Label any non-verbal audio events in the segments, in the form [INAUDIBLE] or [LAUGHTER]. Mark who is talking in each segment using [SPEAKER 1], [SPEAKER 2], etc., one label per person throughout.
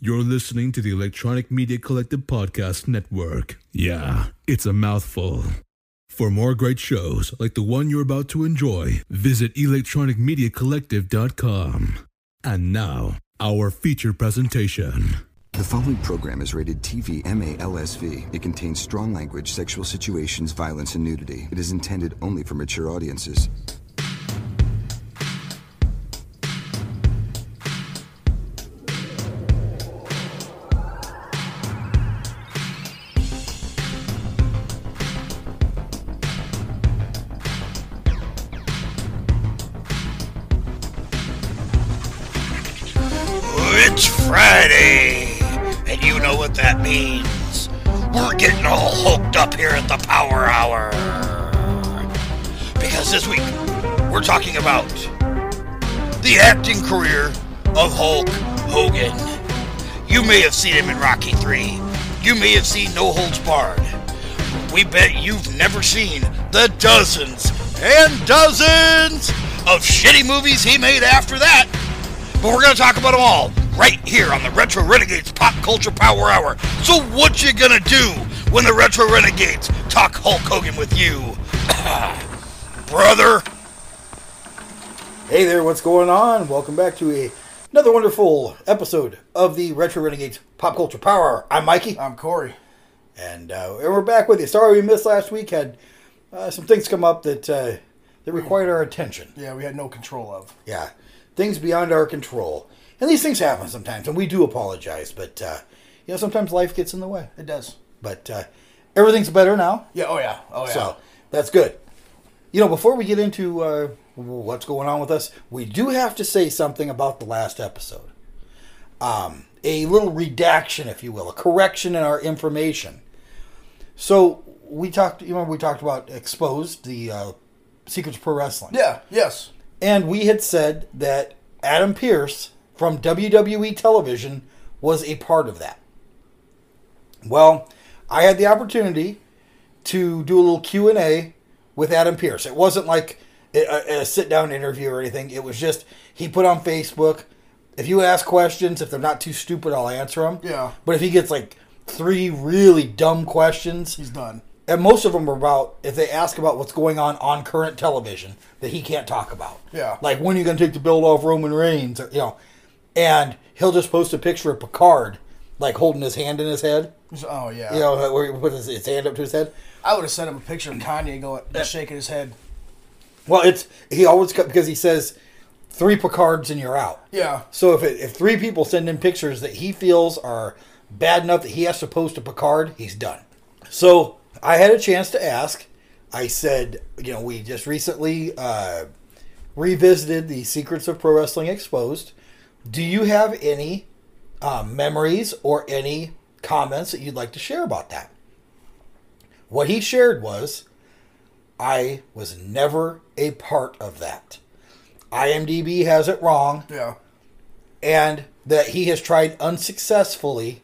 [SPEAKER 1] You're listening to the Electronic Media Collective Podcast Network. Yeah, it's a mouthful. For more great shows like the one you're about to enjoy, visit electronicmediacollective.com. And now, our feature presentation.
[SPEAKER 2] The following program is rated TV MALSV. It contains strong language, sexual situations, violence, and nudity. It is intended only for mature audiences.
[SPEAKER 3] It's Friday, and you know what that means. We're getting all hooked up here at the Power Hour. Because this week, we're talking about the acting career of Hulk Hogan. You may have seen him in Rocky 3. You may have seen No Holds Barred. We bet you've never seen the dozens and dozens of shitty movies he made after that but we're going to talk about them all right here on the Retro Renegades Pop Culture Power Hour. So what you going to do when the Retro Renegades talk Hulk Hogan with you? [COUGHS] Brother,
[SPEAKER 4] Hey there, what's going on? Welcome back to a, another wonderful episode of the Retro Renegades Pop Culture Power. Hour. I'm Mikey,
[SPEAKER 5] I'm Corey.
[SPEAKER 4] and, uh, and we're back with you. Sorry we missed last week. Had uh, some things come up that uh, that required our attention.
[SPEAKER 5] Yeah, we had no control of.
[SPEAKER 4] Yeah, things beyond our control, and these things happen sometimes, and we do apologize. But uh, you know, sometimes life gets in the way.
[SPEAKER 5] It does.
[SPEAKER 4] But uh, everything's better now.
[SPEAKER 5] Yeah. Oh yeah. Oh yeah.
[SPEAKER 4] So that's good. You know, before we get into uh, what's going on with us, we do have to say something about the last episode. Um, a little redaction, if you will, a correction in our information. So we talked. You remember we talked about exposed the uh, secrets of pro wrestling.
[SPEAKER 5] yeah. Yes.
[SPEAKER 4] And we had said that Adam Pierce from WWE television was a part of that. Well, I had the opportunity to do a little Q&A with Adam Pierce. It wasn't like a, a sit-down interview or anything. It was just he put on Facebook, if you ask questions, if they're not too stupid, I'll answer them.
[SPEAKER 5] Yeah.
[SPEAKER 4] But if he gets like three really dumb questions,
[SPEAKER 5] He's done.
[SPEAKER 4] and most of them are about if they ask about what's going on on current television that he can't talk about.
[SPEAKER 5] Yeah.
[SPEAKER 4] like when are you going to take the belt off Roman Reigns, or you know, and he'll just post a picture of Picard like holding his hand in his head,
[SPEAKER 5] He's- oh yeah.
[SPEAKER 4] you know, where he puts his, his hand up to his head.
[SPEAKER 5] I would have sent him a picture of Kanye going just shaking his head.
[SPEAKER 4] Well, it's he always co- because he says three Picards and you're out.
[SPEAKER 5] Yeah.
[SPEAKER 4] So if it, if three people send in pictures that he feels are bad enough that he has to post a Picard, he's done. So I had a chance to ask. I said, you know, we just recently uh, revisited the Secrets of Pro Wrestling Exposed. Do you have any um, memories or any comments that you'd like to share about that? What he shared was, I was never a part of that. IMDb has it wrong
[SPEAKER 5] Yeah.
[SPEAKER 4] and that he has tried unsuccessfully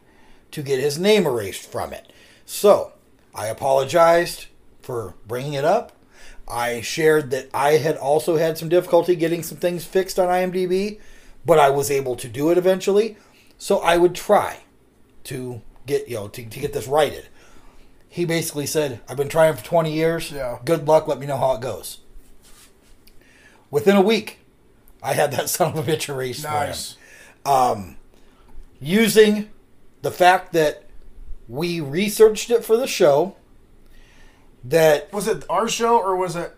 [SPEAKER 4] to get his name erased from it. So, I apologized for bringing it up. I shared that I had also had some difficulty getting some things fixed on IMDb, but I was able to do it eventually. So, I would try to get, you know, to, to get this righted. He basically said, I've been trying for 20 years.
[SPEAKER 5] Yeah.
[SPEAKER 4] Good luck. Let me know how it goes. Within a week, I had that [LAUGHS] son of a bitch erased for him
[SPEAKER 5] Nice.
[SPEAKER 4] um, using the fact that we researched it for the show that
[SPEAKER 5] Was it our show or was it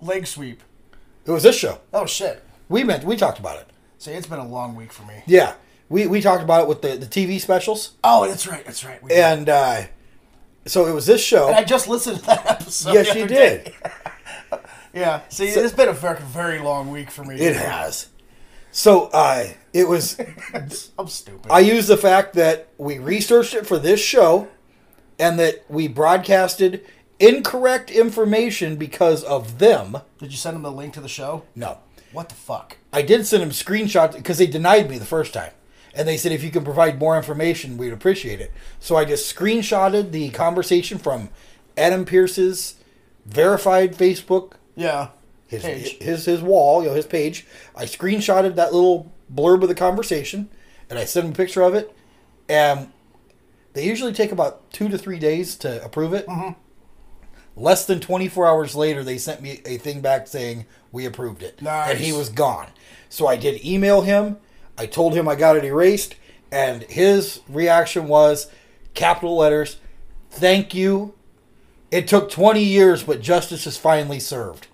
[SPEAKER 5] leg sweep?
[SPEAKER 4] it was this show
[SPEAKER 5] Oh shit.
[SPEAKER 4] we meant we talked about it
[SPEAKER 5] See, it's been a long week for me.
[SPEAKER 4] yeah we, we talked about it with the, the tv specials
[SPEAKER 5] Oh, that's right. That's right. We did.
[SPEAKER 4] and uh, so it was this show
[SPEAKER 5] I just listened to that [LAUGHS] episode. the
[SPEAKER 4] yes you
[SPEAKER 5] other day. [LAUGHS]
[SPEAKER 4] did
[SPEAKER 5] Yeah. See, it's been a very, very long week for me.
[SPEAKER 4] it has so uh, it was
[SPEAKER 5] [LAUGHS] I'm stupid.
[SPEAKER 4] I use the fact that we researched it for this show and that we broadcasted incorrect information because of them.
[SPEAKER 5] did you send him the link to the show?
[SPEAKER 4] No.
[SPEAKER 5] What the fuck?
[SPEAKER 4] I did send them screenshots because they denied me the first time. And they said, if you can provide more information, we'd appreciate it. So I just screenshotted the conversation from Adam Pierce's verified Facebook,
[SPEAKER 5] Yeah.
[SPEAKER 4] his,
[SPEAKER 5] Page.
[SPEAKER 4] his, his wall, you know, his page. I screenshotted that little blurb of the conversation and I sent him a picture of it. And they usually take about two to three days to approve it.
[SPEAKER 5] Mm-hmm.
[SPEAKER 4] Less than 24 hours later, they sent me a thing back saying, We approved it. And he
[SPEAKER 5] Nice.
[SPEAKER 4] was gone. So I did email him. I told him I got it erased. And his reaction was, capital letters, Thank you. It took 20 years, but justice is finally served.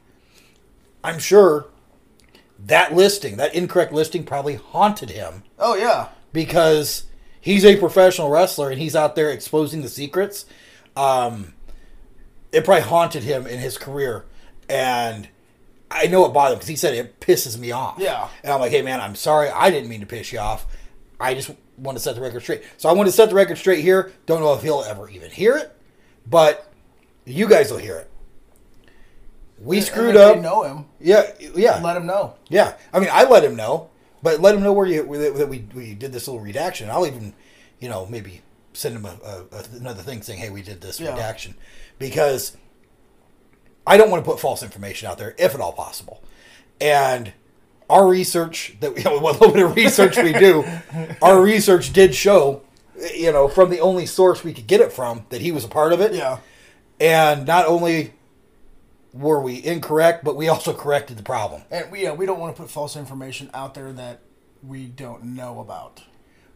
[SPEAKER 4] I'm sure that listing, that incorrect listing, probably haunted him
[SPEAKER 5] Oh yeah.
[SPEAKER 4] because he's a professional wrestler and he's out there exposing the secrets. Um, it probably haunted him in his career, and I know it bothered him because he said it pisses me off.
[SPEAKER 5] Yeah.
[SPEAKER 4] and I'm like, hey man, I'm sorry, I didn't mean to piss you off. I just want to set the record straight. So I want to set the record straight here. Don't know if he'll ever even hear it, but you guys will hear it. We screwed
[SPEAKER 5] And if
[SPEAKER 4] up.
[SPEAKER 5] They know him.
[SPEAKER 4] Yeah, yeah.
[SPEAKER 5] Let him know.
[SPEAKER 4] Yeah, I mean, I let him know, but let him know where you where- that we we did this little redaction. I'll even, you know, maybe send him a, a, a- another thing saying, "Hey, we did this
[SPEAKER 5] Yeah.
[SPEAKER 4] redaction," because I don't want to put false information out there if at all possible. And our research that we, [LAUGHS] what little bit of research we
[SPEAKER 5] [LAUGHS]
[SPEAKER 4] do, our research did show, you know, from the only source we could get it from that he was a part of it.
[SPEAKER 5] Yeah.
[SPEAKER 4] And not only were we incorrect, but we also corrected the problem.
[SPEAKER 5] And we, yeah, we don't want to put false information out there that we don't know about.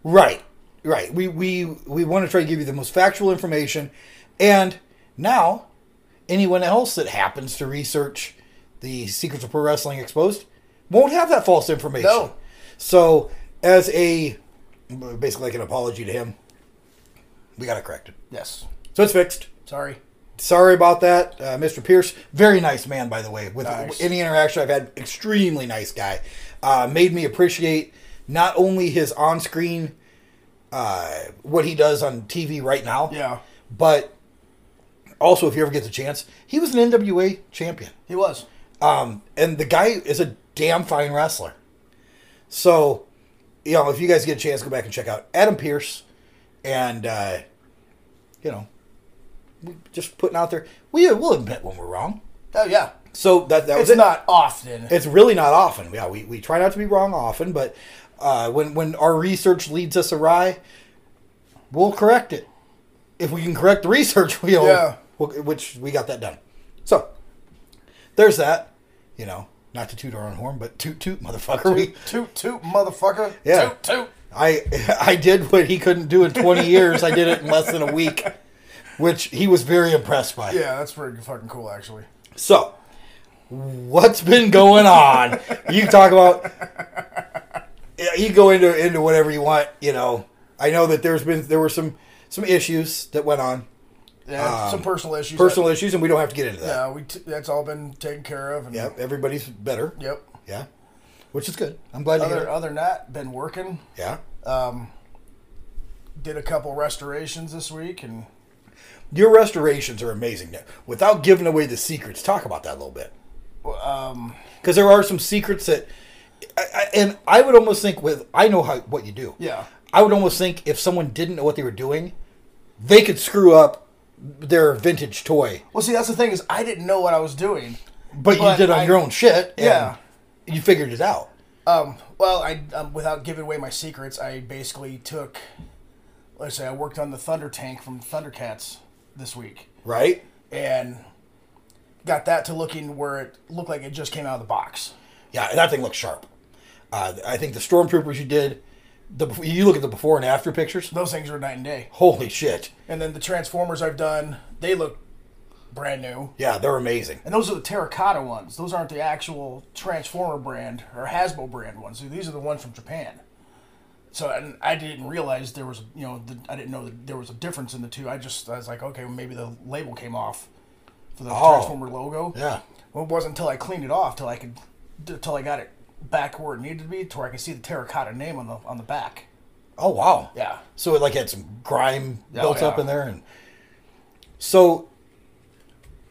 [SPEAKER 4] Right, right. We we we want to try to give you the most factual information, and now anyone else that happens to research the secrets of pro wrestling exposed won't have that false information.
[SPEAKER 5] No.
[SPEAKER 4] So as a basically like an apology to him, we got it corrected.
[SPEAKER 5] Yes.
[SPEAKER 4] So it's fixed.
[SPEAKER 5] Sorry.
[SPEAKER 4] Sorry about that, uh, Mr. Pierce. Very nice man, by the way. With
[SPEAKER 5] Nice.
[SPEAKER 4] any interaction I've had, extremely nice guy. Uh, made me appreciate not only his on-screen, uh, what he does on TV right now,
[SPEAKER 5] Yeah.
[SPEAKER 4] but also if you ever get the chance, he was an NWA champion,
[SPEAKER 5] He was.
[SPEAKER 4] um, and the guy is a damn fine wrestler. So, you know, if you guys get a chance, go back and check out Adam Pierce, and uh, you know, we just putting out there. We will admit when we're wrong.
[SPEAKER 5] Oh yeah.
[SPEAKER 4] So that that was
[SPEAKER 5] It's
[SPEAKER 4] it.
[SPEAKER 5] not often.
[SPEAKER 4] It's really not often. Yeah, we, we try not to be wrong often, but uh, when when our research leads us awry, we'll correct it. If we can correct the research, [LAUGHS] we'll,
[SPEAKER 5] Yeah.
[SPEAKER 4] we'll- which we got that done. So there's that. You know, not to toot our own horn, but toot toot, motherfucker. We,
[SPEAKER 5] toot toot motherfucker.
[SPEAKER 4] Yeah.
[SPEAKER 5] Toot toot.
[SPEAKER 4] I I [LAUGHS] did what he couldn't do in 20 years. I did it in less than a week, which he was very impressed by.
[SPEAKER 5] Yeah, that's pretty fucking cool actually.
[SPEAKER 4] So, what's been going on? You can talk about. Yeah, You go into into whatever you want. You know, I know that there's been there were some some issues that went on, Um,
[SPEAKER 5] Yeah. some personal issues.
[SPEAKER 4] personal issues, and we don't have to get into that.
[SPEAKER 5] Yeah, we t- that's all been taken care of. And
[SPEAKER 4] Yep, everybody's better.
[SPEAKER 5] Yep.
[SPEAKER 4] Yeah, which is good. I'm glad to
[SPEAKER 5] Other
[SPEAKER 4] hear. it.
[SPEAKER 5] other than that, been working. Um,
[SPEAKER 4] Yeah,
[SPEAKER 5] Did a couple restorations this week, and
[SPEAKER 4] your restorations are amazing. Now, without giving away the secrets, talk about that a little bit.
[SPEAKER 5] um,
[SPEAKER 4] because there are some secrets that, I, I, and I would almost think with I know how what you do.
[SPEAKER 5] Yeah.
[SPEAKER 4] I would almost think if someone didn't know what they were doing, they could screw up their vintage toy.
[SPEAKER 5] well, see, that's the thing is, I didn't know what I was doing.
[SPEAKER 4] But, you
[SPEAKER 5] But
[SPEAKER 4] did on
[SPEAKER 5] I-
[SPEAKER 4] your own shit. and
[SPEAKER 5] Yeah.
[SPEAKER 4] you figured it out.
[SPEAKER 5] Um, well, I um, without giving away my secrets, I basically took, let's say, I worked on the Thunder Tank from Thundercats this week,
[SPEAKER 4] Right.
[SPEAKER 5] and got that to looking where it looked like it just came out of the box.
[SPEAKER 4] Yeah, that thing looks sharp. Uh, I think the stormtroopers you did, the bef- you look at the before and after pictures.
[SPEAKER 5] Those things are night and day.
[SPEAKER 4] Holy shit!
[SPEAKER 5] And then the Transformers I've done, they look brand new.
[SPEAKER 4] Yeah, they're amazing.
[SPEAKER 5] And those are the terracotta ones. Those aren't the actual Transformer brand or Hasbro brand ones. These are the ones from Japan. So and I didn't realize there was, you know, the, I didn't know that there was a difference in the two. I just I was like, okay, well, maybe the label came off for the
[SPEAKER 4] Oh.
[SPEAKER 5] Transformer logo.
[SPEAKER 4] Yeah.
[SPEAKER 5] Well, it wasn't until I cleaned it off till I could, till I got it back where it needed to be, to where I could see the terracotta name on the on the back.
[SPEAKER 4] Oh wow.
[SPEAKER 5] Yeah.
[SPEAKER 4] So it like had some grime
[SPEAKER 5] Oh,
[SPEAKER 4] built up
[SPEAKER 5] yeah.
[SPEAKER 4] in there, and so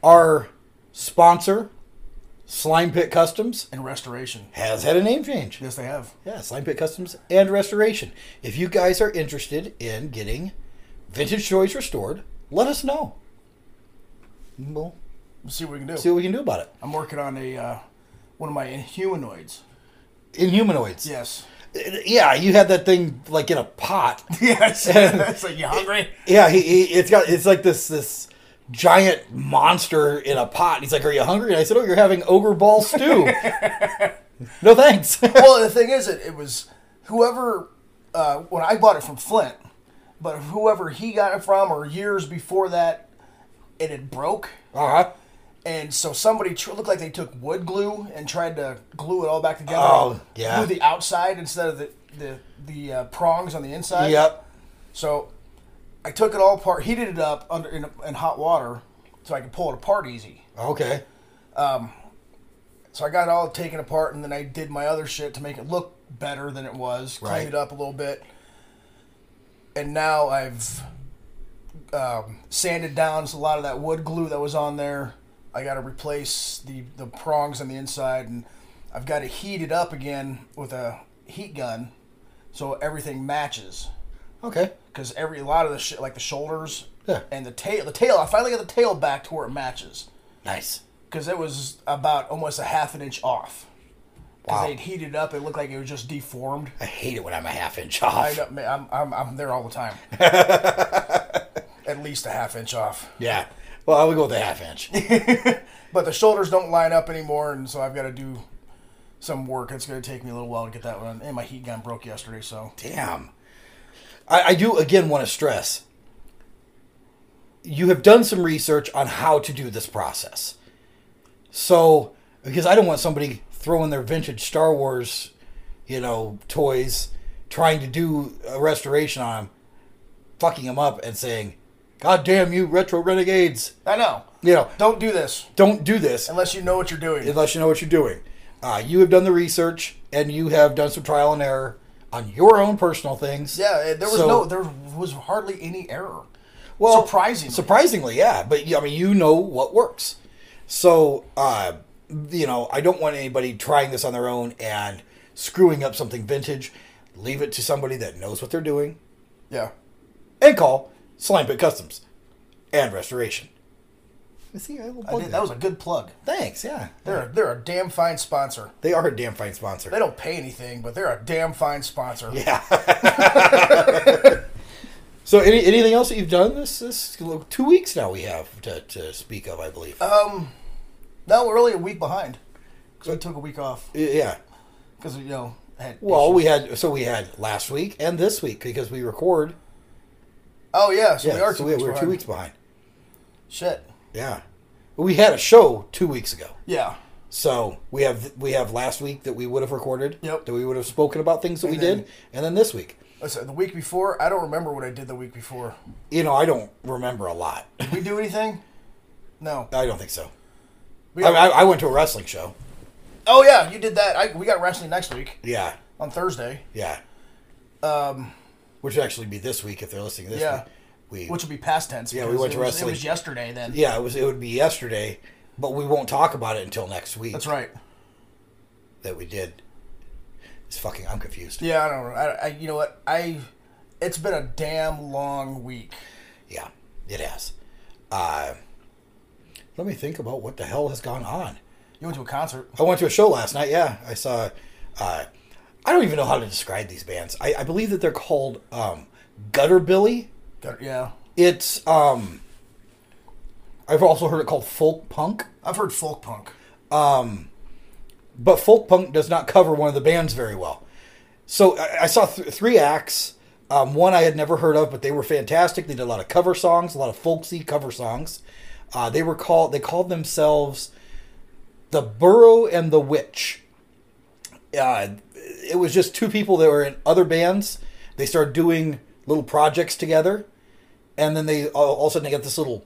[SPEAKER 4] our sponsor, Slime Pit Customs,
[SPEAKER 5] In restoration,
[SPEAKER 4] has had a name change.
[SPEAKER 5] yes, they have.
[SPEAKER 4] Yeah, Slime Pit Customs and Restoration. If you guys are interested in getting vintage toys restored, let us know. We'll
[SPEAKER 5] We'll see what we can do.
[SPEAKER 4] see what we can do about it.
[SPEAKER 5] I'm working on a uh, one of my humanoids.
[SPEAKER 4] Inhumanoids.
[SPEAKER 5] Yes.
[SPEAKER 4] yeah, you had that thing like in a pot.
[SPEAKER 5] [LAUGHS] Yeah, it's, it's like you hungry.
[SPEAKER 4] Yeah, he, he it's got it's like this this giant monster in a pot. And he's like, "Are you hungry?" And I said, "Oh, you're having ogre ball
[SPEAKER 5] [LAUGHS]
[SPEAKER 4] stew." no thanks.
[SPEAKER 5] [LAUGHS] well, the thing is, it, it was whoever uh, when I bought it from Flint, but whoever he got it from, or years before that, it had broke,
[SPEAKER 4] All
[SPEAKER 5] Uh-huh.
[SPEAKER 4] right.
[SPEAKER 5] and so somebody tr- looked like they took wood glue and tried to glue it all back together.
[SPEAKER 4] Oh, yeah.
[SPEAKER 5] glue the outside instead of the the the uh, prongs on the inside.
[SPEAKER 4] Yep.
[SPEAKER 5] So I took it all apart, heated it up under in, in hot water, so I could pull it apart easy.
[SPEAKER 4] Okay.
[SPEAKER 5] Um, So I got it all taken apart, and then I did my other shit to make it look better than it was. Cleaned
[SPEAKER 4] Right.
[SPEAKER 5] it up a little bit, and now I've um, sanded down a lot of that wood glue that was on there. I got to replace the the prongs on the inside, and I've got to heat it up again with a heat gun, so everything matches.
[SPEAKER 4] Okay.
[SPEAKER 5] Because every a lot of the shit, like the shoulders
[SPEAKER 4] Yeah.
[SPEAKER 5] and the tail, the tail, I finally got the tail back to where it matches
[SPEAKER 4] Nice.
[SPEAKER 5] because it was about almost a half an inch off. Because
[SPEAKER 4] Wow.
[SPEAKER 5] they'd heated up, it looked like it was just deformed.
[SPEAKER 4] I hate it when I'm a half inch off.
[SPEAKER 5] I know, man, I'm, I'm, I'm there all the
[SPEAKER 4] [LAUGHS]
[SPEAKER 5] time. At least a half inch off.
[SPEAKER 4] Yeah. Well, I would go with a half inch.
[SPEAKER 5] But the shoulders don't line up anymore, and so I've got to do some work. It's going to take me a little while to get that one. And my heat gun broke yesterday, so.
[SPEAKER 4] Damn. I, I do again want to stress. You have done some research on how to do this process. So, because I don't want somebody throwing their vintage Star Wars, you know, toys, trying to do a restoration on them, fucking them up and saying, God damn you, retro renegades.
[SPEAKER 5] I know.
[SPEAKER 4] You know,
[SPEAKER 5] Don't do this
[SPEAKER 4] don't do this
[SPEAKER 5] unless you know what you're doing.
[SPEAKER 4] unless you know what you're doing. Uh, you have done the research and you have done some trial and error on your own personal things.
[SPEAKER 5] yeah, eh, there was
[SPEAKER 4] So-
[SPEAKER 5] no, there was hardly any error.
[SPEAKER 4] Well,
[SPEAKER 5] surprisingly.
[SPEAKER 4] surprisingly, yeah. But you- I mean, you know what works. So, uh, you know, I don't want anybody trying this on their own and screwing up something vintage. Leave it to somebody that knows what they're doing
[SPEAKER 5] yeah.
[SPEAKER 4] and call Slime Pit Customs and Restoration. See, I will
[SPEAKER 5] I
[SPEAKER 4] plug
[SPEAKER 5] did, that was a good plug.
[SPEAKER 4] Thanks, yeah.
[SPEAKER 5] They're, they're a damn fine sponsor.
[SPEAKER 4] They are a damn fine sponsor.
[SPEAKER 5] They don't pay anything, but they're a damn fine sponsor.
[SPEAKER 4] [LAUGHS] Yeah. so, any, anything else that you've done this this two weeks now? We have to, to speak of, I believe.
[SPEAKER 5] Uh, Um, No, we're only a week behind because we took a week off
[SPEAKER 4] yeah.
[SPEAKER 5] because you know had
[SPEAKER 4] Well,
[SPEAKER 5] issues.
[SPEAKER 4] we had so we had last week and this week because we record.
[SPEAKER 5] oh yeah, so
[SPEAKER 4] Yeah,
[SPEAKER 5] we are
[SPEAKER 4] so
[SPEAKER 5] two
[SPEAKER 4] we,
[SPEAKER 5] weeks
[SPEAKER 4] we're two
[SPEAKER 5] behind.
[SPEAKER 4] weeks behind.
[SPEAKER 5] Shit,
[SPEAKER 4] Yeah, we had a show two weeks ago,
[SPEAKER 5] yeah,
[SPEAKER 4] so we have we have last week that we would have recorded.
[SPEAKER 5] Yep.
[SPEAKER 4] That we would have spoken about things that we
[SPEAKER 5] then-
[SPEAKER 4] did, and then this week,
[SPEAKER 5] Listen, the week before I don't remember what I did the week before.
[SPEAKER 4] you know, I don't remember a lot.
[SPEAKER 5] Did we do anything? No.
[SPEAKER 4] [LAUGHS] I don't think so.
[SPEAKER 5] We
[SPEAKER 4] I, mean, I, I went to a wrestling show.
[SPEAKER 5] oh yeah, you did that. I, we got wrestling next week
[SPEAKER 4] Yeah,
[SPEAKER 5] on Thursday,
[SPEAKER 4] yeah. Um, which would actually be this week if they're listening. This
[SPEAKER 5] Um, Yeah.
[SPEAKER 4] week. we
[SPEAKER 5] which will be past tense.
[SPEAKER 4] Yeah, we
[SPEAKER 5] because
[SPEAKER 4] went
[SPEAKER 5] it
[SPEAKER 4] to
[SPEAKER 5] was,
[SPEAKER 4] wrestling.
[SPEAKER 5] It was yesterday then.
[SPEAKER 4] yeah it was it would be yesterday, but we won't talk about it until next week.
[SPEAKER 5] that's right.
[SPEAKER 4] that we did. It's fucking. I'm confused.
[SPEAKER 5] Yeah, I don't know. I, I you know what I. It's been a damn long week.
[SPEAKER 4] Yeah, it has. Uh, let me think about what the hell has gone on.
[SPEAKER 5] You went to a concert.
[SPEAKER 4] I went to a show last night. Yeah, I saw. Uh, I don't even know how to describe these bands. I, I believe that they're called um, Gutterbilly.
[SPEAKER 5] Got- Yeah,
[SPEAKER 4] It's. Um, I've also heard it called folk punk, Um,
[SPEAKER 5] I've heard folk punk.
[SPEAKER 4] but folk punk does not cover one of the bands very well. So I, I saw th- three acts. Um, one I had never heard of, but they were fantastic. They did a lot of cover songs, a lot of folksy cover songs. Uh, they were called they called themselves the Burrow and the Witch. Uh, it was just two people that were in other bands. They started doing little projects together, and then they all, all of a sudden they got this little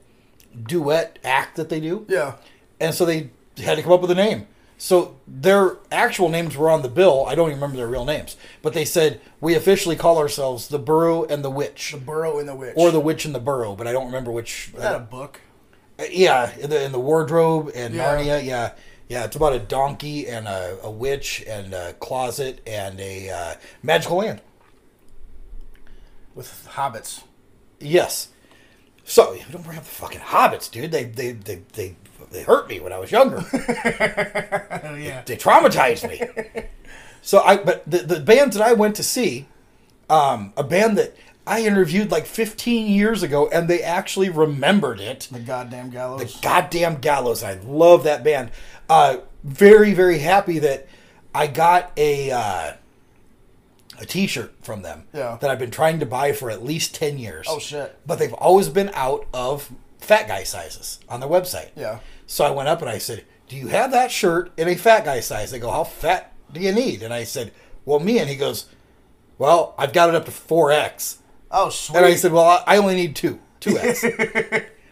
[SPEAKER 4] duet act that they do.
[SPEAKER 5] Yeah.
[SPEAKER 4] and so they had to come up with a name. So their actual names were on the bill. I don't even remember their real names, but they said we officially call ourselves the Burrow and the Witch,
[SPEAKER 5] Burrow and the Witch.
[SPEAKER 4] or the Witch and the Burrow, but I don't remember which.
[SPEAKER 5] Is that a book?
[SPEAKER 4] Uh, yeah, in the, in the wardrobe and
[SPEAKER 5] Yeah.
[SPEAKER 4] Narnia. Yeah, yeah. It's about a donkey and a, a witch and a closet and a uh, magical land.
[SPEAKER 5] with hobbits.
[SPEAKER 4] Yes. So don't bring up the fucking hobbits, dude. They they they they,
[SPEAKER 5] [LAUGHS]
[SPEAKER 4] they hurt me when I was younger.
[SPEAKER 5] Oh yeah.
[SPEAKER 4] they traumatized me. So I, but the, the bands that I went to see, um, a band that I interviewed like 15 years ago, and they actually remembered it.
[SPEAKER 5] The goddamn gallows.
[SPEAKER 4] Goddamn Gallows. I love that band. Uh, very, very happy that I got a uh, a T-shirt from them
[SPEAKER 5] Yeah.
[SPEAKER 4] that I've been trying to buy for at least ten years.
[SPEAKER 5] Oh, shit.
[SPEAKER 4] But they've always been out of fat guy sizes on their website.
[SPEAKER 5] Yeah.
[SPEAKER 4] So I went up and I said, "Do you have that shirt in a fat guy size?" They go, "How fat do you need?" And I said, "Well, me." And he goes, "Well, I've got it up to four X."
[SPEAKER 5] oh sweet.
[SPEAKER 4] And I said, "Well, I- I only need two, two
[SPEAKER 5] [LAUGHS]
[SPEAKER 4] X."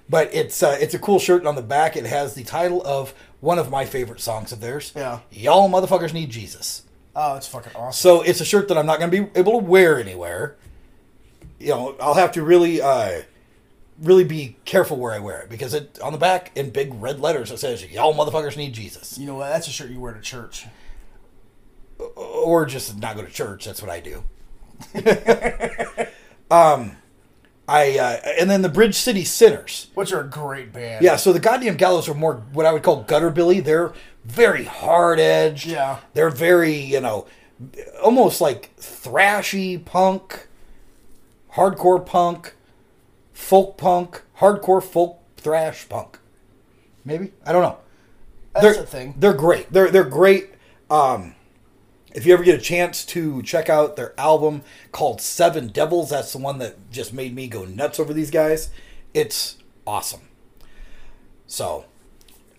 [SPEAKER 4] but it's uh, it's a cool shirt, and on the back it has the title of one of my favorite songs of theirs.
[SPEAKER 5] Yeah.
[SPEAKER 4] y'all motherfuckers need Jesus.
[SPEAKER 5] oh, that's fucking awesome.
[SPEAKER 4] So it's a shirt that I'm not going to be able to wear anywhere. You know, I'll have to really, uh, really be careful where I wear it because it on the back in big red letters it says "Y'all motherfuckers need Jesus,"
[SPEAKER 5] You know what? That's a shirt you wear to church.
[SPEAKER 4] or just not go to church. That's what I do. [LAUGHS] um, I uh, and then the Bridge City Sinners.
[SPEAKER 5] Which are a great band.
[SPEAKER 4] Yeah, so the goddamn gallows are more what I would call gutterbilly. They're very hard edged.
[SPEAKER 5] Yeah.
[SPEAKER 4] They're very, you know, almost like thrashy punk, hardcore punk, folk punk, hardcore folk thrash punk. Maybe? I don't know.
[SPEAKER 5] that's
[SPEAKER 4] they're,
[SPEAKER 5] a thing.
[SPEAKER 4] They're great. They're they're great. Um if you ever get a chance to check out their album called Seven Devils, that's the one that just made me go nuts over these guys. It's awesome. So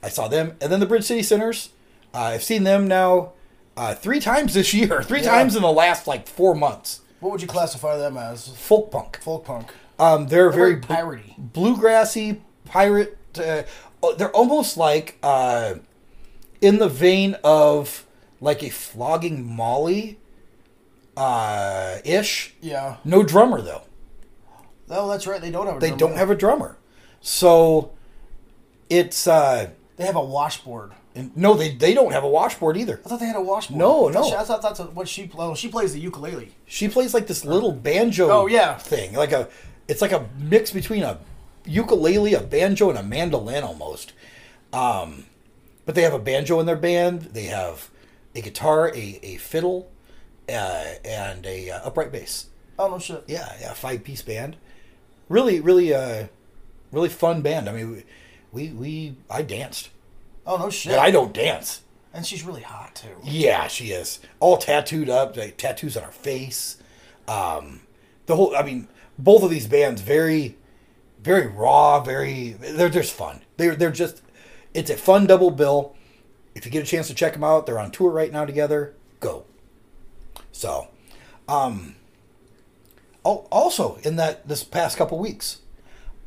[SPEAKER 4] I saw them. And then the Bridge City Sinners. Uh, I've seen them now uh, three times this year, [LAUGHS] three
[SPEAKER 5] Yeah.
[SPEAKER 4] times in the last like four months.
[SPEAKER 5] What would you classify them as?
[SPEAKER 4] Folk punk.
[SPEAKER 5] Folk punk.
[SPEAKER 4] Um, they're, very
[SPEAKER 5] Very
[SPEAKER 4] bl-
[SPEAKER 5] piratey.
[SPEAKER 4] bluegrassy pirate. Uh, oh, they're almost like uh, in the vein of like a flogging Molly uh, ish.
[SPEAKER 5] Yeah.
[SPEAKER 4] No drummer though.
[SPEAKER 5] Oh, that's right. They don't have. A
[SPEAKER 4] They
[SPEAKER 5] drum
[SPEAKER 4] don't
[SPEAKER 5] band.
[SPEAKER 4] have a drummer, so it's uh,
[SPEAKER 5] They have a washboard.
[SPEAKER 4] no. They they don't have a washboard either.
[SPEAKER 5] I thought they had a washboard.
[SPEAKER 4] No,
[SPEAKER 5] I thought
[SPEAKER 4] no.
[SPEAKER 5] she- I thought that's what she. Oh, she plays the ukulele.
[SPEAKER 4] She plays like this little banjo.
[SPEAKER 5] Oh, yeah.
[SPEAKER 4] thing like a. It's like a mix between a ukulele, a banjo, and a mandolin almost. Um, but they have a banjo in their band. They have a guitar, a a fiddle, uh, and a uh, upright bass.
[SPEAKER 5] Oh no shit.
[SPEAKER 4] Yeah, yeah, five piece band. Really, really, uh, really fun band. I mean, we we I danced.
[SPEAKER 5] Oh no shit.
[SPEAKER 4] And I don't dance.
[SPEAKER 5] and she's really hot too.
[SPEAKER 4] Yeah, she is all tattooed up, like tattoos on her face. Um, the whole, I mean, both of these bands very, very raw, very. They're just fun. They're they're just. It's a fun double bill. If you get a chance to check them out, they're on tour right now together. Go. So, um, al- also in that this past couple weeks,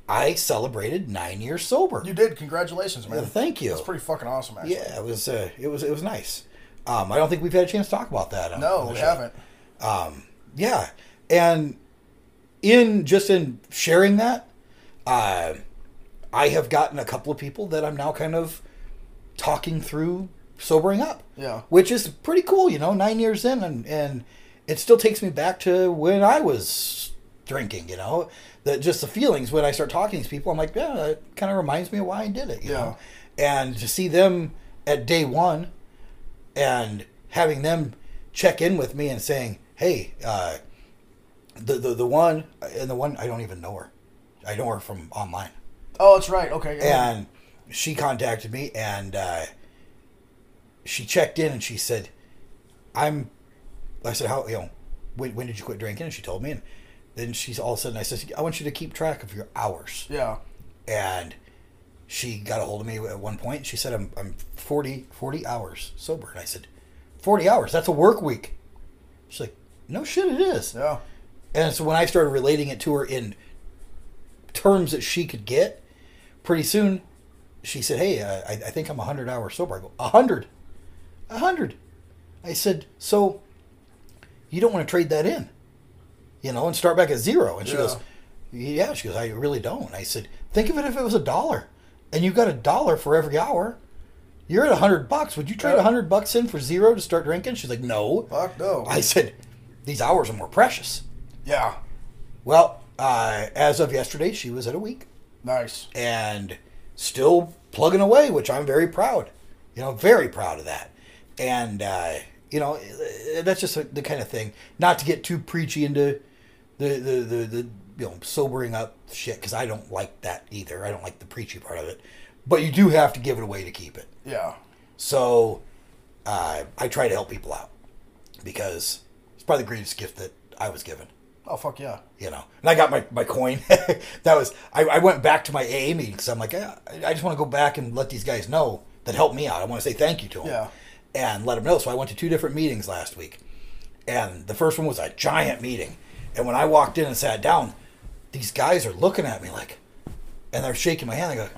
[SPEAKER 4] I celebrated nine years sober.
[SPEAKER 5] You did. Congratulations, man.
[SPEAKER 4] Uh, Thank you.
[SPEAKER 5] That's pretty fucking awesome, actually.
[SPEAKER 4] Yeah, it was uh, it was it was nice. Um, I don't think we've had a chance to talk about that. on- on
[SPEAKER 5] No,
[SPEAKER 4] the
[SPEAKER 5] we
[SPEAKER 4] show. Um,
[SPEAKER 5] haven't.
[SPEAKER 4] Yeah, and in just in sharing that, uh, I have gotten a couple of people that I'm now kind of talking through sobering up.
[SPEAKER 5] Yeah.
[SPEAKER 4] which is pretty cool. You know, nine years in, and and it still takes me back to when I was drinking. You know, that just the feelings when I start talking to these people, I'm like, yeah, it kind of reminds me of why I did it. You
[SPEAKER 5] Yeah.
[SPEAKER 4] know, and to see them at day one and having them check in with me and saying, "Hey, uh, the, the the one and the one I don't even know her. I know her from online,
[SPEAKER 5] Oh, that's right. Okay. Yeah.
[SPEAKER 4] and she contacted me and uh, she checked in and she said, "I'm." I said, "How you know? When, when did you quit drinking?" And she told me, and then she's all of a sudden I said, "I want you to keep track of your hours."
[SPEAKER 5] yeah.
[SPEAKER 4] and she got a hold of me at one point and she said I'm, I'm 40 40 hours sober and i said 40 hours that's a work week she's like no shit it is
[SPEAKER 5] Yeah.
[SPEAKER 4] and so when i started relating it to her in terms that she could get pretty soon she said hey uh, I, I think i'm 100 hours sober i go 100 100 i said so you don't want to trade that in you know and start back at zero and she
[SPEAKER 5] Yeah.
[SPEAKER 4] goes yeah, she goes, I really don't. I said, think of it if it was a dollar, and you got a dollar for every hour. You're at a hundred bucks. Would you trade a
[SPEAKER 5] Yeah.
[SPEAKER 4] hundred bucks in for zero to start drinking? She's like, no.
[SPEAKER 5] Fuck no.
[SPEAKER 4] I said, these hours are more precious.
[SPEAKER 5] yeah.
[SPEAKER 4] Well, uh, as of yesterday, she was at a week
[SPEAKER 5] Nice.
[SPEAKER 4] and still plugging away, which I'm very proud. You know, very proud of that. And uh, You know, eh, that's just the kind of thing. Not to get too preachy into the the the, the you know sobering up shit because I don't like that either. I don't like the preachy part of it. But you do have to give it away to keep it.
[SPEAKER 5] Yeah.
[SPEAKER 4] So uh, I try to help people out because it's probably the greatest gift that I was given.
[SPEAKER 5] Oh fuck yeah.
[SPEAKER 4] You know, and I got my, my coin. [LAUGHS] that was I, I went back to my AA meeting because I'm like eh, I, I just want to go back and let these guys know that helped me out. I want to say thank you to them
[SPEAKER 5] Yeah.
[SPEAKER 4] and let them know. So I went to two different meetings last week, and the first one was a giant meeting. And when I walked in and sat down, these guys are looking at me like, and they're shaking my hand. They go,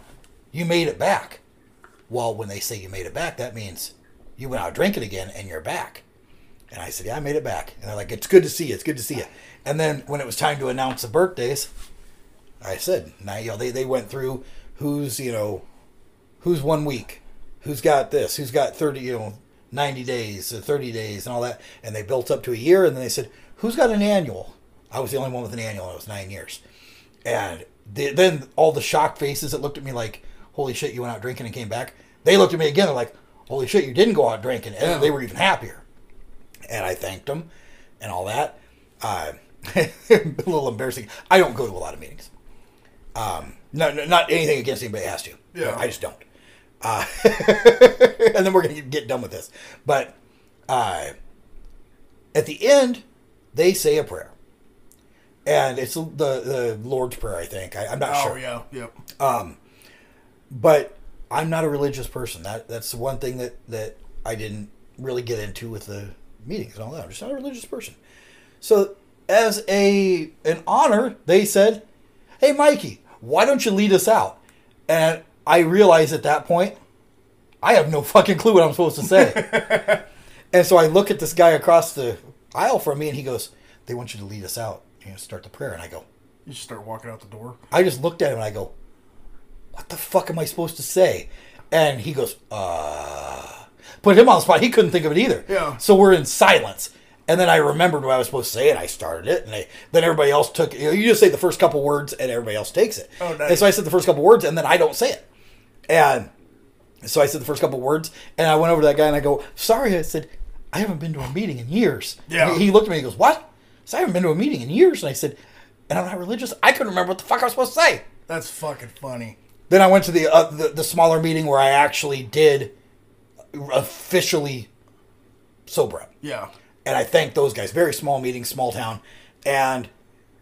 [SPEAKER 4] "You made it back." Well, when they say you made it back, that means you went out drinking again and you're back. And I said, Yeah, I made it back. And they're like, It's good to see you. It's good to see you. And then when it was time to announce the birthdays, I said, Now, you know, they, they went through who's, you know, who's one week, who's got this, who's got 30, you know, 90 days, uh, 30 days, and all that. And they built up to a year. And then they said, Who's got an annual? I was the only one with an annual. and It was nine years. And the, then all the shocked faces that looked at me like, holy shit, you went out drinking and came back. They looked at me again. They're like, holy shit, you didn't go out drinking. And they were even happier. And I thanked them and all that. Uh, [LAUGHS] a little embarrassing. I don't go to a lot of meetings. Um, no, no, not anything against anybody that has to.
[SPEAKER 5] Yeah.
[SPEAKER 4] I just don't. Uh, [LAUGHS] and then we're going to get done with this. But uh, at the end, they say a prayer. And it's the, the Lord's Prayer, I think. I, I'm not
[SPEAKER 5] Oh
[SPEAKER 4] sure Um,
[SPEAKER 5] yeah. Yep.
[SPEAKER 4] but I'm not a religious person. That that's the one thing that that I didn't really get into with the meetings and all that. I'm just not a religious person. So as a an honor, they said, "Hey, Mikey, why don't you lead us out?" And I realized at that point, I have no fucking clue what I'm supposed to
[SPEAKER 5] [LAUGHS]
[SPEAKER 4] say. and so I look at this guy across the aisle from me, and he goes, "They want you to lead us out and start the prayer." And I go,
[SPEAKER 5] You should start walking out the door.
[SPEAKER 4] I just looked at him and I go, "What the fuck am I supposed to say?" And he goes, "Uh." Put him on the spot. He couldn't think of it either.
[SPEAKER 5] Yeah.
[SPEAKER 4] So we're in silence. And then I remembered what I was supposed to say, and I started it. And I, then everybody else took. You, know, you just say the first couple words, and everybody else takes it.
[SPEAKER 5] Oh, nice.
[SPEAKER 4] And so I said the first couple words, and then I don't say it. And so I said the first couple words, and I went over to that guy and I go, "Sorry," I said, "I haven't been to a meeting in years."
[SPEAKER 5] Yeah.
[SPEAKER 4] He, he looked at me and he goes, "What?" So I haven't been to a meeting in years, and I said, "And I'm not religious. I couldn't remember what the fuck I was supposed to say."
[SPEAKER 5] That's fucking funny.
[SPEAKER 4] Then I went to the uh, the, the smaller meeting where I actually did officially sober up
[SPEAKER 5] Yeah.
[SPEAKER 4] and I thank those guys. Very small meeting, small town, and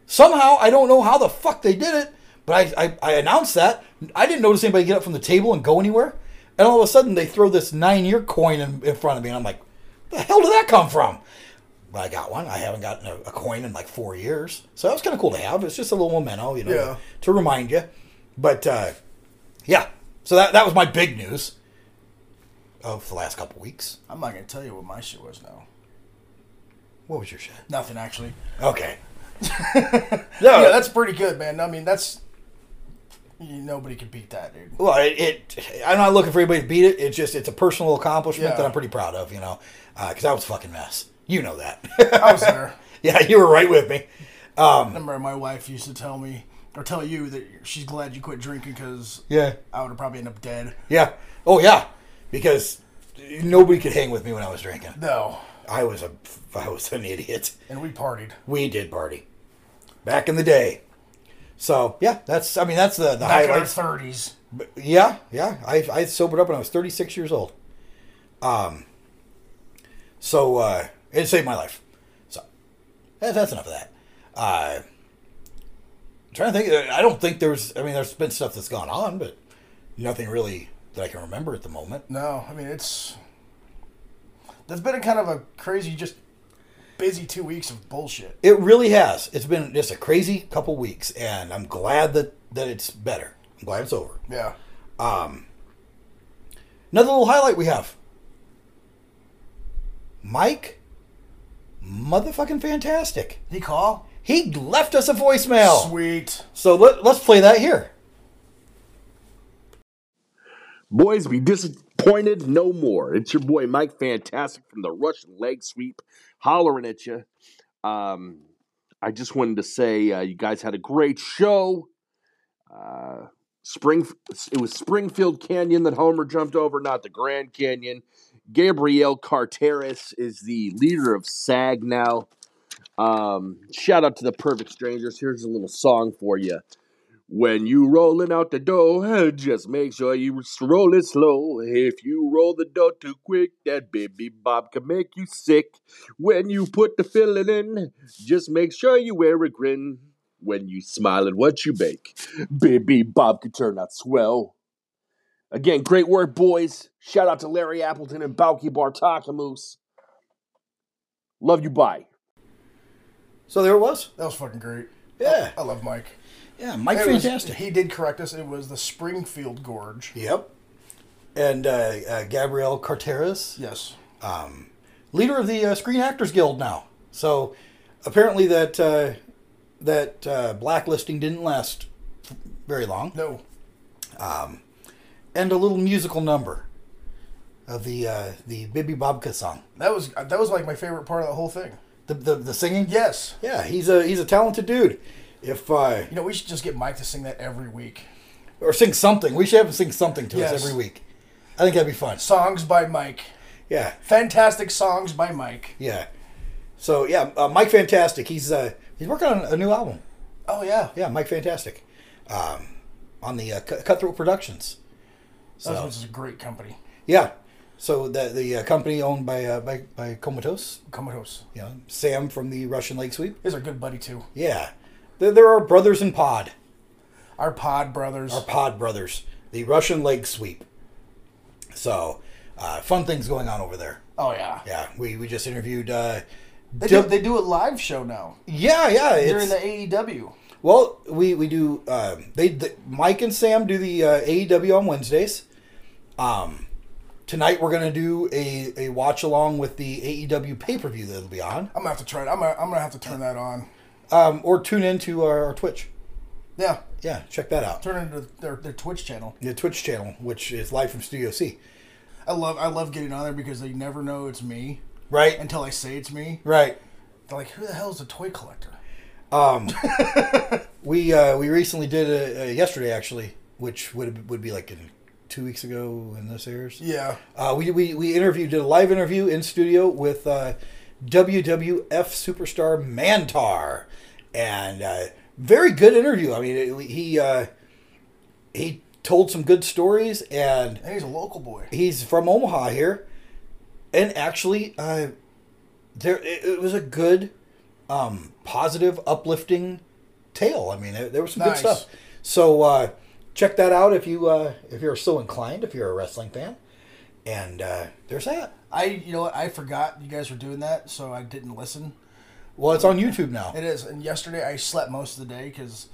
[SPEAKER 4] somehow I don't know how the fuck they did it, but I, I, I announced that I didn't notice anybody get up from the table and go anywhere, and all of a sudden they throw this nine year coin in, in front of me, and I'm like, the hell did that come from? But I got one. I haven't gotten a, a coin in like four years, so that was kind of cool to have. It's just a little memento, you know,
[SPEAKER 5] Yeah.
[SPEAKER 4] to remind you. But uh, yeah, so that that was my big news of the last couple weeks.
[SPEAKER 5] I'm not gonna tell you what my shit was now.
[SPEAKER 4] What was your shit?
[SPEAKER 5] Nothing actually.
[SPEAKER 4] Okay.
[SPEAKER 5] Yeah, that's pretty good, man. I mean, that's you, nobody can beat that, dude.
[SPEAKER 4] Well, it, it. I'm not looking for anybody to beat it. It's just it's a personal accomplishment
[SPEAKER 5] Yeah.
[SPEAKER 4] that I'm pretty proud of. You know, because I was a fucking mess. You know that.
[SPEAKER 5] I was there.
[SPEAKER 4] [LAUGHS] yeah, you were right with me. Um,
[SPEAKER 5] Remember, my wife used to tell me or tell you that she's glad you quit drinking because
[SPEAKER 4] Yeah.
[SPEAKER 5] I would have probably ended up dead.
[SPEAKER 4] Yeah. Oh yeah, because nobody could hang with me when I was drinking.
[SPEAKER 5] No,
[SPEAKER 4] I was a I was an idiot.
[SPEAKER 5] and we partied.
[SPEAKER 4] We did party back in the day. So yeah, that's I mean that's the the
[SPEAKER 5] Back in our
[SPEAKER 4] highlights.
[SPEAKER 5] thirties.
[SPEAKER 4] Yeah, yeah. I I sobered up when I was 36 years old. Um. So uh, it saved my life. So that, that's enough of that. Uh, I'm trying to think. uh, I don't think there's. I mean, there's been stuff that's gone on, but nothing really that I can remember at the moment.
[SPEAKER 5] No, I mean it's that's been a kind of a crazy, just busy two weeks of bullshit.
[SPEAKER 4] It really has. It's been just a crazy couple weeks, and I'm glad that that it's better. I'm glad it's over.
[SPEAKER 5] Yeah.
[SPEAKER 4] Um, Another little highlight we have. Mike, motherfucking fantastic.
[SPEAKER 5] Did he call?
[SPEAKER 4] He left us a voicemail.
[SPEAKER 5] Sweet.
[SPEAKER 4] So let, let's play that here.
[SPEAKER 6] Boys, be disappointed no more. It's your boy Mike Fantastic from the Russian Leg Sweep, hollering at you. Um, I just wanted to say uh, you guys had a great show. Uh, Spring, it was Springfield Canyon that Homer jumped over, not the Grand Canyon. Gabrielle Carteris is the leader of SAG now. Um, shout out to the Perfect Strangers. Here's a little song for you. When you rolling out the dough, [LAUGHS] just make sure you s- roll it slow. If you roll the dough too quick, that baby bob can make you sick. When you put the filling in, just make sure you wear a grin. When you smile at what you bake, baby bob can turn out swell. Again, great work, boys. Shout out to Larry Appleton and Balky Bartakamoose. Love you, bye.
[SPEAKER 4] So there it was.
[SPEAKER 5] That was fucking great.
[SPEAKER 4] Yeah.
[SPEAKER 5] I love Mike.
[SPEAKER 4] Yeah, Mike
[SPEAKER 5] It was-
[SPEAKER 4] Fantastic.
[SPEAKER 5] he did correct us. It was the Springfield Gorge.
[SPEAKER 4] Yep. And uh, uh, Gabrielle Carteris,
[SPEAKER 5] Yes.
[SPEAKER 4] leader of the uh, Screen Actors Guild now. So apparently that uh, that uh, blacklisting didn't last f- very long. Um,
[SPEAKER 5] No.
[SPEAKER 4] And a little musical number of the uh, the Bibi Bobka song.
[SPEAKER 5] That was that was like my favorite part of the whole thing.
[SPEAKER 4] The, the the singing.
[SPEAKER 5] Yes.
[SPEAKER 4] Yeah, he's a he's a talented dude. If uh,
[SPEAKER 5] You know, we should just get Mike to sing that every week.
[SPEAKER 4] or sing something, we should have him sing something to
[SPEAKER 5] Yes.
[SPEAKER 4] us every week. I think that'd be fun.
[SPEAKER 5] Songs by Mike.
[SPEAKER 4] Yeah,
[SPEAKER 5] Fantastic songs by Mike.
[SPEAKER 4] yeah. So yeah, uh, Mike Fantastic. He's uh, he's working on a new album.
[SPEAKER 5] Oh yeah.
[SPEAKER 4] Yeah, Mike Fantastic, um, on the uh, Cut- Cutthroat Productions. uh,
[SPEAKER 5] So this is a great company.
[SPEAKER 4] Yeah, so the the uh, company owned by uh, by by Comatose,
[SPEAKER 5] Comatose.
[SPEAKER 4] you know, Sam from the Russian Lake Sweep.
[SPEAKER 5] He's a good buddy too.
[SPEAKER 4] Yeah, there, there are brothers in Pod,
[SPEAKER 5] Our Pod Brothers.
[SPEAKER 4] our Pod brothers, the Russian Lake Sweep. So, uh, fun things going on over there.
[SPEAKER 5] oh yeah.
[SPEAKER 4] Yeah, we we just interviewed. Uh,
[SPEAKER 5] They
[SPEAKER 4] Dil-
[SPEAKER 5] do, they do a live show now.
[SPEAKER 4] yeah, yeah.
[SPEAKER 5] They're
[SPEAKER 4] It's,
[SPEAKER 5] in the E AEW.
[SPEAKER 4] well, we we do. Um, they the, Mike and Sam do the uh, AEW on Wednesdays. Um, tonight we're gonna do a, a watch along with the E AEW pay per view that'll be on,
[SPEAKER 5] I'm gonna have to try it. I'm gonna, I'm gonna have to turn that on.
[SPEAKER 4] um, or tune into our, our Twitch.
[SPEAKER 5] Yeah.
[SPEAKER 4] Yeah, check that out.
[SPEAKER 5] Turn it into their, their Twitch channel.
[SPEAKER 4] The Twitch channel, which is live from Studio C,
[SPEAKER 5] I love I love getting on there because they never know it's me
[SPEAKER 4] right?
[SPEAKER 5] until I say it's me.
[SPEAKER 4] right.
[SPEAKER 5] They're like, who the hell is a toy collector?
[SPEAKER 4] Um, We uh, we recently did a, a yesterday actually, which would would be like in two weeks ago when this airs.
[SPEAKER 5] Yeah.
[SPEAKER 4] Uh, we, we, we interviewed, did a live interview in studio with uh, WWF superstar Mantar. And uh, very good interview. I mean, it, he, uh, he told some good stories, and
[SPEAKER 5] And he's a local boy.
[SPEAKER 4] he's from Omaha here. And actually, uh, there it, it was a good, um, positive, uplifting tale. I mean, there, there was some
[SPEAKER 5] Nice.
[SPEAKER 4] good stuff. So uh, check that out if you uh, if you're so inclined, if you're a wrestling fan. And uh, there's that.
[SPEAKER 5] I you know what I forgot you guys were doing that, so I didn't listen.
[SPEAKER 4] Well, it's on YouTube now.
[SPEAKER 5] It is. And yesterday I slept most of the day because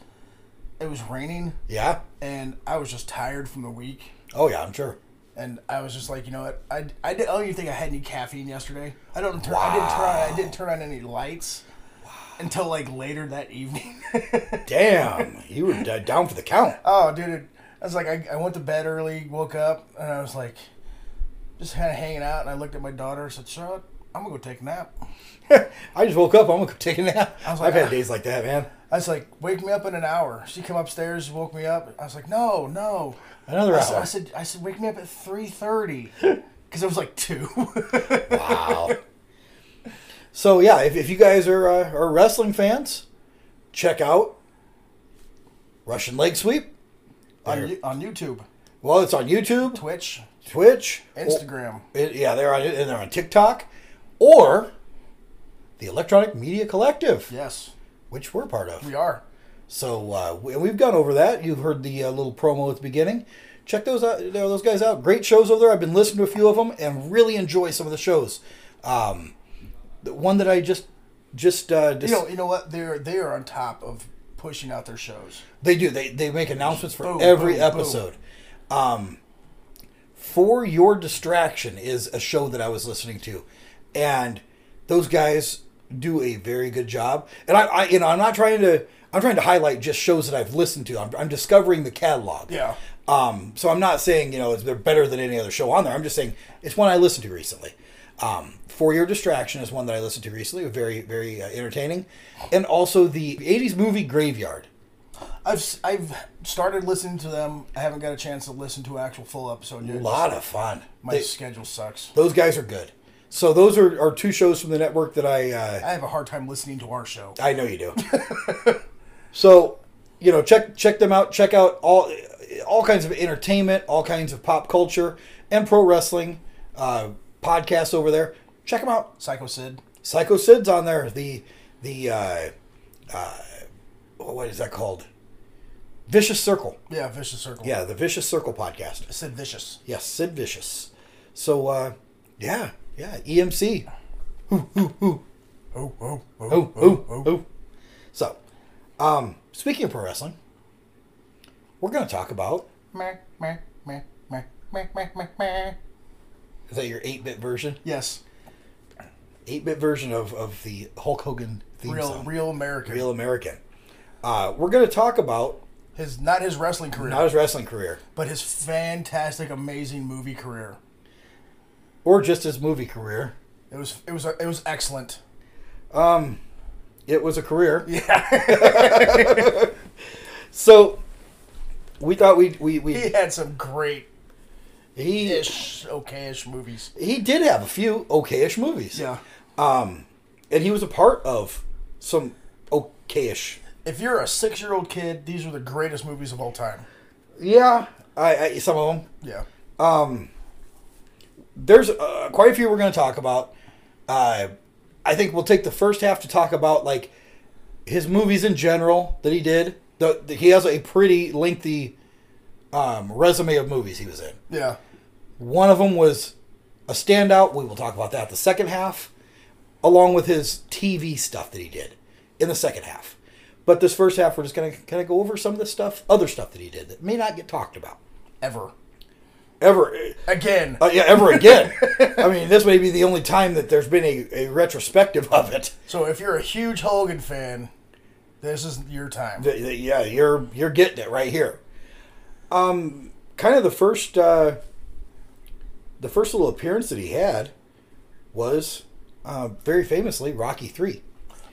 [SPEAKER 5] it was raining
[SPEAKER 4] Yeah.
[SPEAKER 5] and I was just tired from the week.
[SPEAKER 4] Oh yeah, I'm sure.
[SPEAKER 5] And I was just like, you know what? I, I, did, I don't even think I had any caffeine yesterday. I don't turn. I didn't turn. On, I didn't turn on any lights until like later that evening. [LAUGHS]
[SPEAKER 4] Damn, you were d- down for the count.
[SPEAKER 5] oh, dude! It, I was like, I, I went to bed early, woke up, and I was like, just kind of hanging out. And I looked at my daughter. I said, Charlotte, I'm gonna go take a nap.
[SPEAKER 4] I just woke up. I'm gonna go take a nap.
[SPEAKER 5] was like,
[SPEAKER 4] I've had
[SPEAKER 5] ah.
[SPEAKER 4] days like that, man.
[SPEAKER 5] I was like, wake me up in an hour. She came upstairs, woke me up. I was like, no, no.
[SPEAKER 4] Another
[SPEAKER 5] I s-
[SPEAKER 4] hour.
[SPEAKER 5] I said, I said, wake me up at
[SPEAKER 4] [LAUGHS]
[SPEAKER 5] three thirty, because it was like two.
[SPEAKER 4] Wow. so yeah, if, if you guys are uh, are wrestling fans, check out Russian Leg Sweep.
[SPEAKER 5] on, Yo- on YouTube,
[SPEAKER 4] Well, it's on YouTube,
[SPEAKER 5] Twitch,
[SPEAKER 4] Twitch,
[SPEAKER 5] [LAUGHS] Instagram.
[SPEAKER 4] It, yeah, they're on and they're on TikTok, or the Electronic Media Collective,
[SPEAKER 5] Yes,
[SPEAKER 4] which we're part of.
[SPEAKER 5] we are.
[SPEAKER 4] So uh, we, we've gone over that. You've heard the uh, little promo at the beginning. Check those out, you know, those guys out. Great shows over there. I've been listening to a few of them and really enjoy some of the shows. Um, the one that I just just, uh, just
[SPEAKER 5] You know, you know what? They're they are on top of pushing out their shows.
[SPEAKER 4] They do. They they make announcements for
[SPEAKER 5] Boom,
[SPEAKER 4] every
[SPEAKER 5] boom, boom.
[SPEAKER 4] episode. Um, for your distraction is a show that I was listening to, and those guys do a very good job. And I, I you know, I'm not trying to. I'm trying to highlight just shows that I've listened to. I'm, I'm discovering the catalog.
[SPEAKER 5] Yeah.
[SPEAKER 4] Um, so I'm not saying you know they're better than any other show on there. I'm just saying it's one I listened to recently. Um, For Your Distraction is one that I listened to recently. Very very uh, entertaining, and also the '80s movie Graveyard.
[SPEAKER 5] I've s- I've started listening to them. I haven't got a chance to listen to an actual full episode
[SPEAKER 4] A
[SPEAKER 5] yet.
[SPEAKER 4] lot of fun.
[SPEAKER 5] My
[SPEAKER 4] They-
[SPEAKER 5] schedule sucks.
[SPEAKER 4] those guys are good. So those are, are two shows from the network that I uh,
[SPEAKER 5] I have a hard time listening to our show.
[SPEAKER 4] I know you do. [LAUGHS] so, you know, check check them out. Check out all all kinds of entertainment, all kinds of pop culture, and pro wrestling uh, podcasts over there. Check them out.
[SPEAKER 5] Psycho Sid.
[SPEAKER 4] Psycho Sid's on there. The the uh, uh, what is that called? Vicious Circle.
[SPEAKER 5] Yeah, Vicious Circle.
[SPEAKER 4] Yeah, the Vicious Circle podcast.
[SPEAKER 5] Sid Vicious.
[SPEAKER 4] Yes, Sid Vicious. So, uh, yeah, yeah, E EMC.
[SPEAKER 5] Oh, oh, oh,
[SPEAKER 4] Oh, oh, oh. So, um, speaking of pro wrestling, we're going to talk about.
[SPEAKER 5] Meh, meh, meh, meh, meh, meh, meh, meh.
[SPEAKER 4] Is that your 8 bit version?
[SPEAKER 5] Yes.
[SPEAKER 4] 8 bit version of, of the Hulk Hogan theme
[SPEAKER 5] Real
[SPEAKER 4] song.
[SPEAKER 5] real American.
[SPEAKER 4] Real American. Uh, we're going to talk about
[SPEAKER 5] His not his wrestling career,
[SPEAKER 4] not his wrestling career,
[SPEAKER 5] but his fantastic, amazing movie career.
[SPEAKER 4] or just his movie career.
[SPEAKER 5] It was it was it was excellent.
[SPEAKER 4] Um, It was a career. Yeah. [LAUGHS] so, we thought we'd, we,
[SPEAKER 5] He
[SPEAKER 4] we,
[SPEAKER 5] had some great
[SPEAKER 4] he,
[SPEAKER 5] ish, okayish movies.
[SPEAKER 4] he did have a few okayish movies. Um,
[SPEAKER 5] Yeah.
[SPEAKER 4] And he was a part of some okayish
[SPEAKER 5] If you're a six year old kid, these are the greatest movies of all time.
[SPEAKER 4] Yeah, I, I some of them.
[SPEAKER 5] Yeah.
[SPEAKER 4] Um, There's uh, quite a few we're going to talk about. Uh, I think we'll take the first half to talk about like his movies in general that he did. The, the- he has a pretty lengthy um, resume of movies he was in.
[SPEAKER 5] Yeah.
[SPEAKER 4] One of them was a standout. We will talk about that the second half, along with his TV stuff that he did in the second half. But this first half, we're just going to kind of go over some of the stuff, other stuff that he did that may not get talked about
[SPEAKER 5] Ever.
[SPEAKER 4] ever.
[SPEAKER 5] Again.
[SPEAKER 4] Uh, yeah, ever again. I mean, this may be the only time that there's been a, a retrospective of it.
[SPEAKER 5] so if you're a huge Hogan fan, this is your time.
[SPEAKER 4] Th- th- Yeah, you're you're getting it right here. Um, kind of the first uh, the first little appearance that he had was uh, very famously Rocky Three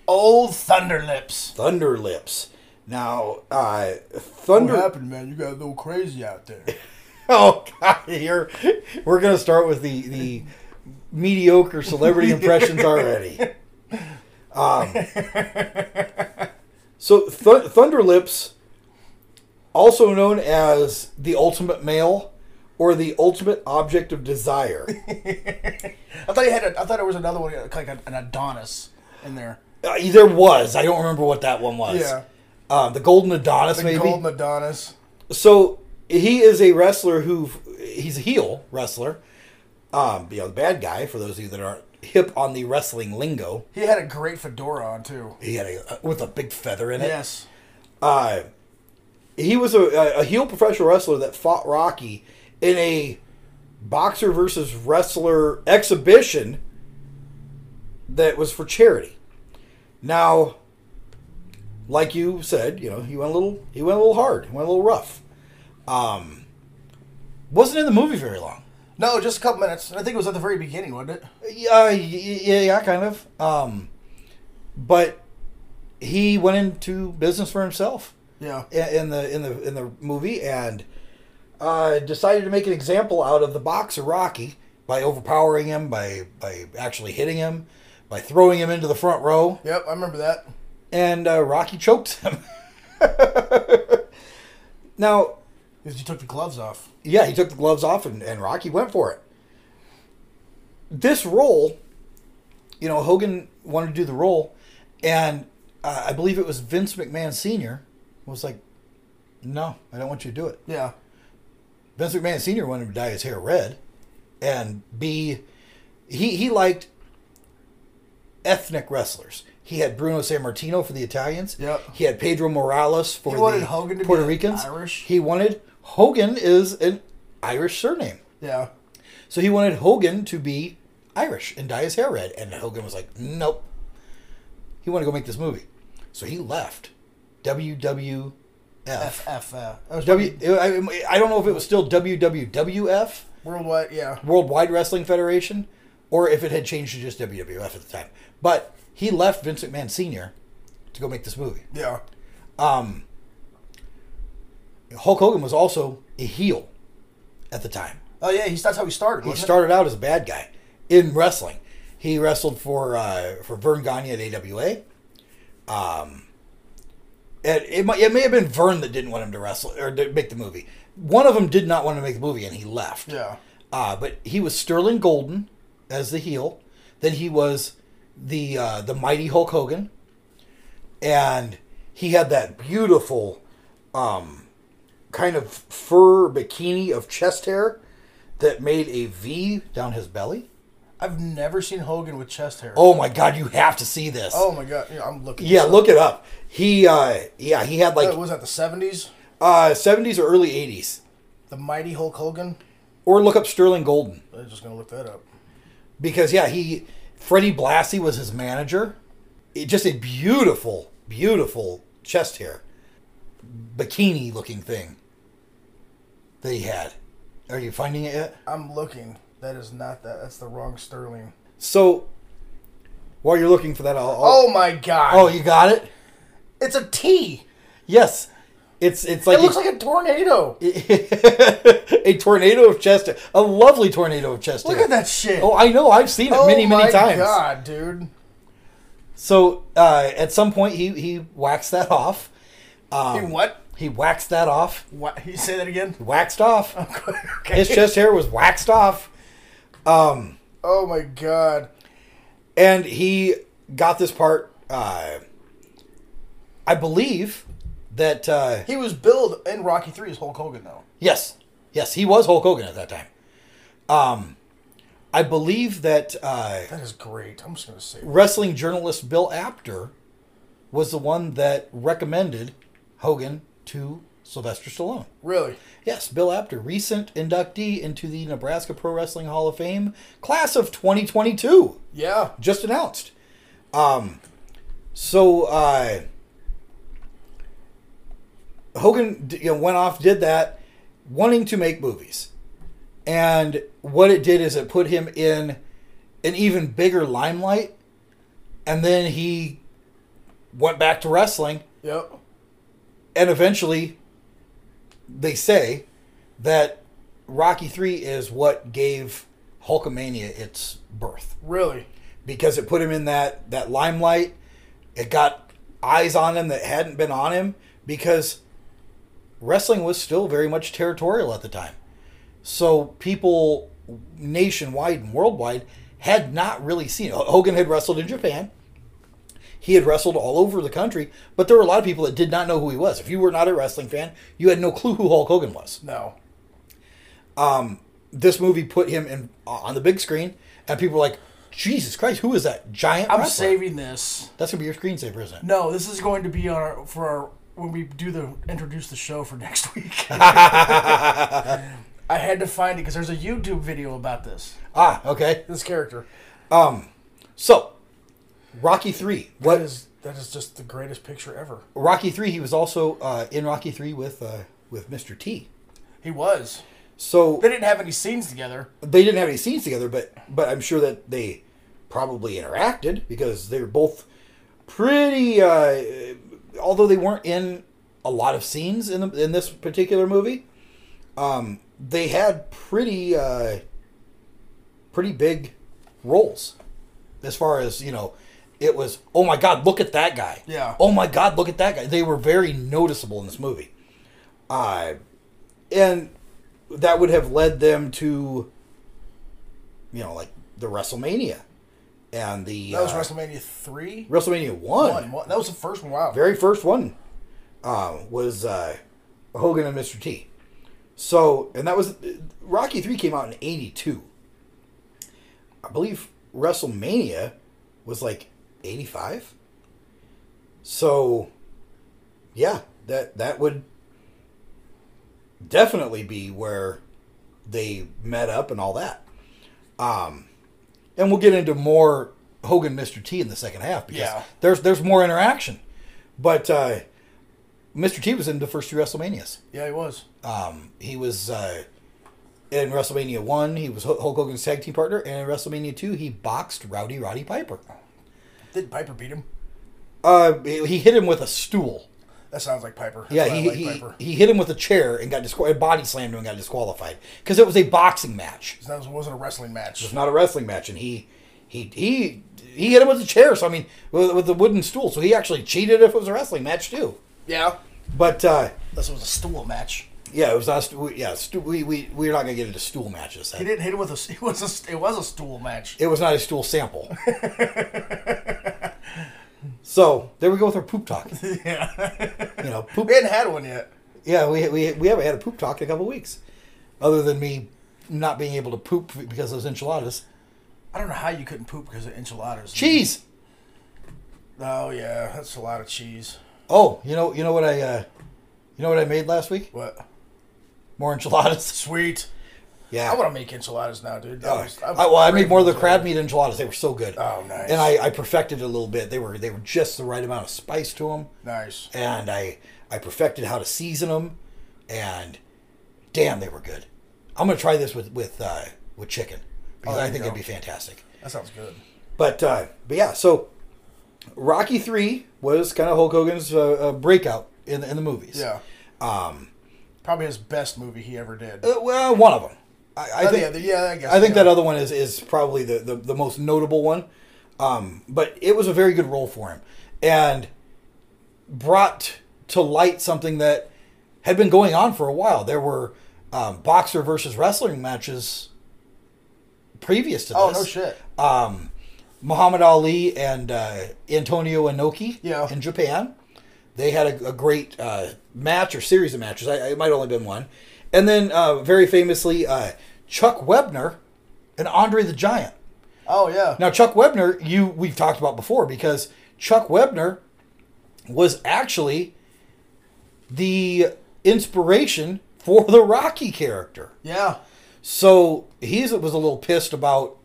[SPEAKER 5] Old Thunderlips.
[SPEAKER 4] Thunder Lips. Now, uh,
[SPEAKER 5] What
[SPEAKER 4] Thunder.
[SPEAKER 5] happened, man? You got a little crazy out
[SPEAKER 4] [LAUGHS]
[SPEAKER 5] there.
[SPEAKER 4] Oh God, here we're gonna start with the the mediocre
[SPEAKER 5] [LAUGHS]
[SPEAKER 4] celebrity impressions already. Um, so Th- Thunderlips, also known as the ultimate male or the ultimate object of desire.
[SPEAKER 5] [LAUGHS] I thought he had. A, I thought it was another one like an Adonis in there.
[SPEAKER 4] Uh, there was I don't remember what that one was.
[SPEAKER 5] Yeah.
[SPEAKER 4] Uh, the Golden Adonis, maybe.
[SPEAKER 5] Golden Adonis.
[SPEAKER 4] so he is a wrestler who he's a heel wrestler um you know the bad guy for those of you that aren't hip on the wrestling lingo
[SPEAKER 5] He had a great fedora on too.
[SPEAKER 4] he had a uh, with a big feather in it
[SPEAKER 5] Yes.
[SPEAKER 4] uh he was a, a heel professional wrestler that fought rocky in a boxer versus wrestler exhibition that was for charity now like you said you know he went a little he went a little hard he went a little rough um wasn't in the movie very long
[SPEAKER 5] No, just a couple minutes. I think it was at the very beginning, wasn't it?
[SPEAKER 4] yeah, uh, yeah, yeah, kind of. Um, but he went into business for himself
[SPEAKER 5] Yeah.
[SPEAKER 4] i- in the in the in the movie and uh, decided to make an example out of the boxer Rocky by overpowering him, by by actually hitting him, by throwing him into the front row,
[SPEAKER 5] Yep, I remember that.
[SPEAKER 4] and uh, Rocky choked him. [LAUGHS] now,
[SPEAKER 5] Because he took the gloves off.
[SPEAKER 4] yeah, he took the gloves off and, and Rocky went for it. This role, you know, Hogan wanted to do the role, and uh, I believe it was Vince McMahon Sr. was like, no, I don't want you to do it.
[SPEAKER 5] Yeah.
[SPEAKER 4] Vince McMahon Sr. wanted him to dye his hair red and be, he, he liked ethnic wrestlers. He had Bruno San Martino for the Italians.
[SPEAKER 5] Yep.
[SPEAKER 4] He had Pedro Morales for
[SPEAKER 5] He wanted
[SPEAKER 4] the
[SPEAKER 5] Hogan to
[SPEAKER 4] Puerto
[SPEAKER 5] be
[SPEAKER 4] Ricans.
[SPEAKER 5] Irish.
[SPEAKER 4] He wanted Hogan is an Irish surname.
[SPEAKER 5] Yeah.
[SPEAKER 4] So he wanted Hogan to be Irish and dye his hair red. And Hogan was like, nope. He wanted to go make this movie. So he left WWF.
[SPEAKER 5] F F uh, that was
[SPEAKER 4] W, I, I don't know if it was still WWWF,
[SPEAKER 5] worldwide. Yeah.
[SPEAKER 4] Worldwide Wrestling Federation, or if it had changed to just WWF at the time. But he left Vince McMahon Sr. to go make this movie.
[SPEAKER 5] Yeah.
[SPEAKER 4] Um, Hulk Hogan was also a heel at the time.
[SPEAKER 5] Oh yeah, he's that's how he started.
[SPEAKER 4] He
[SPEAKER 5] wasn't it?
[SPEAKER 4] started out as a bad guy in wrestling. He wrestled for uh, for Vern Gagne at AWA. Um, and it might, it may have been Vern that didn't want him to wrestle or to make the movie. One of them did not want to make the movie, and he left.
[SPEAKER 5] Yeah.
[SPEAKER 4] Uh, but he was Sterling Golden as the heel. Then he was the uh, the mighty Hulk Hogan, and he had that beautiful um, kind of fur bikini of chest hair that made a V down his belly.
[SPEAKER 5] I've never seen Hogan with chest hair.
[SPEAKER 4] Oh my God! You have to see this.
[SPEAKER 5] Oh my god, yeah, I'm looking.
[SPEAKER 4] yeah,
[SPEAKER 5] this up.
[SPEAKER 4] look it up. He uh, yeah, he had
[SPEAKER 5] What
[SPEAKER 4] like
[SPEAKER 5] was that the '70s?
[SPEAKER 4] uh, seventies or early eighties.
[SPEAKER 5] The Mighty Hulk Hogan.
[SPEAKER 4] Or look up Sterling Golden.
[SPEAKER 5] I'm just gonna look that up.
[SPEAKER 4] because yeah, he Freddie Blassie was his manager. It, just a beautiful, beautiful chest hair, bikini looking thing that he had. Are you finding it yet?
[SPEAKER 5] I'm looking. That is not that. That's the wrong Sterling.
[SPEAKER 4] So while you're looking for that, I'll, I'll-
[SPEAKER 5] Oh my god.
[SPEAKER 4] oh, you got it.
[SPEAKER 5] it's a T.
[SPEAKER 4] Yes, it's it's like
[SPEAKER 5] It looks like a tornado.
[SPEAKER 4] a tornado of chest, hair. a lovely tornado of chest.
[SPEAKER 5] Look
[SPEAKER 4] hair.
[SPEAKER 5] at that shit.
[SPEAKER 4] Oh, I know. I've seen it [LAUGHS]
[SPEAKER 5] Oh
[SPEAKER 4] many, many
[SPEAKER 5] my
[SPEAKER 4] times.
[SPEAKER 5] God, dude.
[SPEAKER 4] So uh, at some point, he he waxed that off. Um,
[SPEAKER 5] Hey, what?
[SPEAKER 4] He waxed that off.
[SPEAKER 5] What? You say that again?
[SPEAKER 4] waxed off.
[SPEAKER 5] [LAUGHS] okay.
[SPEAKER 4] His chest hair was waxed off, Um,
[SPEAKER 5] Oh my god.
[SPEAKER 4] and he got this part. Uh, I believe that uh,
[SPEAKER 5] He was billed in Rocky Three as Hulk Hogan though.
[SPEAKER 4] yes, yes, he was Hulk Hogan at that time. Um, I believe that uh,
[SPEAKER 5] That is great. I'm just gonna say.
[SPEAKER 4] wrestling journalist Bill Apter was the one that recommended Hogan to Sylvester Stallone.
[SPEAKER 5] Really?
[SPEAKER 4] Yes, Bill Apter, recent inductee into the Nebraska Pro Wrestling Hall of Fame, class of 2022.
[SPEAKER 5] Yeah.
[SPEAKER 4] just announced. Um, so uh, Hogan d- you know, went off, did that, wanting to make movies, and what it did is it put him in an even bigger limelight, and then he went back to wrestling,
[SPEAKER 5] Yep.
[SPEAKER 4] and eventually, they say that Rocky Three is what gave Hulkamania its birth
[SPEAKER 5] Really?
[SPEAKER 4] because it put him in that that limelight. It got eyes on him that hadn't been on him because wrestling was still very much territorial at the time. So people nationwide and worldwide had not really seen it. Hogan had wrestled in Japan. He had wrestled all over the country, but there were a lot of people that did not know who he was. If you were not a wrestling fan, you had no clue who Hulk Hogan was Um,
[SPEAKER 5] No.
[SPEAKER 4] this movie put him in on the big screen, and people were like, "Jesus Christ, who is that giant?"
[SPEAKER 5] I'm
[SPEAKER 4] wrestler?"
[SPEAKER 5] saving this.
[SPEAKER 4] That's gonna be your screensaver, isn't it?
[SPEAKER 5] No, this is going to be on our for our when we do the introduce the show for [LAUGHS]
[SPEAKER 4] [LAUGHS]
[SPEAKER 5] next week. I had to find it because there's a YouTube video about this
[SPEAKER 4] Ah, okay. Um,
[SPEAKER 5] this character.
[SPEAKER 4] So, Rocky Three. What
[SPEAKER 5] That is that is just the greatest picture ever.
[SPEAKER 4] Rocky Three? He was also uh, in Rocky Three with uh, with Mr. T.
[SPEAKER 5] He was.
[SPEAKER 4] So
[SPEAKER 5] They didn't have any scenes together.
[SPEAKER 4] they didn't have any scenes together, but but I'm sure that they probably interacted because they were both pretty. Uh, although they weren't in a lot of scenes in the, in this particular movie, um, they had pretty uh, pretty big roles as far as you know. It was oh my god, look at that guy.
[SPEAKER 5] Yeah.
[SPEAKER 4] Oh my god, look at that guy. They were very noticeable in this movie. Uh, and that would have led them to you know like the WrestleMania and the
[SPEAKER 5] That was
[SPEAKER 4] uh,
[SPEAKER 5] WrestleMania three.
[SPEAKER 4] WrestleMania one,
[SPEAKER 5] One. One. That was the first one. Wow.
[SPEAKER 4] very first one uh, was uh, Hogan and Mr. T. So and that was Rocky three came out in eighty two. I believe WrestleMania was like eighty five. So yeah, that that would definitely be where they met up and all that. Um, and we'll get into more Hogan, Mr. T in the second half because
[SPEAKER 5] Yeah.
[SPEAKER 4] there's there's more interaction. But uh, Mr. T was in the first two WrestleManias.
[SPEAKER 5] yeah, he was.
[SPEAKER 4] Um, he was uh, in WrestleMania one. He was Hulk Hogan's tag team partner, and in WrestleMania two, he boxed Rowdy Roddy Piper.
[SPEAKER 5] Did Piper beat him?
[SPEAKER 4] Uh, he he hit him with a stool.
[SPEAKER 5] That sounds like Piper. That's
[SPEAKER 4] Yeah,
[SPEAKER 5] why I
[SPEAKER 4] he,
[SPEAKER 5] like
[SPEAKER 4] he,
[SPEAKER 5] Piper.
[SPEAKER 4] he hit him with a chair and got disqual- body slammed him and got disqualified because it was a boxing match. It
[SPEAKER 5] that was- wasn't a wrestling match.
[SPEAKER 4] was not a wrestling match, and he he he he hit him with a chair. So I mean, with, with the wooden stool. So he actually cheated if it was a wrestling match too.
[SPEAKER 5] Yeah,
[SPEAKER 4] But uh,
[SPEAKER 5] this was a stool match.
[SPEAKER 4] yeah, it was not. stu- we- Yeah, stu- we we we're not gonna get into stool matches.
[SPEAKER 5] He didn't hit him with a. [LAUGHS] It was a. It was a stool match.
[SPEAKER 4] It was not a stool sample. [LAUGHS] so there we go with our poop
[SPEAKER 5] [LAUGHS]
[SPEAKER 4] talk. Yeah, you know, poop.
[SPEAKER 5] We hadn't had one yet.
[SPEAKER 4] Yeah, we, we, we haven't had a poop talk in a couple weeks, other than me not being able to poop because of those enchiladas.
[SPEAKER 5] I don't know how you couldn't poop because of enchiladas.
[SPEAKER 4] Cheese.
[SPEAKER 5] Oh yeah, that's a lot of cheese.
[SPEAKER 4] Oh, you know you know what I uh, you know what I made last week?
[SPEAKER 5] What?
[SPEAKER 4] More enchiladas.
[SPEAKER 5] Sweet.
[SPEAKER 4] Yeah.
[SPEAKER 5] I want to make enchiladas now, dude. That
[SPEAKER 4] Oh,
[SPEAKER 5] was-
[SPEAKER 4] I,
[SPEAKER 5] I'm
[SPEAKER 4] well, I made
[SPEAKER 5] craving
[SPEAKER 4] more of the
[SPEAKER 5] those
[SPEAKER 4] crab
[SPEAKER 5] already.
[SPEAKER 4] meat enchiladas. They were so good.
[SPEAKER 5] Oh, nice.
[SPEAKER 4] And I, I perfected it a little bit. They were they were just the right amount of spice to them,
[SPEAKER 5] Nice.
[SPEAKER 4] and I I perfected how to season them, and damn, they were good. I'm gonna try this with with uh, with chicken because
[SPEAKER 5] Oh, there
[SPEAKER 4] I
[SPEAKER 5] you
[SPEAKER 4] think it'd
[SPEAKER 5] go.
[SPEAKER 4] be fantastic.
[SPEAKER 5] That sounds good.
[SPEAKER 4] But uh, but yeah, so Rocky Three was kind of Hulk Hogan's uh, uh, breakout in the, in the movies.
[SPEAKER 5] Yeah. Um, probably his best movie he ever did.
[SPEAKER 4] Uh, well, one of them. I, I
[SPEAKER 5] Oh,
[SPEAKER 4] think.
[SPEAKER 5] yeah, the- yeah, I guess,
[SPEAKER 4] I think
[SPEAKER 5] yeah.
[SPEAKER 4] that other one is is probably the the, the most notable one. Um, but it was a very good role for him, and brought to light something that had been going on for a while. There were um, boxer versus wrestling matches previous to
[SPEAKER 5] Oh
[SPEAKER 4] this.
[SPEAKER 5] no shit.
[SPEAKER 4] um, Muhammad Ali and uh, Antonio Inoki
[SPEAKER 5] Yeah.
[SPEAKER 4] in Japan. They had a, a great uh, match or series of matches. I, it might only been one. And then, uh, very famously, uh, Chuck Webner and Andre the Giant.
[SPEAKER 5] Oh yeah.
[SPEAKER 4] Now, Chuck Webner, you we've talked about before because Chuck Webner was actually the inspiration for the Rocky character.
[SPEAKER 5] Yeah.
[SPEAKER 4] So he was a little pissed about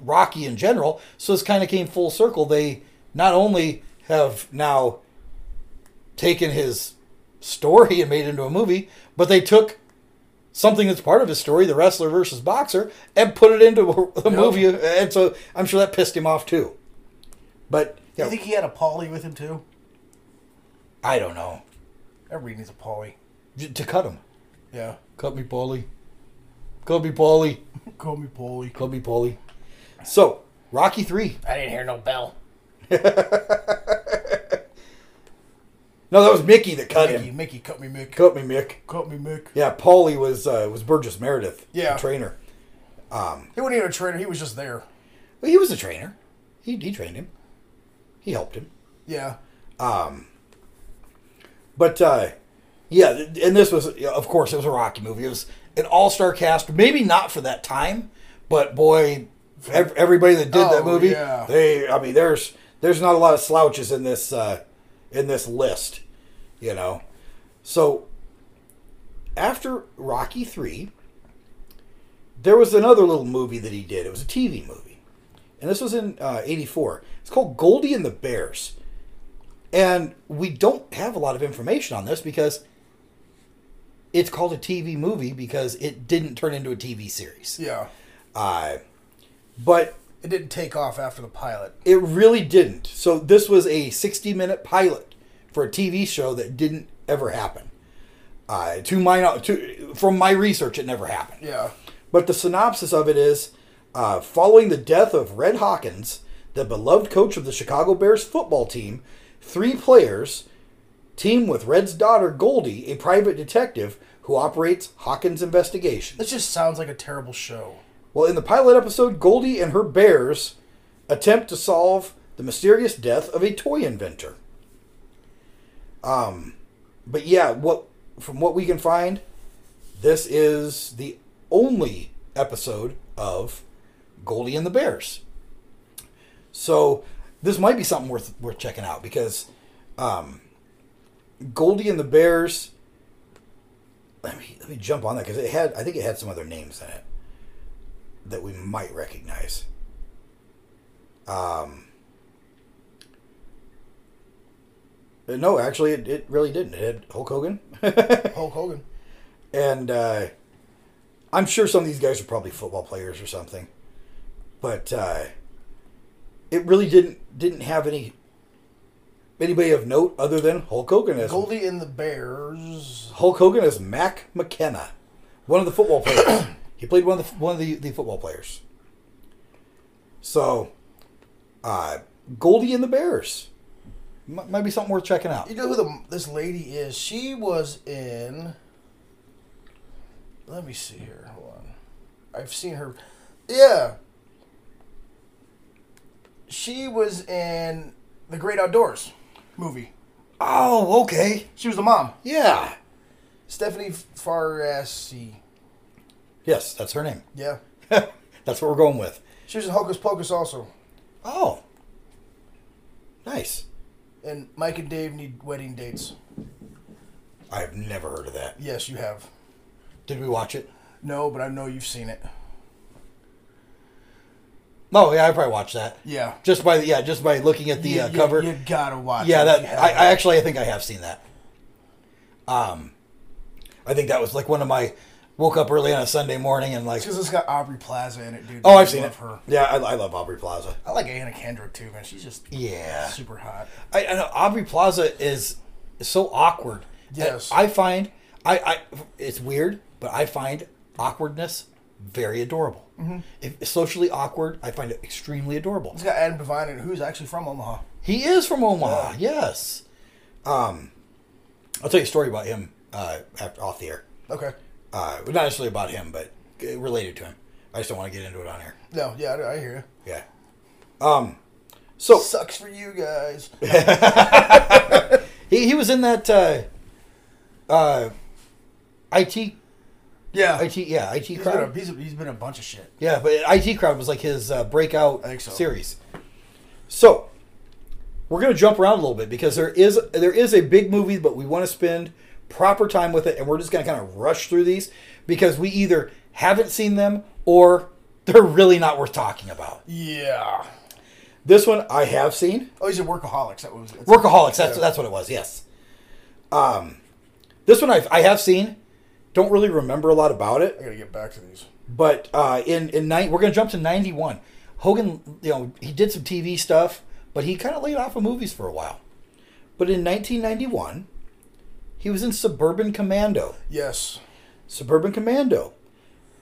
[SPEAKER 4] Rocky in general. So this kind of came full circle. They not only have now taken his story and made it into a movie, but they took something that's part of his story, the wrestler versus boxer, and put it into a, a movie. And so I'm sure that pissed him off too. But
[SPEAKER 5] Do
[SPEAKER 4] yeah,
[SPEAKER 5] you think he had a Polly with him too?
[SPEAKER 4] I don't know.
[SPEAKER 5] Everybody needs a Polly.
[SPEAKER 4] J- To cut him.
[SPEAKER 5] Yeah.
[SPEAKER 4] Cut me, Paulie. Cut me, Paulie.
[SPEAKER 5] [LAUGHS] Call me Polly.
[SPEAKER 4] Cut me, Paulie. So, Rocky 3.
[SPEAKER 5] I didn't hear no bell.
[SPEAKER 4] [LAUGHS] No, that was Mickey that cut
[SPEAKER 5] Mickey,
[SPEAKER 4] him.
[SPEAKER 5] Mickey, cut me, Mick.
[SPEAKER 4] Cut me, Mick.
[SPEAKER 5] Cut me, Mick.
[SPEAKER 4] Yeah, Paulie was uh, was Burgess Meredith, the
[SPEAKER 5] Yeah.
[SPEAKER 4] trainer. Um,
[SPEAKER 5] He wasn't even a trainer. He was just there.
[SPEAKER 4] Well, he was a trainer. He he trained him. He helped him.
[SPEAKER 5] Yeah.
[SPEAKER 4] Um, But uh, yeah, th- and this was yeah, of course it was a Rocky movie. It was an all star cast. Maybe not for that time, but boy, ev- everybody that did
[SPEAKER 5] Oh,
[SPEAKER 4] that movie,
[SPEAKER 5] yeah.
[SPEAKER 4] they I mean there's there's not a lot of slouches in this uh, in this list, you know. So after Rocky three, there was another little movie that he did. It was a TV movie, and this was in uh, '84. It's called Goldie and the Bears, and we don't have a lot of information on this because it's called a TV movie because it didn't turn into a TV series.
[SPEAKER 5] Yeah.
[SPEAKER 4] Uh, but
[SPEAKER 5] It didn't take off after the pilot.
[SPEAKER 4] it really didn't. So this was a 60 minute pilot for a TV show that didn't ever happen. Uh, to my to, from my research, it never happened.
[SPEAKER 5] Yeah.
[SPEAKER 4] But the synopsis of it is uh, following the death of Red Hawkins, the beloved coach of the Chicago Bears football team, three players team with Red's daughter, Goldie, a private detective who operates Hawkins' investigation.
[SPEAKER 5] This just sounds like a terrible show.
[SPEAKER 4] Well, in the pilot episode, Goldie and her bears attempt to solve the mysterious death of a toy inventor. Um, but yeah, what from what we can find, this is the only episode of Goldie and the Bears. So this might be something worth worth checking out because um, Goldie and the Bears. Let me let me jump on that because it had I think it had some other names in it that we might recognize. Um, no, actually, it, it really didn't. It had Hulk Hogan, [LAUGHS]
[SPEAKER 5] Hulk Hogan.
[SPEAKER 4] and uh, I'm sure some of these guys are probably football players or something, but uh, it really didn't didn't have any Anybody of note other than Hulk Hogan is
[SPEAKER 5] Goldie and the Bears.
[SPEAKER 4] Hulk Hogan is Mac McKenna, one of the football
[SPEAKER 5] [CLEARS THROAT]
[SPEAKER 4] players. he played one of the one of the, the football players. So, uh, Goldie and the Bears M- might be something worth checking out.
[SPEAKER 5] You know who the, this lady is? She was in. Let me see here. Hold on. I've seen her. Yeah. She was in the Great Outdoors movie.
[SPEAKER 4] Oh, okay,
[SPEAKER 5] She was the mom,
[SPEAKER 4] yeah,
[SPEAKER 5] Stephanie Farassi.
[SPEAKER 4] yes, that's her name.
[SPEAKER 5] Yeah.
[SPEAKER 4] That's what we're going with.
[SPEAKER 5] She was in Hocus Pocus also.
[SPEAKER 4] Oh, nice.
[SPEAKER 5] And Mike and Dave need wedding dates.
[SPEAKER 4] I've never heard of that.
[SPEAKER 5] Yes, you have.
[SPEAKER 4] Did we watch it?
[SPEAKER 5] No, but I know you've seen it.
[SPEAKER 4] No, Oh, yeah, I probably watched that.
[SPEAKER 5] Yeah.
[SPEAKER 4] Just by the, yeah, just by looking at the
[SPEAKER 5] You-
[SPEAKER 4] uh,
[SPEAKER 5] you-
[SPEAKER 4] cover.
[SPEAKER 5] You, gotta watch.
[SPEAKER 4] yeah,
[SPEAKER 5] it if
[SPEAKER 4] that
[SPEAKER 5] you haven't.
[SPEAKER 4] I, I actually I think I have seen that. Um, I think that was like one of my woke up early on a Sunday morning and like
[SPEAKER 5] Because it's got Aubrey Plaza in it, dude.
[SPEAKER 4] oh
[SPEAKER 5] I
[SPEAKER 4] I've seen it.
[SPEAKER 5] love her.
[SPEAKER 4] Yeah, I, I love Aubrey Plaza.
[SPEAKER 5] I like Anna Kendrick too, man. She's just
[SPEAKER 4] Yeah.
[SPEAKER 5] super hot.
[SPEAKER 4] I, I know Aubrey Plaza is, is so awkward. And
[SPEAKER 5] Yes.
[SPEAKER 4] I find I, I it's weird, but I find awkwardness very adorable. If socially awkward, I find it Mm-hmm. extremely adorable.
[SPEAKER 5] It's got Adam Devine in it, who's actually from Omaha.
[SPEAKER 4] He is from Omaha. Yes. Um, I'll tell you a story about him uh, after, off the air.
[SPEAKER 5] Okay.
[SPEAKER 4] Uh, not necessarily about him, but uh, related to him. I just don't want to get into it on here.
[SPEAKER 5] No, yeah, I, I hear
[SPEAKER 4] Yeah. Um. So
[SPEAKER 5] you. Sucks for
[SPEAKER 4] [LAUGHS]
[SPEAKER 5] you guys.
[SPEAKER 4] he, he was in that uh, uh, IT
[SPEAKER 5] Yeah.
[SPEAKER 4] IT yeah IT
[SPEAKER 5] He's been, a, [LAUGHS]
[SPEAKER 4] crowd.
[SPEAKER 5] he's, a, he's been a bunch of shit.
[SPEAKER 4] Yeah, but IT crowd was like his uh, breakout
[SPEAKER 5] I think so.
[SPEAKER 4] series. So we're gonna jump around a little bit because there is there is a big movie, but we want to spend proper time with it, and we're just gonna kind of rush through these because we either haven't seen them or they're really not worth talking about.
[SPEAKER 5] Yeah.
[SPEAKER 4] This one I have seen.
[SPEAKER 5] Oh, he's a workaholics. That was that's-
[SPEAKER 4] Workaholics. That's that's what it was. Yes. Um, this one I've, I have seen. Don't really remember a lot about
[SPEAKER 5] I
[SPEAKER 4] it,
[SPEAKER 5] gotta get back to these.
[SPEAKER 4] but uh, in in nine, we're gonna jump to ninety one. Hogan, you know, he did some TV stuff, but he kind of laid off of movies for a while. But in nineteen ninety one, he was in Suburban Commando.
[SPEAKER 5] Yes.
[SPEAKER 4] Suburban Commando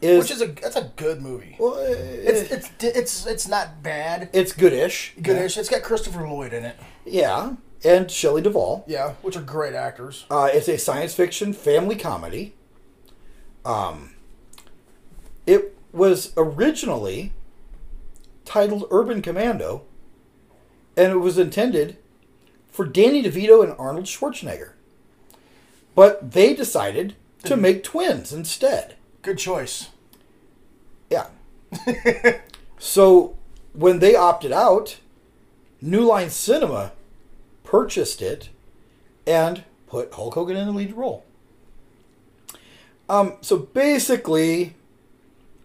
[SPEAKER 4] is,
[SPEAKER 5] Which is a that's a good movie.
[SPEAKER 4] well, uh,
[SPEAKER 5] it's, it's it's it's not bad.
[SPEAKER 4] it's goodish,
[SPEAKER 5] Goodish. It's got Christopher Lloyd in it.
[SPEAKER 4] yeah, and Shelley Duvall.
[SPEAKER 5] Yeah, which are great actors.
[SPEAKER 4] Uh, it's a science fiction family comedy. Um, it was originally titled Urban Commando, and it was intended for Danny DeVito and Arnold Schwarzenegger. But they decided to make twins instead.
[SPEAKER 5] Hmm. Good choice. [LAUGHS]
[SPEAKER 4] Yeah. so when they opted out, New Line Cinema purchased it and put Hulk Hogan in the lead role. Um, so basically,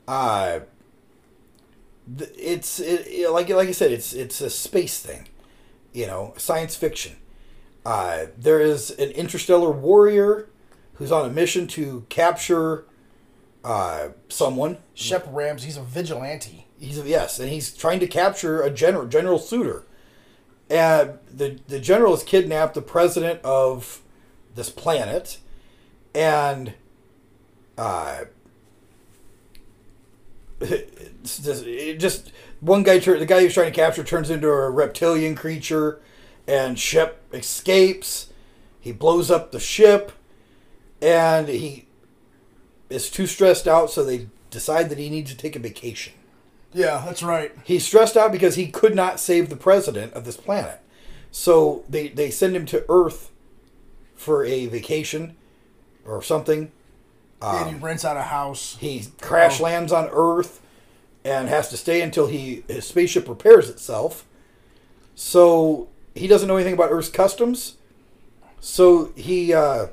[SPEAKER 4] uh, th- it's it, it- like like I said, it's it's a space thing, you know, science fiction. Uh, there is an interstellar warrior who's on a mission to capture uh, someone
[SPEAKER 5] Shep Rams, he's a vigilante.
[SPEAKER 4] He's yes, and he's trying to capture a general, General Suter. And the the general has kidnapped the president of this planet, and uh, [LAUGHS] it's just, it just one guy, tur- the guy he's trying to capture, turns into a reptilian creature, and Shep escapes. He blows up the ship, and he is too stressed out, so they decide that he needs to take a vacation.
[SPEAKER 5] Yeah, that's right.
[SPEAKER 4] He's stressed out because he could not save the president of this planet. So they, they send him to Earth for a vacation or something.
[SPEAKER 5] and he rents out a house.
[SPEAKER 4] Um, He crash lands on Earth and has to stay until he his spaceship repairs itself. So he doesn't know anything about Earth's customs. So he uh,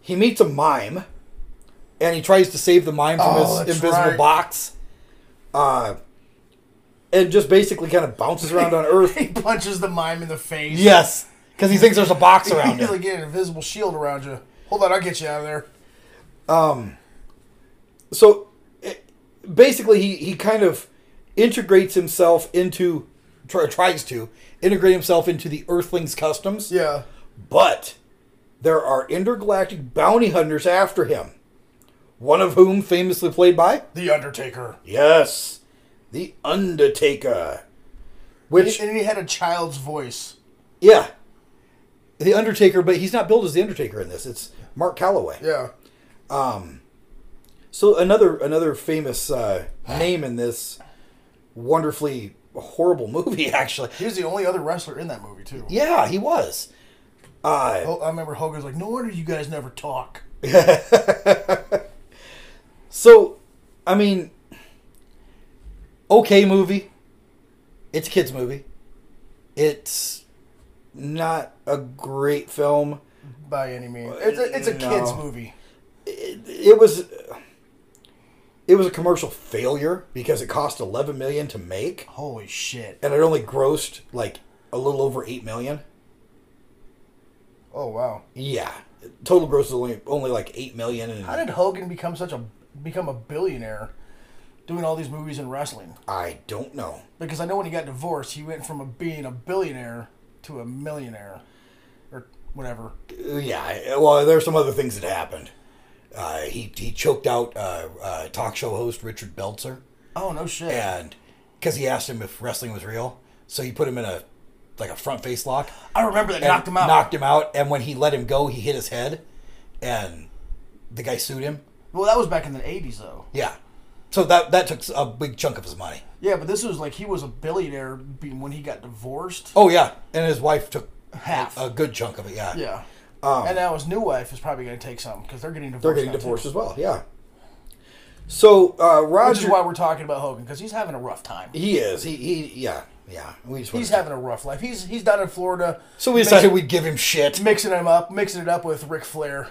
[SPEAKER 4] he meets a mime, and he tries to save the mime from
[SPEAKER 5] Oh,
[SPEAKER 4] his
[SPEAKER 5] that's
[SPEAKER 4] invisible
[SPEAKER 5] right.
[SPEAKER 4] box. Uh, and just basically kind of bounces around on Earth.
[SPEAKER 5] [LAUGHS] he punches the mime in the face.
[SPEAKER 4] yes, because he thinks there's a
[SPEAKER 5] [LAUGHS]
[SPEAKER 4] box around
[SPEAKER 5] He's
[SPEAKER 4] him.
[SPEAKER 5] like getting an invisible shield around you. Hold on, I'll get you out of there.
[SPEAKER 4] Um, so it, basically he, he kind of integrates himself into tr- tries to integrate himself into the Earthlings' customs.
[SPEAKER 5] Yeah.
[SPEAKER 4] But there are intergalactic bounty hunters after him. One of whom famously played by
[SPEAKER 5] The Undertaker.
[SPEAKER 4] Yes, the Undertaker.
[SPEAKER 5] And
[SPEAKER 4] Which
[SPEAKER 5] he, and he had a child's voice.
[SPEAKER 4] yeah. The Undertaker, but he's not billed as the Undertaker in this. It's Mark Calloway. Um,
[SPEAKER 5] Yeah.
[SPEAKER 4] So another another famous uh, name in this wonderfully horrible movie [LAUGHS] actually.
[SPEAKER 5] He was the only other wrestler in that movie too.
[SPEAKER 4] Yeah, he was.
[SPEAKER 5] Ho- I remember Hogan's like, no wonder you guys never talk.
[SPEAKER 4] So, I mean, okay movie. It's a kids movie. It's not a great film.
[SPEAKER 5] By any means, it's a, it's a
[SPEAKER 4] No.
[SPEAKER 5] kids movie.
[SPEAKER 4] It was it was a commercial failure because it cost 11 million to make
[SPEAKER 5] Holy shit!
[SPEAKER 4] and it only grossed like a little over 8 million.
[SPEAKER 5] Oh wow!
[SPEAKER 4] Yeah. Total gross is only only like 8 million and
[SPEAKER 5] How did Hogan become such a become a billionaire doing all these movies and wrestling?
[SPEAKER 4] I don't know.
[SPEAKER 5] Because I know when he got divorced, he went from a, being a billionaire to a millionaire, or whatever.
[SPEAKER 4] Yeah, well, there's some other things that happened. Uh, he he choked out uh, uh, talk show host Richard Belzer,
[SPEAKER 5] Oh no shit!
[SPEAKER 4] and because he asked him if wrestling was real, so he put him in a like a front face lock,
[SPEAKER 5] I remember that
[SPEAKER 4] and
[SPEAKER 5] knocked him out.
[SPEAKER 4] knocked him out, and when he let him go, he hit his head, and the guy sued him.
[SPEAKER 5] Well, that was back in the '80s though.
[SPEAKER 4] Yeah, so that that took a big chunk of his money.
[SPEAKER 5] Yeah, but this was like he was a billionaire be- when he got divorced.
[SPEAKER 4] Oh yeah, and his wife took
[SPEAKER 5] Half.
[SPEAKER 4] a good chunk of it. Yeah, Um,
[SPEAKER 5] Yeah. and now his new wife is probably going to take some because they're getting divorced.
[SPEAKER 4] they're getting
[SPEAKER 5] now, too.
[SPEAKER 4] divorced as well. Yeah. So uh, Roger,
[SPEAKER 5] Which is why we're talking about Hogan because he's having a rough time.
[SPEAKER 4] he is he he yeah yeah we just wanted
[SPEAKER 5] He's
[SPEAKER 4] to-
[SPEAKER 5] having a rough life. He's he's down in Florida.
[SPEAKER 4] So we
[SPEAKER 5] mix-
[SPEAKER 4] decided we'd give him shit.
[SPEAKER 5] mixing him up, mixing it up with Ric Flair.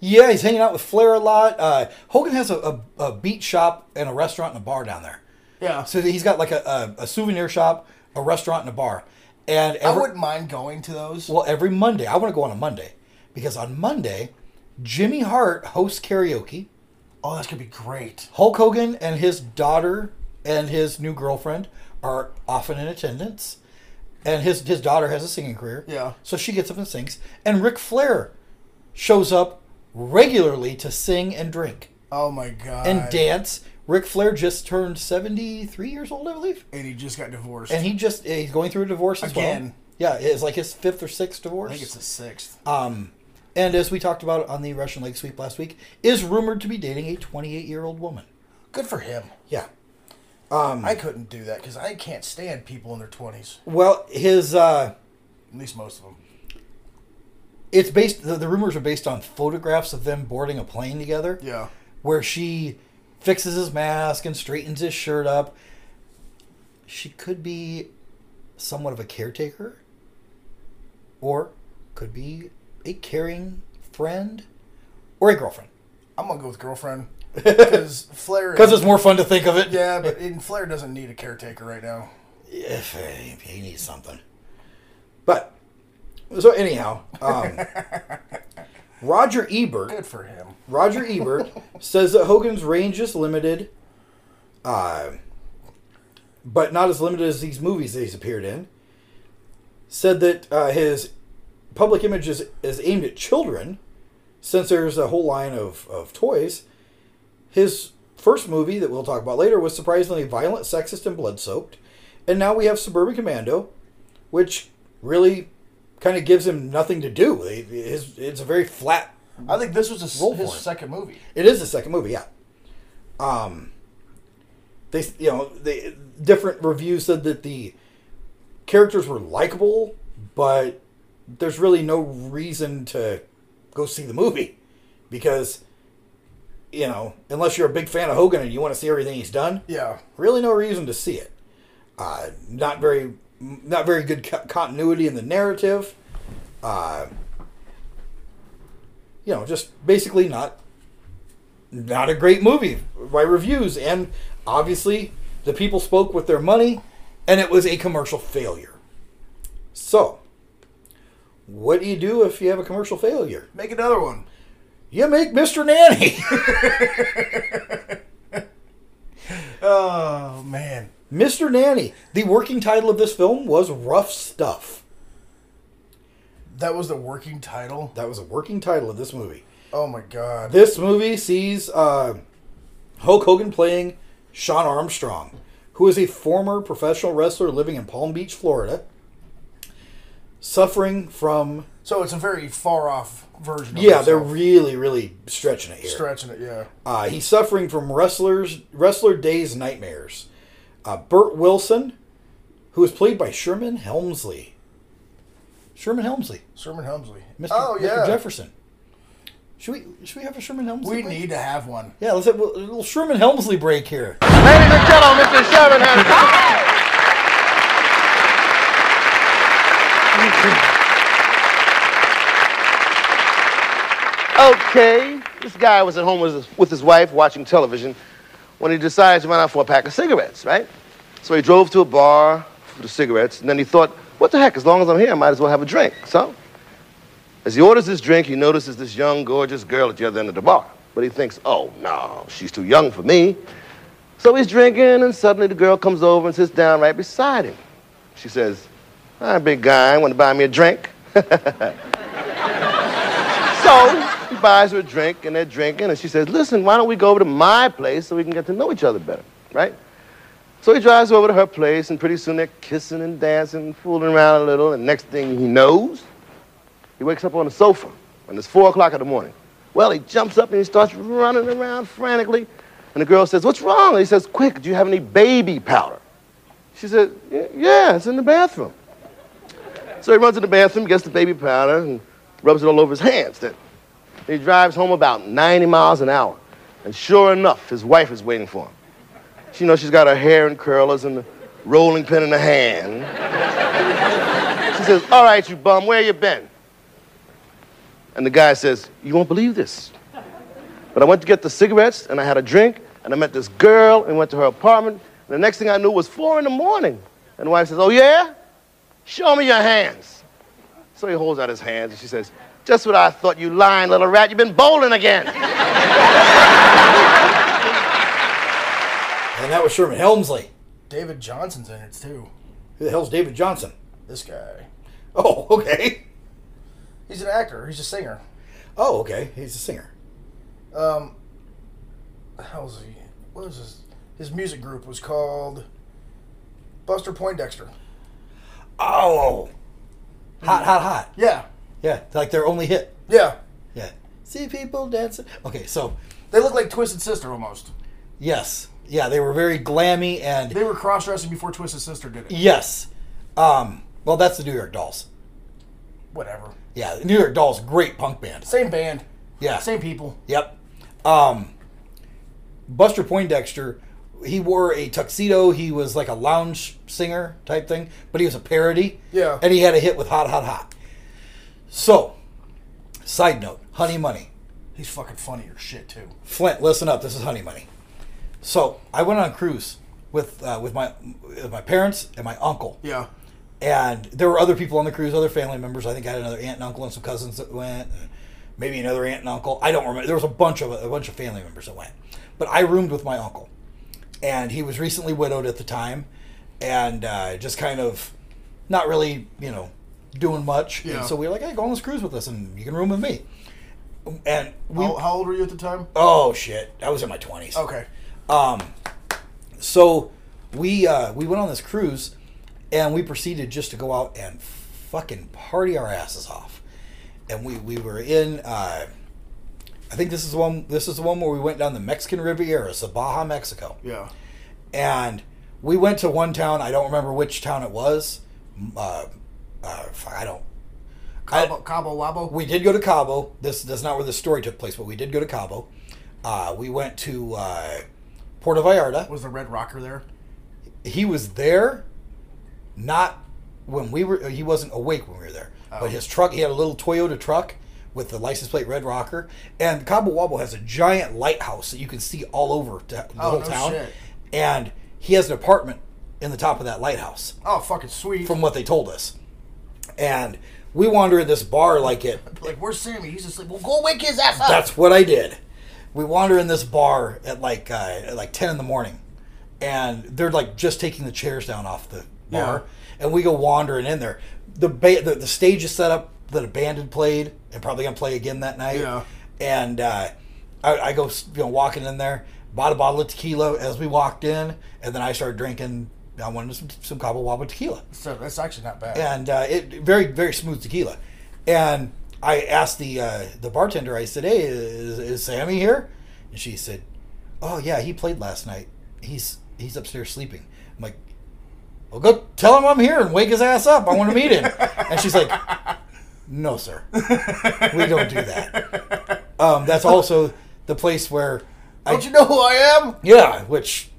[SPEAKER 4] Yeah, he's hanging out with Flair a lot. Uh, Hogan has a, a, a beat shop and a restaurant and a bar down there.
[SPEAKER 5] Yeah,
[SPEAKER 4] So he's got like a, a, a souvenir shop, a restaurant, and a bar. And
[SPEAKER 5] I
[SPEAKER 4] every,
[SPEAKER 5] wouldn't mind going to those.
[SPEAKER 4] well, every Monday, I want to go on a Monday because on Monday, Jimmy Hart hosts karaoke.
[SPEAKER 5] Oh, that's gonna be great.
[SPEAKER 4] Hulk Hogan and his daughter and his new girlfriend are often in attendance, and his his daughter has a singing career.
[SPEAKER 5] Yeah.
[SPEAKER 4] so she gets up and sings, and Ric Flair shows up regularly to sing and drink
[SPEAKER 5] Oh my god!
[SPEAKER 4] and dance. Ric Flair just turned seventy three years old, I believe,
[SPEAKER 5] And he just got divorced.
[SPEAKER 4] and he just eh, he's going through a divorce as
[SPEAKER 5] Again.
[SPEAKER 4] well. Yeah, it's like his fifth or sixth divorce.
[SPEAKER 5] I think it's the sixth.
[SPEAKER 4] Um, and as we talked about on the Russian Lake Sweep last week, is rumored to be dating a twenty eight year old woman.
[SPEAKER 5] Good for him.
[SPEAKER 4] Yeah, Um,
[SPEAKER 5] I couldn't do that because I can't stand people in
[SPEAKER 4] [LAUGHS]
[SPEAKER 5] their twenties.
[SPEAKER 4] well, his. uh
[SPEAKER 5] At least most of them.
[SPEAKER 4] it's based the, the rumors are based on photographs of them boarding a plane together
[SPEAKER 5] Yeah.
[SPEAKER 4] where she fixes his mask and straightens his shirt up she could be somewhat of a caretaker or could be a caring friend or a girlfriend
[SPEAKER 5] I'm gonna go with girlfriend [LAUGHS] because
[SPEAKER 4] [LAUGHS]
[SPEAKER 5] Flair.
[SPEAKER 4] because it's more fun to think of it
[SPEAKER 5] yeah, but and Flair doesn't need a caretaker right now.
[SPEAKER 4] if uh, he needs something. But so anyhow, um, Roger Ebert,
[SPEAKER 5] Good for him.
[SPEAKER 4] Roger Ebert says that Hogan's range is limited, uh, but not as limited as these movies that he's appeared in. Said that uh, his public image is, is aimed at children, since there's a whole line of, of toys. His first movie that we'll talk about later was surprisingly violent, sexist, and blood soaked. And now we have Suburban Commando, which really kind of gives him nothing to do. They- His, it's a very flat
[SPEAKER 5] I think this was his,
[SPEAKER 4] Roll
[SPEAKER 5] his
[SPEAKER 4] for it.
[SPEAKER 5] second movie.
[SPEAKER 4] it is the second movie, yeah. Um, they you know they different reviews said that the characters were likable, but there's really no reason to go see the movie because you know unless you're a big fan of Hogan and you want to see everything he's done,
[SPEAKER 5] Yeah.
[SPEAKER 4] really no reason to see it. Uh, not very, not very good co- continuity in the narrative. Uh, you know, just basically not, not a great movie by reviews, and obviously the people spoke with their money, and it was a commercial failure. So, what do you do if you have a commercial failure?
[SPEAKER 5] Make another one.
[SPEAKER 4] You make Mr. Nanny.
[SPEAKER 5] [LAUGHS] Oh man.
[SPEAKER 4] Mr. Nanny. The working title of this film was Rough Stuff.
[SPEAKER 5] That was the working title.
[SPEAKER 4] That was the working title of this movie.
[SPEAKER 5] Oh my god.
[SPEAKER 4] This movie sees uh, Hulk Hogan playing Sean Armstrong, who is a former professional wrestler living in Palm Beach, Florida, suffering from.
[SPEAKER 5] So it's a very far off version. Of
[SPEAKER 4] Yeah, they're
[SPEAKER 5] itself.
[SPEAKER 4] really, really stretching it here.
[SPEAKER 5] stretching it. Yeah.
[SPEAKER 4] Uh, he's suffering from wrestlers wrestler days nightmares. Uh, Burt Wilson, who is played by Sherman Helmsley. Sherman Helmsley,
[SPEAKER 5] Sherman Helmsley.
[SPEAKER 4] Mr.
[SPEAKER 5] Oh
[SPEAKER 4] Mr.
[SPEAKER 5] yeah.
[SPEAKER 4] Jefferson. Should we should we have a Sherman Helmsley?
[SPEAKER 5] We
[SPEAKER 4] break?
[SPEAKER 5] need to have one.
[SPEAKER 4] Yeah, let's have a little Sherman Helmsley break here.
[SPEAKER 7] Ladies and gentlemen, Mr. Sherman Helmsley. okay, this guy was at home with his, with his wife watching television when he decides to run out for a pack of cigarettes, right? So he drove to a bar for the cigarettes, and then he thought, what the heck, as long as I'm here, I might as well have a drink. So, as he orders his drink, he notices this young, gorgeous girl at the other end of the bar. But he thinks, oh, no, she's too young for me. So he's drinking, and suddenly the girl comes over and sits down right beside him. She says, Hi, Ah, big guy, want to buy me a drink? [LAUGHS] so he buys her a drink, and they're drinking, and she says, Listen, why don't we go over to my place so we can get to know each other better, right? So he drives over to her place, and pretty soon they're kissing and dancing, fooling around a little, and next thing he knows, he wakes up on the sofa, and it's four o'clock in the morning. Well, he jumps up and he starts running around frantically, and the girl says, "What's wrong?" And he says, "Quick, do you have any baby powder?" She said, "Y- "Yeah, it's in the bathroom." So he runs to the bathroom, gets the baby powder, and rubs it all over his hands. Then he drives home about 90 miles an hour, and sure enough, his wife is waiting for him. She knows she's got her hair in curlers and a rolling pin in her hand. she says, "All right, you bum, where you been?" And the guy says, You won't believe this. But I went to get the cigarettes and I had a drink and I met this girl and went to her apartment. And the next thing I knew was four in the morning. And the wife says, Oh, yeah? Show me your hands. So he holds out his hands and she says, Just what I thought, you lying little rat. You've been bowling again.
[SPEAKER 4] And that was Sherman Helmsley.
[SPEAKER 5] David Johnson's in it too.
[SPEAKER 4] Who the hell's David Johnson?
[SPEAKER 5] This guy.
[SPEAKER 4] Oh, [LAUGHS] okay.
[SPEAKER 5] He's an actor. He's a singer.
[SPEAKER 4] Oh, okay. He's a singer.
[SPEAKER 5] Um, how was he? What was his? His music group was called Buster Poindexter.
[SPEAKER 4] Oh, hot, hot, hot.
[SPEAKER 5] Yeah,
[SPEAKER 4] Yeah, like their only hit.
[SPEAKER 5] yeah.
[SPEAKER 4] Yeah. See people dancing. Okay, so
[SPEAKER 5] They look like Twisted Sister almost.
[SPEAKER 4] yes, yeah, they were very glammy and
[SPEAKER 5] They were cross dressing before Twisted Sister did it.
[SPEAKER 4] yes, um, well, that's the New York Dolls.
[SPEAKER 5] Whatever.
[SPEAKER 4] Yeah, the New York Dolls, great punk band.
[SPEAKER 5] Same band.
[SPEAKER 4] Yeah.
[SPEAKER 5] Same people.
[SPEAKER 4] Yep. Um, Buster Poindexter, he wore a tuxedo. He was like a lounge singer type thing, but he was a parody.
[SPEAKER 5] Yeah.
[SPEAKER 4] And he had a hit with Hot, Hot, Hot. So, side note Honey Money.
[SPEAKER 5] He's fucking funny or shit too.
[SPEAKER 4] Flint, listen up. This is Honey Money. So, I went on a cruise with, uh, with, my, with my parents and my uncle.
[SPEAKER 5] Yeah.
[SPEAKER 4] And there were other people on the cruise, other family members. I think I had another aunt and uncle and some cousins that went, and maybe another aunt and uncle. I don't remember. There was a bunch of a bunch of family members that went, but I roomed with my uncle, and he was recently widowed at the time, and uh, just kind of not really, you know, doing much.
[SPEAKER 5] Yeah.
[SPEAKER 4] And so we were like, "Hey, go on this cruise with us, and you can room with me." And we,
[SPEAKER 5] How, how old were you at the time?
[SPEAKER 4] oh shit, I was in my twenties.
[SPEAKER 5] Okay.
[SPEAKER 4] Um, So we uh, we went on this cruise, and we proceeded just to go out and fucking party our asses off. And we we were in. Uh, I think this is the one. This is the one where we went down the Mexican Riviera, so Baja, Mexico,
[SPEAKER 5] Yeah.
[SPEAKER 4] and we went to one town. I don't remember which town it was. m- Uh, uh, fuck, I don't. I-
[SPEAKER 5] Cabo, Cabo Wabo.
[SPEAKER 4] we did go to Cabo. This that's not where the story took place, but we did go to Cabo. Uh, we went to uh, Puerto Vallarta
[SPEAKER 5] was the Red Rocker there?
[SPEAKER 4] he was there, not when we were. He wasn't awake when we were there.
[SPEAKER 5] Oh.
[SPEAKER 4] But his truck, he had a little Toyota truck with the license plate Red Rocker, and Cabo Wabo has a giant lighthouse that you can see all over to- the
[SPEAKER 5] Oh,
[SPEAKER 4] whole
[SPEAKER 5] no
[SPEAKER 4] town,
[SPEAKER 5] shit.
[SPEAKER 4] and he has an apartment in the top of that lighthouse,
[SPEAKER 5] Oh, fucking sweet.
[SPEAKER 4] from what they told us. And we wandered this bar like it.
[SPEAKER 5] like, where's Sammy? He's asleep. Well, go wake his ass up.
[SPEAKER 4] That's what I did. We wander in this bar at like uh, at like ten in the morning, and they're like just taking the chairs down off the
[SPEAKER 5] Yeah.
[SPEAKER 4] bar, and we go wandering in there. The, ba- the the stage is set up that a band had played and probably gonna play again that night.
[SPEAKER 5] Yeah.
[SPEAKER 4] And uh, I, I go, you know, walking in there, bought a bottle of tequila as we walked in, and then I started drinking. I wanted some, some Cabo Wabo tequila
[SPEAKER 5] So that's actually not bad.
[SPEAKER 4] and uh, it very very smooth tequila. And I asked the uh, the bartender. I said, "Hey, is, is Sammy here?" And she said, "Oh yeah, he played last night. He's he's upstairs sleeping." I'm like, "Well, go tell him I'm here and wake his ass up. I want to meet him." and she's like, "No, sir, we don't do that. Um, that's also the place where." I,
[SPEAKER 5] Don't you know who I am?
[SPEAKER 4] yeah, which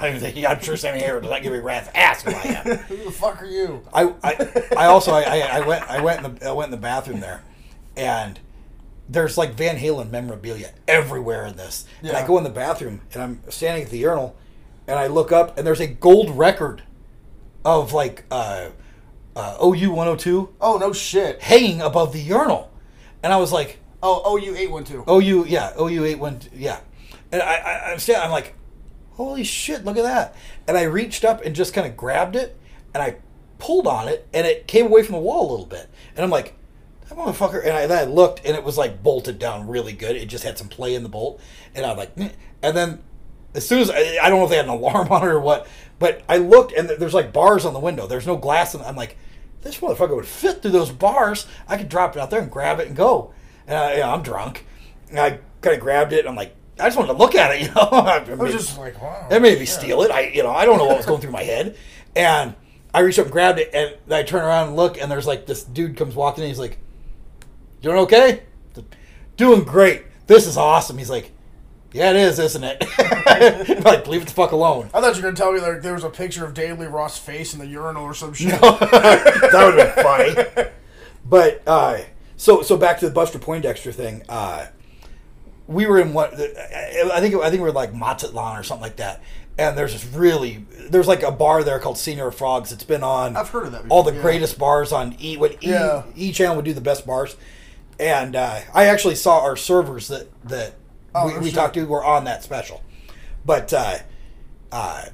[SPEAKER 4] I'm sure Sammy Hair does not give a rat's ass [LAUGHS] who I am.
[SPEAKER 5] [LAUGHS] Who the fuck are you?
[SPEAKER 4] I, I, I also I, I, I went I went in the I went in the bathroom there, and there's like Van Halen memorabilia everywhere in this. And I
[SPEAKER 5] Yeah.
[SPEAKER 4] go in the bathroom and I'm standing at the urinal, and I look up and there's a gold record of like uh, uh, OU 102
[SPEAKER 5] Oh no shit.
[SPEAKER 4] hanging above the urinal, and I was like,
[SPEAKER 5] Oh oh you eight one two.
[SPEAKER 4] OU yeah OU 81 yeah, and I, I I'm standing I'm like, holy shit look at that, and I reached up and just kind of grabbed it and I pulled on it and it came away from the wall a little bit and I'm like. That motherfucker, and I, then I looked, and it was like bolted down really good. It just had some play in the bolt, and I'm like, "Meh." and then as soon as I, I don't know if they had an [LAUGHS] alarm on it or what, but I looked, and there's like bars on the window. There's no glass, and I'm like, this motherfucker would fit through those bars. I could drop it out there and grab it and go. And I, you know, I'm drunk, and I kind of grabbed it. and I'm like, I just wanted to look at it, [LAUGHS] you know. I
[SPEAKER 5] I was just like oh, wow.
[SPEAKER 4] and maybe steal it. I you know I don't know what was going through my head, and I reached up and grabbed it, and I turn around and look, and there's like this dude comes walking in. He's like, "Doing okay? Doing great. This is awesome." He's like, "Yeah, it is, isn't it?" [LAUGHS] I'm like, leave it the fuck alone.
[SPEAKER 5] I thought you were gonna tell me like there was a picture of Daily Ross face in the urinal
[SPEAKER 4] [LAUGHS]
[SPEAKER 5] or some shit.
[SPEAKER 4] that would have been funny. But uh, so so back to the Buster Poindexter thing. Uh, we were in what I think I think we were like Mazatlan or something like that. And there's this really there's like a bar there called Senior Frogs. It's been on
[SPEAKER 5] [LAUGHS] I've heard of that
[SPEAKER 4] all
[SPEAKER 5] before,
[SPEAKER 4] the
[SPEAKER 5] yeah.
[SPEAKER 4] greatest bars on E. What E,
[SPEAKER 5] Yeah.
[SPEAKER 4] e channel would do the best bars. And uh, I actually saw our servers that that
[SPEAKER 5] Oh,
[SPEAKER 4] we,
[SPEAKER 5] no
[SPEAKER 4] we
[SPEAKER 5] shit.
[SPEAKER 4] talked to were on that special. But uh, uh,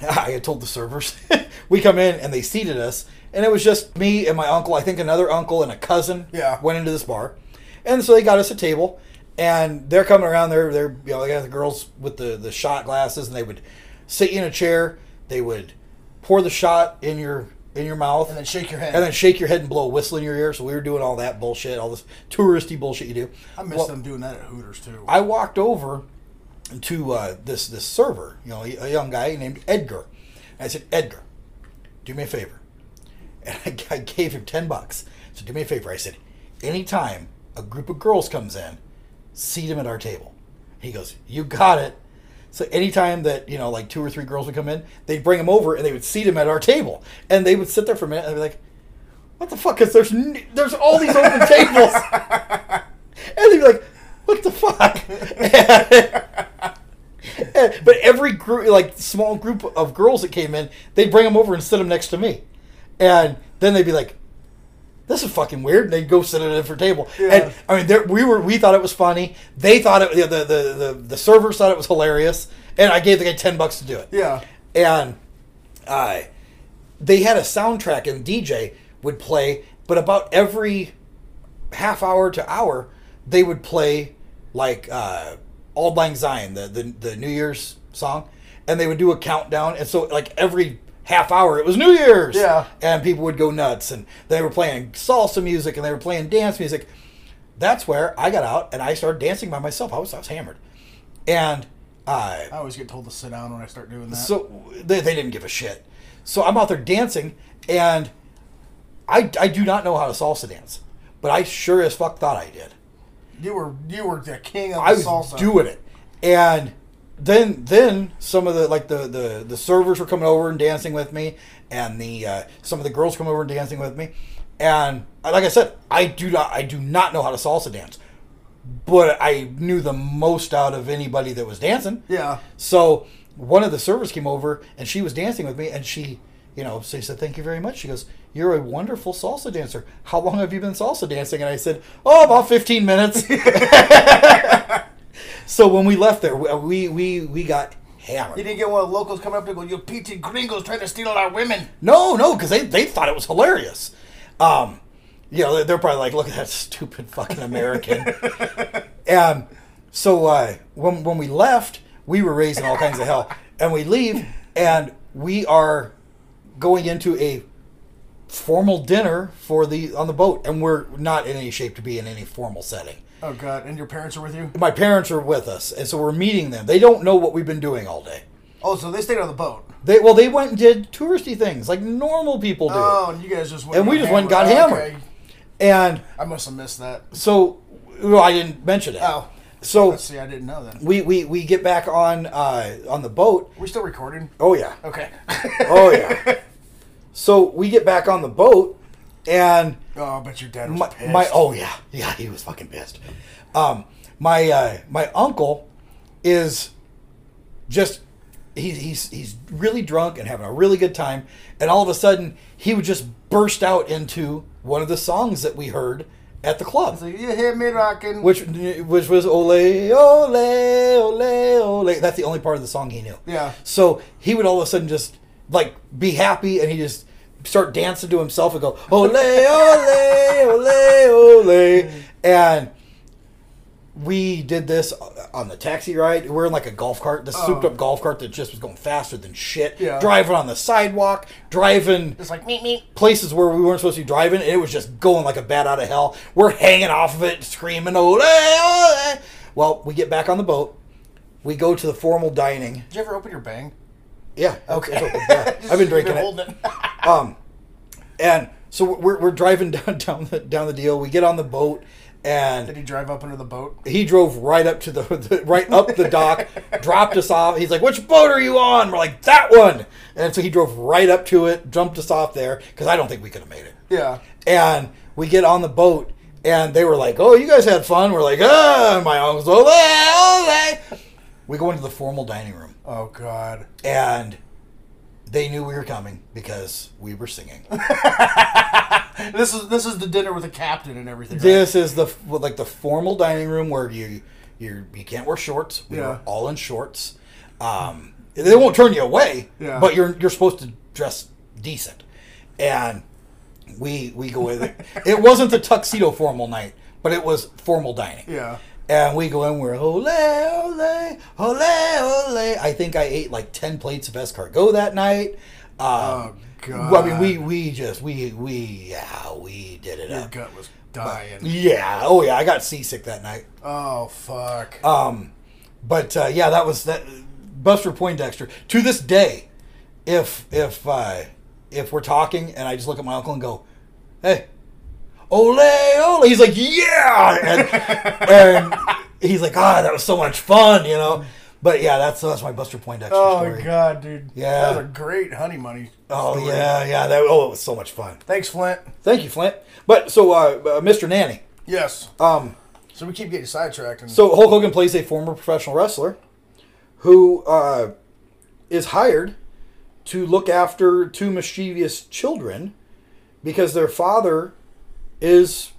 [SPEAKER 4] [LAUGHS] I had told the servers. [LAUGHS] we come in and they seated us, and it was just me and my uncle. I think another uncle and a cousin
[SPEAKER 5] Yeah.
[SPEAKER 4] went into this bar, and so they got us a table. And they're coming around. They're they're you know they got the girls with the the shot glasses, and they would sit you in a chair. They would pour the shot in your in your mouth,
[SPEAKER 5] And then shake your head.
[SPEAKER 4] and then shake your head and blow a whistle in your ear. So we were doing all that bullshit, all this touristy bullshit you do.
[SPEAKER 5] I miss
[SPEAKER 4] Well,
[SPEAKER 5] them doing that at Hooters too.
[SPEAKER 4] I walked over to uh, this this server, you know, a young guy named Edgar. And I said, Edgar, do me a favor. [LAUGHS] And I, I gave him ten bucks. So do me a favor. I said, anytime a group of girls comes in, seat him at our table. He goes, you got it. So anytime that you know, like two or three girls would come in, they'd bring him over and they would seat him at our table, and they would sit there for a minute and they'd be like, "What the fuck is there's n- there's all these open tables." And they'd be like, what the fuck? [LAUGHS] but every group, like small group of girls that came in, they'd bring them over and sit them next to me. And then they'd be like, this is fucking weird. And they'd go sit at a different table.
[SPEAKER 5] Yeah.
[SPEAKER 4] And I mean, there, we were, we thought it was funny. They thought it, the, the, the, the, the servers thought it was hilarious. And I gave the guy 10 bucks to do it
[SPEAKER 5] yeah.
[SPEAKER 4] and uh, they had a soundtrack and DJ would play, but about every half hour to hour, they would play like uh, "Auld Lang Syne," the, the the New Year's song, and they would do a countdown, and so like every half hour it was New Year's,
[SPEAKER 5] Yeah.
[SPEAKER 4] and people would go nuts, and they were playing salsa music and they were playing dance music. That's where I got out and I started dancing by myself. I was I was hammered, and uh,
[SPEAKER 5] I always get told to sit down when I start doing that.
[SPEAKER 4] so they, they didn't give a shit. So I'm out there dancing, and I, I do not know how to salsa dance, but I sure as fuck thought I did.
[SPEAKER 5] you were you were the king of
[SPEAKER 4] I
[SPEAKER 5] the
[SPEAKER 4] was
[SPEAKER 5] salsa.
[SPEAKER 4] doing it, and then then some of the like the, the the servers were coming over and dancing with me, and the uh, some of the girls come over and dancing with me, and uh, like I said, I do not I do not know how to salsa dance, but I knew the most out of anybody that was dancing.
[SPEAKER 5] Yeah.
[SPEAKER 4] So one of the servers came over and she was dancing with me and she, you know, so she said, Thank you very much. She goes, You're a wonderful salsa dancer. How long have you been salsa dancing? And I said, Oh, about 15
[SPEAKER 5] [LAUGHS]
[SPEAKER 4] minutes. so when uh, we left there, we, we, we got
[SPEAKER 5] You
[SPEAKER 4] hammered.
[SPEAKER 5] didn't get one of the locals coming up to go, you PT gringos trying to steal our women.
[SPEAKER 4] No, no, because they, they thought it was hilarious. Um, you know, they're probably like, look at that [LAUGHS] stupid fucking American. and so uh, when, when we left, we were raising all kinds of hell. And we leave, and we are going into a formal dinner for the on the boat and we're not in any shape to be in any formal setting
[SPEAKER 5] Oh, God. And your parents are with you?
[SPEAKER 4] my parents are with us and so we're meeting them they don't know what we've been doing all day
[SPEAKER 5] Oh, so they stayed on the boat.
[SPEAKER 4] They well, they went and did touristy things like normal people do,
[SPEAKER 5] Oh, and you guys just went
[SPEAKER 4] And we just went and got
[SPEAKER 5] hammered.
[SPEAKER 4] hammered. and
[SPEAKER 5] I must have missed that.
[SPEAKER 4] so well, I didn't mention it.
[SPEAKER 5] Oh.
[SPEAKER 4] so
[SPEAKER 5] Let's see, I didn't know that.
[SPEAKER 4] we, we we get back on uh, on the boat.
[SPEAKER 5] We're still recording?
[SPEAKER 4] Oh yeah,
[SPEAKER 5] Okay.
[SPEAKER 4] oh yeah. so we get back on the boat, and
[SPEAKER 5] oh, but your dad was
[SPEAKER 4] my,
[SPEAKER 5] pissed.
[SPEAKER 4] my oh yeah yeah he was fucking pissed. Um, my uh, my uncle is just he's he's he's really drunk and having a really good time, and all of a sudden he would just burst out into one of the songs that we heard at the club,
[SPEAKER 5] So you hit me rocking.
[SPEAKER 4] which which was ole ole ole ole. That's the only part of the song he knew.
[SPEAKER 5] Yeah.
[SPEAKER 4] So he would all of a sudden just like be happy and he just start dancing to himself and go ole ole ole ole and we did this on the taxi ride. We're in like a golf cart, this souped up golf cart that just was going faster than shit.
[SPEAKER 5] Yeah.
[SPEAKER 4] Driving on the sidewalk, driving
[SPEAKER 5] It's like, meet me.
[SPEAKER 4] places where we weren't supposed to be driving, and it was just going like a bat out of hell. We're hanging off of it, screaming, ole, ole. Well, we get back on the boat. We go to the formal dining.
[SPEAKER 5] Did you ever open your bang?
[SPEAKER 4] Yeah.
[SPEAKER 5] [LAUGHS]
[SPEAKER 4] Okay. [LAUGHS] I've been drinking it. Um,
[SPEAKER 5] holding it.
[SPEAKER 4] And so we're, we're driving [LAUGHS] down, down, the, down the deal. We get on the boat,
[SPEAKER 5] Did
[SPEAKER 4] and
[SPEAKER 5] he drive up under the boat?
[SPEAKER 4] he drove right up to the, [LAUGHS] the right up the dock, dropped us off. He's like, "Which boat are you on?" We're like, "That one." And so he drove right up to it, jumped us off there because I don't think we could have made it.
[SPEAKER 5] Yeah.
[SPEAKER 4] and we get on the boat and they were like oh you guys had fun we're like ah and my uncle's ole ole we go into the formal dining room
[SPEAKER 5] Oh God.
[SPEAKER 4] and they knew we were coming because we were [LAUGHS] singing
[SPEAKER 5] This is this is the dinner with the captain and everything. right?
[SPEAKER 4] this is the well, like the formal dining room where you you you can't wear shorts we
[SPEAKER 5] Yeah.
[SPEAKER 4] were all in shorts um they won't turn you away
[SPEAKER 5] Yeah.
[SPEAKER 4] but you're you're supposed to dress decent and we we go in [LAUGHS] it wasn't the tuxedo formal night but it was formal dining
[SPEAKER 5] Yeah.
[SPEAKER 4] and we go in, we're ole, ole, ole, ole. I think I ate like 10 plates of escargot that night. Um, oh,
[SPEAKER 5] God.
[SPEAKER 4] I mean, we, we just, we, we, yeah, we did it
[SPEAKER 5] Your
[SPEAKER 4] up.
[SPEAKER 5] gut was dying.
[SPEAKER 4] Yeah. Oh, yeah. I got seasick that night.
[SPEAKER 5] Oh fuck.
[SPEAKER 4] Um, But uh, yeah, that was that. Buster Poindexter. To this day, if if uh, if we're talking and I just look at my uncle and go, "Hey, ole ole," he's like, "Yeah," and, and he's like, "Ah, that was so much fun," you know. But yeah, that's that's my Buster Poindexter
[SPEAKER 5] oh
[SPEAKER 4] story.
[SPEAKER 5] God, dude.
[SPEAKER 4] Yeah.
[SPEAKER 5] That was a great honey money.
[SPEAKER 4] Oh yeah, yeah. That oh, it was so much fun.
[SPEAKER 5] Thanks, Flint.
[SPEAKER 4] Thank you, Flint. But so, uh, uh, Mr. Nanny.
[SPEAKER 5] Yes.
[SPEAKER 4] Um,
[SPEAKER 5] so we keep getting sidetracked. And
[SPEAKER 4] So Hulk Hogan plays a former professional wrestler who uh, is hired to look after two mischievous children because their father is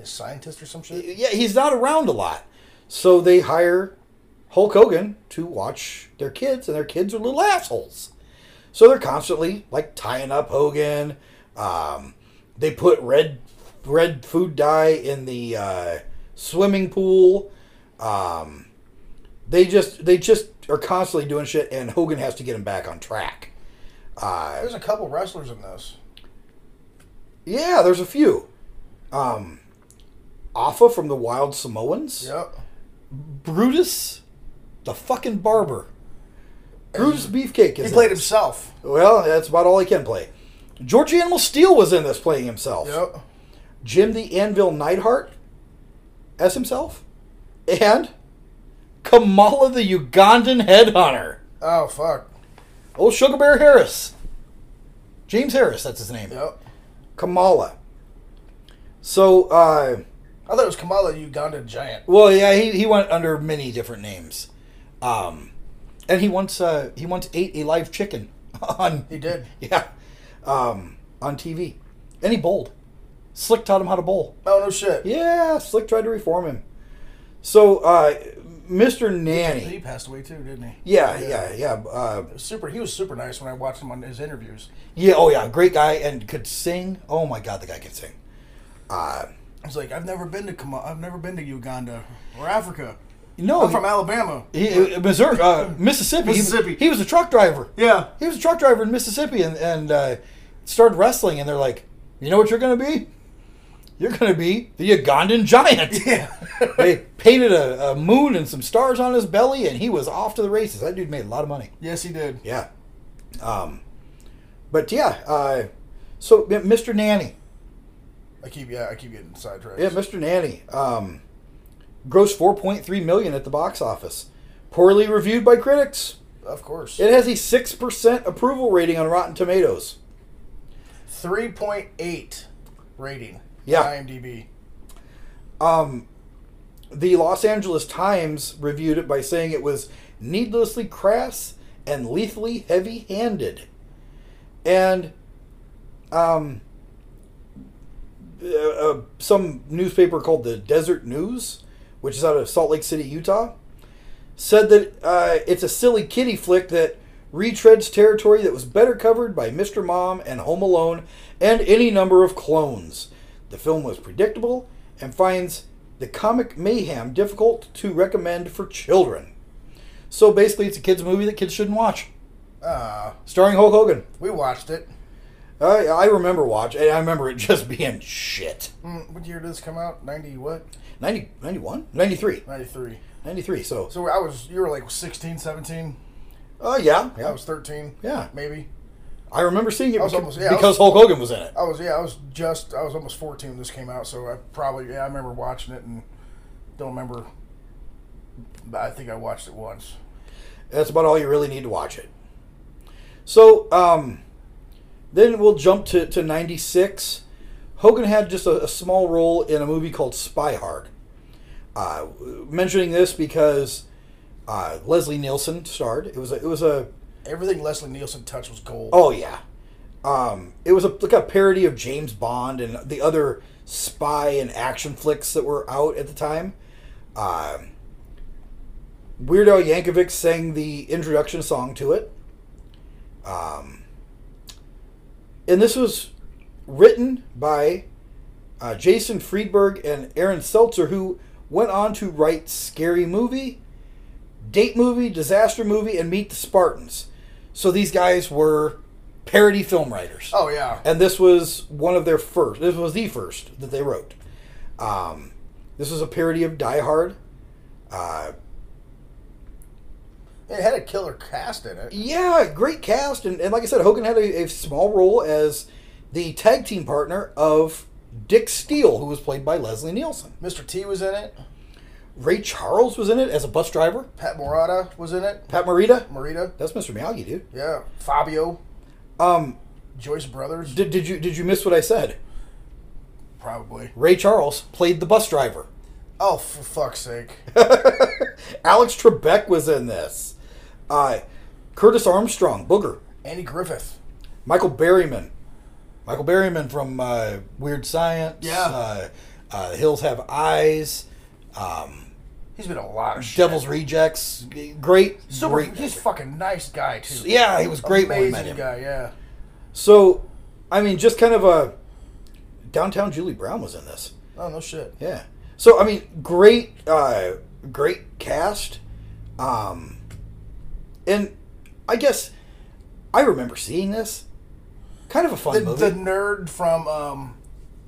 [SPEAKER 5] a scientist or some shit.
[SPEAKER 4] yeah he's not around a lot, so they hire Hulk Hogan to watch their kids, and their kids are little assholes. So they're constantly like tying up Hogan. Um, they put red red food dye in the uh, swimming pool. Um, they just they just are constantly doing shit, and Hogan has to get him back on track. Uh,
[SPEAKER 5] There's a couple wrestlers in this.
[SPEAKER 4] Yeah, there's a few. Um, Alpha from the Wild Samoans.
[SPEAKER 5] Yep.
[SPEAKER 4] Brutus, the fucking barber. Brutus Beefcake is
[SPEAKER 5] He
[SPEAKER 4] in
[SPEAKER 5] played
[SPEAKER 4] this.
[SPEAKER 5] himself.
[SPEAKER 4] Well, that's about all he can play. George Animal Steel was in this playing himself.
[SPEAKER 5] Yep.
[SPEAKER 4] Jim the Anvil Neidhart as himself. And Kamala the Ugandan Headhunter.
[SPEAKER 5] Oh fuck.
[SPEAKER 4] Oh, Sugar Bear Harris. James Harris, that's his name.
[SPEAKER 5] Yep.
[SPEAKER 4] Kamala. So, uh,
[SPEAKER 5] I thought it was Kamala Uganda Giant.
[SPEAKER 4] well, yeah, he, he went under many different names. Um, and he once, uh, he once ate a live chicken [LAUGHS] on
[SPEAKER 5] He did.
[SPEAKER 4] [LAUGHS] Yeah. Um, on TV. And he bowled. Slick taught him how to bowl.
[SPEAKER 5] Oh no shit.
[SPEAKER 4] Yeah, Slick tried to reform him. So, uh, Mr.
[SPEAKER 5] He
[SPEAKER 4] Nanny.
[SPEAKER 5] passed away too, didn't he?
[SPEAKER 4] Yeah, yeah, yeah. Uh,
[SPEAKER 5] Super. He was super nice when I watched him on his interviews.
[SPEAKER 4] yeah, oh yeah, great guy and could sing. Oh my God, the guy could sing. uh,
[SPEAKER 5] He's like, I've never been to Kama- I've never been to Uganda or Africa.
[SPEAKER 4] No,
[SPEAKER 5] I'm from Alabama.
[SPEAKER 4] he, Missouri, uh, Mississippi. He-
[SPEAKER 5] Mississippi.
[SPEAKER 4] He, was a truck driver.
[SPEAKER 5] Yeah.
[SPEAKER 4] he was a truck driver in Mississippi, and and uh, started wrestling. And they're like, you know what you're gonna be? You're gonna be the Ugandan giant.
[SPEAKER 5] Yeah.
[SPEAKER 4] [LAUGHS] they painted a, a moon and some stars on his belly, and he was off to the races. That dude made a lot of money.
[SPEAKER 5] yes, he did.
[SPEAKER 4] Yeah. Um, but yeah, uh, so yeah, Mr. Nanny.
[SPEAKER 5] I keep yeah, I keep getting sidetracked.
[SPEAKER 4] Yeah, Mr. Nanny. Um, grossed 4.3 million at the box office. Poorly reviewed by critics.
[SPEAKER 5] of course.
[SPEAKER 4] It has a 6% approval rating on Rotten Tomatoes.
[SPEAKER 5] Three point eight rating.
[SPEAKER 4] Yeah. Um,
[SPEAKER 5] IMDb.
[SPEAKER 4] The Los Angeles Times reviewed it by saying it was needlessly crass and lethally heavy handed. And um, uh, uh, some newspaper called the Desert News, which is out of Salt Lake City, Utah, said that uh, it's a silly kiddie flick that retreads territory that was better covered by Mr. Mom and Home Alone and any number of clones. The film was predictable and finds the comic mayhem difficult to recommend for children. So basically, it's a kids' movie that kids shouldn't watch.
[SPEAKER 5] Uh,
[SPEAKER 4] Starring Hulk Hogan.
[SPEAKER 5] we watched it.
[SPEAKER 4] I, I remember watch. and I remember it just [LAUGHS] being shit.
[SPEAKER 5] Mm, what year did this come out? Ninety what?
[SPEAKER 4] 90, 91? 93.
[SPEAKER 5] Ninety three.
[SPEAKER 4] 93, so.
[SPEAKER 5] So I was you were like 16, 17.
[SPEAKER 4] Oh, yeah.
[SPEAKER 5] I
[SPEAKER 4] yeah.
[SPEAKER 5] was thirteen.
[SPEAKER 4] Yeah.
[SPEAKER 5] Maybe.
[SPEAKER 4] I remember seeing it
[SPEAKER 5] I was
[SPEAKER 4] beca-
[SPEAKER 5] almost- yeah, I
[SPEAKER 4] because
[SPEAKER 5] was-
[SPEAKER 4] Hulk Hogan was in it.
[SPEAKER 5] I was yeah, I was just I was almost fourteen when this came out, so I probably yeah, I remember watching it and don't remember but I think I watched it once.
[SPEAKER 4] That's about all you really need to watch it. So, um, then we'll jump to, to 96. Hogan had just a, a small role in a movie called Spy Hard. Uh, mentioning this because uh, Leslie Nielsen starred. It was a, it was a
[SPEAKER 5] Everything Leslie Nielsen touched was gold.
[SPEAKER 4] Oh yeah, um, it was a, like a parody of James Bond and the other spy and action flicks that were out at the time. Um, Weird Al Yankovic sang the introduction song to it, um, and this was written by uh, Jason Friedberg and Aaron Seltzer, who went on to write Scary Movie, Date Movie, Disaster Movie, and Meet the Spartans. So these guys were parody film writers.
[SPEAKER 5] Oh, yeah.
[SPEAKER 4] And this was one of their first. This was the first that they wrote. Um, this was a parody of Die Hard. Uh,
[SPEAKER 5] It had a killer cast in it.
[SPEAKER 4] yeah, great cast. And, and like I said, Hogan had a, a small role as the tag team partner of Dick Steele, who was played by Leslie Nielsen.
[SPEAKER 5] Mr. T was in it.
[SPEAKER 4] Ray Charles was in it as a bus driver.
[SPEAKER 5] Pat Morata was in it.
[SPEAKER 4] Pat Morita.
[SPEAKER 5] Morita.
[SPEAKER 4] That's Mr. Miyagi, dude.
[SPEAKER 5] Yeah. Fabio.
[SPEAKER 4] Um,
[SPEAKER 5] Joyce Brothers.
[SPEAKER 4] did, did you did you miss what I said?
[SPEAKER 5] probably.
[SPEAKER 4] Ray Charles played the bus driver.
[SPEAKER 5] Oh, for fuck's sake.
[SPEAKER 4] Alex Trebek was in this. Uh, Curtis Armstrong, Booger.
[SPEAKER 5] Andy Griffith.
[SPEAKER 4] Michael Berryman. Michael Berryman from uh, Weird Science.
[SPEAKER 5] Yeah.
[SPEAKER 4] Uh, uh, the Hills Have Eyes. Um,
[SPEAKER 5] He's been in a lot of shit.
[SPEAKER 4] Devil's Rejects. Great.
[SPEAKER 5] Super,
[SPEAKER 4] great.
[SPEAKER 5] he's fucking nice guy too.
[SPEAKER 4] Yeah, he was great when we
[SPEAKER 5] Amazing
[SPEAKER 4] met him.
[SPEAKER 5] guy. Yeah.
[SPEAKER 4] So, I mean, just kind of a. Downtown Julie Brown was in this.
[SPEAKER 5] Oh no shit.
[SPEAKER 4] Yeah. So I mean, great, uh, great cast, um, and I guess I remember seeing this. Kind of a fun
[SPEAKER 5] The,
[SPEAKER 4] movie.
[SPEAKER 5] the nerd from um,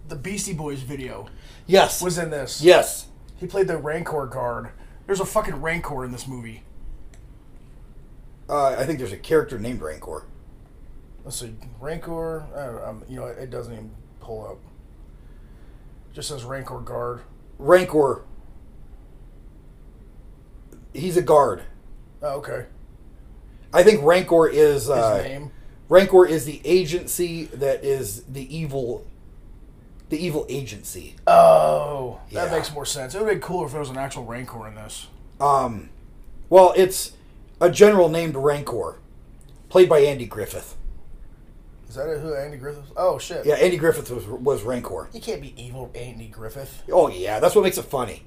[SPEAKER 5] the Beastie Boys video
[SPEAKER 4] yes.
[SPEAKER 5] was in this.
[SPEAKER 4] yes.
[SPEAKER 5] He played the Rancor guard. There's a fucking Rancor in this movie.
[SPEAKER 4] Uh, I think there's a character named Rancor.
[SPEAKER 5] Let's see, Rancor. Uh, um, you know, it doesn't even pull up. It just says Rancor guard.
[SPEAKER 4] Rancor. He's a guard.
[SPEAKER 5] Oh, okay.
[SPEAKER 4] I think Rancor is
[SPEAKER 5] His
[SPEAKER 4] uh,
[SPEAKER 5] name.
[SPEAKER 4] Rancor is the agency that is the evil, the evil agency.
[SPEAKER 5] Oh, that
[SPEAKER 4] Yeah.
[SPEAKER 5] makes more sense. It would have been cooler if there was an actual Rancor in this.
[SPEAKER 4] Um, well, it's a general named Rancor, played by Andy Griffith.
[SPEAKER 5] Is that who Andy Griffith? Oh shit.
[SPEAKER 4] Yeah, Andy Griffith was was Rancor.
[SPEAKER 5] You can't be evil, Andy Griffith.
[SPEAKER 4] Oh yeah, that's what makes it funny.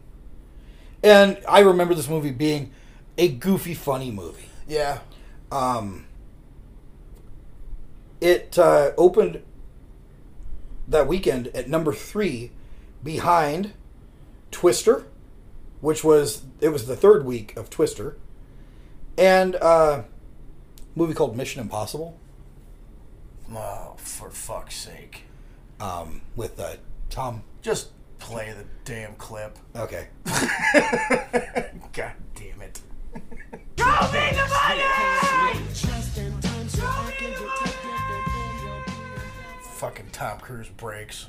[SPEAKER 4] And I remember this movie being a goofy, funny movie.
[SPEAKER 5] Yeah.
[SPEAKER 4] Um, It uh, opened that weekend at number three behind Twister, which was it was the third week of Twister, and uh, a movie called Mission Impossible
[SPEAKER 5] Oh, for fuck's sake.
[SPEAKER 4] um, with uh, Tom.
[SPEAKER 5] Just play the damn clip.
[SPEAKER 4] Okay,
[SPEAKER 5] [LAUGHS] God damn it. [LAUGHS] Fucking Tom Cruise breaks.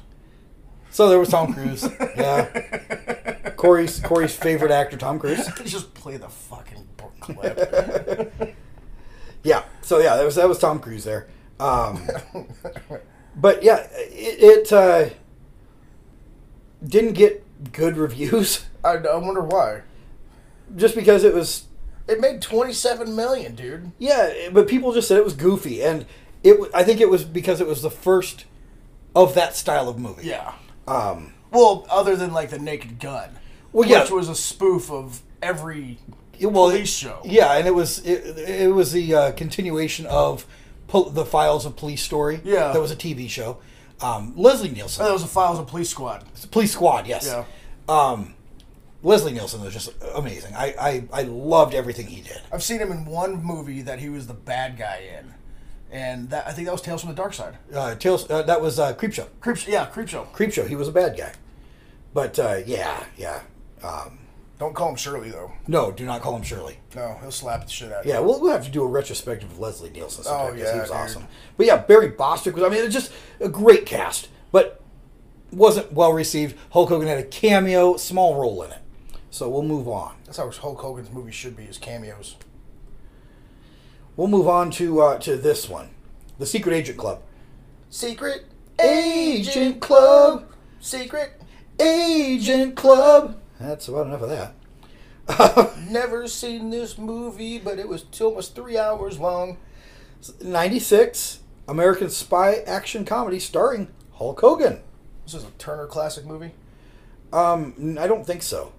[SPEAKER 4] so there was Tom Cruise. yeah, Corey's Corey's favorite actor, Tom Cruise.
[SPEAKER 5] Just play the fucking b- clip.
[SPEAKER 4] Yeah. So yeah, that was that was Tom Cruise there.
[SPEAKER 5] [LAUGHS]
[SPEAKER 4] Um, but yeah, it, it uh, didn't get good reviews
[SPEAKER 5] I, I wonder why.
[SPEAKER 4] just because it was
[SPEAKER 5] It made 27 million, dude.
[SPEAKER 4] yeah, it- but people just said it was goofy, and it w- I think it was because it was the first of that style of movie.
[SPEAKER 5] Yeah. Um. Well, other than like the Naked Gun,
[SPEAKER 4] Well, yeah.
[SPEAKER 5] which was a spoof of every
[SPEAKER 4] It- well,
[SPEAKER 5] police
[SPEAKER 4] it-
[SPEAKER 5] show.
[SPEAKER 4] Yeah, and it was it, it was the uh, continuation of pol- the Files of Police Story.
[SPEAKER 5] Yeah. Oh,
[SPEAKER 4] that was a TV show. Um, Leslie Nielsen,
[SPEAKER 5] That was a Files of Police Squad.
[SPEAKER 4] Police Squad. Yes.
[SPEAKER 5] Yeah.
[SPEAKER 4] Um, Leslie Nielsen was just amazing. I, I, I loved everything he did.
[SPEAKER 5] I've seen him in one movie that he was the bad guy in, and that I think that was Tales from the Dark Side.
[SPEAKER 4] Uh, Tales, uh, that was uh, Creepshow.
[SPEAKER 5] Creep, yeah, Creepshow.
[SPEAKER 4] Creepshow. He was a bad guy, but uh, yeah, yeah. Um,
[SPEAKER 5] Don't call him Shirley though.
[SPEAKER 4] no, do not call him Shirley.
[SPEAKER 5] No, he'll slap the shit out. of you.
[SPEAKER 4] Yeah, we'll, we'll have to do a retrospective of Leslie Nielsen sometime
[SPEAKER 5] Oh,
[SPEAKER 4] because he
[SPEAKER 5] yeah,
[SPEAKER 4] was
[SPEAKER 5] dude.
[SPEAKER 4] awesome. But yeah, Barry Bostwick was. I mean, it was just a great cast, but wasn't well received. Hulk Hogan had a cameo, small role in it. So we'll move on.
[SPEAKER 5] That's how Hulk Hogan's movies should be: his cameos.
[SPEAKER 4] We'll move on to uh, to this one, the Secret Agent Club.
[SPEAKER 5] Secret
[SPEAKER 4] Agent Club.
[SPEAKER 5] Secret.
[SPEAKER 4] Agent Club. That's about enough of that.
[SPEAKER 5] Never seen this movie, but it was almost three hours long.
[SPEAKER 4] 96, American Spy action comedy starring Hulk Hogan.
[SPEAKER 5] This is a Turner classic movie.
[SPEAKER 4] Mm, I don't think so.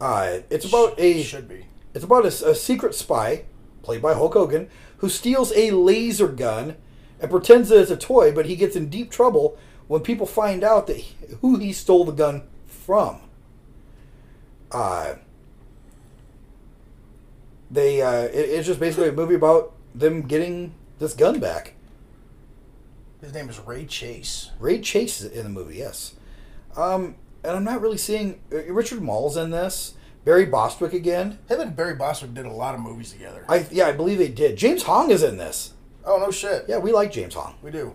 [SPEAKER 4] Uh, it's about a
[SPEAKER 5] should be.
[SPEAKER 4] it's about a, s- a secret spy played by Hulk Hogan who steals a laser gun and pretends that it's a toy, but he gets in deep trouble when people find out that he, who he stole the gun from. Uh, they uh, it- it's just basically a movie about them getting this gun back.
[SPEAKER 5] His name is Ray Chase.
[SPEAKER 4] Ray Chase is in the movie, yes. Um, and I'm not really seeing uh, Richard Mall's in this. Barry Bostwick again.
[SPEAKER 5] Him and Barry Bostwick did a lot of movies together.
[SPEAKER 4] I yeah, I believe they did. James Hong is in this.
[SPEAKER 5] oh no shit.
[SPEAKER 4] Yeah, we like James Hong.
[SPEAKER 5] we do.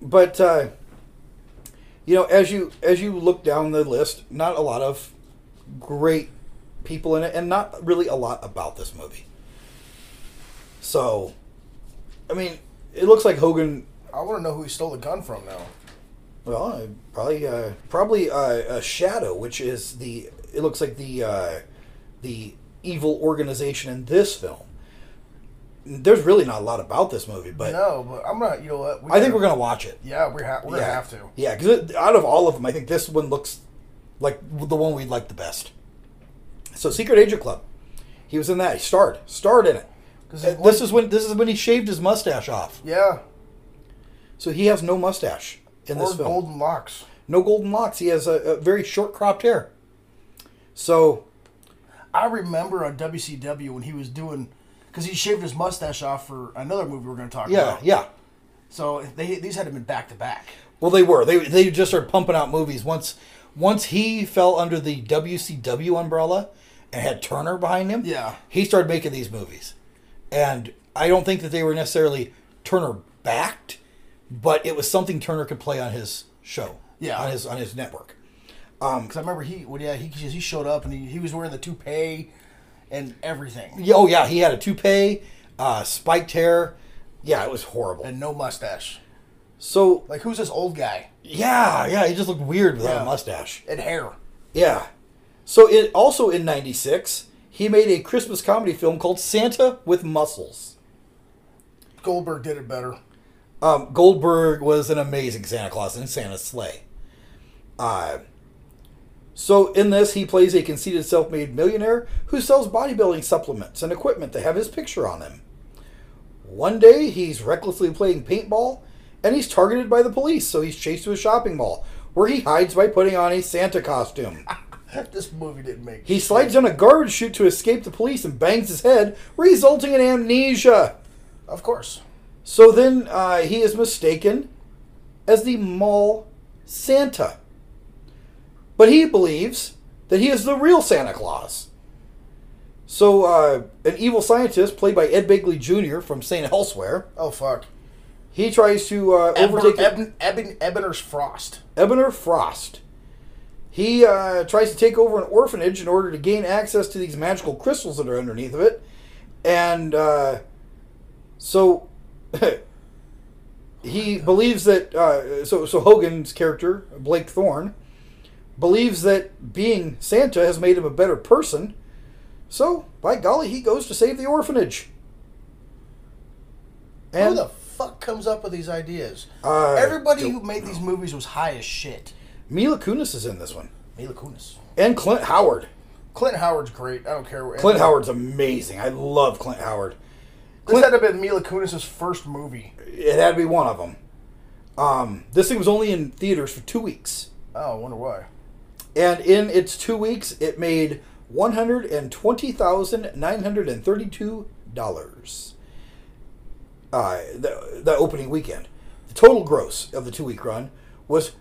[SPEAKER 4] But uh, you know, as you as you look down the list, not a lot of great people in it, and not really a lot about this movie. So, I mean, it looks like Hogan
[SPEAKER 5] I want to know who he stole the gun from now.
[SPEAKER 4] Well, uh, probably, uh, probably uh, a shadow, which is the. It looks like the uh, the evil organization in this film. There's really not a lot about this movie, but
[SPEAKER 5] No, but I'm not. You know what? We
[SPEAKER 4] I think
[SPEAKER 5] gotta-
[SPEAKER 4] we're gonna watch it.
[SPEAKER 5] Yeah, we ha- we're
[SPEAKER 4] yeah.
[SPEAKER 5] gonna have to.
[SPEAKER 4] Yeah, because out of all of them, I think this one looks like the one we like the best. So, Secret Agent Club. He was in that. He starred, starred in it.
[SPEAKER 5] 'Cause
[SPEAKER 4] Uh,
[SPEAKER 5] it-
[SPEAKER 4] This is when this is when he shaved his mustache off.
[SPEAKER 5] Yeah,
[SPEAKER 4] So he has no mustache in
[SPEAKER 5] or
[SPEAKER 4] this film.
[SPEAKER 5] golden locks.
[SPEAKER 4] No golden locks. He has a, a very short cropped hair. So,
[SPEAKER 5] I remember on WCW when he was doing because he shaved his mustache off for another movie we're gonna talk
[SPEAKER 4] yeah,
[SPEAKER 5] about.
[SPEAKER 4] yeah.
[SPEAKER 5] So they these had to been back to back.
[SPEAKER 4] Well, they were. They, they just started pumping out movies. Once once he fell under the WCW umbrella and had Turner behind him,
[SPEAKER 5] Yeah.
[SPEAKER 4] he started making these movies. And I don't think that they were necessarily Turner backed, but it was something Turner could play on his show,
[SPEAKER 5] Yeah.
[SPEAKER 4] on his on his network.
[SPEAKER 5] Because Um, I remember he when yeah he he showed up and he, he was wearing the toupee and everything
[SPEAKER 4] Yeah, Oh yeah, he had a [LAUGHS] toupee, uh, spiked hair. Yeah, it was horrible.
[SPEAKER 5] and no mustache.
[SPEAKER 4] so
[SPEAKER 5] Like who's this old guy
[SPEAKER 4] yeah, yeah, he just looked weird without a
[SPEAKER 5] Yeah.
[SPEAKER 4] mustache.
[SPEAKER 5] and hair? [LAUGHS]
[SPEAKER 4] Yeah. So it also in '96 he made a Christmas comedy film called Santa with Muscles.
[SPEAKER 5] Goldberg did it better.
[SPEAKER 4] Um, Goldberg was an amazing Santa Claus in Santa's sleigh. Uh, So in this, he plays a conceited self-made millionaire who sells bodybuilding supplements and equipment that have his picture on them. One day, he's recklessly playing paintball, and he's targeted by the police, so he's chased to a shopping mall, where he hides by putting on a Santa
[SPEAKER 5] [LAUGHS]
[SPEAKER 4] costume.
[SPEAKER 5] this movie didn't make.
[SPEAKER 4] He slides down a garbage chute to escape the police and bangs his head, resulting in amnesia.
[SPEAKER 5] Of course.
[SPEAKER 4] So then uh, he is mistaken as the mall Santa. But he believes that he is the real Santa Claus. So uh, an evil scientist, played by Ed Begley Jr. from St. Elsewhere,
[SPEAKER 5] Oh fuck.
[SPEAKER 4] he tries to uh,
[SPEAKER 5] Ebner,
[SPEAKER 4] overtake
[SPEAKER 5] Eben, Eben, Ebener's Frost.
[SPEAKER 4] Ebener Frost. He uh, tries to take over an orphanage in order to gain access to these magical crystals that are underneath of it. And uh, so [LAUGHS] he believes that. Uh, so, so Hogan's character, Blake Thorne, believes that being Santa has made him a better person. So, by golly, he goes to save the orphanage.
[SPEAKER 5] Who
[SPEAKER 4] And
[SPEAKER 5] the fuck comes up with these ideas?
[SPEAKER 4] Uh,
[SPEAKER 5] Everybody who made these movies was high as shit.
[SPEAKER 4] Mila Kunis is in this one.
[SPEAKER 5] Mila Kunis.
[SPEAKER 4] And Clint Howard.
[SPEAKER 5] Clint Howard's great. I don't care. what-
[SPEAKER 4] Clint Howard's amazing. I love Clint Howard.
[SPEAKER 5] This had to have been Mila Kunis' first movie.
[SPEAKER 4] It had to be one of them. Um, this thing was only in theaters for two weeks,
[SPEAKER 5] Oh, I wonder why.
[SPEAKER 4] and in its two weeks, it made one hundred and twenty thousand nine hundred and thirty-two dollars. Uh, the, the opening weekend, the total gross of the two-week run was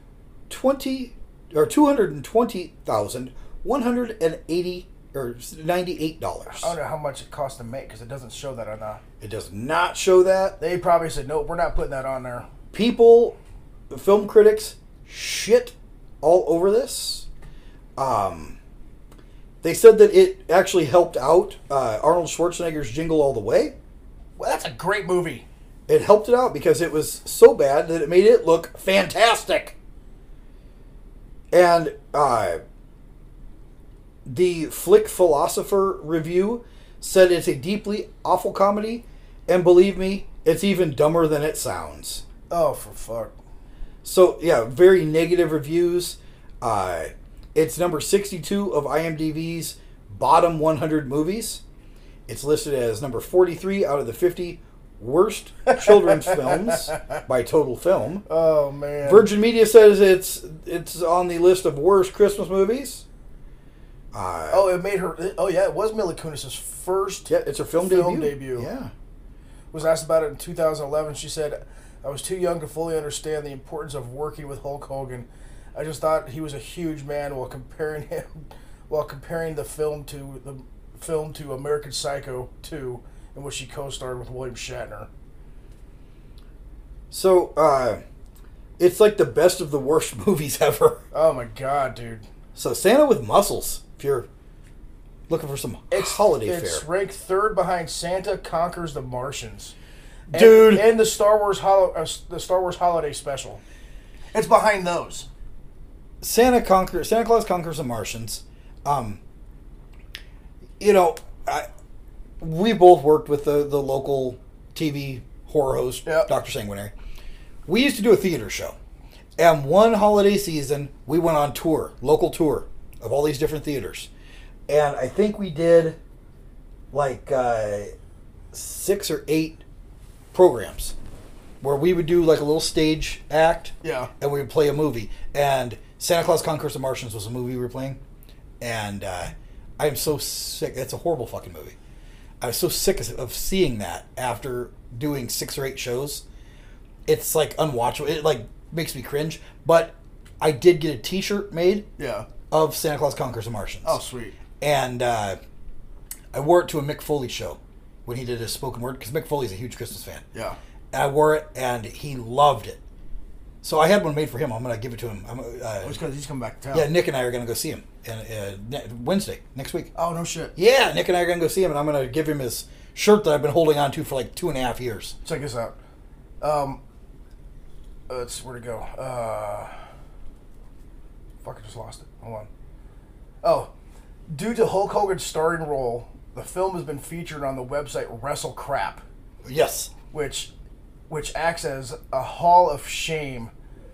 [SPEAKER 4] twenty or two hundred and twenty thousand one hundred and eighty or ninety-eight dollars.
[SPEAKER 5] I don't know how much it cost to make because it doesn't show that on uh, the.
[SPEAKER 4] It does not show that.
[SPEAKER 5] They probably said, nope, we're not putting that on there.
[SPEAKER 4] people, film critics, shit all over this. Um, they said that it actually helped out uh, Arnold Schwarzenegger's Jingle All the Way.
[SPEAKER 5] Well, that's a great movie.
[SPEAKER 4] It helped it out because it was so bad that it made it look fantastic. And uh, the Flick Philosopher review said it's a deeply awful comedy, and believe me, it's even dumber than it sounds.
[SPEAKER 5] Oh, for fuck.
[SPEAKER 4] So yeah, very negative reviews. Uh, it's number sixty-two of IMDb's bottom one hundred movies. It's listed as number forty-three out of the fifty worst children's films by total film.
[SPEAKER 5] [LAUGHS] Oh man.
[SPEAKER 4] Virgin Media says it's it's on the list of worst Christmas movies. Uh,
[SPEAKER 5] oh, it made her. Oh yeah, it was Mila Kunis' first.
[SPEAKER 4] Yeah, it's her film,
[SPEAKER 5] Film
[SPEAKER 4] debut.
[SPEAKER 5] debut.
[SPEAKER 4] Yeah.
[SPEAKER 5] Was asked about it in 2011. She said, "I was too young to fully understand the importance of working with Hulk Hogan. I just thought he was a huge man while comparing him, [LAUGHS] while comparing the film to the film to American Psycho 2, in which she co-starred with William Shatner."
[SPEAKER 4] So uh, it's like the best of the worst [LAUGHS] movies ever.
[SPEAKER 5] Oh my god, dude.
[SPEAKER 4] So Santa with muscles, if you're looking for some holiday
[SPEAKER 5] It's
[SPEAKER 4] fare.
[SPEAKER 5] ranked third behind Santa Conquers the Martians, And-
[SPEAKER 4] Dude.
[SPEAKER 5] and the Star Wars holo- uh, s- the Star Wars Holiday Special. It's behind those.
[SPEAKER 4] Santa conquers Santa Claus conquers the Martians. Um, you know, I, we both worked with the, the local TV horror host,
[SPEAKER 5] Yep.
[SPEAKER 4] Doctor Sanguinary. We used to do a theater show, and one holiday season we went on tour, local tour of all these different theaters, and I think we did like uh, six or eight programs where we would do like a little stage act
[SPEAKER 5] Yeah.
[SPEAKER 4] and we would play a movie. And Santa Claus Conquers the Martians was a movie we were playing. And uh, I am so sick. It's a horrible fucking movie. I was so sick of- of seeing that after doing six or eight shows. It's like unwatchable. It like makes me cringe. But I did get a T-shirt made
[SPEAKER 5] Yeah.
[SPEAKER 4] of Santa Claus Conquers the Martians.
[SPEAKER 5] Oh, sweet.
[SPEAKER 4] And uh, I wore it to a Mick Foley show when he did his spoken word because Mick Foley's a huge Christmas fan.
[SPEAKER 5] Yeah.
[SPEAKER 4] And I wore it, and he loved it. So I had one made for him. I'm gonna give it to him. I'm, uh,
[SPEAKER 5] It's because Oh, he's coming back to town.
[SPEAKER 4] yeah, Nick and I are gonna go see him and uh, ne- Wednesday next week.
[SPEAKER 5] Oh no shit.
[SPEAKER 4] Yeah, Nick and I are gonna go see him, and I'm gonna give him his shirt that I've been holding on to for like two and a half years.
[SPEAKER 5] Check this out. Um, uh, it's where to go. Uh, fuck, I just lost it. Hold on. Oh, due to Hulk Hogan's starring role, the film has been featured on the website Wrestle Crap.
[SPEAKER 4] Yes.
[SPEAKER 5] which which acts as a hall of shame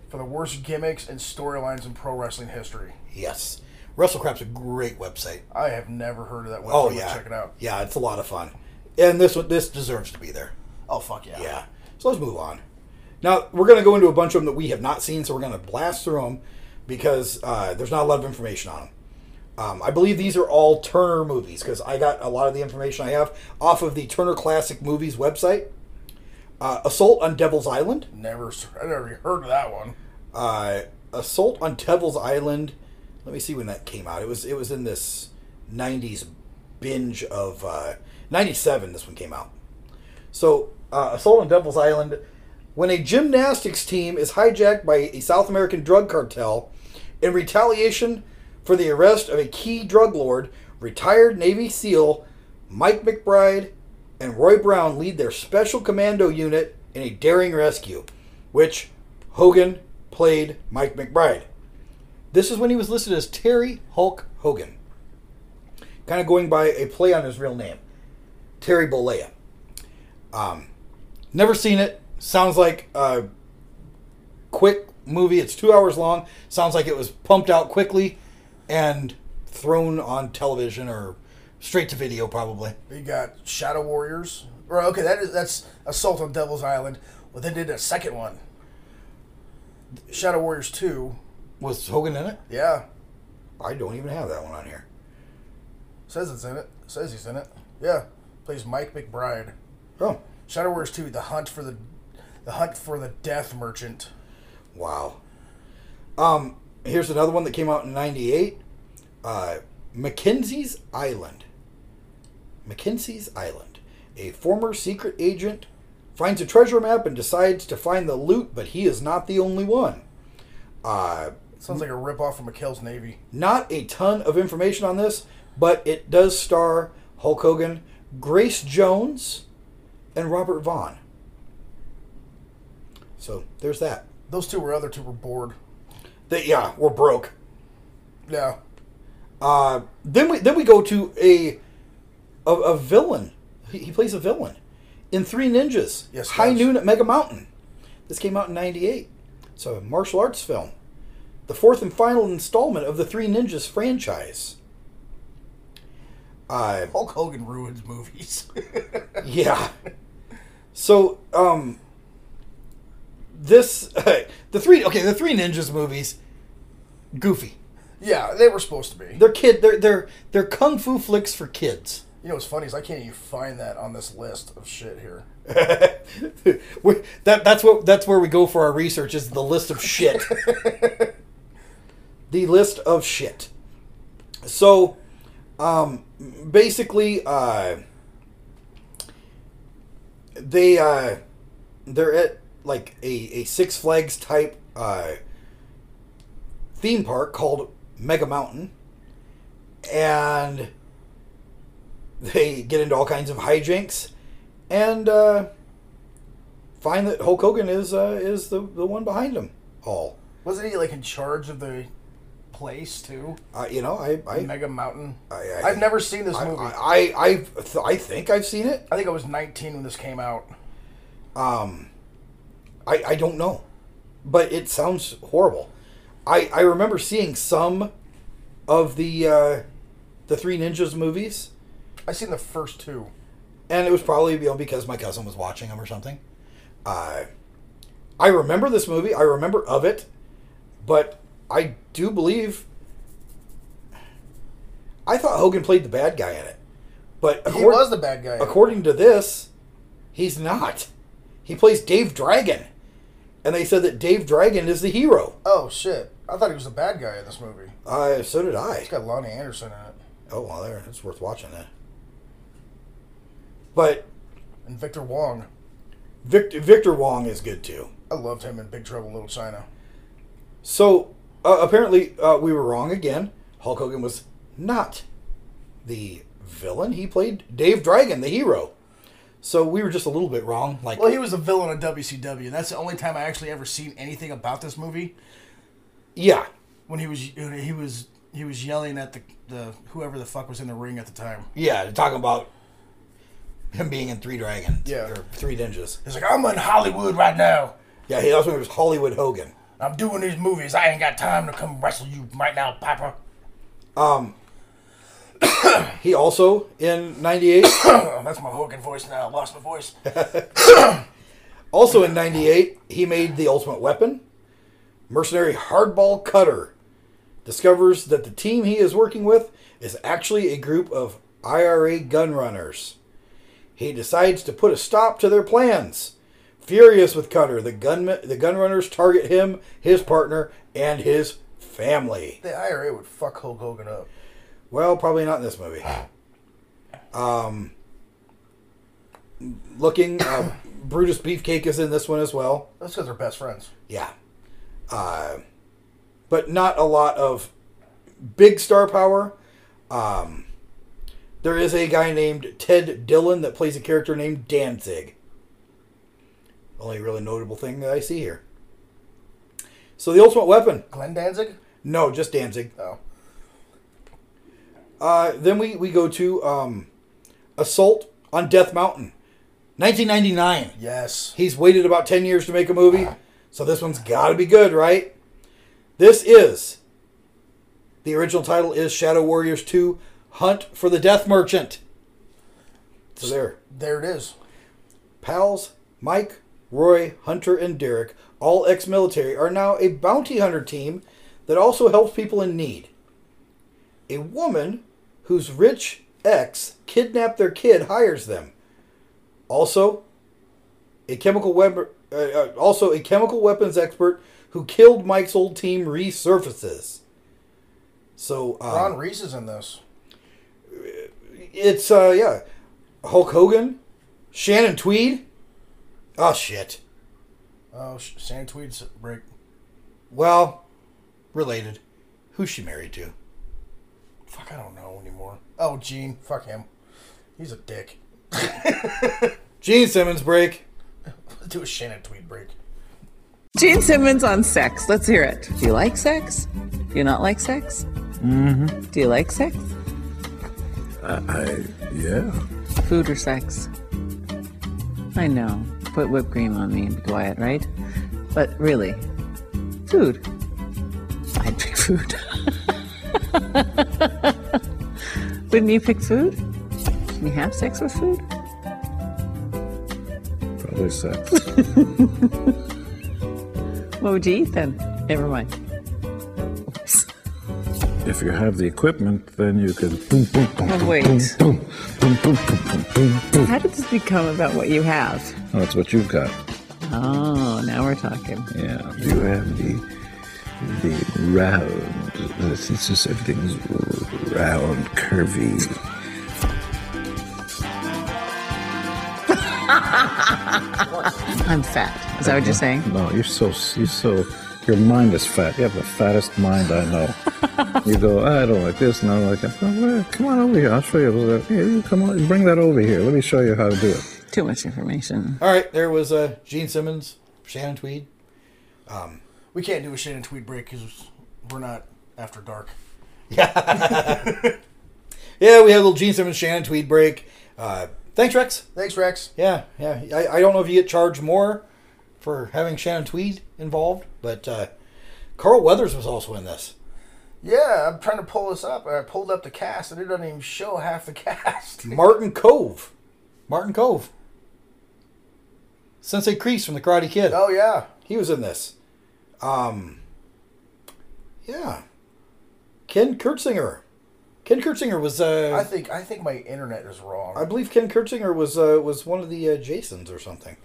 [SPEAKER 5] for the worst gimmicks and storylines in pro wrestling history.
[SPEAKER 4] Yes. WrestleCrap's a great website.
[SPEAKER 5] I have never heard of that website.
[SPEAKER 4] Oh
[SPEAKER 5] but
[SPEAKER 4] yeah,
[SPEAKER 5] check it out.
[SPEAKER 4] Yeah, it's a lot of fun, and this one this deserves to be there.
[SPEAKER 5] Oh fuck yeah.
[SPEAKER 4] Yeah. So let's move on. Now we're going to go into a bunch of them that we have not seen, so we're going to blast through them because uh, there's not a lot of information on them. Um, I believe these are all Turner movies because I got a lot of the information I have off of the Turner Classic Movies website. Uh, Assault on Devil's Island.
[SPEAKER 5] Never, s- I never even heard of that one.
[SPEAKER 4] Uh, Assault on Devil's Island. Let me see when that came out. It was it was in this '90s binge of uh, '97. This one came out. So, uh, Assault on Devil's Island. When a gymnastics team is hijacked by a South American drug cartel in retaliation for the arrest of a key drug lord, retired Navy SEAL Mike McBride and Roy Brown lead their special commando unit in a daring rescue, which Hogan played Mike McBride. This is when he was listed as Terry Hulk Hogan, kind of going by a play on his real name, Terry Bollea. Um, Never seen it. Sounds like a quick movie. It's two hours long. Sounds like it was pumped out quickly and thrown on television or straight to video, probably.
[SPEAKER 5] You got Shadow Warriors. Or okay, that is that's Assault on Devil's Island. Well, they did a second one. Shadow Warriors two.
[SPEAKER 4] Was Hogan in it?
[SPEAKER 5] Yeah,
[SPEAKER 4] I don't even have that one on here.
[SPEAKER 5] says it's in it. Says he's in it. Yeah, plays Mike McBride.
[SPEAKER 4] Oh,
[SPEAKER 5] Shadow Warriors two. The hunt for the, the hunt for the Death Merchant.
[SPEAKER 4] wow. Um, here's another one that came out in '98. Uh, Mackenzie's Island. Mackenzie's Island. A former secret agent finds a treasure map and decides to find the loot, but he is not the only one. Uh,
[SPEAKER 5] Sounds like a ripoff from McHale's Navy.
[SPEAKER 4] not a ton of information on this, but it does star Hulk Hogan, Grace Jones, and Robert Vaughn. So there's that.
[SPEAKER 5] Those two were other two were bored.
[SPEAKER 4] That yeah, we're broke.
[SPEAKER 5] Yeah,
[SPEAKER 4] Uh, then we then we go to a a, a villain. He, he plays a villain in Three Ninjas.
[SPEAKER 5] Yes, he
[SPEAKER 4] High
[SPEAKER 5] does.
[SPEAKER 4] Noon at Mega Mountain. This came out in '98. It's a martial arts film, the fourth and final installment of the Three Ninjas franchise. Uh,
[SPEAKER 5] Hulk Hogan ruins movies. [LAUGHS]
[SPEAKER 4] yeah. So, um, this [LAUGHS] the three okay the Three Ninjas movies, goofy.
[SPEAKER 5] yeah, they were supposed to be.
[SPEAKER 4] They're kid. They're they're they're kung fu flicks for kids.
[SPEAKER 5] You know what's funny is I can't even find that on this list of shit here.
[SPEAKER 4] we that that's what that's where we go for our research is the list of shit. the list of shit. So, um, basically, uh, they uh, they're at like a, a Six Flags type uh, theme park called Mega Mountain, and they get into all kinds of hijinks and uh, find that Hulk Hogan is uh, is the, the one behind him all.
[SPEAKER 5] Wasn't he like in charge of the place too?
[SPEAKER 4] Uh, you know, I I
[SPEAKER 5] Mega Mountain. I,
[SPEAKER 4] I-
[SPEAKER 5] have never seen this
[SPEAKER 4] I
[SPEAKER 5] movie. I,
[SPEAKER 4] I, I, I, th- I think I've seen it.
[SPEAKER 5] think I was 19 when this came out.
[SPEAKER 4] Um, I I don't know, but it sounds horrible. I I remember seeing some of the uh, the Three Ninjas movies,
[SPEAKER 5] I seen the first two.
[SPEAKER 4] and it was probably you know, because my cousin was watching them or something. Uh, I remember this movie. I remember of it, but I do believe I thought Hogan played the bad guy in it, but
[SPEAKER 5] He
[SPEAKER 4] accord-
[SPEAKER 5] was the bad guy.
[SPEAKER 4] according to this, he's not. He plays Dave Dragon, and they said that Dave Dragon is the hero.
[SPEAKER 5] oh shit! I thought he was the bad guy in this movie.
[SPEAKER 4] Uh, so did I.
[SPEAKER 5] It's got Lonnie Anderson in it
[SPEAKER 4] Oh well, there it's worth watching then. But
[SPEAKER 5] and Victor Wong.
[SPEAKER 4] Victor Victor Wong is good too.
[SPEAKER 5] I loved him in Big Trouble in Little China.
[SPEAKER 4] So uh, apparently, uh, we were wrong again. Hulk Hogan was not the villain. He played Dave Dragon, the hero. So we were just a little bit wrong. Like,
[SPEAKER 5] Well, he was a villain on WCW. That's the only time I actually ever seen anything about this movie.
[SPEAKER 4] yeah,
[SPEAKER 5] When he was when he was he was yelling at the the whoever the fuck was in the ring at the time.
[SPEAKER 4] yeah, talking about him being in Three Dragons,
[SPEAKER 5] Yeah.
[SPEAKER 4] or Three Ninjas.
[SPEAKER 5] He's like, I'm in Hollywood right now.
[SPEAKER 4] Yeah, he also was Hollywood Hogan.
[SPEAKER 5] I'm doing these movies. I ain't got time to come wrestle you right now, Papa.
[SPEAKER 4] Um, [COUGHS] He also in '98,
[SPEAKER 5] Oh, that's my Hogan voice now. I lost my voice.
[SPEAKER 4] [COUGHS] also in '98, he made the Ultimate Weapon. Mercenary Hardball Cutter discovers that the team he is working with is actually a group of IRA gun runners. He decides to put a stop to their plans. Furious with Cutter, the gun the gunrunners target him, his partner, and his family.
[SPEAKER 5] The IRA would fuck Hulk Hogan up.
[SPEAKER 4] Well, probably not in this movie. Um, looking,
[SPEAKER 5] [COUGHS]
[SPEAKER 4] uh, Brutus Beefcake is in this one as well.
[SPEAKER 5] That's because they're best friends.
[SPEAKER 4] Yeah, uh, but not a lot of big star power. Um, there is a guy named Ted Dillon that plays a character named Danzig. Only really notable thing that I see here. So the Ultimate Weapon,
[SPEAKER 5] Glenn Danzig?
[SPEAKER 4] no, just Danzig.
[SPEAKER 5] Oh.
[SPEAKER 4] Uh, then we, we go to um, Assault on Death Mountain, 1999.
[SPEAKER 5] Yes. Ah.
[SPEAKER 4] He's waited about 10 years to make a movie, so this one's got to be good, right? This is the original title is Shadow Warriors 2 Hunt for the Death Merchant. So there.
[SPEAKER 5] There it is.
[SPEAKER 4] Pals, Mike, Roy, Hunter, and Derek, all ex military, are now a bounty hunter team that also helps people in need. A woman whose rich ex kidnapped their kid hires them. Also, a chemical web, uh, uh, also a chemical weapons expert who killed Mike's old team resurfaces. So um,
[SPEAKER 5] Ron Reese is in this.
[SPEAKER 4] it's uh yeah, Hulk Hogan, Shannon Tweed. Oh shit.
[SPEAKER 5] Oh, sh- Sand Tweed's break.
[SPEAKER 4] Well, related. Who's she married to?
[SPEAKER 5] Fuck, I don't know anymore. Oh, Gene. Fuck him. He's a dick.
[SPEAKER 4] Gene Simmons break.
[SPEAKER 5] Let's do a Shannon Tweed break.
[SPEAKER 8] Gene Simmons on sex. Let's hear it. Do you like sex? Do you not like sex? Mm-hmm. Do you like sex?
[SPEAKER 9] Yeah.
[SPEAKER 8] Food or sex? I know. Put whipped cream on me and be quiet, right? But really, food. I'd pick food. [LAUGHS] Wouldn't you pick food? Can you have sex with food? [LAUGHS]
[SPEAKER 9] Probably sex.
[SPEAKER 8] What would you eat then? Never mind.
[SPEAKER 9] if you have the equipment, then you can. Boom, boom, boom,
[SPEAKER 8] Oh,
[SPEAKER 9] boom,
[SPEAKER 8] wait.
[SPEAKER 9] Boom, boom, boom, boom, boom, boom, boom.
[SPEAKER 8] How did this become about what you have?
[SPEAKER 9] That's what you've got.
[SPEAKER 8] Oh, now we're talking.
[SPEAKER 9] Yeah. You have the the round. The thesis, everything's round, curvy.
[SPEAKER 8] [LAUGHS] I'm fat. Is
[SPEAKER 9] Uh-huh.
[SPEAKER 8] that what you're saying?
[SPEAKER 9] No, you're so you're so your mind is fat. You have the fattest mind I
[SPEAKER 8] [LAUGHS]
[SPEAKER 9] know. you go, "Ah, I don't like this, and I don't like that. Well, well, come on over here. I'll show you. Well, Here, you come on, bring that over here. Let me show you how to do it.
[SPEAKER 8] Too much information.
[SPEAKER 4] All right, there was uh, Gene Simmons, Shannon Tweed. Um,
[SPEAKER 5] We can't do a Shannon Tweed break because we're not after dark.
[SPEAKER 4] Yeah, we had a little Gene Simmons, Shannon Tweed break. Uh, thanks, Rex.
[SPEAKER 5] Thanks, Rex.
[SPEAKER 4] Yeah, yeah. I, I don't know if you get charged more for having Shannon Tweed involved, but uh, Carl Weathers was also in this.
[SPEAKER 5] Yeah, I'm trying to pull this up. I pulled up the cast, and it doesn't even show half the cast.
[SPEAKER 4] Martin Cove. Martin Cove. Sensei Kreese from The Karate Kid.
[SPEAKER 5] Oh yeah,
[SPEAKER 4] He was in this. Um, yeah. Ken Kurtzinger. Ken Kurtzinger was,
[SPEAKER 5] I
[SPEAKER 4] uh,
[SPEAKER 5] think I think my internet is wrong.
[SPEAKER 4] I, believe Ken Kurtzinger was uh, was one of the uh, Jasons or something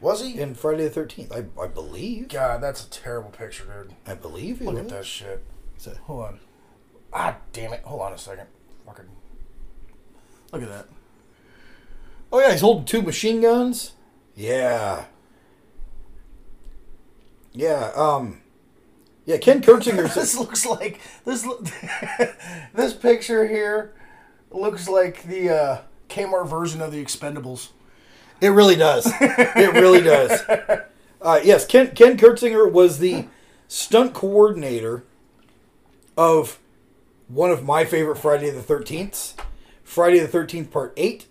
[SPEAKER 5] Was he?
[SPEAKER 4] in Friday the Thirteenth. I, I believe.
[SPEAKER 5] God, that's a terrible picture, dude.
[SPEAKER 4] I believe he
[SPEAKER 5] Look
[SPEAKER 4] was.
[SPEAKER 5] at that shit.
[SPEAKER 4] So-
[SPEAKER 5] Hold on. Ah, damn it. Hold on a second. Fucking. Look at that.
[SPEAKER 4] Oh yeah, he's holding two machine guns. Yeah. Yeah. Um. Yeah, Ken
[SPEAKER 5] [LAUGHS]
[SPEAKER 4] Kurtzinger's.
[SPEAKER 5] This looks like this. lo- [LAUGHS] this picture here looks like the uh, Kmart version of the Expendables.
[SPEAKER 4] It really does. It really
[SPEAKER 5] [LAUGHS]
[SPEAKER 4] does. Uh, yes, Ken, Ken Kurtzinger was the stunt coordinator of one of my favorite Friday the 13th, Friday the 13th Part 8,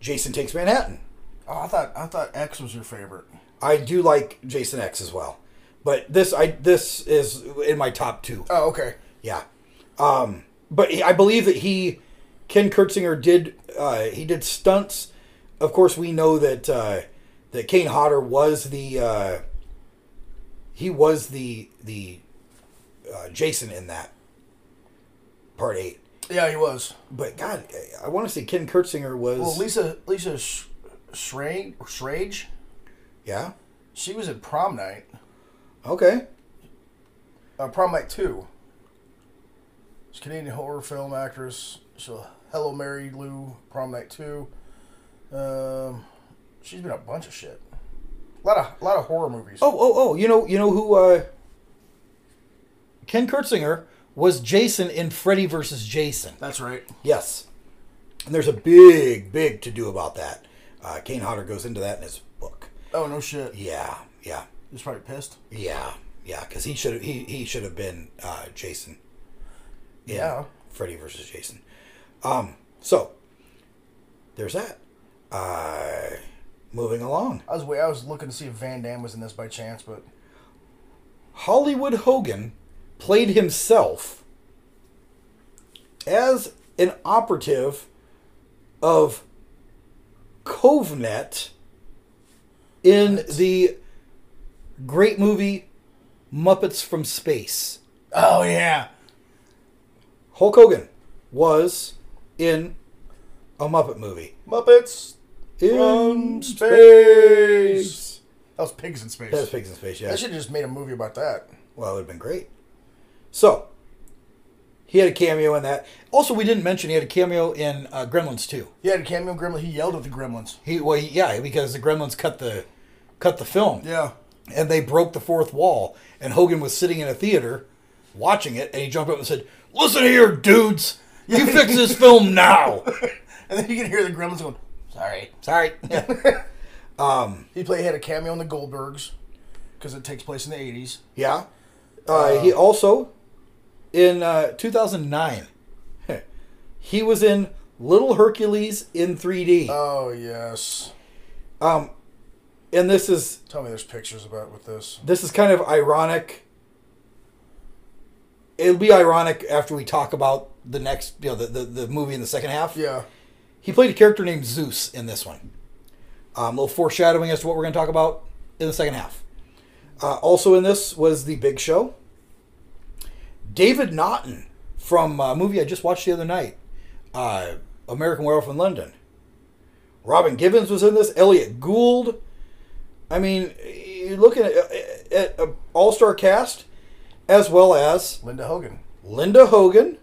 [SPEAKER 4] Jason Takes Manhattan.
[SPEAKER 5] Oh, I thought I thought X was your favorite.
[SPEAKER 4] I do like Jason X as well. But this I this is in my top 2.
[SPEAKER 5] Oh, okay.
[SPEAKER 4] Yeah. Um but he- I believe that he, Ken Kurtzinger did uh, he did stunts. Of course, we know that uh, that Kane Hodder was the uh, he was the the uh, Jason in that part eight.
[SPEAKER 5] Yeah, he was.
[SPEAKER 4] But God, I want to say Ken Kurtzinger was
[SPEAKER 5] Well, Lisa Lisa Sh- Schrage, Schrage,
[SPEAKER 4] yeah
[SPEAKER 5] she was at prom night,
[SPEAKER 4] okay
[SPEAKER 5] uh, prom night two. She's a Canadian horror film actress. So Hello Mary Lou, prom night two. Um, she's been in a bunch of shit. A lot of lot of horror movies.
[SPEAKER 4] oh oh oh you know you know who uh, Ken Kurtzinger was Jason in Freddy versus Jason.
[SPEAKER 5] that's right.
[SPEAKER 4] Yes. And there's a big, big to do about that. Uh, Kane Hodder goes into that in his book.
[SPEAKER 5] Oh no shit. He
[SPEAKER 4] Yeah, yeah,
[SPEAKER 5] was probably pissed.
[SPEAKER 4] yeah, yeah. Because he should he he should have been uh, Jason. in
[SPEAKER 5] Yeah.
[SPEAKER 4] Freddy versus Jason. Um. So there's that. Uh, moving along,
[SPEAKER 5] I was wa- I was looking to see if Van Damme was in this by chance, but
[SPEAKER 4] Hollywood Hogan played himself as an operative of Covenet in the great movie Muppets from Space.
[SPEAKER 5] oh yeah,
[SPEAKER 4] Hulk Hogan was in a Muppet movie.
[SPEAKER 5] Muppets
[SPEAKER 4] In
[SPEAKER 5] space. That was pigs in space.
[SPEAKER 4] That's Pigs in Space, yeah.
[SPEAKER 5] I should have just made a movie about that.
[SPEAKER 4] Well, it would have been great. So, he had a cameo in that. Also, we didn't mention he had a cameo in uh, Gremlins too.
[SPEAKER 5] He had a cameo in Gremlins. He yelled at the Gremlins.
[SPEAKER 4] He well, he- yeah, because the Gremlins cut the cut the film.
[SPEAKER 5] Yeah.
[SPEAKER 4] and they broke the fourth wall. And Hogan was sitting in a theater watching it, and he jumped up and said, "Listen here, dudes, you fix this film
[SPEAKER 5] [LAUGHS]
[SPEAKER 4] now."
[SPEAKER 5] And then you can hear the Gremlins going, sorry.
[SPEAKER 4] [LAUGHS] Sorry. Um,
[SPEAKER 5] He played, had a cameo in the Goldbergs because it takes place in the 80s.
[SPEAKER 4] yeah. Uh, he also in uh, 2009 [LAUGHS] he was in Little Hercules in 3D.
[SPEAKER 5] Oh, yes.
[SPEAKER 4] um, and this is
[SPEAKER 5] Tell me there's pictures about with this.
[SPEAKER 4] this is kind of ironic. It'll be ironic after we talk about the next, you know, the, the, the movie in the second half.
[SPEAKER 5] Yeah.
[SPEAKER 4] He played a character named Zeus in this one. Um, a little foreshadowing as to what we're going to talk about in the second half. Uh, also in this was The Big Show. David Naughton from uh, a movie I just watched the other night, uh, American Werewolf in London. Robin Gibbons was in this. Elliot Gould. I mean, you're looking at, at an all star cast, as well as
[SPEAKER 5] Linda Hogan.
[SPEAKER 4] Linda Hogan,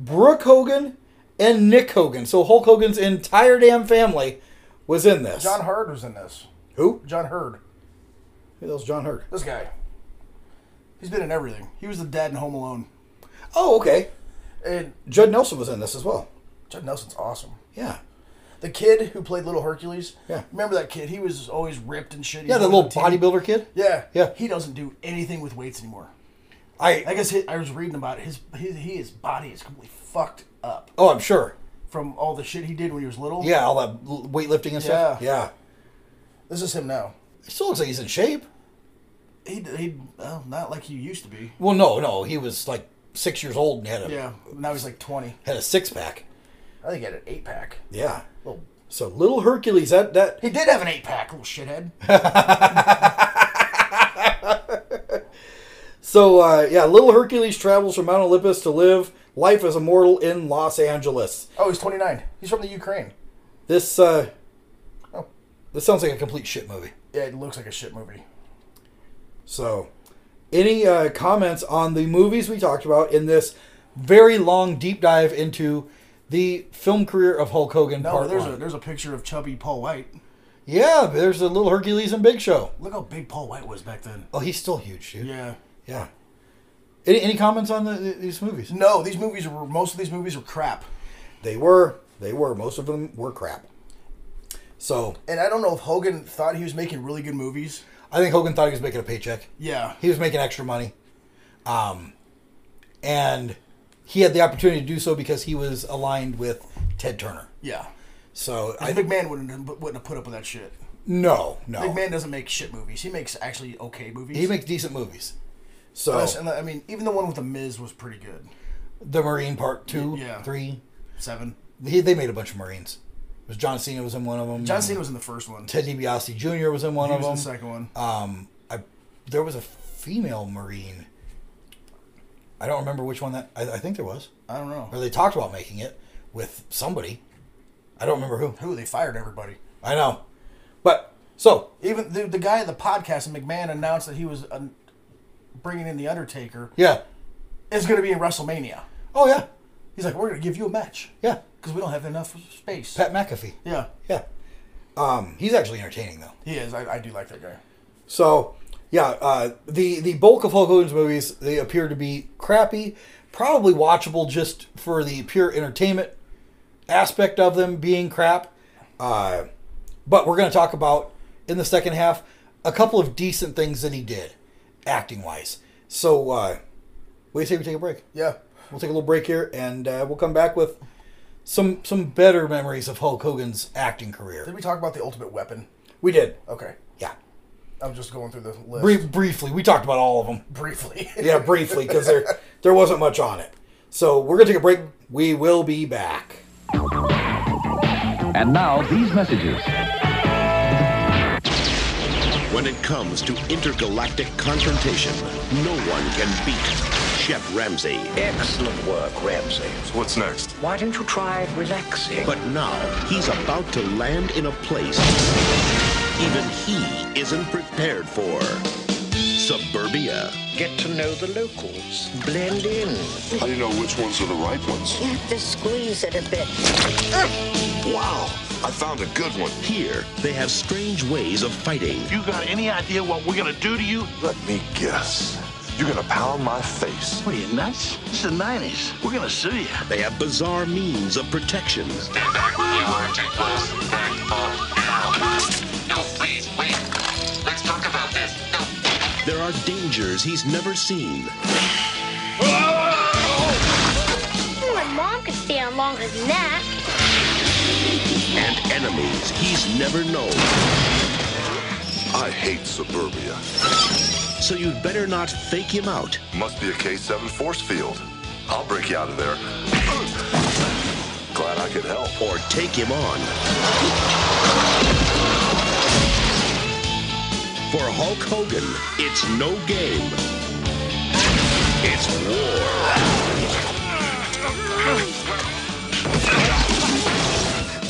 [SPEAKER 4] Brooke Hogan, and Nick Hogan. So Hulk Hogan's entire damn family was in this.
[SPEAKER 5] John Hurd was in this.
[SPEAKER 4] Who?
[SPEAKER 5] John Hurd.
[SPEAKER 4] Who the hell's John Hurt?
[SPEAKER 5] This guy. He's been in everything. He was the dad in Home Alone.
[SPEAKER 4] Oh, okay.
[SPEAKER 5] And
[SPEAKER 4] Judd Nelson was in this as well.
[SPEAKER 5] Judd Nelson's awesome.
[SPEAKER 4] Yeah.
[SPEAKER 5] The kid who played Little Hercules.
[SPEAKER 4] Yeah.
[SPEAKER 5] Remember that kid? He was always ripped and shit. He
[SPEAKER 4] Yeah, the
[SPEAKER 5] was
[SPEAKER 4] little
[SPEAKER 5] on team.
[SPEAKER 4] bodybuilder kid.
[SPEAKER 5] Yeah.
[SPEAKER 4] Yeah.
[SPEAKER 5] He doesn't do anything with weights anymore. I
[SPEAKER 4] I
[SPEAKER 5] guess he, I was reading about it. His, his he, his body is completely fucked up
[SPEAKER 4] oh, I'm sure.
[SPEAKER 5] from all the shit he did when he was little.
[SPEAKER 4] Yeah, all that l- weightlifting and stuff.
[SPEAKER 5] Yeah.
[SPEAKER 4] Yeah.
[SPEAKER 5] This is him now.
[SPEAKER 4] He still looks like he's in shape.
[SPEAKER 5] He he well, not like he used to be.
[SPEAKER 4] Well, no, no, he was like six years old and had a
[SPEAKER 5] Yeah. Now he's like twenty.
[SPEAKER 4] had a six pack.
[SPEAKER 5] I think he had an eight pack.
[SPEAKER 4] Yeah.
[SPEAKER 5] Little.
[SPEAKER 4] So little Hercules, that that
[SPEAKER 5] He did have an eight pack, little shithead.
[SPEAKER 4] So uh, yeah, little Hercules travels from Mount Olympus to live life as a mortal in Los Angeles.
[SPEAKER 5] Oh, he's twenty nine. He's from the Ukraine.
[SPEAKER 4] This uh,
[SPEAKER 5] Oh.
[SPEAKER 4] this sounds like a complete shit movie.
[SPEAKER 5] Yeah, it looks like a shit movie.
[SPEAKER 4] So, any uh, comments on the movies we talked about in this very long deep dive into the film career of Hulk Hogan?
[SPEAKER 5] No,
[SPEAKER 4] part
[SPEAKER 5] there's
[SPEAKER 4] one.
[SPEAKER 5] a there's a picture of chubby Paul White.
[SPEAKER 4] yeah, there's a little Hercules and Big Show.
[SPEAKER 5] Look how big Paul White was back then.
[SPEAKER 4] Oh, he's still huge, dude.
[SPEAKER 5] Yeah.
[SPEAKER 4] Yeah. Any, any comments on the, these movies?
[SPEAKER 5] No, these movies were most of these movies were crap.
[SPEAKER 4] They were, they were. Most of them were crap. So
[SPEAKER 5] And I don't know if Hogan thought he was making really good movies.
[SPEAKER 4] I think Hogan thought he was making a paycheck.
[SPEAKER 5] Yeah.
[SPEAKER 4] he was making extra money um, and he had the opportunity to do so because he was aligned with ted turner
[SPEAKER 5] Yeah.
[SPEAKER 4] so i
[SPEAKER 5] I think McMahon wouldn't have, wouldn't have put up with that shit.
[SPEAKER 4] no no
[SPEAKER 5] McMahon doesn't make shit movies. He makes actually okay movies.
[SPEAKER 4] he makes decent movies so
[SPEAKER 5] Unless- and I mean, even the one with the Miz was pretty good.
[SPEAKER 4] the Marine part two,
[SPEAKER 5] Yeah.
[SPEAKER 4] three.
[SPEAKER 5] Seven.
[SPEAKER 4] He, they made a bunch of Marines. It was John Cena was in one of them.
[SPEAKER 5] John Cena was in the first one.
[SPEAKER 4] Ted DiBiase Jr. was in one
[SPEAKER 5] He
[SPEAKER 4] of
[SPEAKER 5] was in
[SPEAKER 4] them.
[SPEAKER 5] the second one.
[SPEAKER 4] Um, I there was a female Marine. I don't remember which one that I, I think there was,
[SPEAKER 5] I don't
[SPEAKER 4] or
[SPEAKER 5] know.
[SPEAKER 4] they talked about making it with somebody. I don't remember who.
[SPEAKER 5] Who they fired everybody.
[SPEAKER 4] I know, but so
[SPEAKER 5] Even the, the guy at the podcast, McMahon, announced that he was uh, bringing in the Undertaker.
[SPEAKER 4] yeah.
[SPEAKER 5] Is going to be in WrestleMania.
[SPEAKER 4] Oh yeah,
[SPEAKER 5] He's like, we're going to give you a match
[SPEAKER 4] yeah.
[SPEAKER 5] because we don't have enough space.
[SPEAKER 4] Pat McAfee.
[SPEAKER 5] Yeah,
[SPEAKER 4] Yeah. Um, he's actually entertaining though.
[SPEAKER 5] he is. I, I do like that guy.
[SPEAKER 4] So, yeah, uh, the the bulk of Hulk Hogan's movies they appear to be crappy, probably watchable just for the pure entertainment aspect of them being crap. Uh, but we're going to talk about in the second half a couple of decent things that he did, acting wise. So, uh, what do you say we take a break?
[SPEAKER 5] Yeah.
[SPEAKER 4] We'll take a little break here, and uh, we'll come back with some some better memories of Hulk Hogan's acting
[SPEAKER 5] Did
[SPEAKER 4] career.
[SPEAKER 5] we talk about the Ultimate Weapon?
[SPEAKER 4] We did,
[SPEAKER 5] Okay.
[SPEAKER 4] yeah.
[SPEAKER 5] I'm just going through the list
[SPEAKER 4] Brief, briefly, we talked about all of them.
[SPEAKER 5] briefly.
[SPEAKER 4] yeah, briefly, because there there wasn't much on it. So we're gonna take a break. We will be back.
[SPEAKER 10] And now these messages.
[SPEAKER 11] When it comes to intergalactic confrontation, no one can beat Chef Ramsay.
[SPEAKER 10] Excellent work, Ramsey.
[SPEAKER 11] What's next?
[SPEAKER 10] Why don't you try relaxing?
[SPEAKER 11] But now he's about to land in a place even he isn't prepared for. Suburbia.
[SPEAKER 10] get to know the locals. Blend in.
[SPEAKER 11] How do you know which ones are the right ones?
[SPEAKER 12] You have to squeeze it a bit.
[SPEAKER 11] Wow, I found a good one. Here, they have strange ways of fighting.
[SPEAKER 10] You got any idea what we're gonna do to you?
[SPEAKER 11] Let me guess. You're gonna pound my face.
[SPEAKER 10] What are you nuts? It's the 90s. We're gonna sue you.
[SPEAKER 11] They have bizarre means of protection. There are dangers he's never seen. Ah!
[SPEAKER 12] My mom could stay on longer than that.
[SPEAKER 11] and enemies he's never known. I hate suburbia. So you'd better not fake him out. Must be a K7 force field. I'll break you out of there. Glad I could help. Or take him on. For Hulk Hogan, it's no game. It's war.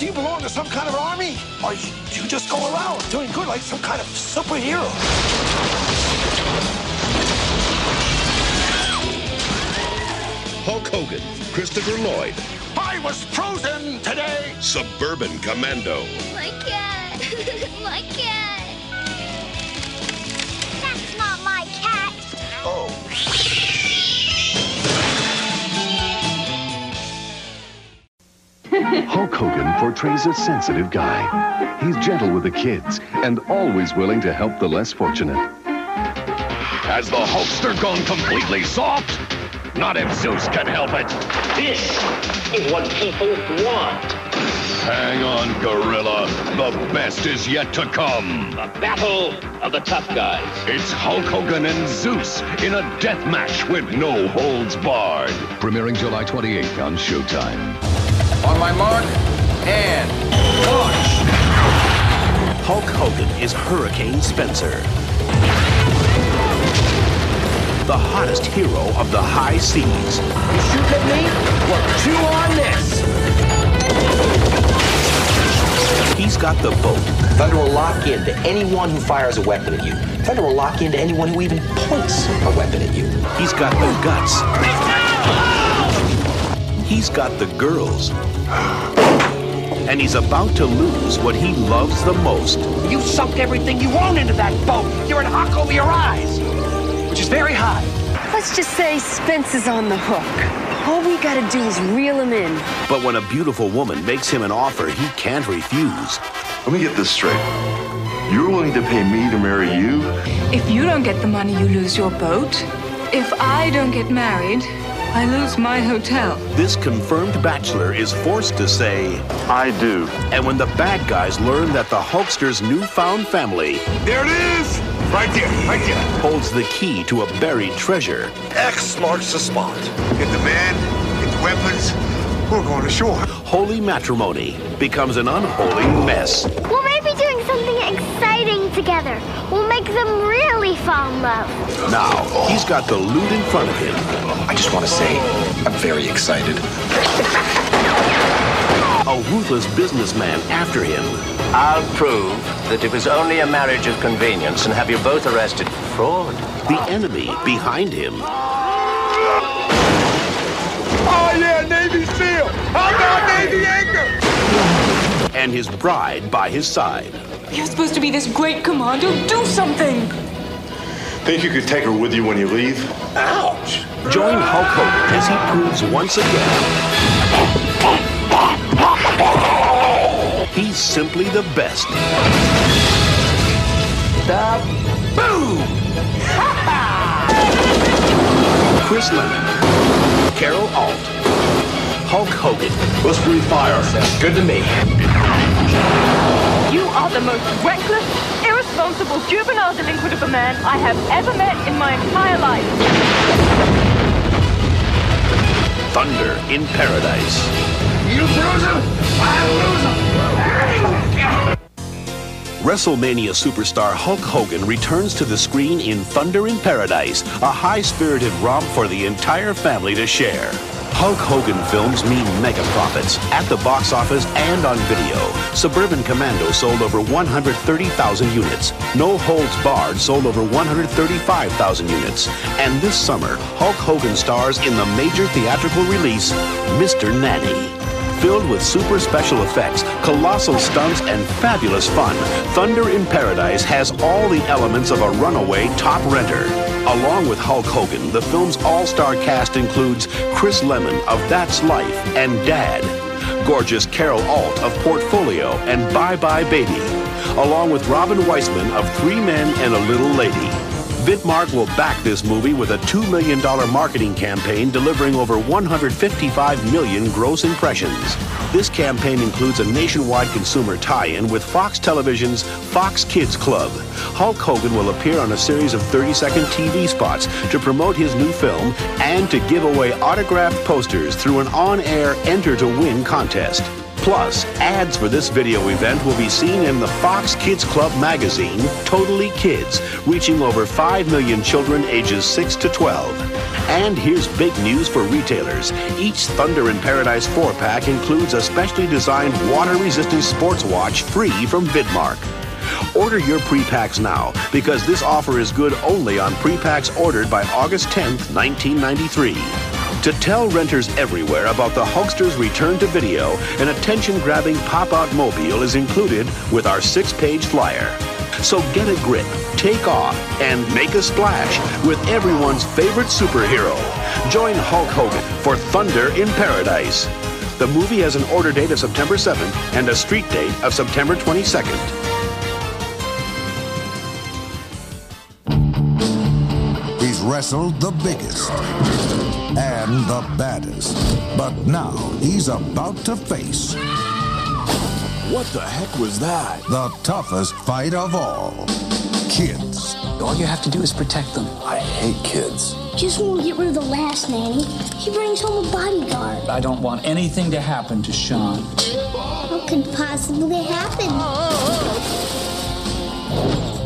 [SPEAKER 10] Do you belong to some kind of army? Or you, you just go around doing good like some kind of superhero?
[SPEAKER 11] Hulk Hogan, Christopher Lloyd,
[SPEAKER 10] I was frozen today!
[SPEAKER 11] Suburban Commando.
[SPEAKER 12] My cat. [LAUGHS] my cat. That's not my cat.
[SPEAKER 11] [LAUGHS] Hulk Hogan portrays a sensitive guy. He's gentle with the kids and always willing to help the less fortunate. Has the Hulkster gone completely soft? Not if Zeus can help it.
[SPEAKER 10] This is what people want.
[SPEAKER 11] Hang on, Gorilla. The best is yet to come.
[SPEAKER 10] A battle of the tough guys.
[SPEAKER 11] It's Hulk Hogan and Zeus in a death match with no holds barred. Premiering July 28th on Showtime.
[SPEAKER 10] On my mark, and launch!
[SPEAKER 11] Hulk Hogan is Hurricane Spencer. The hottest hero of the high seas.
[SPEAKER 10] You shoot at me? Well, chew on this!
[SPEAKER 11] He's got the boat.
[SPEAKER 10] Thunder will lock into anyone who fires a weapon at you. Thunder will lock into anyone who even points a weapon at you.
[SPEAKER 11] He's got the guts. He's got the girls. And he's about to lose what he loves the most.
[SPEAKER 10] You sucked everything you own into that boat. You're in hock over your eyes, which is very high.
[SPEAKER 12] Let's just say Spence is on the hook. All we gotta do is reel him in.
[SPEAKER 11] But when a beautiful woman makes him an offer he can't refuse,
[SPEAKER 13] Let me get this straight. You're willing to pay me to marry you?
[SPEAKER 12] If you don't get the money, you lose your boat. If I don't get married, I lose my hotel.
[SPEAKER 11] this confirmed bachelor is forced to say,
[SPEAKER 13] I do.
[SPEAKER 11] And when the bad guys learn that the Hulkster's newfound family
[SPEAKER 13] There it is!
[SPEAKER 11] Right there, right there. Holds the key to a buried treasure. X marks the spot. Get the man, get the weapons. We're going ashore. Holy matrimony becomes an unholy mess.
[SPEAKER 12] We'll maybe doing something exciting together. We'll make them really fall in love.
[SPEAKER 11] Now, he's got the loot in front of him. I just want to say, I'm very excited. A ruthless businessman after him.
[SPEAKER 14] I'll prove that it was only a marriage of convenience and have you both arrested for fraud.
[SPEAKER 11] The enemy behind him.
[SPEAKER 15] Oh yeah, Navy SEAL! How about Navy Anchor?
[SPEAKER 11] And his bride by his side.
[SPEAKER 16] You're supposed to be this great commander. Do something!
[SPEAKER 11] Think you could take her with you when you leave? Ouch! Join Hulk Hogan as he proves once again he's simply the best. The Boom! Chris Lennon, Carol Alt, Hulk Hogan. Whispery fire. Good to me.
[SPEAKER 17] You are the most reckless, irresponsible juvenile delinquent of a man I have ever met in my entire life.
[SPEAKER 11] Thunder in Paradise.
[SPEAKER 15] You bruiser! I
[SPEAKER 11] WrestleMania superstar Hulk Hogan returns to the screen in Thunder in Paradise, a high spirited romp for the entire family to share. Hulk Hogan films mean mega profits at the box office and on video. Suburban Commando sold over 130,000 units. No Holds Barred sold over 135,000 units. And this summer, Hulk Hogan stars in the major theatrical release, Mr. Nanny. Filled with super special effects, colossal stunts, and fabulous fun, Thunder in Paradise has all the elements of a runaway top renter. Along with Hulk Hogan, the film's all star cast includes Chris Lemon of That's Life and Dad, gorgeous Carol Alt of Portfolio and Bye Bye Baby, along with Robin Weisman of Three Men and a Little Lady. Vidmark will back this movie with a $2 million marketing campaign delivering over 155 million gross impressions. This campaign includes a nationwide consumer tie in with Fox Television's Fox Kids Club. Hulk Hogan will appear on a series of 30 second TV spots to promote his new film and to give away autographed posters through an on air enter to win contest. Plus, ads for this video event will be seen in the Fox Kids Club magazine, Totally Kids, reaching over 5 million children ages 6 to 12. And here's big news for retailers. Each Thunder in Paradise 4 pack includes a specially designed water resistant sports watch free from Vidmark. Order your prepacks now because this offer is good only on prepacks ordered by August 10th, 1993. To tell renters everywhere about the Hulkster's return to video, an attention grabbing pop out mobile is included with our six page flyer. So get a grip, take off, and make a splash with everyone's favorite superhero. Join Hulk Hogan for Thunder in Paradise. The movie has an order date of September 7th and a street date of September 22nd.
[SPEAKER 10] He's wrestled the biggest and the baddest. But now he's about to face
[SPEAKER 18] What the heck was that?
[SPEAKER 10] the toughest fight of all kids.
[SPEAKER 19] All you have to do is protect them. I hate kids.
[SPEAKER 12] Just want to get rid of the last nanny. He brings home a bodyguard.
[SPEAKER 19] I don't want anything to happen to Sean.
[SPEAKER 12] What could possibly happen?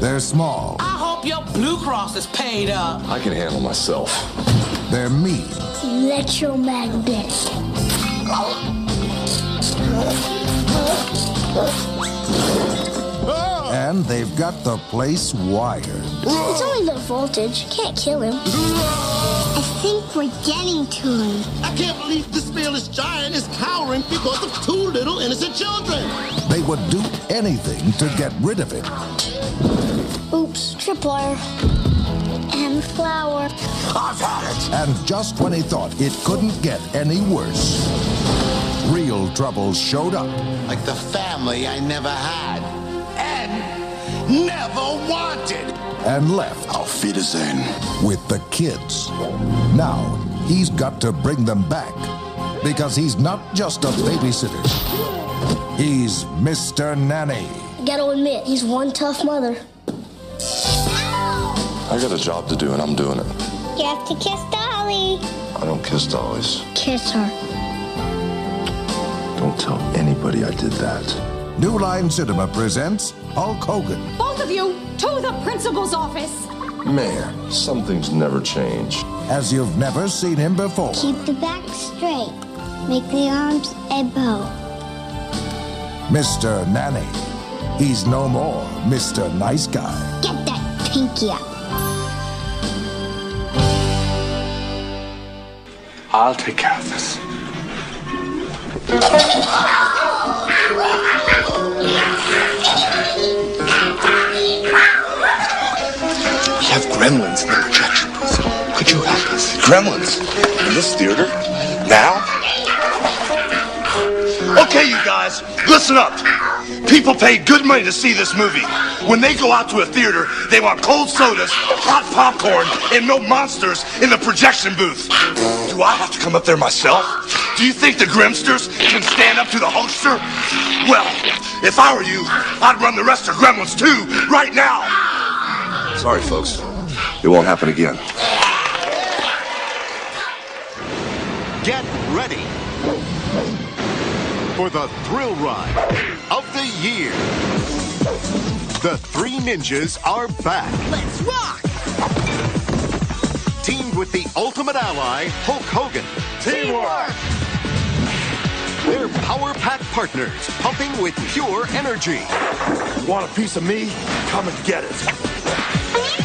[SPEAKER 10] They're small,
[SPEAKER 20] I hope your Blue Cross is paid up.
[SPEAKER 10] I can handle myself. They're mean,
[SPEAKER 12] Electromagnet.
[SPEAKER 10] and they've got the place wired.
[SPEAKER 12] It's only low voltage. Can't kill him. I think we're getting to him.
[SPEAKER 15] I can't believe this fearless giant is cowering because of two little innocent children.
[SPEAKER 10] They would do anything to get rid of it.
[SPEAKER 12] Oops, tripwire. And flour. I've had it.
[SPEAKER 10] And just when he thought it couldn't get any worse, real trouble showed up. Like the family I never had and never wanted. And left. Auf Wiedersehen. With the kids. Now, he's got to bring them back because he's not just a babysitter, he's Mr. Nanny.
[SPEAKER 12] Gotta admit, he's one tough mother.
[SPEAKER 21] I got a job to do and I'm doing it.
[SPEAKER 12] You have to kiss Dolly.
[SPEAKER 21] I don't kiss dollies.
[SPEAKER 12] Kiss her.
[SPEAKER 21] Don't tell anybody I did that.
[SPEAKER 10] New Line Cinema presents Hulk Hogan.
[SPEAKER 22] Both of you to the principal's office.
[SPEAKER 21] Man, some things never change.
[SPEAKER 10] As you've never seen him before.
[SPEAKER 12] Keep the back straight. Make the arms a bow.
[SPEAKER 10] Mr. Nanny. He's no more Mr. Nice Guy.
[SPEAKER 12] Get that pinky up.
[SPEAKER 23] I'll take care of this.
[SPEAKER 24] We have gremlins in the projection booth. Could you help us? Gremlins? In this theater? Now?
[SPEAKER 25] Okay, you guys, listen up. People pay good money to see this movie. When they go out to a theater, they want cold sodas, hot popcorn, and no monsters in the projection booth. Do I have to come up there myself? Do you think the Grimsters can stand up to the Hulkster? Well, if I were you, I'd run the rest of Gremlins too, right now.
[SPEAKER 21] Sorry, folks. It won't happen again.
[SPEAKER 26] Get ready for the thrill ride of the year. The Three Ninjas are back. Let's rock! Teamed with the ultimate ally, Hulk Hogan. Teamwork! They're power pack partners, pumping with pure energy.
[SPEAKER 25] Want a piece of me? Come and get it.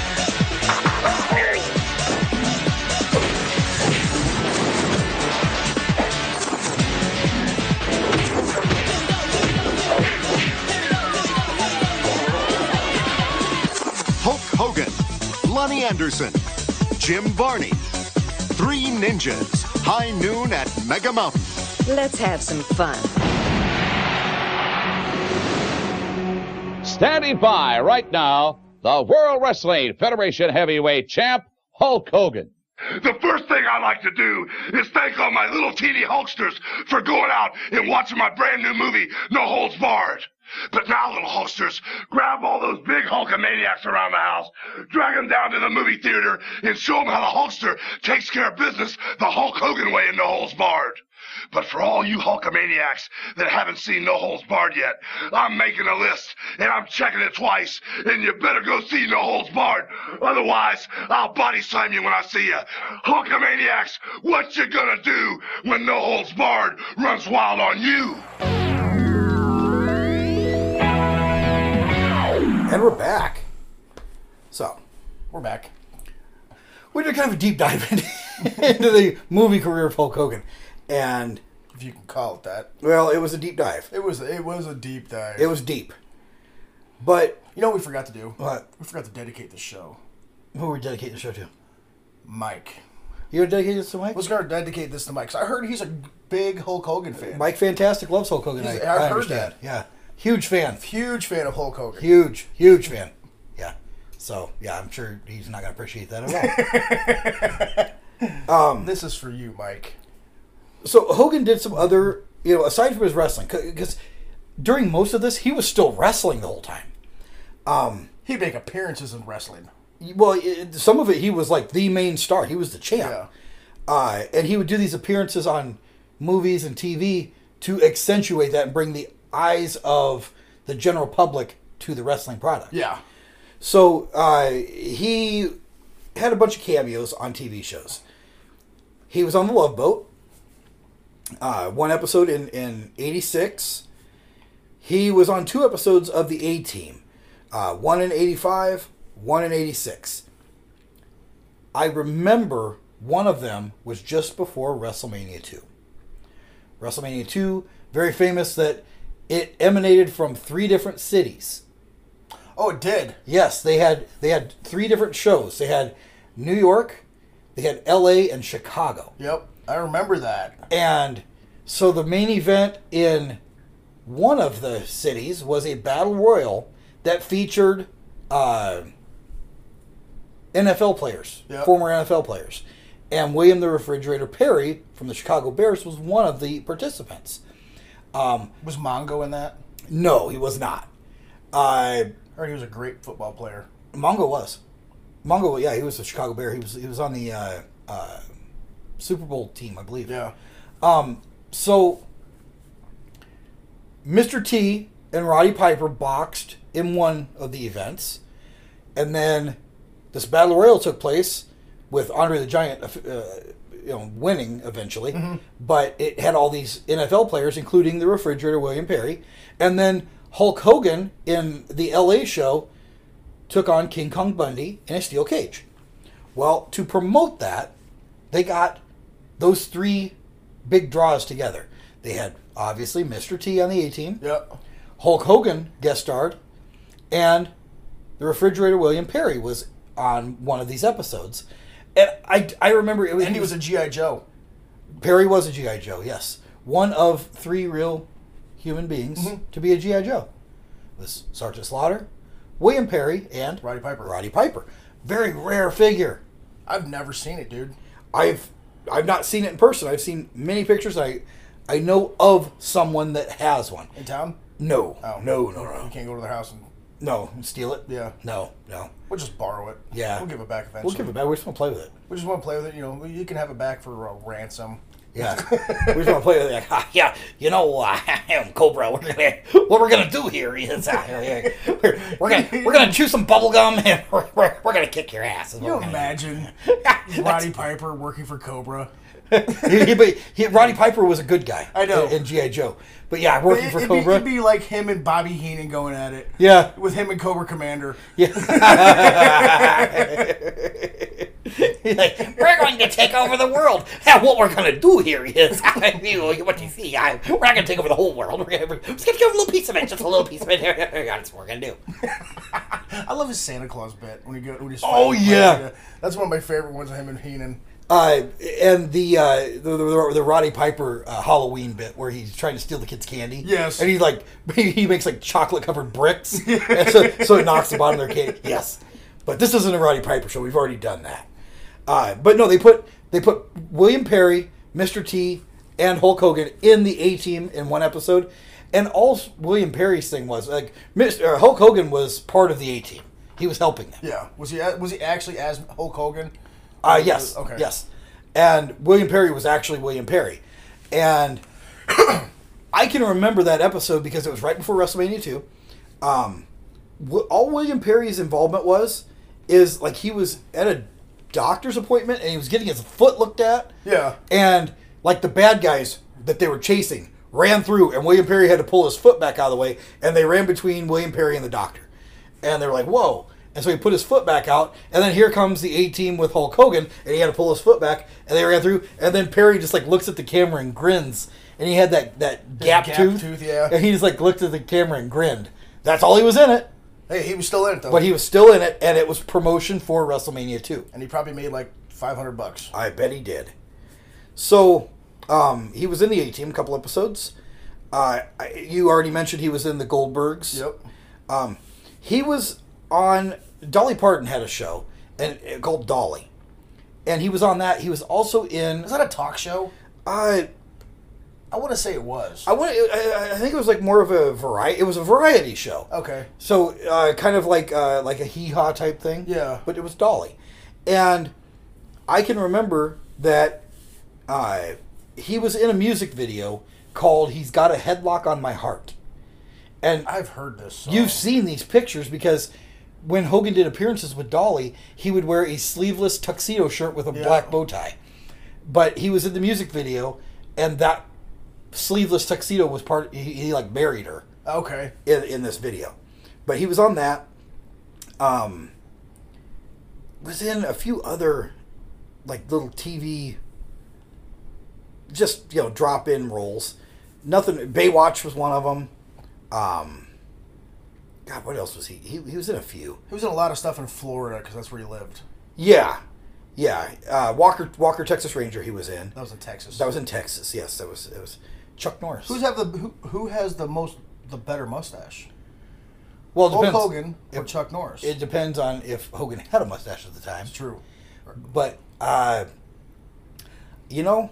[SPEAKER 26] Hulk Hogan, Lonnie Anderson, Jim Varney, Three Ninjas, High Noon at Mega Mountain.
[SPEAKER 27] Let's have some fun.
[SPEAKER 28] Standing by right now, the World Wrestling Federation heavyweight champ, Hulk Hogan.
[SPEAKER 25] The first thing I like to do is thank all my little teeny Hulksters for going out and watching my brand new movie, No Holds Barred. But now, little Hulksters, grab all those big Hulkamaniacs around the house, drag them down to the movie theater, and show them how the Hulkster takes care of business the Hulk Hogan way in No Holds Barred. But for all you Hulkamaniacs that haven't seen No Holds Barred yet, I'm making a list, and I'm checking it twice, and you better go see No Holds Barred. Otherwise, I'll body slam you when I see you. Hulkamaniacs, what you gonna do when No Holds Barred runs wild on you?
[SPEAKER 4] And we're back. So,
[SPEAKER 5] we're back.
[SPEAKER 4] we did kind of a deep dive [LAUGHS] into, into the movie career of Hulk Hogan. And,
[SPEAKER 5] If you can call it that.
[SPEAKER 4] well, it was a deep dive.
[SPEAKER 5] It was it was a deep dive.
[SPEAKER 4] It was deep. But,
[SPEAKER 5] You know what we forgot to do?
[SPEAKER 4] What?
[SPEAKER 5] We forgot to dedicate the show.
[SPEAKER 4] who were we dedicating the show to?
[SPEAKER 5] Mike.
[SPEAKER 4] You were dedicating this to Mike?
[SPEAKER 5] Let's go dedicate this to Mike. 'cause I heard he's a big Hulk Hogan fan.
[SPEAKER 4] Mike Fantastic loves Hulk Hogan. I,
[SPEAKER 5] He's-
[SPEAKER 4] I
[SPEAKER 5] I've heard
[SPEAKER 4] understand. Yeah. Huge fan.
[SPEAKER 5] Huge fan of Hulk Hogan.
[SPEAKER 4] Huge, huge fan. Yeah. So, yeah, I'm sure he's not going to appreciate that at
[SPEAKER 5] [LAUGHS]
[SPEAKER 4] all. um,
[SPEAKER 5] This is for you, Mike.
[SPEAKER 4] so Hogan did some other, you know, aside from his wrestling, because during most of this, he was still wrestling the whole time. Um,
[SPEAKER 5] He'd make appearances in wrestling.
[SPEAKER 4] well, it, some of it he was like the main star. He was the champ, uh, and he would do these appearances on movies and TV to accentuate that and bring the eyes of the general public to the wrestling product.
[SPEAKER 5] Yeah.
[SPEAKER 4] So uh, he had a bunch of cameos on TV shows. He was on the Love Boat. Uh, one episode in in '86. He was on two episodes of the A Team, uh, one in '85, one in '86. I remember one of them was just before WrestleMania two. WrestleMania two, very famous that it emanated from three different cities.
[SPEAKER 5] Oh, it did.
[SPEAKER 4] Yes, they had they had three different shows. They had New York, they had L.A. and Chicago.
[SPEAKER 5] Yep. I remember that.
[SPEAKER 4] And so the main event in one of the cities was a battle royal that featured uh, NFL players,
[SPEAKER 5] Yep.
[SPEAKER 4] former NFL players. And William the Refrigerator Perry from the Chicago Bears was one of the participants. Um,
[SPEAKER 5] Was Mongo in that?
[SPEAKER 4] no, he was not. Uh,
[SPEAKER 5] I heard he was a great football player.
[SPEAKER 4] Mongo was. Mongo, yeah, he was a Chicago Bear. He was he was on the uh, uh, Super Bowl team, I believe. Yeah. Um. So, Mr. T and Roddy Piper boxed in one of the events, and then this battle royal took place with Andre the Giant, uh, you know, winning eventually. But it had all these NFL players, including the refrigerator William Perry, and then Hulk Hogan in the LA show took on King Kong Bundy in a steel cage. Well, to promote that, they got those three big draws together. They had obviously Mr. T on the A team. Yep. Hulk Hogan guest starred, and the refrigerator William Perry was on one of these episodes. And I, I remember it was, and he was a GI Joe. Perry was a GI Joe. Yes, one of three real human beings
[SPEAKER 5] Mm-hmm.
[SPEAKER 4] to be a GI Joe. It was Sergeant Slaughter, William Perry, and Roddy Piper. Roddy Piper, very rare figure.
[SPEAKER 5] I've never seen it, dude.
[SPEAKER 4] I've I've not seen it in person. I've seen many pictures. I I know of someone that has one
[SPEAKER 5] in town. Oh.
[SPEAKER 4] No, no, no, no,
[SPEAKER 5] You can't go to their house and
[SPEAKER 4] no. Steal it?
[SPEAKER 5] yeah.
[SPEAKER 4] No, no.
[SPEAKER 5] We'll just borrow it.
[SPEAKER 4] Yeah.
[SPEAKER 5] We'll give it back eventually.
[SPEAKER 4] We'll give it back. We just want to play with it.
[SPEAKER 5] We just want to play with it. You know, you can have it back for uh, ransom.
[SPEAKER 4] Yeah, we just want to play with it. Like, [LAUGHS] "Ah, yeah, you know, uh, [LAUGHS] I'm Cobra. We're gonna, what we're gonna do here [LAUGHS] is uh, we're, we're gonna we're gonna chew some bubble gum and [LAUGHS] we're, we're, we're gonna kick your ass. is
[SPEAKER 5] Can
[SPEAKER 4] what
[SPEAKER 5] [LAUGHS] you
[SPEAKER 4] we're gonna do. [LAUGHS]
[SPEAKER 5] imagine Roddy Piper working for Cobra?
[SPEAKER 4] he, he- but he, Roddy Piper was a good guy.
[SPEAKER 5] I know.
[SPEAKER 4] In, in GI Joe, but yeah, working
[SPEAKER 5] It-
[SPEAKER 4] for
[SPEAKER 5] it'd be-
[SPEAKER 4] Cobra.
[SPEAKER 5] it'd be like him and Bobby Heenan going at it.
[SPEAKER 4] Yeah.
[SPEAKER 5] With him and Cobra Commander.
[SPEAKER 4] He's like, we're going to take over the world. Yeah, what we're going to do here is, [LAUGHS] I mean, what do you see? I, we're not going to take over the whole world. We're going to just give you a little piece of it, just a little piece of it. [LAUGHS] Here, here, here, That's what we're going to do.
[SPEAKER 5] I love his Santa Claus bit when he go when he's
[SPEAKER 4] Oh,
[SPEAKER 5] fighting
[SPEAKER 4] yeah.
[SPEAKER 5] Santa. that's one of my favorite ones. Him and Heenan.
[SPEAKER 4] Uh, and the, uh, the, the the Roddy Piper uh, Halloween bit where he's trying to steal the kid's candy.
[SPEAKER 5] Yes.
[SPEAKER 4] and he like [LAUGHS] he makes like chocolate covered
[SPEAKER 5] [LAUGHS]
[SPEAKER 4] bricks, and so, so it knocks the bottom of their candy. Yes, but this isn't a Roddy Piper show. We've already done that. Uh, but no, they put they put William Perry, Mr. T, and Hulk Hogan in the A team in one episode, and all William Perry's thing was like Mr. Hulk Hogan was part of the A team. He was helping them.
[SPEAKER 5] Yeah. Was he a- was he actually as Hulk Hogan?
[SPEAKER 4] Uh, yes.
[SPEAKER 5] Okay.
[SPEAKER 4] Yes. And William Perry was actually William Perry. And [CLEARS THROAT] I can remember that episode because it was right before WrestleMania 2. Um, wh- all William Perry's involvement was is like he was at a doctor's appointment and he was getting his foot looked at.
[SPEAKER 5] Yeah.
[SPEAKER 4] And like the bad guys that they were chasing ran through and William Perry had to pull his foot back out of the way and they ran between William Perry and the doctor. And they were like, whoa. And so he put his foot back out, and then here comes the A team with Hulk Hogan, and he had to pull his foot back, and they ran through, and then Perry just like looks at the camera and grins, and he had that that gap,
[SPEAKER 5] gap
[SPEAKER 4] tooth,
[SPEAKER 5] tooth, yeah.
[SPEAKER 4] and he just like looked at the camera and grinned. That's all he was in it,
[SPEAKER 5] Hey, he was still in it though.
[SPEAKER 4] but he was still in it, and it was promotion for WrestleMania two.
[SPEAKER 5] and he probably made like five hundred bucks.
[SPEAKER 4] I bet he did. So, um, he was in the A team a couple episodes. Uh, I- you already mentioned he was in the Goldbergs. Yep. Um, he was on Dolly Parton had a show and uh, called Dolly, and he was on that. He was also in. Is
[SPEAKER 5] that a talk show?
[SPEAKER 4] I
[SPEAKER 5] I want to say it was.
[SPEAKER 4] I want. I, I think it was like more of a variety. It was a variety show.
[SPEAKER 5] Okay.
[SPEAKER 4] So uh, kind of like uh, like a hee haw type thing. Yeah. But it was Dolly, and I can remember that uh, he was in a music video called "He's Got a Headlock on My Heart," and
[SPEAKER 5] I've heard this. song.
[SPEAKER 4] You've seen these pictures because when Hogan did appearances with Dolly, he would wear a sleeveless tuxedo shirt with a black bow tie. But he was in the music video, and that sleeveless tuxedo was part. He, he like buried her
[SPEAKER 5] Okay.
[SPEAKER 4] in, in this video, but he was on that. Um, was in a few other like little TV, just you know drop in roles. Nothing. Baywatch was one of them. Um, God, what else was he? He, he was in a few.
[SPEAKER 5] He was in a lot of stuff in Florida because that's where he lived.
[SPEAKER 4] Yeah, yeah. Uh, Walker Walker Texas Ranger. He was in.
[SPEAKER 5] That was in Texas.
[SPEAKER 4] That was in Texas. Yes, that was that was Chuck Norris.
[SPEAKER 5] Who's have the who, who has the most the better mustache?
[SPEAKER 4] Well, it
[SPEAKER 5] Hulk
[SPEAKER 4] depends.
[SPEAKER 5] Hogan or Chuck Norris?
[SPEAKER 4] It depends on if Hogan had a mustache at the time.
[SPEAKER 5] true.
[SPEAKER 4] But uh, you know,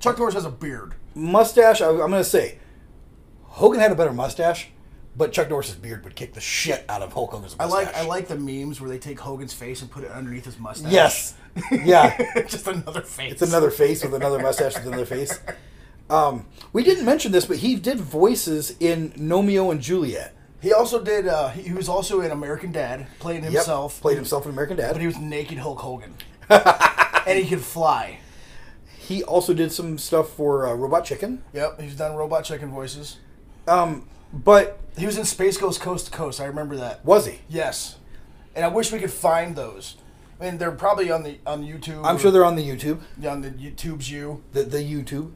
[SPEAKER 5] Chuck Norris has a beard.
[SPEAKER 4] mustache. I, I'm going to say, Hogan had a better mustache, But Chuck Norris's beard would kick the shit out of Hulk Hogan's
[SPEAKER 5] I
[SPEAKER 4] mustache.
[SPEAKER 5] like I like the memes where they take Hogan's face and put it underneath his mustache. [LAUGHS]
[SPEAKER 4] Yes. Yeah.
[SPEAKER 5] just another face.
[SPEAKER 4] It's another face with another mustache with another face. Um, we didn't mention this, but he did voices in Nomeo and Juliet.
[SPEAKER 5] He also did. Uh, he he was also in American Dad, playing
[SPEAKER 4] Yep,
[SPEAKER 5] himself.
[SPEAKER 4] played himself in American Dad.
[SPEAKER 5] But he was naked
[SPEAKER 4] [LAUGHS]
[SPEAKER 5] Hulk Hogan, and he could fly.
[SPEAKER 4] He also did some stuff for uh, Robot Chicken.
[SPEAKER 5] Yep, he's done Robot Chicken voices.
[SPEAKER 4] Um, but
[SPEAKER 5] he was in Space Ghost Coast to Coast. I remember that.
[SPEAKER 4] Was he?
[SPEAKER 5] Yes, and I wish we could find those. I mean, they're probably on the on YouTube.
[SPEAKER 4] I'm sure they're on the YouTube.
[SPEAKER 5] Yeah, on the YouTube's you.
[SPEAKER 4] The, the YouTube.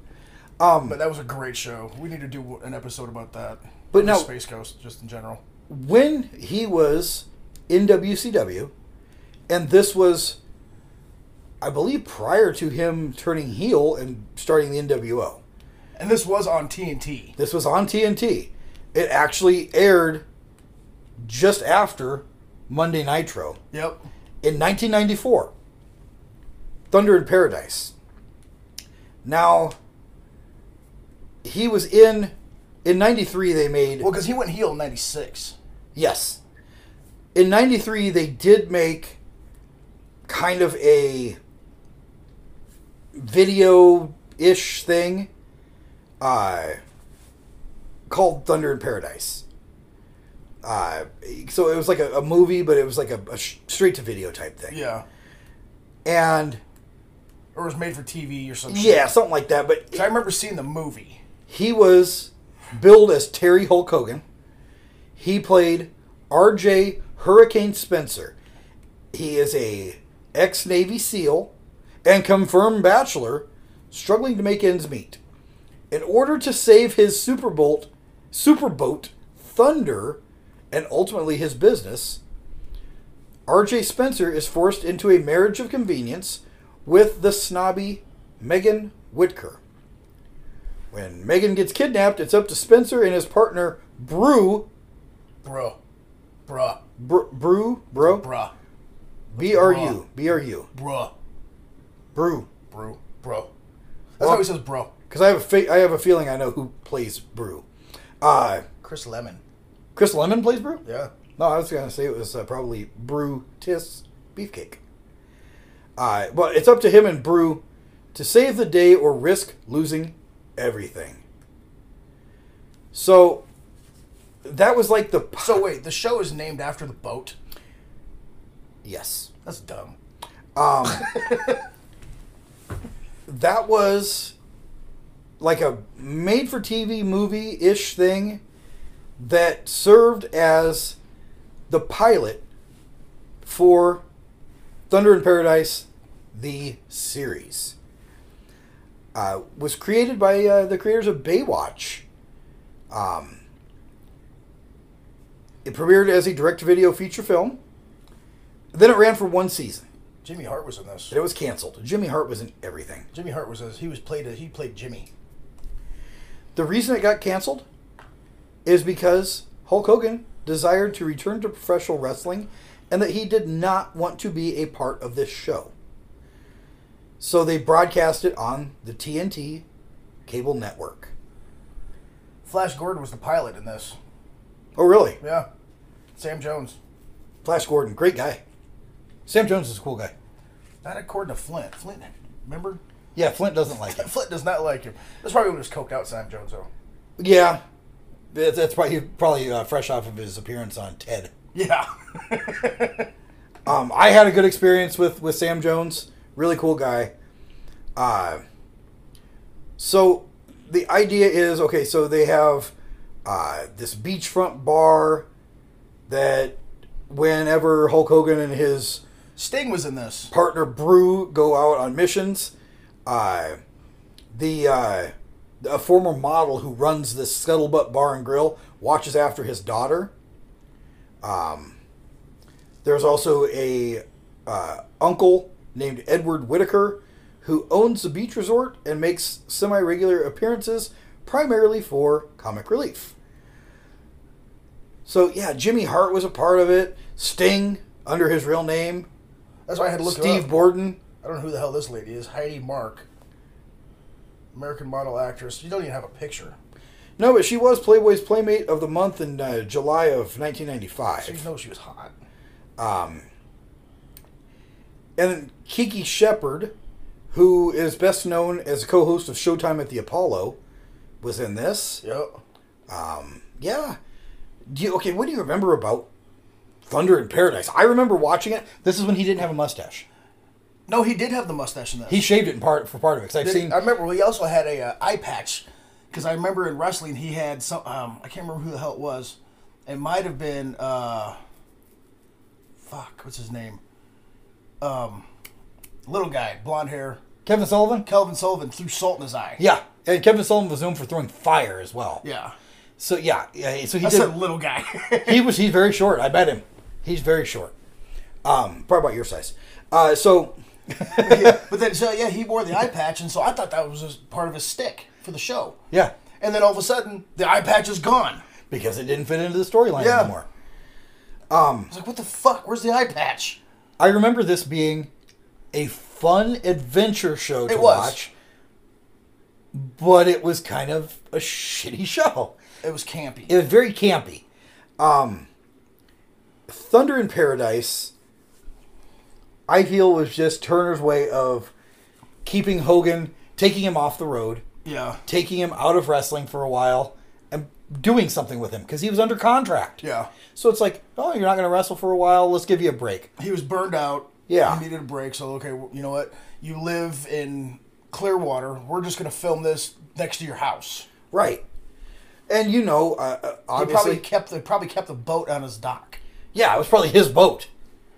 [SPEAKER 4] Um,
[SPEAKER 5] But that was a great show. We need to do an episode about that.
[SPEAKER 4] But
[SPEAKER 5] Or
[SPEAKER 4] now-
[SPEAKER 5] Space Ghost, just in general.
[SPEAKER 4] when he was in WCW, and this was, I believe, prior to him turning heel and starting the NWO.
[SPEAKER 5] And this was on TNT.
[SPEAKER 4] This was on TNT. It actually aired just after Monday Nitro.
[SPEAKER 5] Yep.
[SPEAKER 4] In 1994, Thunder in Paradise. Now, he was in in 93 they made
[SPEAKER 5] Well, because he went heel in '96.
[SPEAKER 4] Yes. In 93, they did make kind of a video ish thing uh, called Thunder in Paradise. Uh, so it was like a, a movie, but it was like a, a straight to video type thing.
[SPEAKER 5] Yeah.
[SPEAKER 4] And
[SPEAKER 5] Or it was made for TV or something.
[SPEAKER 4] yeah, something like that. But
[SPEAKER 5] I remember seeing the movie.
[SPEAKER 4] He was billed as Terry Hulk Hogan. He played R.J. Hurricane Spencer. He is a ex Navy SEAL and confirmed bachelor, struggling to make ends meet. In order to save his superbolt, superboat Thunder, and ultimately his business, R.J. Spencer is forced into a marriage of convenience with the snobby Megan Whitaker. When Megan gets kidnapped, it's up to Spencer and his partner, Brew,
[SPEAKER 5] Bro. Bruh.
[SPEAKER 4] Br- Brew, Bro?
[SPEAKER 5] Bruh.
[SPEAKER 4] B-R-U, B-R-U,
[SPEAKER 5] Bruh.
[SPEAKER 4] Brew.
[SPEAKER 5] Brew. Bro. That's how he says bro.
[SPEAKER 4] Because I, have a fe- I have a feeling I know who plays Brew. Uh,
[SPEAKER 5] Chris Lemon.
[SPEAKER 4] Chris Lemon plays Brew?
[SPEAKER 5] Yeah.
[SPEAKER 4] No, I was going to say it was uh, probably Brew Tiss Beefcake. Uh, but it's up to him and Brew to save the day or risk losing everything. So, that was like the...
[SPEAKER 5] So wait, the show is named after the boat.
[SPEAKER 4] Yes.
[SPEAKER 5] That's dumb.
[SPEAKER 4] Um, that was like a made for TV movie ish thing that served as the pilot for Thunder in Paradise, the series. Uh, was created by uh, the creators of Baywatch. Um, it premiered as a direct video feature film. Then it ran for one season.
[SPEAKER 5] Jimmy Hart was in this.
[SPEAKER 4] But it was canceled. Jimmy Hart was in everything.
[SPEAKER 5] Jimmy Hart was in this. He was played he played Jimmy.
[SPEAKER 4] The reason it got canceled is because Hulk Hogan desired to return to professional wrestling and that he did not want to be a part of this show. So they broadcast it on the TNT cable network.
[SPEAKER 5] Flash Gordon was the pilot in this.
[SPEAKER 4] Oh, really?
[SPEAKER 5] Yeah. Sam Jones.
[SPEAKER 4] Flash Gordon, great guy. Sam Jones is a cool guy.
[SPEAKER 5] Not according to Flint. Flint, remember?
[SPEAKER 4] Yeah, Flint doesn't
[SPEAKER 5] [LAUGHS]
[SPEAKER 4] like it.
[SPEAKER 5] Flint does not like him. That's probably when he was coked out, Sam Jones, though.
[SPEAKER 4] Yeah, that's, that's probably probably uh, fresh off of his appearance on Ted.
[SPEAKER 5] Yeah.
[SPEAKER 4] um, I had a good experience with with Sam Jones. Really cool guy. Uh, so the idea is okay. So they have uh, this beachfront bar that whenever Hulk Hogan and his
[SPEAKER 5] Sting was in this.
[SPEAKER 4] partner Brew go out on missions. Uh, the uh, a former model who runs this scuttlebutt bar and grill watches after his daughter. Um, there's also a uh, uncle named Edward Whitaker who owns the beach resort and makes semi-regular appearances primarily for comic relief. So yeah, Jimmy Hart was a part of it. Sting under his real name.
[SPEAKER 5] That's why I had to look her
[SPEAKER 4] Steve
[SPEAKER 5] up.
[SPEAKER 4] Borden.
[SPEAKER 5] [LAUGHS] I don't know who the hell this lady is. Heidi Mark, American model actress. You don't even have a picture.
[SPEAKER 4] No, but she was Playboy's Playmate of the Month in uh, July of 1995.
[SPEAKER 5] So you know she was hot.
[SPEAKER 4] Um, and then Kiki Shepard, who is best known as co host of Showtime at the Apollo, was in this.
[SPEAKER 5] Yep.
[SPEAKER 4] Um, yeah. Do you, okay, what do you remember about Thunder in Paradise? I remember watching it. This is when he didn't have a mustache.
[SPEAKER 5] No, he did have the mustache in that.
[SPEAKER 4] He shaved it in part for part of it. 'cause I've
[SPEAKER 5] Did-
[SPEAKER 4] seen
[SPEAKER 5] I remember we also had a uh, eye patch because I remember in wrestling he had some. Um, I can't remember who the hell it was. It might have been. Uh, fuck, what's his name? Um, little guy, blonde hair.
[SPEAKER 4] Kevin Sullivan.
[SPEAKER 5] Kelvin Sullivan threw salt in his eye.
[SPEAKER 4] Yeah, and Kevin Sullivan was known for throwing fire as well.
[SPEAKER 5] Yeah.
[SPEAKER 4] So yeah, yeah. So he
[SPEAKER 5] I
[SPEAKER 4] did.
[SPEAKER 5] said
[SPEAKER 4] [LAUGHS]
[SPEAKER 5] little guy. [LAUGHS]
[SPEAKER 4] he was he's very short. I bet him. He's very short. Um, probably about your size. Uh, so
[SPEAKER 5] but then, so yeah, he wore the eye patch, and so I thought that was just part of his stick for the show.
[SPEAKER 4] yeah,
[SPEAKER 5] And then all of a sudden, the eye patch is gone.
[SPEAKER 4] because it didn't fit into the storyline
[SPEAKER 5] Yeah.
[SPEAKER 4] anymore. Um,
[SPEAKER 5] I was like, what the fuck? Where's the eye patch?
[SPEAKER 4] I remember this being a fun adventure show to
[SPEAKER 5] It was.
[SPEAKER 4] watch, but it was kind of a shitty [LAUGHS] show.
[SPEAKER 5] It was campy.
[SPEAKER 4] It was very campy. Um, Thunder in Paradise, I feel was just Turner's way of keeping Hogan, taking him off the road,
[SPEAKER 5] Yeah.
[SPEAKER 4] taking him out of wrestling for a while, and doing something with him because he was under contract.
[SPEAKER 5] Yeah.
[SPEAKER 4] So it's like, oh, you're not going to wrestle for a while. Let's give you a break.
[SPEAKER 5] He was burned out.
[SPEAKER 4] Yeah.
[SPEAKER 5] He needed a break. So, okay, well, you know what? You live in Clearwater. We're just going to film this next to your house.
[SPEAKER 4] Right. And you know, uh, uh,
[SPEAKER 5] They
[SPEAKER 4] obviously,
[SPEAKER 5] probably kept they probably kept the boat on his dock.
[SPEAKER 4] yeah, it was probably his boat.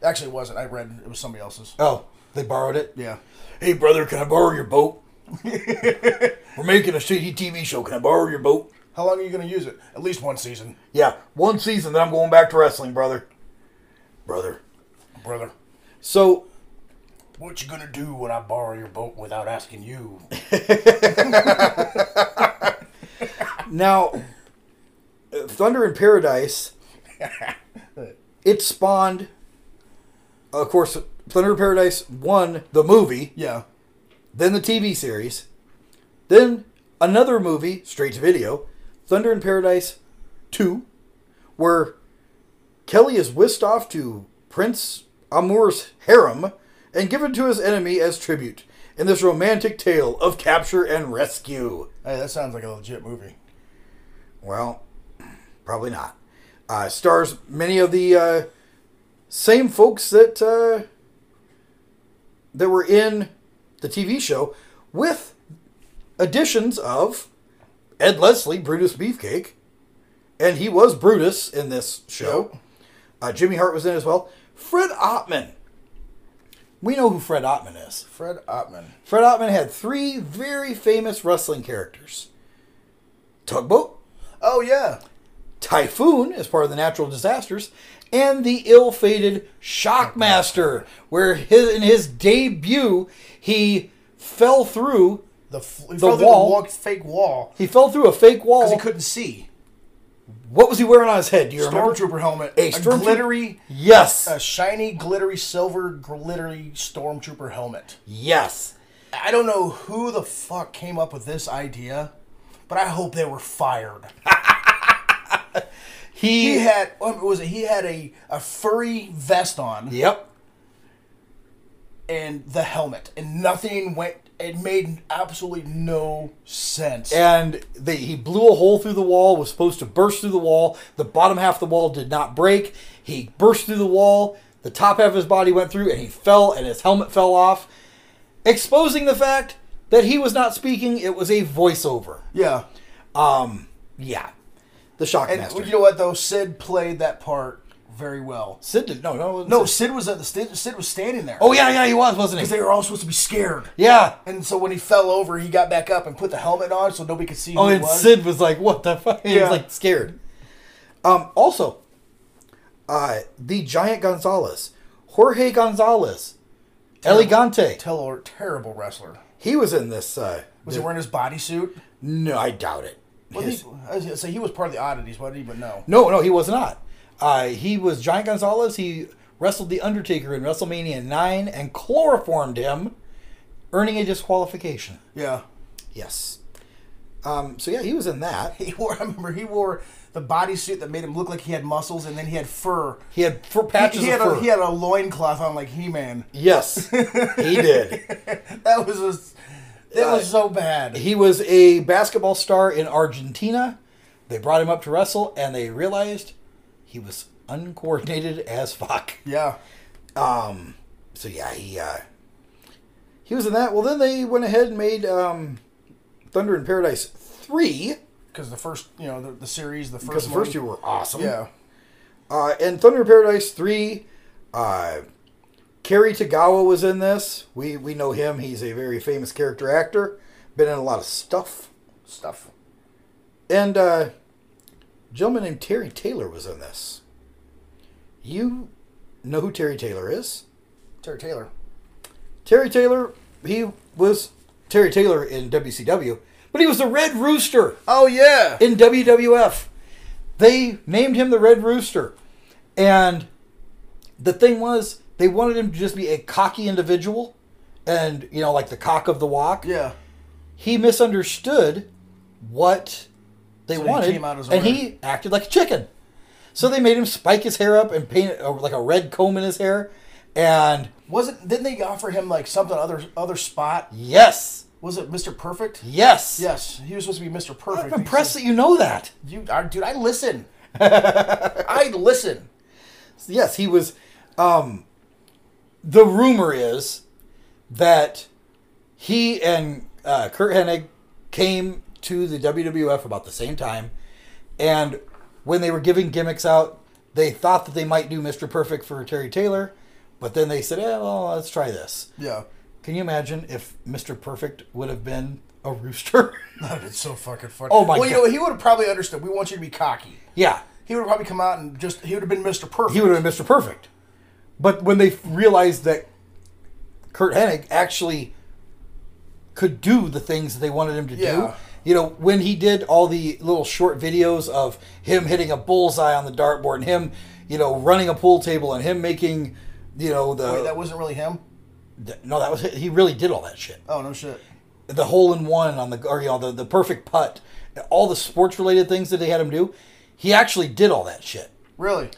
[SPEAKER 5] Actually, it wasn't. I read it was somebody else's.
[SPEAKER 4] Oh, they borrowed it.
[SPEAKER 5] Yeah.
[SPEAKER 4] Hey, brother, can I borrow your boat? We're making a shitty TV show. Can I [LAUGHS] borrow your boat?
[SPEAKER 5] How long are you going to use it? At least one season,
[SPEAKER 4] Yeah, one season, then I'm going back to wrestling, brother. Brother.
[SPEAKER 5] brother.
[SPEAKER 4] So,
[SPEAKER 5] What you gonna do when I borrow your boat without asking you?
[SPEAKER 4] now, uh, Thunder in Paradise, it spawned, of course, Thunder in Paradise won the movie,
[SPEAKER 5] yeah.
[SPEAKER 4] then the TV series, then another movie, straight to video, Thunder in Paradise 2, where Kelly is whisked off to Prince Amur's harem and given to his enemy as tribute in this romantic tale [LAUGHS] of capture and rescue.
[SPEAKER 5] Hey, that sounds like a legit movie.
[SPEAKER 4] Well, probably not. Uh, stars many of the uh, same folks that uh, that were in the TV show, with additions of Ed Leslie, Brutus Beefcake, and he was Brutus in this show. Uh, Jimmy Hart was in as well. Fred Ottman. We know who Fred Ottman is.
[SPEAKER 5] Fred Ottman.
[SPEAKER 4] Fred Ottman had three very famous wrestling characters Tugboat,
[SPEAKER 5] Oh yeah.
[SPEAKER 4] Typhoon as part of the natural disasters, and the ill-fated Shockmaster, where his in his debut he fell through
[SPEAKER 5] The f-
[SPEAKER 4] The
[SPEAKER 5] the wall.
[SPEAKER 4] wall.
[SPEAKER 5] fake wall
[SPEAKER 4] he fell through a fake wall.
[SPEAKER 5] because he couldn't see.
[SPEAKER 4] What was he wearing on his head? Do you remember?
[SPEAKER 5] Stormtrooper helmet.
[SPEAKER 4] A
[SPEAKER 5] A,
[SPEAKER 4] stormtrooper-
[SPEAKER 5] glittery, uh,
[SPEAKER 4] Yes,
[SPEAKER 5] a shiny, glittery silver, glittery stormtrooper helmet.
[SPEAKER 4] yes.
[SPEAKER 5] I don't know who the fuck came up with this idea, but I hope they were fired.
[SPEAKER 4] [LAUGHS] He,
[SPEAKER 5] He had what was it? He had a, a furry vest on
[SPEAKER 4] yep.
[SPEAKER 5] and the helmet, and nothing went. It made absolutely no sense.
[SPEAKER 4] And they, he blew a hole through the wall. Was supposed to burst through the wall. The bottom half of the wall did not break. He burst through the wall. The top half of his body went through, and he fell, and his helmet fell off, exposing the fact that he was not speaking. It was a voiceover.
[SPEAKER 5] yeah,
[SPEAKER 4] Um, yeah, the
[SPEAKER 5] and
[SPEAKER 4] Shockmaster.
[SPEAKER 5] you know what though? Sid played that part very well.
[SPEAKER 4] Sid did no, no,
[SPEAKER 5] No,
[SPEAKER 4] Sid-
[SPEAKER 5] Sid was at the Sid, Sid was standing there.
[SPEAKER 4] oh yeah, yeah, he was, wasn't he?
[SPEAKER 5] because they were all supposed to be scared.
[SPEAKER 4] yeah.
[SPEAKER 5] And so when he fell over, he got back up and put the helmet on so nobody could see who
[SPEAKER 4] Oh,
[SPEAKER 5] he
[SPEAKER 4] and
[SPEAKER 5] was.
[SPEAKER 4] Sid was like, "What the fuck?" [LAUGHS] He was
[SPEAKER 5] Yeah.
[SPEAKER 4] like scared. Um. Also, uh, the giant Gonzalez, Jorge Gonzalez, Elegante.
[SPEAKER 5] Tell or terrible wrestler.
[SPEAKER 4] He was in this. Uh,
[SPEAKER 5] Was
[SPEAKER 4] the-
[SPEAKER 5] he wearing his bodysuit?
[SPEAKER 4] no, I doubt it.
[SPEAKER 5] Well,
[SPEAKER 4] His-
[SPEAKER 5] he, I was gonna say he was part of the oddities, but I didn't even know.
[SPEAKER 4] no, no, he was not. Uh, he was Giant Gonzalez. He wrestled the Undertaker in WrestleMania nine and chloroformed him, earning a disqualification.
[SPEAKER 5] Yeah.
[SPEAKER 4] Yes. Um, so yeah, he was in that.
[SPEAKER 5] [LAUGHS] He wore. I remember he wore the bodysuit that made him look like he had muscles, and then he had fur.
[SPEAKER 4] He had fur patches
[SPEAKER 5] He, he
[SPEAKER 4] of
[SPEAKER 5] had
[SPEAKER 4] fur.
[SPEAKER 5] A, he had a loincloth on like He Man.
[SPEAKER 4] Yes, he did.
[SPEAKER 5] [LAUGHS] That was just, that was so bad.
[SPEAKER 4] He was a basketball star in Argentina. They brought him up to wrestle, and they realized he was uncoordinated as fuck.
[SPEAKER 5] Yeah.
[SPEAKER 4] Um. So yeah, he uh, he was in that. Well, then they went ahead and made um, Thunder in Paradise three.
[SPEAKER 5] Because the first, you know, the, the series, the first,
[SPEAKER 4] Because the first two
[SPEAKER 5] one-
[SPEAKER 4] were awesome.
[SPEAKER 5] Yeah,
[SPEAKER 4] Uh, and Thunder in Paradise three, uh, Kerry Tagawa was in this. We we know him. He's a very famous character actor. Been in a lot of stuff.
[SPEAKER 5] stuff.
[SPEAKER 4] And uh, a gentleman named Terry Taylor was in this. You know who Terry Taylor is?
[SPEAKER 5] Terry Taylor.
[SPEAKER 4] Terry Taylor. He was Terry Taylor in WCW, but he was the Red Rooster.
[SPEAKER 5] Oh yeah.
[SPEAKER 4] In WWF, they named him the Red Rooster, and the thing was they wanted him to just be a cocky individual, and you know like the cock of the walk.
[SPEAKER 5] Yeah.
[SPEAKER 4] He misunderstood what they
[SPEAKER 5] So he
[SPEAKER 4] wanted,
[SPEAKER 5] came out as a
[SPEAKER 4] and
[SPEAKER 5] red-
[SPEAKER 4] he acted like a chicken. So they made him spike his hair up and paint it uh, like a red comb in his hair, and
[SPEAKER 5] Wasn't didn't they offer him like something other other spot?
[SPEAKER 4] yes,
[SPEAKER 5] Was it Mr. Perfect?
[SPEAKER 4] yes,
[SPEAKER 5] Yes, he was supposed to be Mr. Perfect.
[SPEAKER 4] I'm impressed that you know that.
[SPEAKER 5] You, I, dude, I
[SPEAKER 4] [LAUGHS]
[SPEAKER 5] listen. I listen.
[SPEAKER 4] Yes, he was. Um, the rumor is that he and uh, Kurt Hennig came to the WWF about the same time, and when they were giving gimmicks out, they thought that they might do Mr. Perfect for Terry Taylor, but then they said, "Eh, well, let's try this."
[SPEAKER 5] Yeah.
[SPEAKER 4] Can you imagine if Mr. Perfect would have been a rooster?
[SPEAKER 5] It's so fucking funny.
[SPEAKER 4] Oh my
[SPEAKER 5] well, you
[SPEAKER 4] God.
[SPEAKER 5] know, he would have probably understood. We want you to be cocky.
[SPEAKER 4] yeah,
[SPEAKER 5] He would have probably come out and just he would have been Mr. Perfect.
[SPEAKER 4] he would have been Mr. Perfect. But when they realized that Kurt Hennig actually could do the things that they wanted him to do,
[SPEAKER 5] Yeah.
[SPEAKER 4] you know, when he did all the little short videos of him hitting a bullseye on the dartboard and him, you know, running a pool table and him making, you know, the.
[SPEAKER 5] Wait, that wasn't really him.
[SPEAKER 4] th- no, that was. He really did all that shit.
[SPEAKER 5] Oh no shit.
[SPEAKER 4] The hole in one on the. Or, you know, the, the perfect putt. All the sports related things that they had him do. He actually did all that shit.
[SPEAKER 5] Really?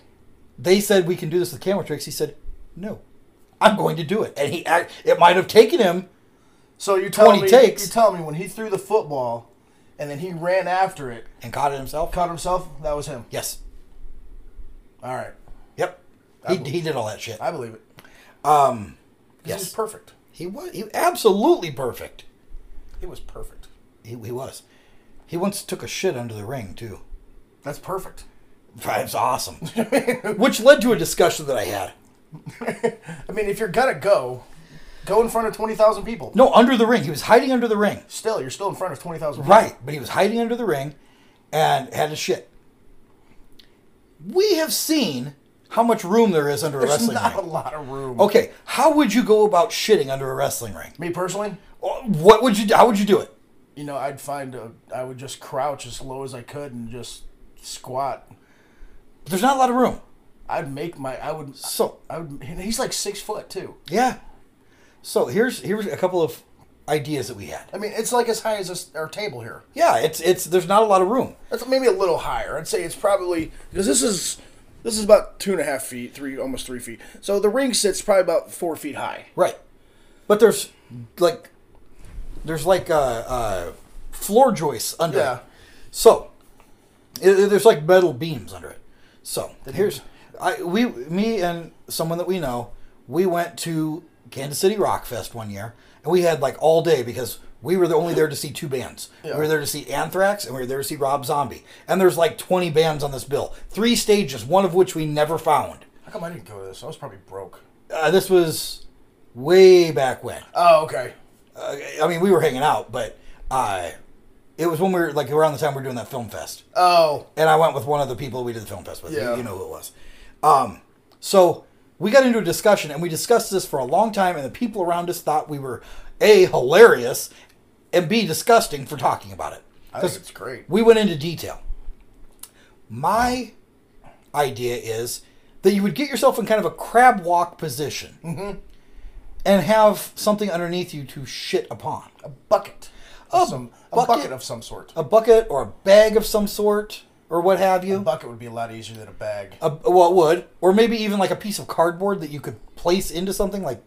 [SPEAKER 4] They said, we can do this with camera tricks. He said, no. I'm going to do it. And he act, it might have taken him
[SPEAKER 5] So you tell
[SPEAKER 4] 20
[SPEAKER 5] me
[SPEAKER 4] takes.
[SPEAKER 5] you tell me when he threw the football and then he ran after it,
[SPEAKER 4] and caught it himself.
[SPEAKER 5] caught himself, that was him.
[SPEAKER 4] Yes.
[SPEAKER 5] All right.
[SPEAKER 4] Yep. He, he did all that shit.
[SPEAKER 5] I believe it.
[SPEAKER 4] Um,
[SPEAKER 5] Yes. He was
[SPEAKER 4] yes.
[SPEAKER 5] perfect.
[SPEAKER 4] He was he absolutely perfect.
[SPEAKER 5] He was perfect.
[SPEAKER 4] He, he was. He once took a shit under the ring too.
[SPEAKER 5] That's perfect.
[SPEAKER 4] That's awesome. [LAUGHS] Which led to a discussion that I had.
[SPEAKER 5] I mean, if you're gonna go, go in front of twenty thousand people.
[SPEAKER 4] No, under the ring. He was hiding under the ring.
[SPEAKER 5] Still, you're still in front of twenty thousand. people.
[SPEAKER 4] Right, but he was hiding under the ring and had a shit. We have seen how much room there is under a
[SPEAKER 5] There's
[SPEAKER 4] wrestling
[SPEAKER 5] not
[SPEAKER 4] ring.
[SPEAKER 5] a lot of room.
[SPEAKER 4] Okay, how would you go about shitting under a wrestling ring?
[SPEAKER 5] Me personally,
[SPEAKER 4] What would you? do? How would you do it?
[SPEAKER 5] you know, I'd find a. I would just crouch as low as I could and just squat.
[SPEAKER 4] There's not a lot of room.
[SPEAKER 5] I'd make my. I would.
[SPEAKER 4] So
[SPEAKER 5] I would. and He's like six foot too.
[SPEAKER 4] yeah. So here's here's a couple of ideas that we had.
[SPEAKER 5] I mean, it's like as high as this, our table here.
[SPEAKER 4] Yeah, it's it's there's not a lot of room.
[SPEAKER 5] That's maybe a little higher. I'd say it's probably because this is this is about two and a half feet, three almost three feet. So the ring sits probably about four feet high.
[SPEAKER 4] Right. But there's like there's like uh, uh, floor joists under
[SPEAKER 5] Yeah.
[SPEAKER 4] it. So it, it- there's like metal beams under it. So here's I we me and someone that we know we went to Kansas City Rock Fest one year and we had like all day because we were the only there to see two bands. We were there to see Anthrax and we were there to see Rob Zombie. And there's like 20 bands on this bill. Three stages, one of which we never found.
[SPEAKER 5] How come I didn't go to this? I was probably broke.
[SPEAKER 4] Uh, this was way back when.
[SPEAKER 5] Oh, okay.
[SPEAKER 4] uh, I mean, we were hanging out, but uh, it was when we were like around the time we were doing that film fest,
[SPEAKER 5] Oh,
[SPEAKER 4] and I went with one of the people we did the film fest with. You-
[SPEAKER 5] Yeah.
[SPEAKER 4] You, know who it was. Um, so we got into a discussion, and we discussed this for a long time, and the people around us thought we were a hilarious and b disgusting for talking about it.
[SPEAKER 5] I think it's great.
[SPEAKER 4] We went into detail. My idea is that you would get yourself in kind of a crab walk position
[SPEAKER 5] Mm-hmm.
[SPEAKER 4] and have something underneath you to shit upon
[SPEAKER 5] Bucket. of some a bucket. of some sort.
[SPEAKER 4] a bucket or a bag of some sort or what have you. A
[SPEAKER 5] bucket would be a lot easier than a bag.
[SPEAKER 4] A, well, it would, or maybe even like a piece of cardboard that you could place into something. Like,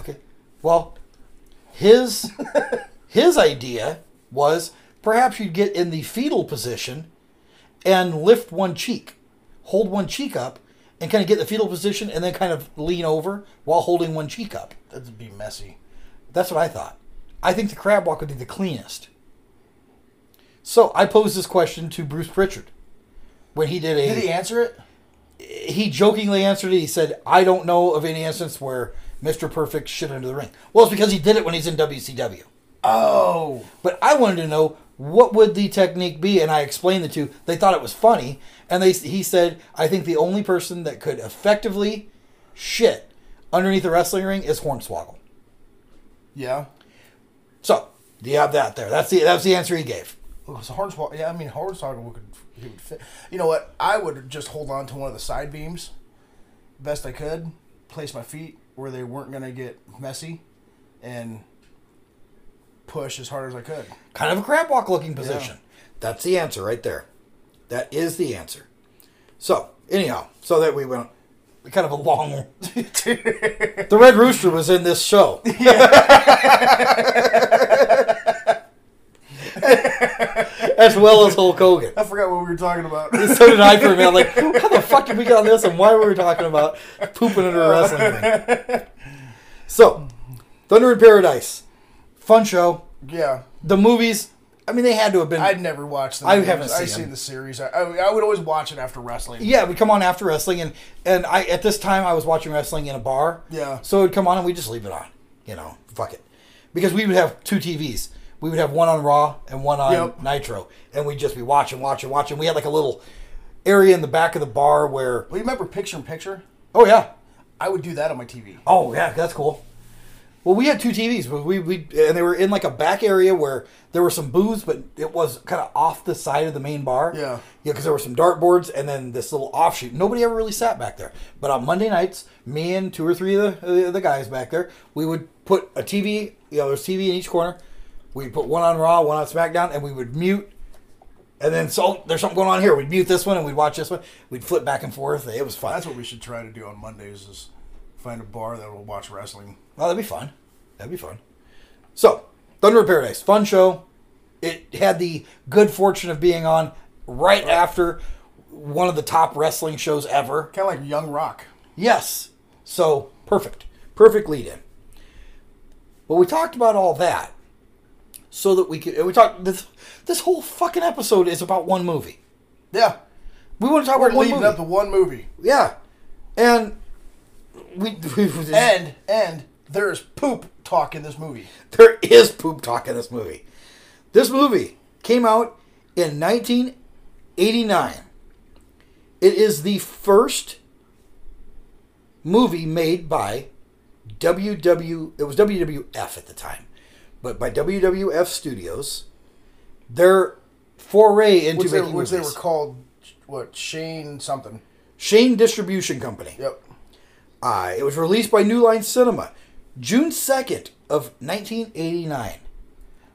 [SPEAKER 4] okay, well,
[SPEAKER 5] [LAUGHS]
[SPEAKER 4] his his idea was perhaps you'd get in the fetal position and lift one cheek, hold one cheek up, and kind of get the fetal position, and then kind of lean over while holding one cheek up.
[SPEAKER 5] That'd be messy.
[SPEAKER 4] That's what I thought. I think the crab walk would be the cleanest. So I posed this question to Bruce Pritchard when he did a.
[SPEAKER 5] Did he answer it?
[SPEAKER 4] He jokingly answered it. He said, "I don't know of any instance where Mr. Perfect shit under the ring." Well, it's because he did it when he's in WCW.
[SPEAKER 5] Oh,
[SPEAKER 4] but I wanted to know what would the technique be, and I explained the two. They thought it was funny, and they he said, "I think the only person that could effectively shit underneath the wrestling ring is Hornswoggle."
[SPEAKER 5] Yeah.
[SPEAKER 4] So do you have that there? That's the that's the answer he gave.
[SPEAKER 5] Because Hornswoggle, yeah, I mean Hornswoggle could he would fit. You know what? I would just hold on to one of the side beams, best I could, place my feet where they weren't gonna get messy, and push as hard as I could.
[SPEAKER 4] Kind of a crab walk looking position. That's the answer right there. That is the answer. So anyhow, so that we went kind of a long. the Red Rooster was in this show. [LAUGHS] as well as Hulk Hogan.
[SPEAKER 5] I forgot what we were talking about.
[SPEAKER 4] [LAUGHS] So did I for a minute. Like, how the fuck did we get on this and why were we talking about pooping in a wrestling ring? [LAUGHS] So, Thunder in Paradise. Fun show.
[SPEAKER 5] Yeah.
[SPEAKER 4] The movies, I mean, they had to have been.
[SPEAKER 5] I'd never watched the
[SPEAKER 4] I
[SPEAKER 5] movies.
[SPEAKER 4] haven't seen
[SPEAKER 5] I've seen
[SPEAKER 4] them.
[SPEAKER 5] the series. I, I, I would always watch it after wrestling.
[SPEAKER 4] Yeah, we come on after wrestling, and and I at this time I was watching wrestling in a bar.
[SPEAKER 5] Yeah.
[SPEAKER 4] So it'd come on, and we would just leave it on. You know, fuck it, because we would have two TVs. We would have one on Raw and one on
[SPEAKER 5] Yep.
[SPEAKER 4] Nitro, and we'd just be watching, watching, watching. We had like a little area in the back of the bar where.
[SPEAKER 5] Well, you remember picture in picture?
[SPEAKER 4] Oh yeah.
[SPEAKER 5] I would do that on my TV.
[SPEAKER 4] Oh yeah, that's cool. Well, we had two TVs, but we, we and they were in like a back area where there were some booths, but it was kind of off the side of the main bar.
[SPEAKER 5] Yeah.
[SPEAKER 4] yeah, because there were some dartboards and then this little offshoot. Nobody ever really sat back there, but on Monday nights, me and two or three of the uh, the guys back there, we would put a TV. You know, there's TV in each corner. We put one on Raw, one on SmackDown, and we would mute. And then so there's something going on here. We'd mute this one and we'd watch this one. We'd flip back and forth. It was fun.
[SPEAKER 5] That's what we should try to do on Mondays is find a bar that will watch wrestling.
[SPEAKER 4] Well, that'd be fun. That'd be fun. So, Thunder of Paradise, fun show. It had the good fortune of being on right after one of the top wrestling shows ever.
[SPEAKER 5] Kind of like Young Rock.
[SPEAKER 4] Yes. So, perfect. Perfect lead in. But we talked about all that so that we could. and We talked. This, this whole fucking episode is about one movie.
[SPEAKER 5] Yeah.
[SPEAKER 4] We want to talk
[SPEAKER 5] We're
[SPEAKER 4] about one
[SPEAKER 5] leading
[SPEAKER 4] movie.
[SPEAKER 5] up to one movie.
[SPEAKER 4] yeah. And we, [LAUGHS]
[SPEAKER 5] And and there is poop talk in this movie.
[SPEAKER 4] there is poop talk in this movie. This movie came out in 1989. It is the first movie made by WW. It was WWF at the time, but by WWF Studios. Their foray into
[SPEAKER 5] Which they,
[SPEAKER 4] making
[SPEAKER 5] which they were
[SPEAKER 4] movies.
[SPEAKER 5] called what Shane something.
[SPEAKER 4] Shane Distribution Company.
[SPEAKER 5] Yep.
[SPEAKER 4] Uh, it was released by New Line Cinema, June 2nd of 1989.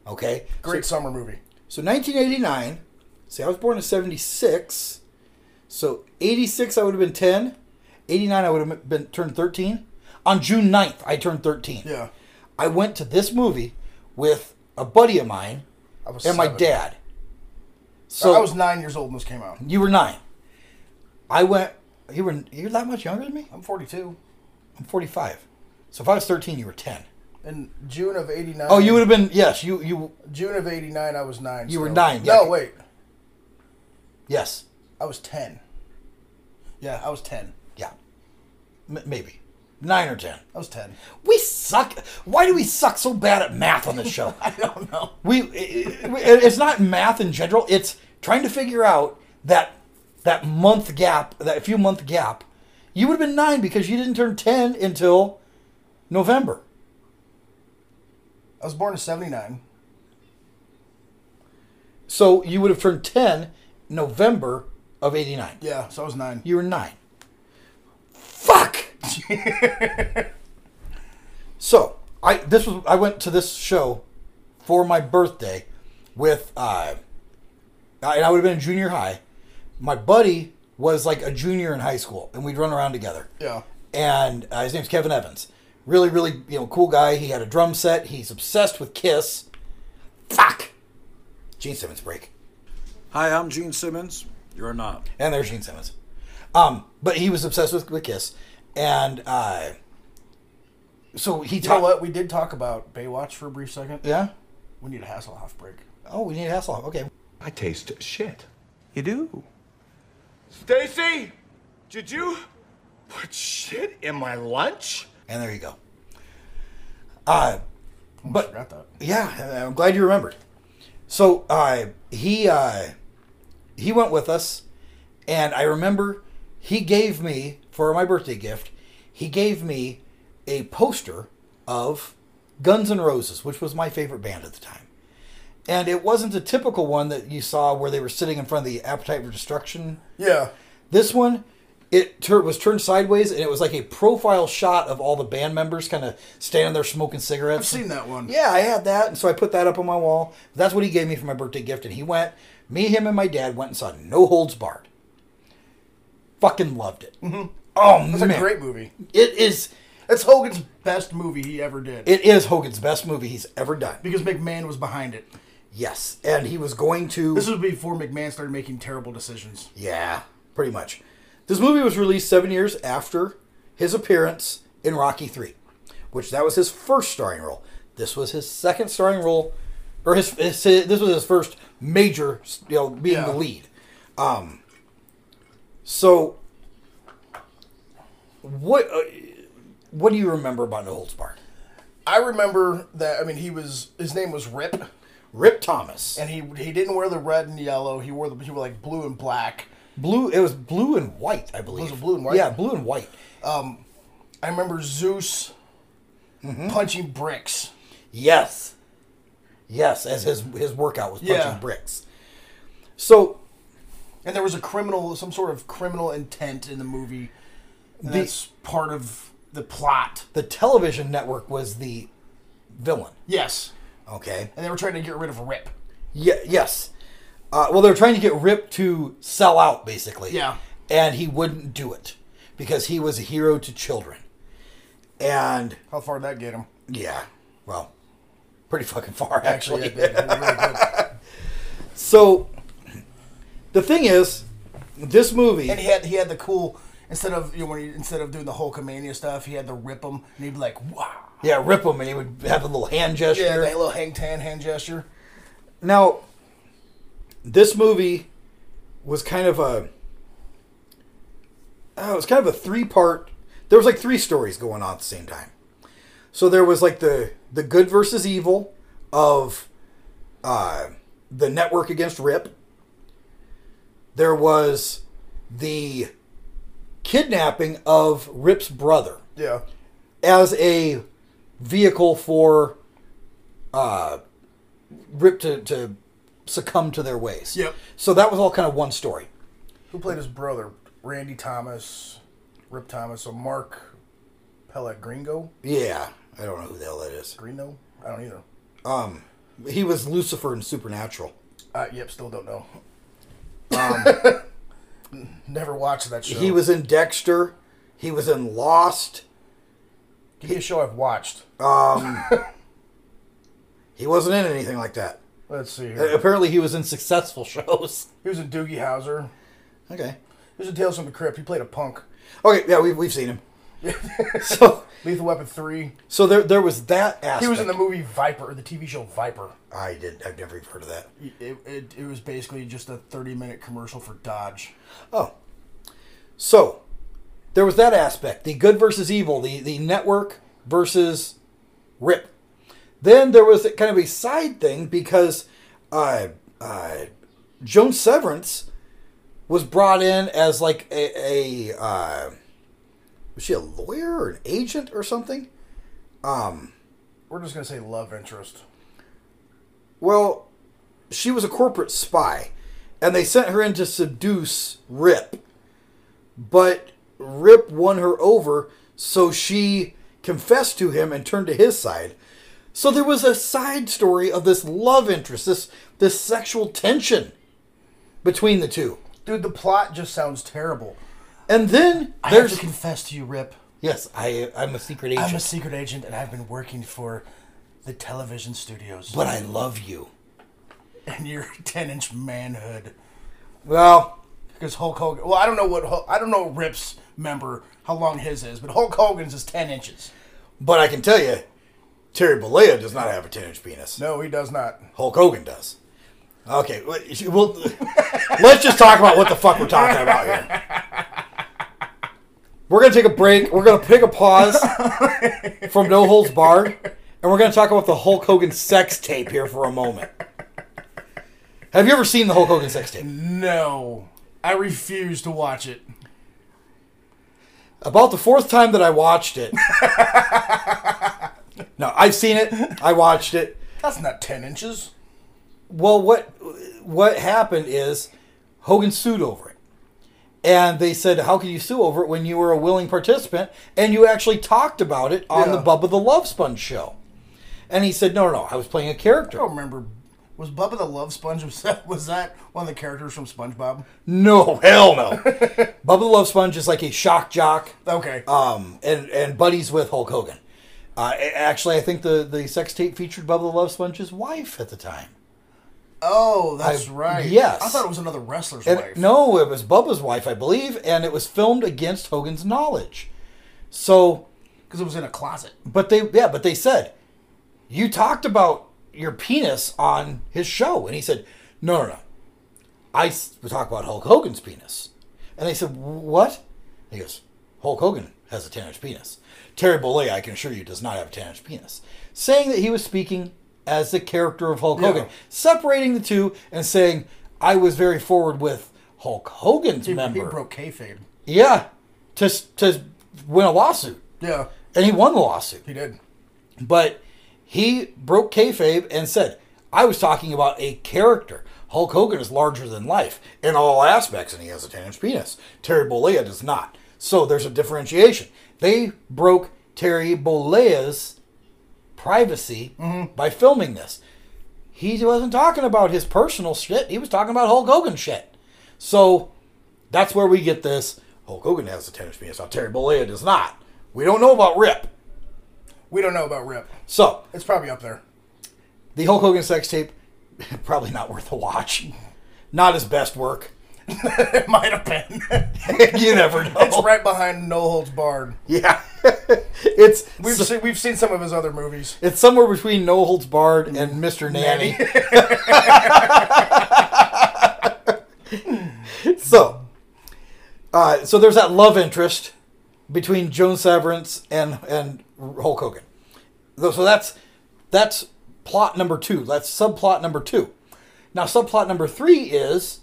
[SPEAKER 4] Okay.
[SPEAKER 5] Great summer movie.
[SPEAKER 4] So 1989. See, I was born in 76. So 86, I would have been 10. 89, I would have been turned 13. On June 9th, I turned 13.
[SPEAKER 5] Yeah.
[SPEAKER 4] I went to this movie with a buddy of mine
[SPEAKER 5] I was
[SPEAKER 4] and my
[SPEAKER 5] seven.
[SPEAKER 4] dad.
[SPEAKER 5] So
[SPEAKER 4] So
[SPEAKER 5] I was nine years old when this came out.
[SPEAKER 4] you were nine. I went. You were. You're that much younger than me.
[SPEAKER 5] I'm 42.
[SPEAKER 4] I'm 45. So if I was 13, you were 10.
[SPEAKER 5] In June of '89.
[SPEAKER 4] Oh, you would have been. Yes, you. You.
[SPEAKER 5] June of '89. I was nine.
[SPEAKER 4] You were
[SPEAKER 5] so-
[SPEAKER 4] nine,
[SPEAKER 5] No,
[SPEAKER 4] yeah.
[SPEAKER 5] wait.
[SPEAKER 4] Yes.
[SPEAKER 5] I was ten. Yeah, I was ten.
[SPEAKER 4] Yeah. M- maybe. Nine or 10.
[SPEAKER 5] I was ten.
[SPEAKER 4] We suck. Why do we suck so bad at math on this show?
[SPEAKER 5] [LAUGHS] I don't know.
[SPEAKER 4] we it- it- it's not math in general. It's trying to figure out that that month gap, that few month gap. You would have been nine because you didn't turn ten until November.
[SPEAKER 5] I was born in '79.
[SPEAKER 4] So you would have turned ten November of eighty nine.
[SPEAKER 5] Yeah, so I was nine.
[SPEAKER 4] You were nine. Fuck. so I this was I went to this show for my birthday with, uh, I- and I would have been in junior high. My buddy was like a junior in high school, and we'd run around together.
[SPEAKER 5] Yeah.
[SPEAKER 4] And uh, his name's Kevin Evans. Really, really, you know, cool guy. He had a drum set. He's obsessed with Kiss. Fuck. Gene Simmons break.
[SPEAKER 1] Hi, I'm Gene Simmons. You're not.
[SPEAKER 4] And there's Gene Simmons. Um, but he was obsessed with, with Kiss, and uh, so he
[SPEAKER 5] You know
[SPEAKER 4] taught.
[SPEAKER 5] what? uh, We did talk about Baywatch for a brief second.
[SPEAKER 4] Yeah.
[SPEAKER 5] We need a Hasselhoff break.
[SPEAKER 4] Oh, we need Hasselhoff. Okay.
[SPEAKER 2] I taste shit.
[SPEAKER 3] You do?
[SPEAKER 2] Stacy, did you put shit in my lunch?
[SPEAKER 4] And there you go. Uh, but
[SPEAKER 5] forgot that.
[SPEAKER 4] yeah, I'm glad you remembered. So uh, he uh, he went with us, and I remember he gave me for my birthday gift. He gave me a poster of Guns N' Roses, which was my favorite band at the time. And it wasn't the typical one that you saw where they were sitting in front of the Appetite for Destruction
[SPEAKER 5] Yeah.
[SPEAKER 4] this one, it tur- was turned sideways, and it was like a profile shot of all the band members kind of standing there smoking cigarettes.
[SPEAKER 5] I've seen that one.
[SPEAKER 4] Yeah, I had that, and so I put that up on my wall. That's what he gave me for my birthday gift, and he went. Me, him, and my dad went and saw No Holds Barred. Fucking loved it.
[SPEAKER 5] Mhm.
[SPEAKER 4] Oh
[SPEAKER 5] That's
[SPEAKER 4] man,
[SPEAKER 5] a great movie.
[SPEAKER 4] It is.
[SPEAKER 5] It's Hogan's best movie he ever did.
[SPEAKER 4] It is Hogan's best movie he's ever done.
[SPEAKER 5] because McMahon was behind it.
[SPEAKER 4] Yes, and he was going to.
[SPEAKER 5] This was before McMahon started making terrible decisions.
[SPEAKER 4] Yeah, pretty much. This movie was released seven years after his appearance in Rocky Three, which that was his first starring role. This was his second starring role, or his, his this was his first major, you know, being the lead. Um, so what uh, what do you remember about No Holds Barred?
[SPEAKER 5] I remember that. I mean, he was his name was Rip.
[SPEAKER 4] Rip Thomas.
[SPEAKER 5] And he he didn't wear the red and yellow. He wore the he wore like blue and black.
[SPEAKER 4] Blue. It was blue and white. I believe.
[SPEAKER 5] Was it blue and white?
[SPEAKER 4] Yeah, blue and white.
[SPEAKER 5] Um, I remember Zeus
[SPEAKER 4] Mm-hmm.
[SPEAKER 5] punching bricks.
[SPEAKER 4] Yes. Yes, as his his workout was punching
[SPEAKER 5] Yeah.
[SPEAKER 4] bricks. So
[SPEAKER 5] And there was a criminal, some sort of criminal intent in the movie. And
[SPEAKER 4] The-
[SPEAKER 5] that's part of the plot.
[SPEAKER 4] the television network was the villain.
[SPEAKER 5] Yes.
[SPEAKER 4] Okay.
[SPEAKER 5] And they were trying to get rid of Rip.
[SPEAKER 4] Yeah. Yes. Uh, well, they were trying to get Rip to sell out, basically.
[SPEAKER 5] Yeah.
[SPEAKER 4] And he wouldn't do it because he was a hero to children. And
[SPEAKER 5] How far did that get him?
[SPEAKER 4] yeah, well, pretty fucking far
[SPEAKER 5] Actually,
[SPEAKER 4] actually.
[SPEAKER 5] yeah, it did.
[SPEAKER 4] [LAUGHS] so the thing is, this movie.
[SPEAKER 5] And he had he had the cool instead of you know when he, instead of doing the Hulkamania stuff, he had the Rip him, and he'd be like, "Wow."
[SPEAKER 4] yeah, rip him, and he would have a little hand gesture.
[SPEAKER 5] Yeah, that little hang tan hand gesture.
[SPEAKER 4] Now, this movie was kind of a. Oh, it was kind of a three part. There was like three stories going on at the same time. So there was like the the good versus evil of uh, the network against Rip. There was the kidnapping of Rip's brother
[SPEAKER 5] Yeah.
[SPEAKER 4] as a vehicle for uh, Rip to, to succumb to their ways.
[SPEAKER 5] Yep.
[SPEAKER 4] So that was all kind of one story.
[SPEAKER 5] Who played his brother? Randy Thomas, Rip Thomas, so Mark Pellegrino.
[SPEAKER 4] Yeah, I don't know who the hell that is.
[SPEAKER 5] Grino? I don't either.
[SPEAKER 4] Um, he was Lucifer in Supernatural.
[SPEAKER 5] Uh, yep, still don't know. Um, [LAUGHS] Never watched that show.
[SPEAKER 4] He was in Dexter. He was in Lost.
[SPEAKER 5] Give me a show I've watched. [LAUGHS]
[SPEAKER 4] Um, he wasn't in anything like that.
[SPEAKER 5] Let's see
[SPEAKER 4] Uh,
[SPEAKER 5] here.
[SPEAKER 4] Apparently, he was in successful [LAUGHS] shows.
[SPEAKER 5] He was in Doogie Howser.
[SPEAKER 4] Okay.
[SPEAKER 5] He was in Tales from the Crypt. He played a punk.
[SPEAKER 4] Okay, yeah, we've, we've seen
[SPEAKER 5] [LAUGHS]
[SPEAKER 4] him. so,
[SPEAKER 5] Lethal Weapon 3.
[SPEAKER 4] so there there was that aspect.
[SPEAKER 5] He was in the movie Viper, the TV show Viper.
[SPEAKER 4] I did. I've never even heard of that.
[SPEAKER 5] It, it, it was basically just a 30 minute commercial for Dodge.
[SPEAKER 4] Oh. So, there was that aspect the good versus evil, the, the network versus RIP. Then there was kind of a side thing because uh, uh, Joan Severance was brought in as like a. a uh, was she a lawyer or an agent or something? Um,
[SPEAKER 5] We're just going to say love interest.
[SPEAKER 4] well, she was a corporate spy, and they sent her in to seduce Rip. But Rip won her over, so she confessed to him and turned to his side. So there was a side story of this love interest, this this sexual tension between the two.
[SPEAKER 5] Dude, the plot just sounds terrible.
[SPEAKER 4] And then
[SPEAKER 5] I have
[SPEAKER 4] there's
[SPEAKER 5] to confess to you, Rip.
[SPEAKER 4] Yes, I I'm a secret agent.
[SPEAKER 5] I'm a secret agent, and I've been working for the television studios.
[SPEAKER 4] But I love you.
[SPEAKER 5] and your [LAUGHS] 10 inch manhood.
[SPEAKER 4] Well,
[SPEAKER 5] because Hulk Hogan. Well, I don't know what Hul- I don't know Rip's member how long his is, but Hulk Hogan's is 10 inches.
[SPEAKER 4] But I can tell you, Terry Bollea does not have a 10 inch penis.
[SPEAKER 5] No, he does not.
[SPEAKER 4] Hulk Hogan does. Okay, well, well, let's just talk about what the fuck we're talking about here. We're going to take a break. We're going to pick a pause from No Holds Barred, and we're going to talk about the Hulk Hogan sex tape here for a moment. Have you ever seen the Hulk Hogan sex tape?
[SPEAKER 5] No, I refuse to watch it.
[SPEAKER 4] About the fourth time that I watched it. no, I've seen
[SPEAKER 5] [LAUGHS]
[SPEAKER 4] it. I watched it.
[SPEAKER 5] That's not 10 inches.
[SPEAKER 4] Well, what what happened is Hogan sued over it, and they said, "How can you sue over it when you were a willing participant and you actually talked about it on the Bubba the Love Sponge show?" And he said, "No, no, no. I was playing a character."
[SPEAKER 5] I don't remember. Was Bubba the Love Sponge? [LAUGHS] Was that, was that one of the characters from SpongeBob?
[SPEAKER 4] No, hell
[SPEAKER 5] [LAUGHS]
[SPEAKER 4] no. Bubba the Love Sponge is like a shock jock.
[SPEAKER 5] Okay.
[SPEAKER 4] Um, and and buddies with Hulk Hogan. Uh, a- actually, I think the the sex tape featured Bubba the Love Sponge's wife at the time.
[SPEAKER 5] Oh, that's
[SPEAKER 4] I-
[SPEAKER 5] right.
[SPEAKER 4] yes.
[SPEAKER 5] I thought it was another wrestler's
[SPEAKER 4] And-
[SPEAKER 5] wife.
[SPEAKER 4] No, it was Bubba's wife, I believe, and it was filmed against Hogan's knowledge. So,
[SPEAKER 5] because it was in a closet.
[SPEAKER 4] But they, yeah, but they said you talked about your penis on his show, and he said, "No, no, no, I s- we talk about Hulk Hogan's penis," and they said, "What?" He goes, "Hulk Hogan has a ten-inch penis. Terry Bollea, I can assure you, does not have a ten-inch penis." Saying that he was speaking as the character of Hulk
[SPEAKER 5] Yeah.
[SPEAKER 4] Hogan, separating the two, and saying, "I was very forward with Hulk Hogan's
[SPEAKER 5] He, he
[SPEAKER 4] member."
[SPEAKER 5] broke
[SPEAKER 4] [LAUGHS]
[SPEAKER 5] kayfabe.
[SPEAKER 4] Yeah, to s- to win a lawsuit.
[SPEAKER 5] Yeah.
[SPEAKER 4] and he won the lawsuit.
[SPEAKER 5] He did.
[SPEAKER 4] But he broke kayfabe and said, "I was talking about a character. Hulk Hogan is larger than life in all aspects, and he has a ten-inch penis. Terry Bollea does not. So there's a differentiation. They broke Terry Bollea's privacy
[SPEAKER 5] Mm-hmm.
[SPEAKER 4] by filming this. He wasn't talking about his personal shit. He was talking about Hulk Hogan shit. So that's where we get this. Hulk Hogan has a ten-inch penis. Now Terry Bollea does not. We don't know about Rip.
[SPEAKER 5] We don't know about Rip.
[SPEAKER 4] So
[SPEAKER 5] It's probably up there.
[SPEAKER 4] the Hulk Hogan sex tape, [LAUGHS] probably not worth a watch. Not his best work.
[SPEAKER 5] [LAUGHS] it might have been.
[SPEAKER 4] [LAUGHS] you never know.
[SPEAKER 5] It's right behind No Holds Barred.
[SPEAKER 4] Yeah, [LAUGHS] it's
[SPEAKER 5] We've seen we've seen some of his other movies.
[SPEAKER 4] it's somewhere between No Holds Barred and Mr. Nanny. [LAUGHS] so, uh, so there's that love interest between Joan Severance and and Hulk Hogan. Tho- So that's that's plot number two. That's subplot number two. Now, subplot number three is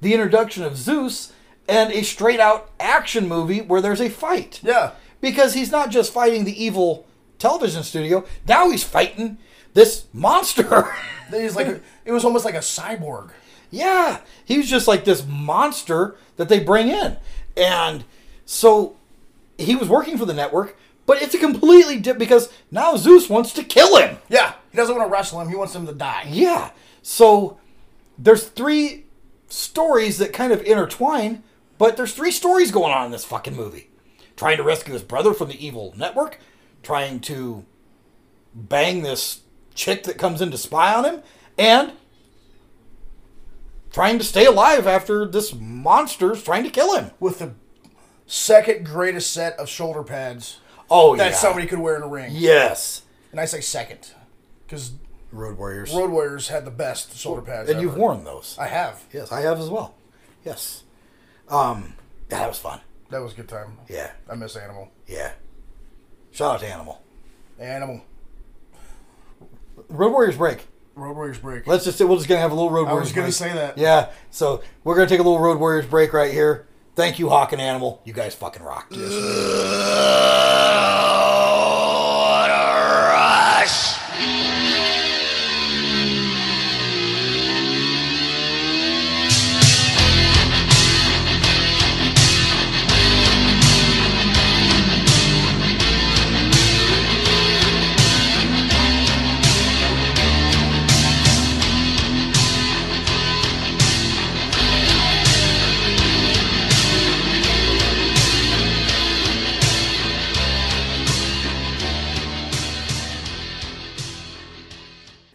[SPEAKER 4] the introduction of Zeus and a straight out action movie where there's a fight.
[SPEAKER 5] Yeah.
[SPEAKER 4] Because he's not just fighting the evil television studio, now he's fighting this monster. [LAUGHS]
[SPEAKER 5] He's like it was almost like a cyborg.
[SPEAKER 4] Yeah, he was just like this monster that they bring in. And so he was working for the network, but it's a completely different because now Zeus wants to kill him.
[SPEAKER 5] Yeah, he doesn't want to wrestle him. He wants him to die.
[SPEAKER 4] Yeah. So there's three stories that kind of intertwine, but there's three stories going on in this fucking movie. Trying to rescue his brother from the evil network, trying to bang this chick that comes in to spy on him, and trying to stay alive after this monster's trying to kill him.
[SPEAKER 5] With the second greatest set of shoulder pads.
[SPEAKER 4] Oh,
[SPEAKER 5] that
[SPEAKER 4] yeah.
[SPEAKER 5] somebody could wear in a ring.
[SPEAKER 4] Yes.
[SPEAKER 5] and I say second because
[SPEAKER 4] Road Warriors.
[SPEAKER 5] Road Warriors had the best shoulder pads.
[SPEAKER 4] and you've
[SPEAKER 5] ever.
[SPEAKER 4] worn those.
[SPEAKER 5] I have.
[SPEAKER 4] Yes, I have as well. Yes. Um, that was fun.
[SPEAKER 5] That was a good time.
[SPEAKER 4] Yeah.
[SPEAKER 5] I miss Animal.
[SPEAKER 4] Yeah. Shout out to Animal.
[SPEAKER 5] Animal.
[SPEAKER 4] Road Warriors break.
[SPEAKER 5] Road Warriors break.
[SPEAKER 4] Let's just we're just gonna have a little Road
[SPEAKER 5] I
[SPEAKER 4] Warriors.
[SPEAKER 5] was gonna
[SPEAKER 4] break.
[SPEAKER 5] say that.
[SPEAKER 4] Yeah. So we're gonna take a little Road Warriors break right here. Thank you, Hawk and Animal. You guys fucking rock.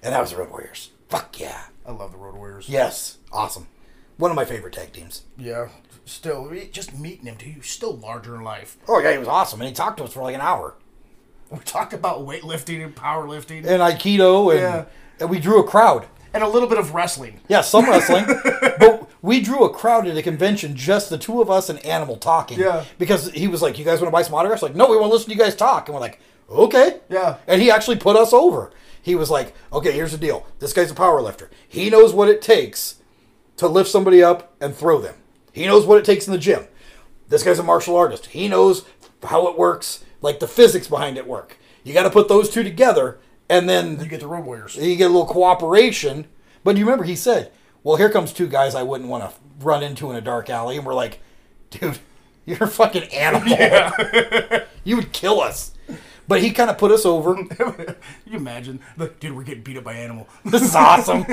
[SPEAKER 4] that was the Road Warriors. Fuck yeah.
[SPEAKER 5] I love the Road Warriors.
[SPEAKER 4] Yes. Awesome. One of my favorite tag teams.
[SPEAKER 5] Yeah. Still, just meeting him, dude. He was still larger in life.
[SPEAKER 4] Oh, yeah, he was awesome. And he talked to us for like an hour.
[SPEAKER 5] We talked about weightlifting and powerlifting.
[SPEAKER 4] And Aikido. And,
[SPEAKER 5] Yeah.
[SPEAKER 4] and we drew a crowd.
[SPEAKER 5] And a little bit of wrestling.
[SPEAKER 4] Yeah, some
[SPEAKER 5] [LAUGHS]
[SPEAKER 4] wrestling. but we drew a crowd at a convention, just the two of us and Animal talking.
[SPEAKER 5] Yeah.
[SPEAKER 4] Because he was like, You guys want to buy some autographs? Like, no, we want to listen to you guys talk. And we're like, Okay.
[SPEAKER 5] Yeah.
[SPEAKER 4] And he actually put us over. He was like, Okay, here's the deal. This guy's a power lifter. He knows what it takes to lift somebody up and throw them. He knows what it takes in the gym. This guy's a martial artist. He knows how it works, like the physics behind it work. You got to put those two together, and then
[SPEAKER 5] You get the Road Warriors.
[SPEAKER 4] you get a little cooperation. But you remember he said, "Well, here comes two guys I wouldn't want to run into in a dark alley," and we're like, "Dude, [LAUGHS] you're a fucking animal. [LAUGHS] you would kill us." But he kind of put us over.
[SPEAKER 5] [LAUGHS] you imagine? The, dude, we're getting beat up by animal. [LAUGHS]
[SPEAKER 4] This is awesome.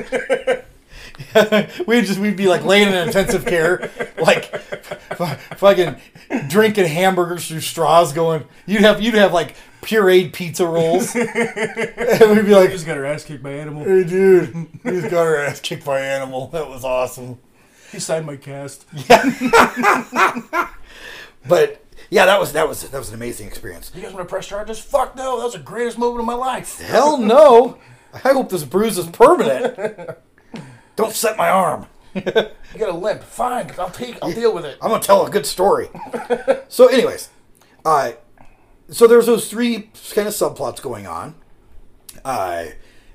[SPEAKER 4] we [LAUGHS]
[SPEAKER 5] [LAUGHS]
[SPEAKER 4] just we'd be like laying in intensive care, [LAUGHS] like f- fucking drinking hamburgers through straws. Going, you'd have you'd have like pureed pizza rolls, [LAUGHS] and we'd be like, [LAUGHS]
[SPEAKER 5] just got our ass kicked by animal.
[SPEAKER 4] Hey, dude, we just got our ass kicked by animal. That was awesome.
[SPEAKER 5] He signed my cast.
[SPEAKER 4] [LAUGHS] But yeah, that was that was that was an amazing experience.
[SPEAKER 5] You guys want to press charges? Fuck no. That was the greatest moment of my life. [LAUGHS]
[SPEAKER 4] Hell no! I hope this bruise is permanent. Don't set my arm.
[SPEAKER 5] You got a limp. Fine. I'll take. I'll deal with it.
[SPEAKER 4] I'm gonna tell a good
[SPEAKER 5] [LAUGHS]
[SPEAKER 4] story. so, anyways, uh, so there's those three kind of subplots going on, uh,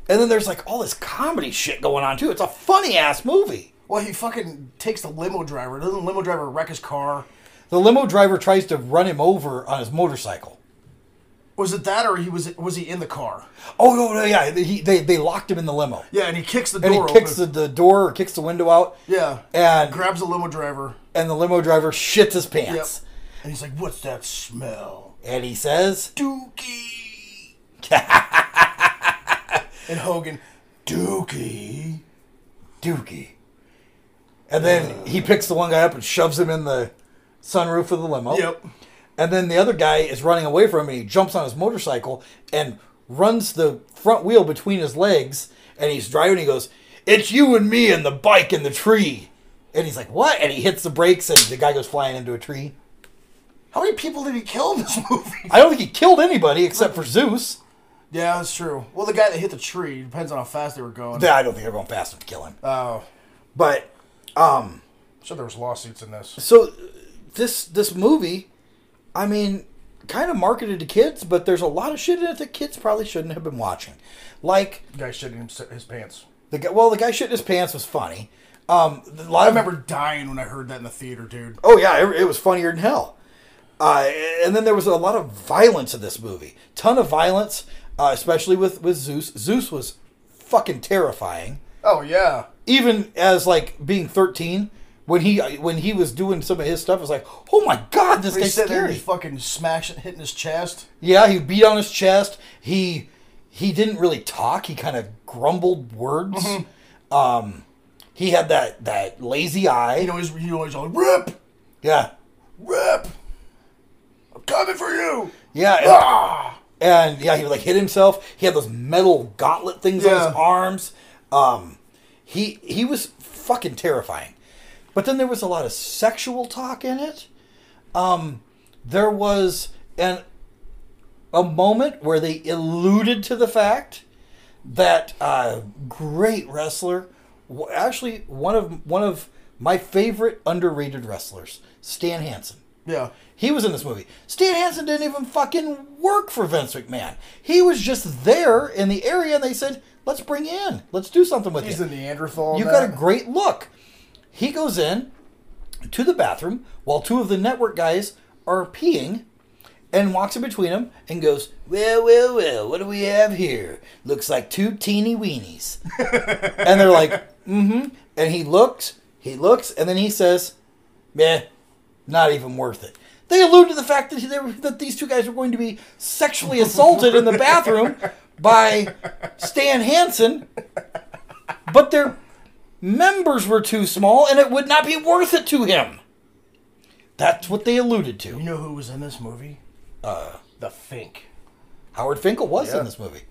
[SPEAKER 4] and then there's like all this comedy shit going on too. It's a funny ass movie.
[SPEAKER 5] Well, he fucking takes the limo driver. Doesn't the limo driver wreck his car?
[SPEAKER 4] The limo driver tries to run him over on his motorcycle.
[SPEAKER 5] Was it that, or he was was he in the car?
[SPEAKER 4] Oh no, no, yeah, he, they they locked him in the limo,
[SPEAKER 5] Yeah, and he kicks the
[SPEAKER 4] and he
[SPEAKER 5] door
[SPEAKER 4] kicks the,
[SPEAKER 5] open.
[SPEAKER 4] the door or kicks the window out,
[SPEAKER 5] yeah,
[SPEAKER 4] and
[SPEAKER 5] grabs the limo driver.
[SPEAKER 4] and the limo driver shits his
[SPEAKER 5] Yep.
[SPEAKER 4] pants,
[SPEAKER 5] And he's like, "What's that smell?"
[SPEAKER 4] and he says,
[SPEAKER 5] And Hogan, Dookie,
[SPEAKER 4] Dookie. And then he picks the one guy up and shoves him in the sunroof of the limo.
[SPEAKER 5] Yep.
[SPEAKER 4] And then the other guy is running away from him and he jumps on his motorcycle and runs the front wheel between his legs and he's driving and he goes, It's you and me and the bike and the tree. And he's like, What? And he hits the brakes and the guy goes flying into a tree.
[SPEAKER 5] How many people did he kill in this movie?
[SPEAKER 4] I don't think he killed anybody except for Zeus.
[SPEAKER 5] yeah, that's true. Well, the guy that hit the tree depends on how fast they were going.
[SPEAKER 4] Yeah, I don't think they're going fast enough to kill him.
[SPEAKER 5] Oh,
[SPEAKER 4] But um
[SPEAKER 5] sure, there was lawsuits in this.
[SPEAKER 4] So this this movie, I mean, kind of marketed to kids, but there's a lot of shit in it that kids probably shouldn't have been watching. Like
[SPEAKER 5] The guy shitting his, his pants.
[SPEAKER 4] the guy, well, the guy shit in his pants was funny. Um, a lot
[SPEAKER 5] I
[SPEAKER 4] of-
[SPEAKER 5] remember dying when I heard that in the theater, dude.
[SPEAKER 4] Oh yeah, it, it was funnier than hell. Uh, and then there was a lot of violence in this movie. Ton of violence, uh, especially with with Zeus. Zeus was fucking terrifying.
[SPEAKER 5] Oh yeah.
[SPEAKER 4] Even as like being 13, when he when he was doing some of his stuff, it was like, oh my god, this
[SPEAKER 5] He
[SPEAKER 4] guy's
[SPEAKER 5] sat there and
[SPEAKER 4] scary.
[SPEAKER 5] he fucking smashing, hitting his chest.
[SPEAKER 4] Yeah, he beat on his chest. He he didn't really talk. He kind of grumbled words. Um, he had that that lazy eye.
[SPEAKER 5] You know, he's, Mm-hmm. he always yelled, "Rip,
[SPEAKER 4] yeah,
[SPEAKER 5] rip, I'm coming for you."
[SPEAKER 4] yeah, and,
[SPEAKER 5] Ah!
[SPEAKER 4] and, yeah, he like hit himself. He had those metal gauntlet things on
[SPEAKER 5] Yeah.
[SPEAKER 4] his arms. Um, he he was fucking terrifying. But then there was a lot of sexual talk in it. Um, there was an a moment where they alluded to the fact that uh, great wrestler, w- actually one of one of my favorite underrated wrestlers, Stan Hansen.
[SPEAKER 5] Yeah.
[SPEAKER 4] He was in this movie. Stan Hansen didn't even fucking work for Vince McMahon. He was just there in the area, and they said, "Let's bring you in. Let's do something with
[SPEAKER 5] He's
[SPEAKER 4] you."
[SPEAKER 5] a Neanderthal.
[SPEAKER 4] You
[SPEAKER 5] now.
[SPEAKER 4] got a great look. He goes in to the bathroom while two of the network guys are peeing and walks in between them and goes, Well, well, well, what do we have here? Looks like two teeny weenies. and they're like, Mm hmm. And he looks, he looks, and then he says, Meh, not even worth it. They allude to the fact that, they were, that these two guys were going to be sexually assaulted in the bathroom by Stan Hansen, but their members were too small and it would not be worth it to him. That's what they alluded to.
[SPEAKER 5] You know who was in this movie? Uh, the Fink.
[SPEAKER 4] Howard Finkel was
[SPEAKER 5] Yeah.
[SPEAKER 4] in this movie.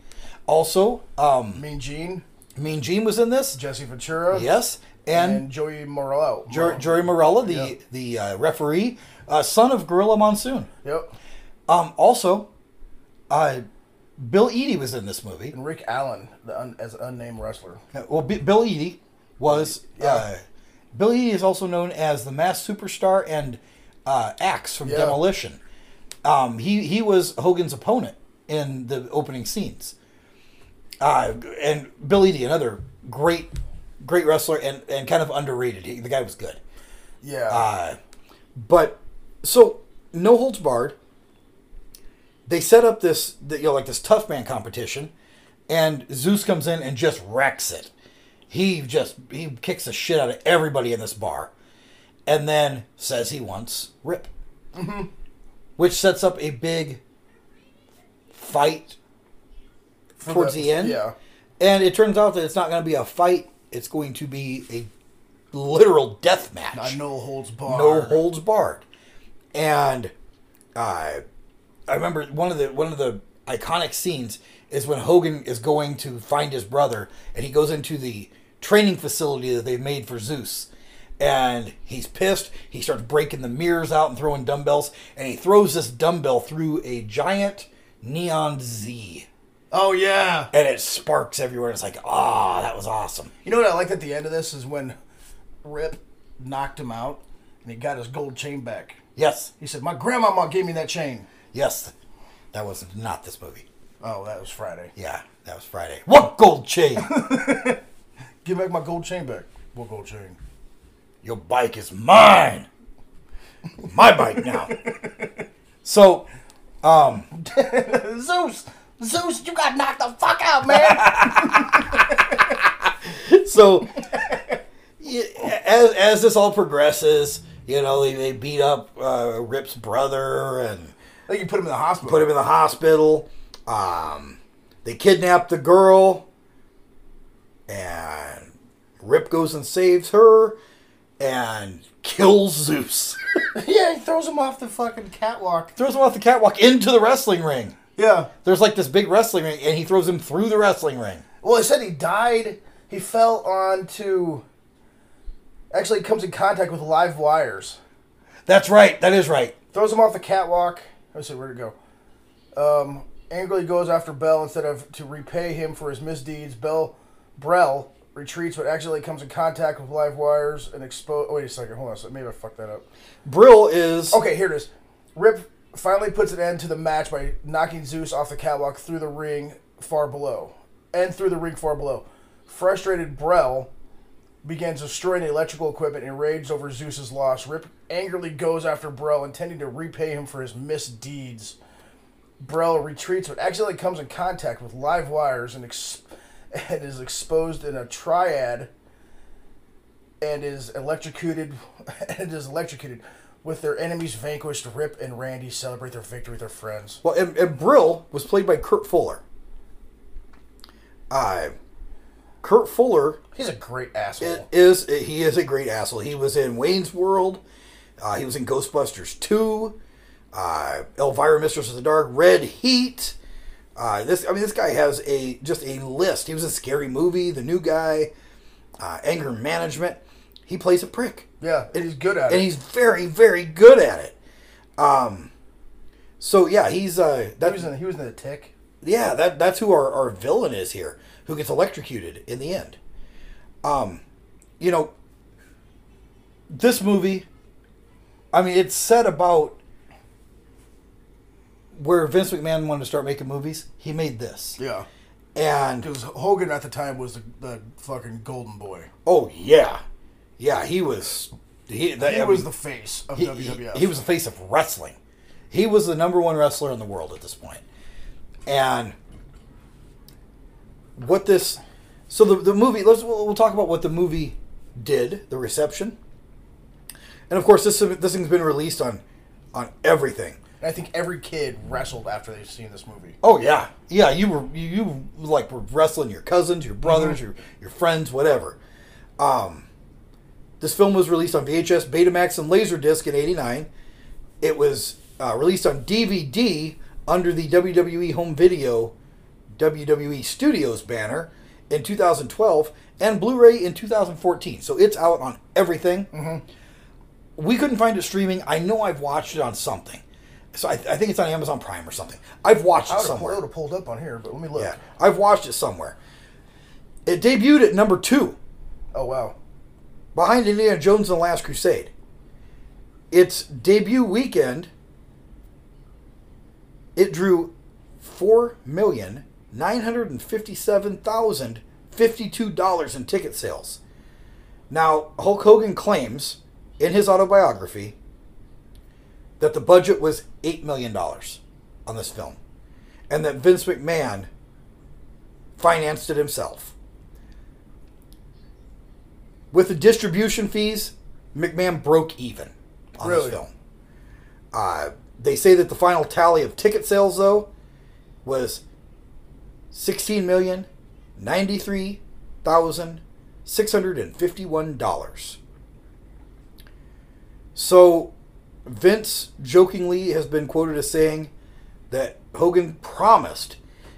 [SPEAKER 4] Also, um,
[SPEAKER 5] Mean Gene.
[SPEAKER 4] Mean Gene was in this.
[SPEAKER 5] Jesse Ventura.
[SPEAKER 4] Yes, and,
[SPEAKER 5] Joey Morello.
[SPEAKER 4] Jer- Jerry Morella, the
[SPEAKER 5] Yep.
[SPEAKER 4] the uh, referee, uh, son of Gorilla Monsoon.
[SPEAKER 5] Yep.
[SPEAKER 4] Um, also, uh, Bill Eady was in this movie.
[SPEAKER 5] And Rick Allen, the un, as an unnamed wrestler.
[SPEAKER 4] Uh, Well, B- Bill Eady was. Uh, Bill Eady is also known as the Mass Superstar and uh, Axe from
[SPEAKER 5] Yeah.
[SPEAKER 4] Demolition. Um, he he was Hogan's opponent in the opening scenes. Uh, and Bill Eady, another great, great wrestler and, and kind of underrated. He, the guy was good.
[SPEAKER 5] Yeah.
[SPEAKER 4] Uh, but so no holds barred. They set up this the- you know like this tough man competition, and Zeus comes in and just wrecks it. He just he kicks the shit out of everybody in this bar, and then says he wants Rip,
[SPEAKER 5] Mhm.
[SPEAKER 4] which sets up a big fight
[SPEAKER 5] For
[SPEAKER 4] towards
[SPEAKER 5] the-
[SPEAKER 4] the, end.
[SPEAKER 5] yeah.
[SPEAKER 4] and it turns out that it's not going to be a fight. It's going to be a literal death match.
[SPEAKER 5] Not no holds barred.
[SPEAKER 4] No holds barred. And uh, I remember one of the one of the iconic scenes is when Hogan is going to find his brother, and he goes into the training facility that they've made for Zeus. And he's pissed. He starts breaking the mirrors out and throwing dumbbells. And he throws this dumbbell through a giant neon Z.
[SPEAKER 5] Oh yeah.
[SPEAKER 4] And it sparks everywhere. It's like, ah, that was awesome.
[SPEAKER 5] You know what I liked at the end of this is when Rip knocked him out and he got his gold chain back.
[SPEAKER 4] Yes.
[SPEAKER 5] He said, My grandmama gave me that chain.
[SPEAKER 4] Yes. That was not this movie.
[SPEAKER 5] Oh, that was Friday.
[SPEAKER 4] Yeah, that was Friday. What gold
[SPEAKER 5] [LAUGHS]
[SPEAKER 4] chain?
[SPEAKER 5] Give back my gold chain back. What gold chain?
[SPEAKER 4] Your bike is mine. My bike now. So, um,
[SPEAKER 5] [LAUGHS]
[SPEAKER 4] [LAUGHS]
[SPEAKER 5] Zeus! Zeus, you got knocked the fuck out, [LAUGHS] man!
[SPEAKER 4] so y- as as this all progresses, you know they, they beat up uh, Rip's brother and
[SPEAKER 5] they can put him in the hospital.
[SPEAKER 4] Put him in the hospital. Um, they kidnap the girl, and Rip goes and saves her, and kills Zeus. [LAUGHS]
[SPEAKER 5] yeah, he throws him off the fucking catwalk.
[SPEAKER 4] throws him off the catwalk into the wrestling ring.
[SPEAKER 5] Yeah.
[SPEAKER 4] There's like this big wrestling ring, and he throws him through the wrestling ring.
[SPEAKER 5] Well, it said he died. He fell onto. Actually, he comes in contact with live wires.
[SPEAKER 4] That's right. That is right.
[SPEAKER 5] Throws him off the catwalk. I said, where'd it go? Um, angrily goes after Bell instead of to repay him for his misdeeds. Bell, Brell retreats, but actually comes in contact with live wires and expose. Oh, wait a second. Hold on. a second. Maybe I fucked that up.
[SPEAKER 4] Brill is
[SPEAKER 5] Okay, here it is. Rip finally puts an end to the match by knocking Zeus off the catwalk through the ring far below. And through the ring far below. Frustrated Brell begins destroying the electrical equipment and rages over Zeus's loss. Rip angrily goes after Brell, intending to repay him for his misdeeds. Brell retreats, but accidentally comes in contact with live wires and, ex- and is exposed in a triad and is electrocuted [LAUGHS] and is electrocuted with their enemies vanquished rip and randy celebrate their victory with their friends
[SPEAKER 4] Well, and, and Brill was played by Kurt Fuller. Uh, Kurt Fuller
[SPEAKER 5] he's a great asshole
[SPEAKER 4] is he is a great asshole. He was in Wayne's World. Uh, he was in Ghostbusters Two. Uh, Elvira, Mistress of the Dark, Red Heat. Uh, this I mean, this guy has a just a list. He was in Scary Movie, The New Guy, uh, Anger Management. He plays a prick.
[SPEAKER 5] Yeah, and he's good at it.
[SPEAKER 4] And he's very, very good at it. Um, so yeah, he's uh, that
[SPEAKER 5] he was in he was in the tick
[SPEAKER 4] yeah, that that's who our, our villain is here, who gets electrocuted in the end. Um, you know, this movie, I mean, it's set about where Vince McMahon wanted to start making movies. He made this.
[SPEAKER 5] yeah
[SPEAKER 4] And
[SPEAKER 5] because hogan at the time was the, the fucking golden boy
[SPEAKER 4] oh yeah, yeah, he was. He, that,
[SPEAKER 5] he
[SPEAKER 4] I
[SPEAKER 5] was
[SPEAKER 4] mean,
[SPEAKER 5] the face of
[SPEAKER 4] he-
[SPEAKER 5] wwf
[SPEAKER 4] He, he was the face of wrestling. He was the number one wrestler in the world at this point. And what this, so the the movie. Let's we'll, we'll talk about what the movie did, the reception, and of course this this thing's been released on on everything.
[SPEAKER 5] and i think every kid wrestled after they've seen this movie
[SPEAKER 4] Oh yeah, yeah. You were you, you like were wrestling your cousins, your brothers,
[SPEAKER 5] Mm-hmm.
[SPEAKER 4] your your friends, whatever. Um, this film was released on VHS, Betamax, and Laserdisc in '89. It was uh, released on DVD under the WWE Home E Video WWE Studios banner in 2012 and Blu-ray in 2014. So it's out on everything. We couldn't find it streaming. I know I've watched it on something. So I, I think it's on Amazon Prime or something. I've watched
[SPEAKER 5] I
[SPEAKER 4] it
[SPEAKER 5] would have
[SPEAKER 4] somewhere.
[SPEAKER 5] pulled, pulled up on here, but let me look.
[SPEAKER 4] Yeah, I've watched it somewhere. It debuted at number two.
[SPEAKER 5] Oh wow!
[SPEAKER 4] Behind Indiana Jones and the Last Crusade. Its debut weekend, it drew four million nine hundred and fifty-seven thousand fifty-two dollars in ticket sales. Now, Hulk Hogan claims in his autobiography that the budget was eight million dollars on this film, and that Vince McMahon financed it himself. With the distribution fees, McMahon broke even on
[SPEAKER 5] Really?
[SPEAKER 4] this film. Uh, they say that the final tally of ticket sales, though, was sixteen million ninety-three thousand six hundred and fifty-one dollars. So, Vince jokingly has been quoted as saying that Hogan promised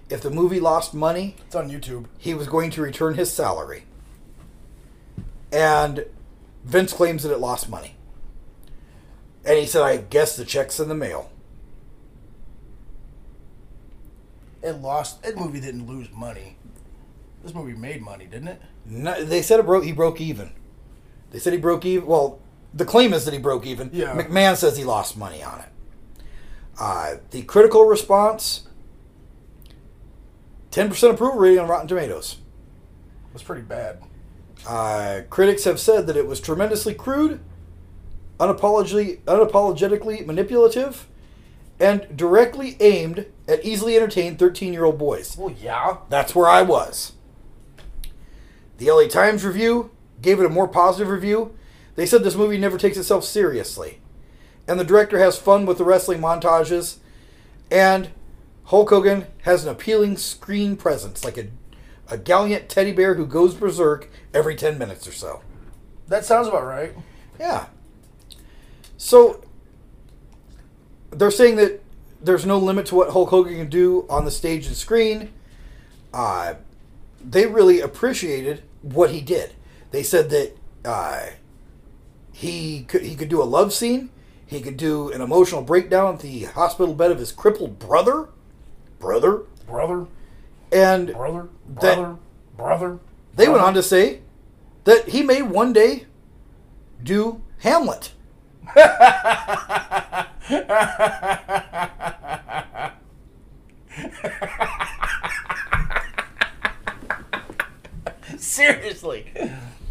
[SPEAKER 4] if the movie lost money,
[SPEAKER 5] it's on YouTube,
[SPEAKER 4] he was going to return his salary. And Vince claims that it lost money. And he said, I guess the check's in the mail.
[SPEAKER 5] It lost. That movie didn't lose money. This movie made money, didn't it?
[SPEAKER 4] No, they said it broke. He broke even. They said he broke even. Well, the claim is that he broke even.
[SPEAKER 5] Yeah.
[SPEAKER 4] McMahon says he lost money on it. Uh, the critical response: ten percent approval rating on Rotten Tomatoes.
[SPEAKER 5] It was pretty bad.
[SPEAKER 4] Uh, critics have said that it was tremendously crude, unapologetically, unapologetically manipulative, and directly aimed at easily entertained 13 year old boys.
[SPEAKER 5] Well,
[SPEAKER 4] [LAUGHS]
[SPEAKER 5] yeah.
[SPEAKER 4] That's where I was. The LA Times review gave it a more positive review. They said this movie never takes itself seriously. And the director has fun with the wrestling montages. And Hulk Hogan has an appealing screen presence, like a, a gallant teddy bear who goes berserk every 10 minutes or so.
[SPEAKER 5] That sounds about right.
[SPEAKER 4] Yeah. So they're saying that there's no limit to what Hulk Hogan can do on the stage and screen. Uh, they really appreciated what he did. They said that uh, he could he could do a love scene. He could do an emotional breakdown at the hospital bed of his crippled brother, brother,
[SPEAKER 5] brother,
[SPEAKER 4] and
[SPEAKER 5] brother,
[SPEAKER 4] brother,
[SPEAKER 5] brother.
[SPEAKER 4] They went on to say that he may one day do Hamlet.
[SPEAKER 5] Seriously.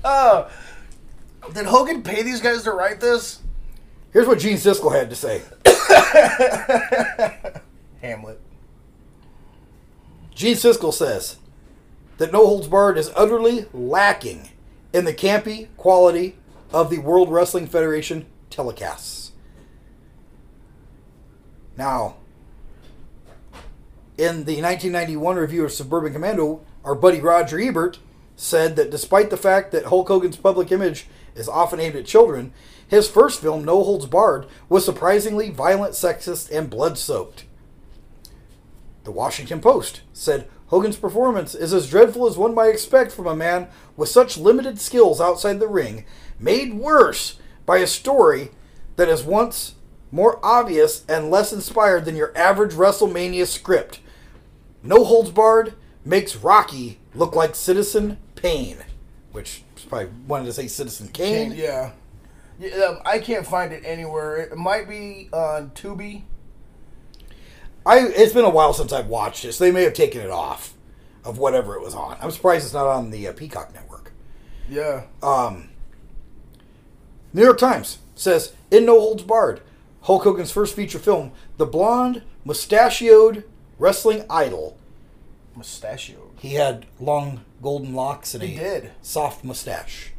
[SPEAKER 5] Oh, did Hogan pay these guys to write this?
[SPEAKER 4] Here's what Gene Siskel had to say.
[SPEAKER 5] Hamlet.
[SPEAKER 4] Gene Siskel says that No Holds Barred is utterly lacking in the campy quality of the World Wrestling Federation telecasts. Now, in the 1991 review of Suburban Commando, our buddy Roger Ebert said that despite the fact that Hulk Hogan's public image is often aimed at children, his first film, No Holds Barred, was surprisingly violent, sexist, and blood soaked. The Washington Post said Hogan's performance is as dreadful as one might expect from a man with such limited skills outside the ring, made worse by a story that is once more obvious and less inspired than your average WrestleMania script. No Holds Barred makes Rocky look like Citizen Payne, which is probably wanted to say Citizen Kane.
[SPEAKER 5] Yeah. yeah um, I can't find it anywhere. It might be on Tubi.
[SPEAKER 4] I it's been a while since I've watched it, so they may have taken it off of whatever it was on. I'm surprised it's not on the uh, Peacock network.
[SPEAKER 5] Yeah.
[SPEAKER 4] Um, New York Times says in No Holds Barred, Hulk Hogan's first feature film, the blonde, mustachioed wrestling idol.
[SPEAKER 5] Mustachioed.
[SPEAKER 4] He had long golden locks and
[SPEAKER 5] He
[SPEAKER 4] a
[SPEAKER 5] did.
[SPEAKER 4] soft mustache.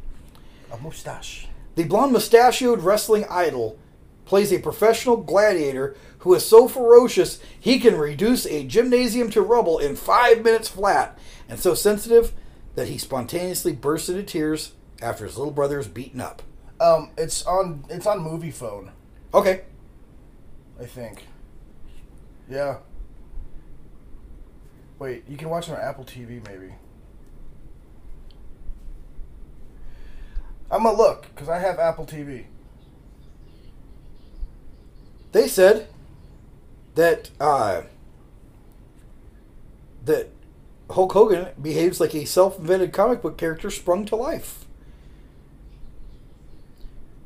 [SPEAKER 5] A mustache.
[SPEAKER 4] The blonde mustachioed wrestling idol plays a professional gladiator who is so ferocious he can reduce a gymnasium to rubble in five minutes flat, and so sensitive that he spontaneously bursts into tears after his little brother is beaten up.
[SPEAKER 5] Um, it's on it's on movie phone,
[SPEAKER 4] Okay.
[SPEAKER 5] I think. Yeah. Wait, you can watch it on Apple TV maybe. I'm gonna look because I have Apple TV.
[SPEAKER 4] They said that uh, that Hulk Hogan behaves like a self-invented comic book character sprung to life.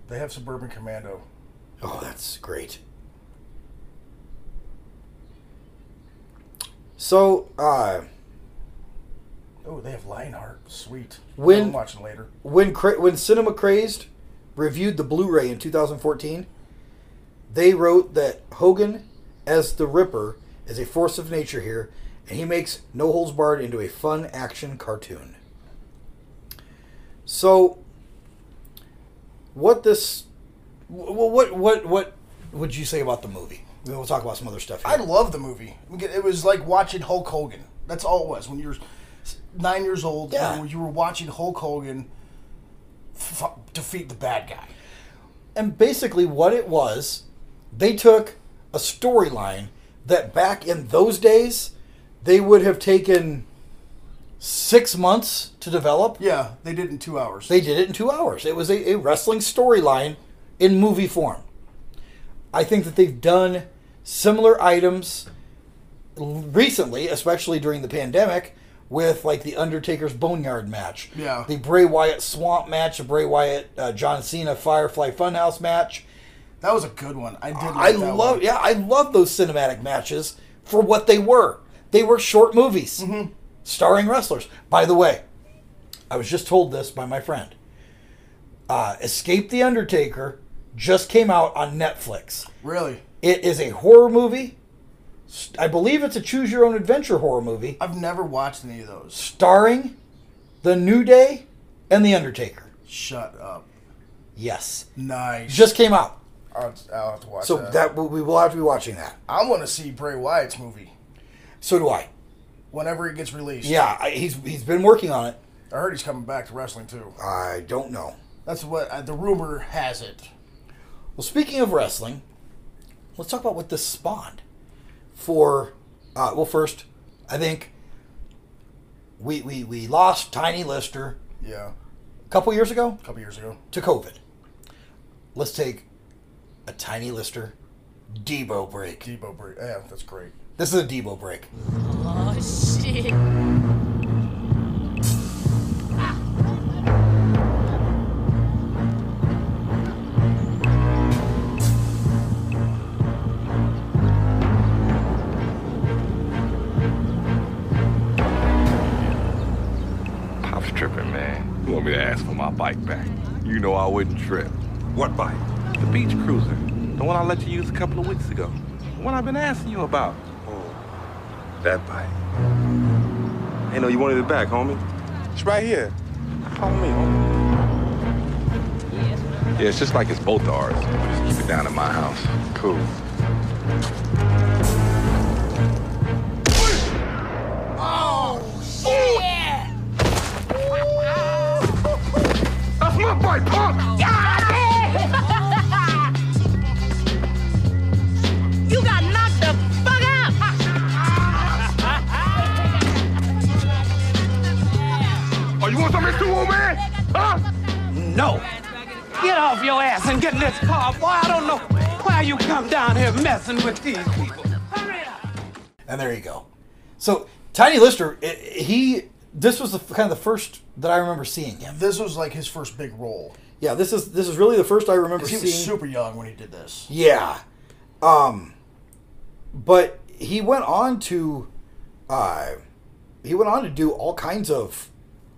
[SPEAKER 5] They have Suburban Commando.
[SPEAKER 4] Oh, that's great. So, uh,
[SPEAKER 5] Oh, they have Lionheart. Sweet.
[SPEAKER 4] When-
[SPEAKER 5] I'm watching later.
[SPEAKER 4] when Cra- when Cinema Crazed reviewed the Blu-ray in 2014, they wrote that Hogan as the Ripper is a force of nature here, and he makes No Holds Barred into a fun action cartoon. So, what this? wh- wh- What what what would you say about the movie? We'll talk about some other stuff.
[SPEAKER 5] I love the movie. I mean, It was like watching Hulk Hogan. That's all it was when you were s- nine years old.
[SPEAKER 4] Yeah.
[SPEAKER 5] you were- You were watching Hulk Hogan f- defeat the bad guy.
[SPEAKER 4] And basically, what it was, they took a storyline that back in those days, they would have taken six months to develop.
[SPEAKER 5] Yeah, they did it in two hours.
[SPEAKER 4] They did it in two hours. It was a, a wrestling storyline in movie form. I think that they've done similar items l- recently, especially during the pandemic, with like the Undertaker's Boneyard match
[SPEAKER 5] Yeah.
[SPEAKER 4] the Bray Wyatt Swamp match, the Bray Wyatt uh, John Cena Firefly Funhouse match.
[SPEAKER 5] That was a good one. I did. Like
[SPEAKER 4] I
[SPEAKER 5] that
[SPEAKER 4] love.
[SPEAKER 5] one.
[SPEAKER 4] Yeah, I love those cinematic matches for what they were. They were short movies
[SPEAKER 5] Mm-hmm.
[SPEAKER 4] starring wrestlers. By the way, I was just told this by my friend. Uh, Escape the Undertaker just came out on Netflix.
[SPEAKER 5] Really?
[SPEAKER 4] It is a horror movie. S- I believe it's a choose your own adventure horror movie
[SPEAKER 5] I've never watched any of those.
[SPEAKER 4] starring The New Day and The Undertaker.
[SPEAKER 5] Shut up.
[SPEAKER 4] Yes.
[SPEAKER 5] Nice.
[SPEAKER 4] Just came out.
[SPEAKER 5] I'll, I'll have to watch
[SPEAKER 4] so
[SPEAKER 5] that.
[SPEAKER 4] that we will have to be watching that.
[SPEAKER 5] I want to see Bray Wyatt's movie
[SPEAKER 4] So do I.
[SPEAKER 5] whenever it gets released.
[SPEAKER 4] Yeah, I, he's he's been working on it.
[SPEAKER 5] I heard he's coming back to wrestling too.
[SPEAKER 4] I don't know.
[SPEAKER 5] That's what uh, the rumor has it.
[SPEAKER 4] Well, speaking of wrestling, let's talk about what this spawned. For uh, well, first, I think we we we lost Tiny Lister
[SPEAKER 5] Yeah,
[SPEAKER 4] a couple years ago
[SPEAKER 5] a couple years ago.
[SPEAKER 4] to COVID. Let's take a Tiny Lister Debo break.
[SPEAKER 5] Debo break. Yeah, that's great.
[SPEAKER 4] This is a Debo break.
[SPEAKER 3] [LAUGHS] Oh shit.
[SPEAKER 6] Pop's tripping, man. You want me to ask for my bike back? You know I wouldn't trip. What bike? The beach cruiser. The one I let you use a couple of weeks ago. The one I've been asking you about. Oh, that bike. Hey, no, you wanted it back, homie. It's right here. Follow me, homie. Yeah, it's just like it's both ours. We just keep it down at my house. Cool.
[SPEAKER 3] Oh shit!
[SPEAKER 6] That's my bike, Pop!
[SPEAKER 3] Got it! you got knocked the fuck out!
[SPEAKER 6] Oh, you want something too, old man? Huh? No.
[SPEAKER 20] Get off your ass and get in this car, boy. I don't know why you come down here messing with these people.
[SPEAKER 4] and there you go. So Tiny Lister, i- i- he this was the f- kind of the first that I remember seeing him.
[SPEAKER 5] This was like his first big role.
[SPEAKER 4] Yeah, this is this is really the first I remember
[SPEAKER 5] 'Cause He
[SPEAKER 4] seeing.
[SPEAKER 5] was super young when he did this.
[SPEAKER 4] yeah, um, but he went on to, uh, he went on to do all kinds of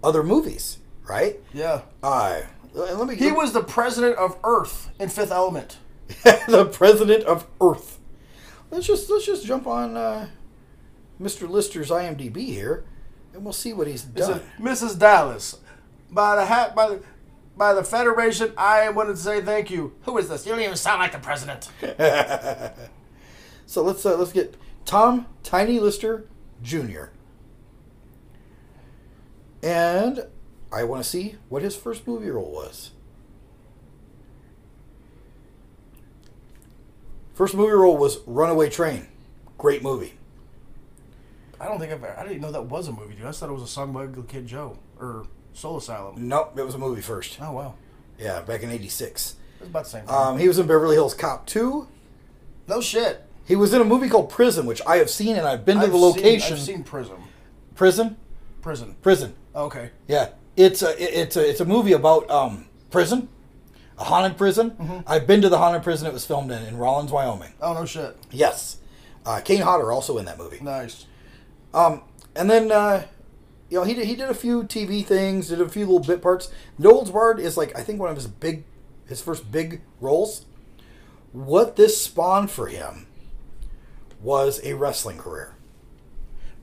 [SPEAKER 4] other movies, right?
[SPEAKER 5] Yeah.
[SPEAKER 4] Uh, let me.
[SPEAKER 5] He was the president of Earth in Fifth Element.
[SPEAKER 4] [LAUGHS] the president of Earth. Let's just let's just jump on uh, Mr. Lister's IMDb here, and we'll see what he's
[SPEAKER 5] It's
[SPEAKER 4] done.
[SPEAKER 5] a- Mrs. Dallas, by the hat, by the, by the Federation, I want to say thank you. Who is this? You don't even sound like
[SPEAKER 4] [LAUGHS]
[SPEAKER 5] the president.
[SPEAKER 4] so let's uh, let's get Tom Tiny Lister Jr. And I want to see what his first movie role was. First movie role was Runaway Train. Great movie.
[SPEAKER 5] I don't think I've. I didn't know that was a movie, dude. I just thought it was a song by Ugly Kid Joe or Soul Asylum.
[SPEAKER 4] Nope, it was a movie first.
[SPEAKER 5] Oh wow,
[SPEAKER 4] Yeah, back in '86.
[SPEAKER 5] it was about the same. Time.
[SPEAKER 4] Um, he was in Beverly Hills Cop 2.
[SPEAKER 5] No shit.
[SPEAKER 4] He was in a movie called Prison, which I have seen, and I've been to
[SPEAKER 5] I've
[SPEAKER 4] the
[SPEAKER 5] seen-
[SPEAKER 4] location.
[SPEAKER 5] I've seen Prism.
[SPEAKER 4] Prison,
[SPEAKER 5] Prison.
[SPEAKER 4] prison.
[SPEAKER 5] Okay.
[SPEAKER 4] Yeah, it's a it- it's a it's a movie about um prison, a haunted prison.
[SPEAKER 5] Mm-hmm.
[SPEAKER 4] I've been to the haunted prison. It was filmed in in Rollins, Wyoming.
[SPEAKER 5] Oh no shit.
[SPEAKER 4] Yes, uh, Kane Hodder also in that movie.
[SPEAKER 5] Nice.
[SPEAKER 4] Um, and then uh, you know he did, he did a few TV things, did a few little bit parts. Noel's Bard is like I think one of his big his first big roles. What this spawned for him was a wrestling career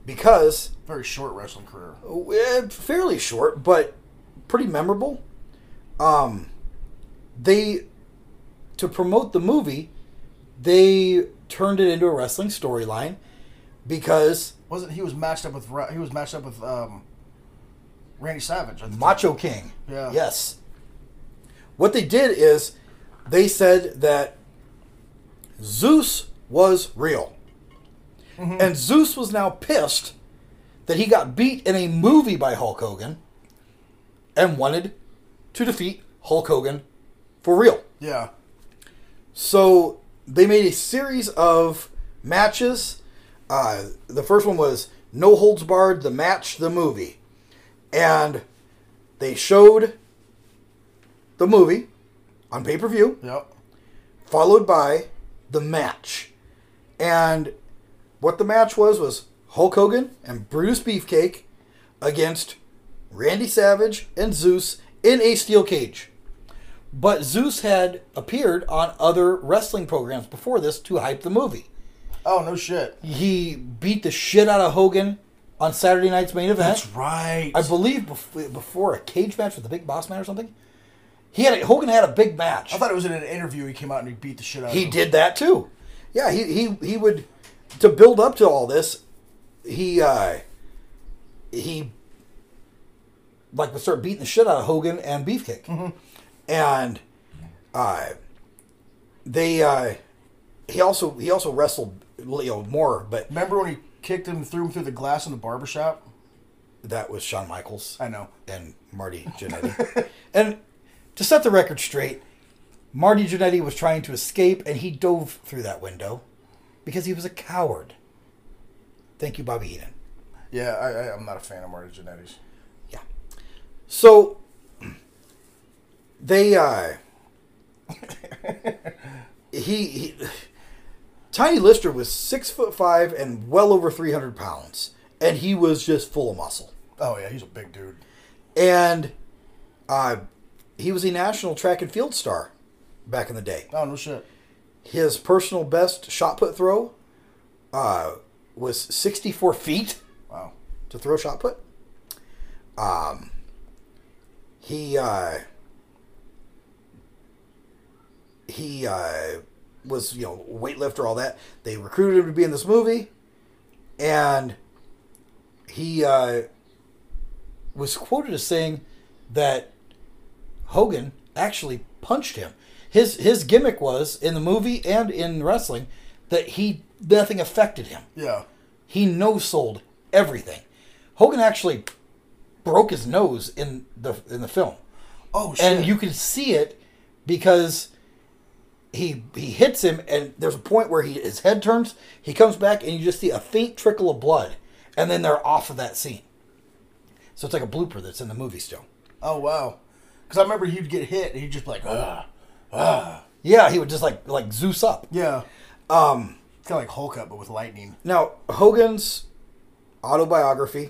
[SPEAKER 4] because
[SPEAKER 5] Very short wrestling career.
[SPEAKER 4] eh, fairly short, but pretty memorable. Um, they to promote the movie, they turned it into a wrestling storyline because
[SPEAKER 5] Wasn't he was matched up with Ra- he was matched up with um, Randy Savage. I think.
[SPEAKER 4] Macho King.
[SPEAKER 5] Yeah.
[SPEAKER 4] Yes. What they did is they said that Zeus was real.
[SPEAKER 5] Mm-hmm.
[SPEAKER 4] And Zeus was now pissed that he got beat in a movie by Hulk Hogan and wanted to defeat Hulk Hogan for real.
[SPEAKER 5] Yeah.
[SPEAKER 4] So they made a series of matches. Uh, the first one was No Holds Barred, the match, the movie. And they showed the movie on pay per view.
[SPEAKER 5] Yep.
[SPEAKER 4] Followed by the match. And what the match was was Hulk Hogan and Brutus Beefcake against Randy Savage and Zeus in a steel cage. But Zeus had appeared on other wrestling programs before this to hype the movie.
[SPEAKER 5] Oh no shit.
[SPEAKER 4] He beat the shit out of Hogan on Saturday night's main event.
[SPEAKER 5] That's right.
[SPEAKER 4] I believe bef- before a cage match with the Big Boss Man or something. He had a, Hogan had a big match.
[SPEAKER 5] I thought it was in an interview. He came out and he beat the shit out. of
[SPEAKER 4] He
[SPEAKER 5] him.
[SPEAKER 4] did that too. Yeah, he he he would to build up to all this. He uh he like would start beating the shit out of Hogan and Beefcake,
[SPEAKER 5] Mm-hmm.
[SPEAKER 4] and uh they uh he also he also wrestled you know more, but
[SPEAKER 5] Remember when he kicked him, threw him through the glass in the barbershop?
[SPEAKER 4] that was Shawn Michaels.
[SPEAKER 5] I know.
[SPEAKER 4] and Marty Jannetty. [LAUGHS] and to set the record straight, Marty Jannetty was trying to escape and he dove through that window because he was a coward. Thank you, Bobby Heenan.
[SPEAKER 5] Yeah, I, I, I'm not a fan of Marty Jannetty's.
[SPEAKER 4] So they uh [LAUGHS] he, he Tiny Lister was six foot five and well over three hundred pounds, and he was just full of muscle.
[SPEAKER 5] Oh yeah, he's a big dude.
[SPEAKER 4] And uh, he was a national track and field star back in the day.
[SPEAKER 5] Oh no shit.
[SPEAKER 4] His personal best shot put throw uh, was 64 feet.
[SPEAKER 5] Wow.
[SPEAKER 4] To throw shot put. Um, he uh, he uh, was you know weightlifter all that. They recruited him to be in this movie, and he uh, was quoted as saying that Hogan actually punched him. His his gimmick was in the movie and in wrestling that he nothing affected him.
[SPEAKER 5] Yeah.
[SPEAKER 4] He no sold everything. Hogan actually broke his nose in the in the film.
[SPEAKER 5] Oh
[SPEAKER 4] And you can see it because he he hits him and there's a point where he his head turns, he comes back and you just see a faint trickle of blood and then they're off of that scene. So it's like a blooper that's in the movie still.
[SPEAKER 5] Oh wow. Because I remember he'd get hit and he'd just be like ah ah.
[SPEAKER 4] Yeah, he would just like like Zeus up.
[SPEAKER 5] Yeah.
[SPEAKER 4] Um
[SPEAKER 5] It's kind of like Hulk up, but with lightning.
[SPEAKER 4] Now, Hogan's autobiography,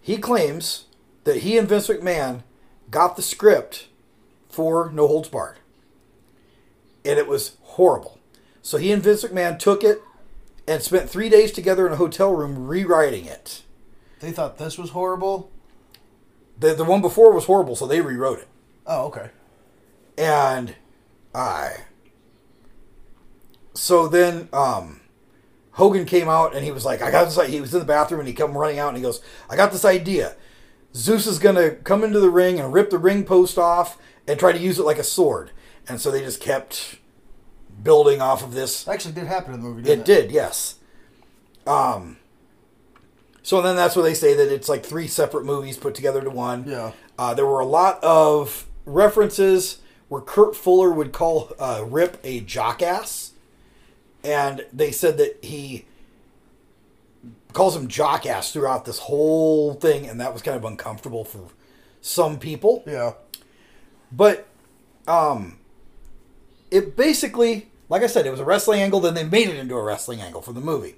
[SPEAKER 4] he claims that he and Vince McMahon got the script for No Holds Barred. And it was horrible. So he and Vince McMahon took it and spent three days together in a hotel room rewriting it.
[SPEAKER 5] They thought this was horrible.
[SPEAKER 4] The, the one before was horrible, so they rewrote it.
[SPEAKER 5] Oh okay.
[SPEAKER 4] and I. So then, um, Hogan came out and he was like, "I got this." i-" He was in the bathroom and he come running out and he goes, "I got this idea. Zeus is gonna come into the ring and rip the ring post off and try to use it like a sword." And so they just kept building off of this
[SPEAKER 5] Actually, did happen in the movie.
[SPEAKER 4] it
[SPEAKER 5] Didn't it,
[SPEAKER 4] did, yes. Um, So then that's where they say that it's like three separate movies put together to one.
[SPEAKER 5] Yeah.
[SPEAKER 4] Uh, there were a lot of references where Kurt Fuller would call uh, Rip a jockass, and they said that he calls him jockass throughout this whole thing, and that was kind of uncomfortable for some people.
[SPEAKER 5] Yeah.
[SPEAKER 4] But um, it basically, like I said, it was a wrestling angle. Then they made it into a wrestling angle for the movie,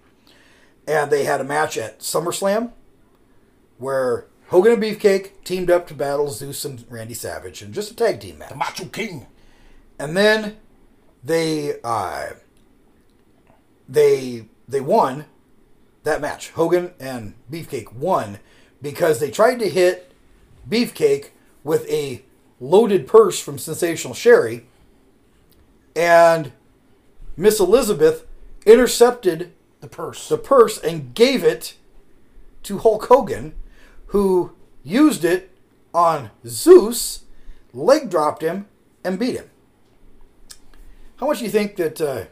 [SPEAKER 4] and they had a match at SummerSlam where Hogan and Beefcake teamed up to battle Zeus and Randy Savage in just a tag team match. The
[SPEAKER 5] Macho King.
[SPEAKER 4] And then they uh, they they won that match. Hogan and Beefcake won because they tried to hit Beefcake with a loaded purse from Sensational Sherry, and Miss Elizabeth intercepted
[SPEAKER 5] the purse.
[SPEAKER 4] The purse and gave it to Hulk Hogan, who used it on Zeus, leg dropped him, and beat him. How much do you think that uh,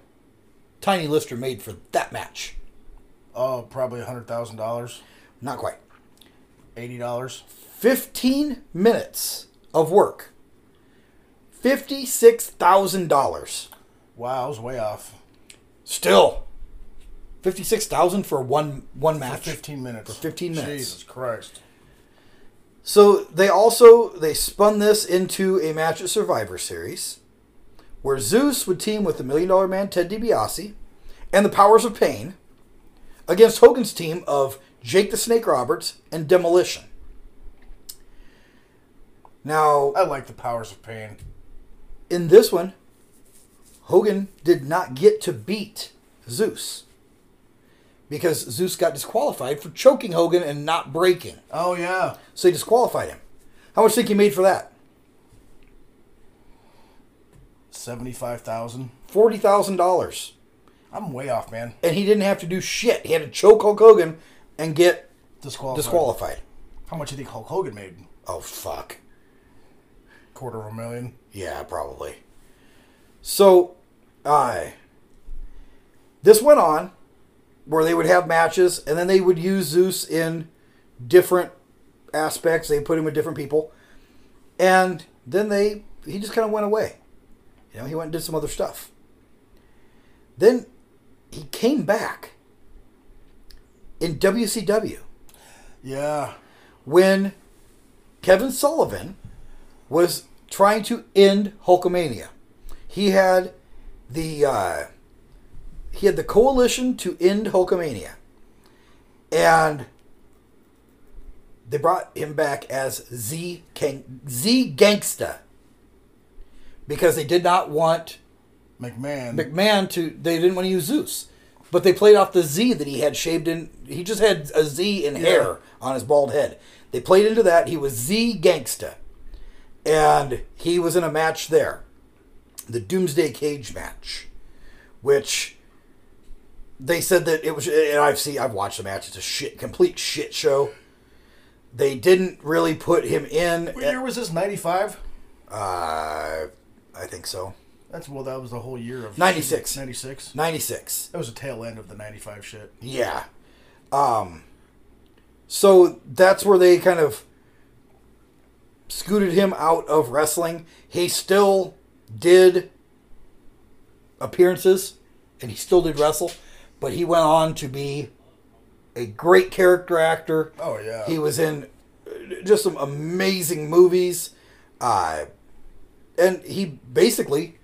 [SPEAKER 4] Tiny Lister made for that match?
[SPEAKER 5] Oh, probably a hundred thousand dollars.
[SPEAKER 4] Not quite.
[SPEAKER 5] Eighty dollars.
[SPEAKER 4] Fifteen minutes of work. Fifty-six thousand dollars.
[SPEAKER 5] Wow, I was way off.
[SPEAKER 4] Still, fifty-six thousand for one one match.
[SPEAKER 5] fifteen minutes.
[SPEAKER 4] For fifteen minutes.
[SPEAKER 5] Jesus Christ.
[SPEAKER 4] So they also they spun this into a match at Survivor Series, where Zeus would team with the Million Dollar Man Ted DiBiase, and the Powers of Pain, against Hogan's team of Jake the Snake Roberts and Demolition. Now
[SPEAKER 5] I like the Powers of Pain.
[SPEAKER 4] in this one, Hogan did not get to beat Zeus because Zeus got disqualified for choking Hogan and not breaking.
[SPEAKER 5] Oh yeah.
[SPEAKER 4] So he disqualified him. How much do you think he made for that?
[SPEAKER 5] Seventy-five thousand.
[SPEAKER 4] Forty thousand dollars.
[SPEAKER 5] I'm way off, man.
[SPEAKER 4] And he didn't have to do shit. He had to choke Hulk Hogan and get
[SPEAKER 5] Disqualified.
[SPEAKER 4] disqualified.
[SPEAKER 5] How much do you think Hulk Hogan made?
[SPEAKER 4] Oh fuck.
[SPEAKER 5] Quarter of a million.
[SPEAKER 4] Yeah, probably. So, I. this went on where they would have matches, and then they would use Zeus in different aspects. They put him with different people, and then they he just kind of went away. You know, he went and did some other stuff. Then he came back in WCW.
[SPEAKER 5] Yeah.
[SPEAKER 4] When Kevin Sullivan was trying to end Hulkamania. He had the uh, he had the coalition to end Hulkamania, and they brought him back as Z Gang- Z Gangsta because they did not want
[SPEAKER 5] McMahon.
[SPEAKER 4] McMahon to they didn't want to use Zeus, but they played off the Z that he had shaved in. He just had a Z in
[SPEAKER 5] Yeah.
[SPEAKER 4] hair on his bald head. They played into that. He was Z Gangsta, and he was in a match there, the Doomsday Cage match, which they said that it was. And I've seen, I've watched the match. It's a shit, complete shit show. They didn't really put him in.
[SPEAKER 5] What year was this? Ninety-five.
[SPEAKER 4] Uh, I think so.
[SPEAKER 5] That's well. That was the whole year of
[SPEAKER 4] 96.
[SPEAKER 5] Ninety-six.
[SPEAKER 4] Ninety-six.
[SPEAKER 5] That was the tail end of the ninety-five shit.
[SPEAKER 4] Yeah. Um so that's where they kind of scooted him out of wrestling. He still did appearances and he still did wrestle, but he went on to be a great character actor.
[SPEAKER 5] Oh yeah.
[SPEAKER 4] He was in uh, just some amazing movies. Uh, and he basically,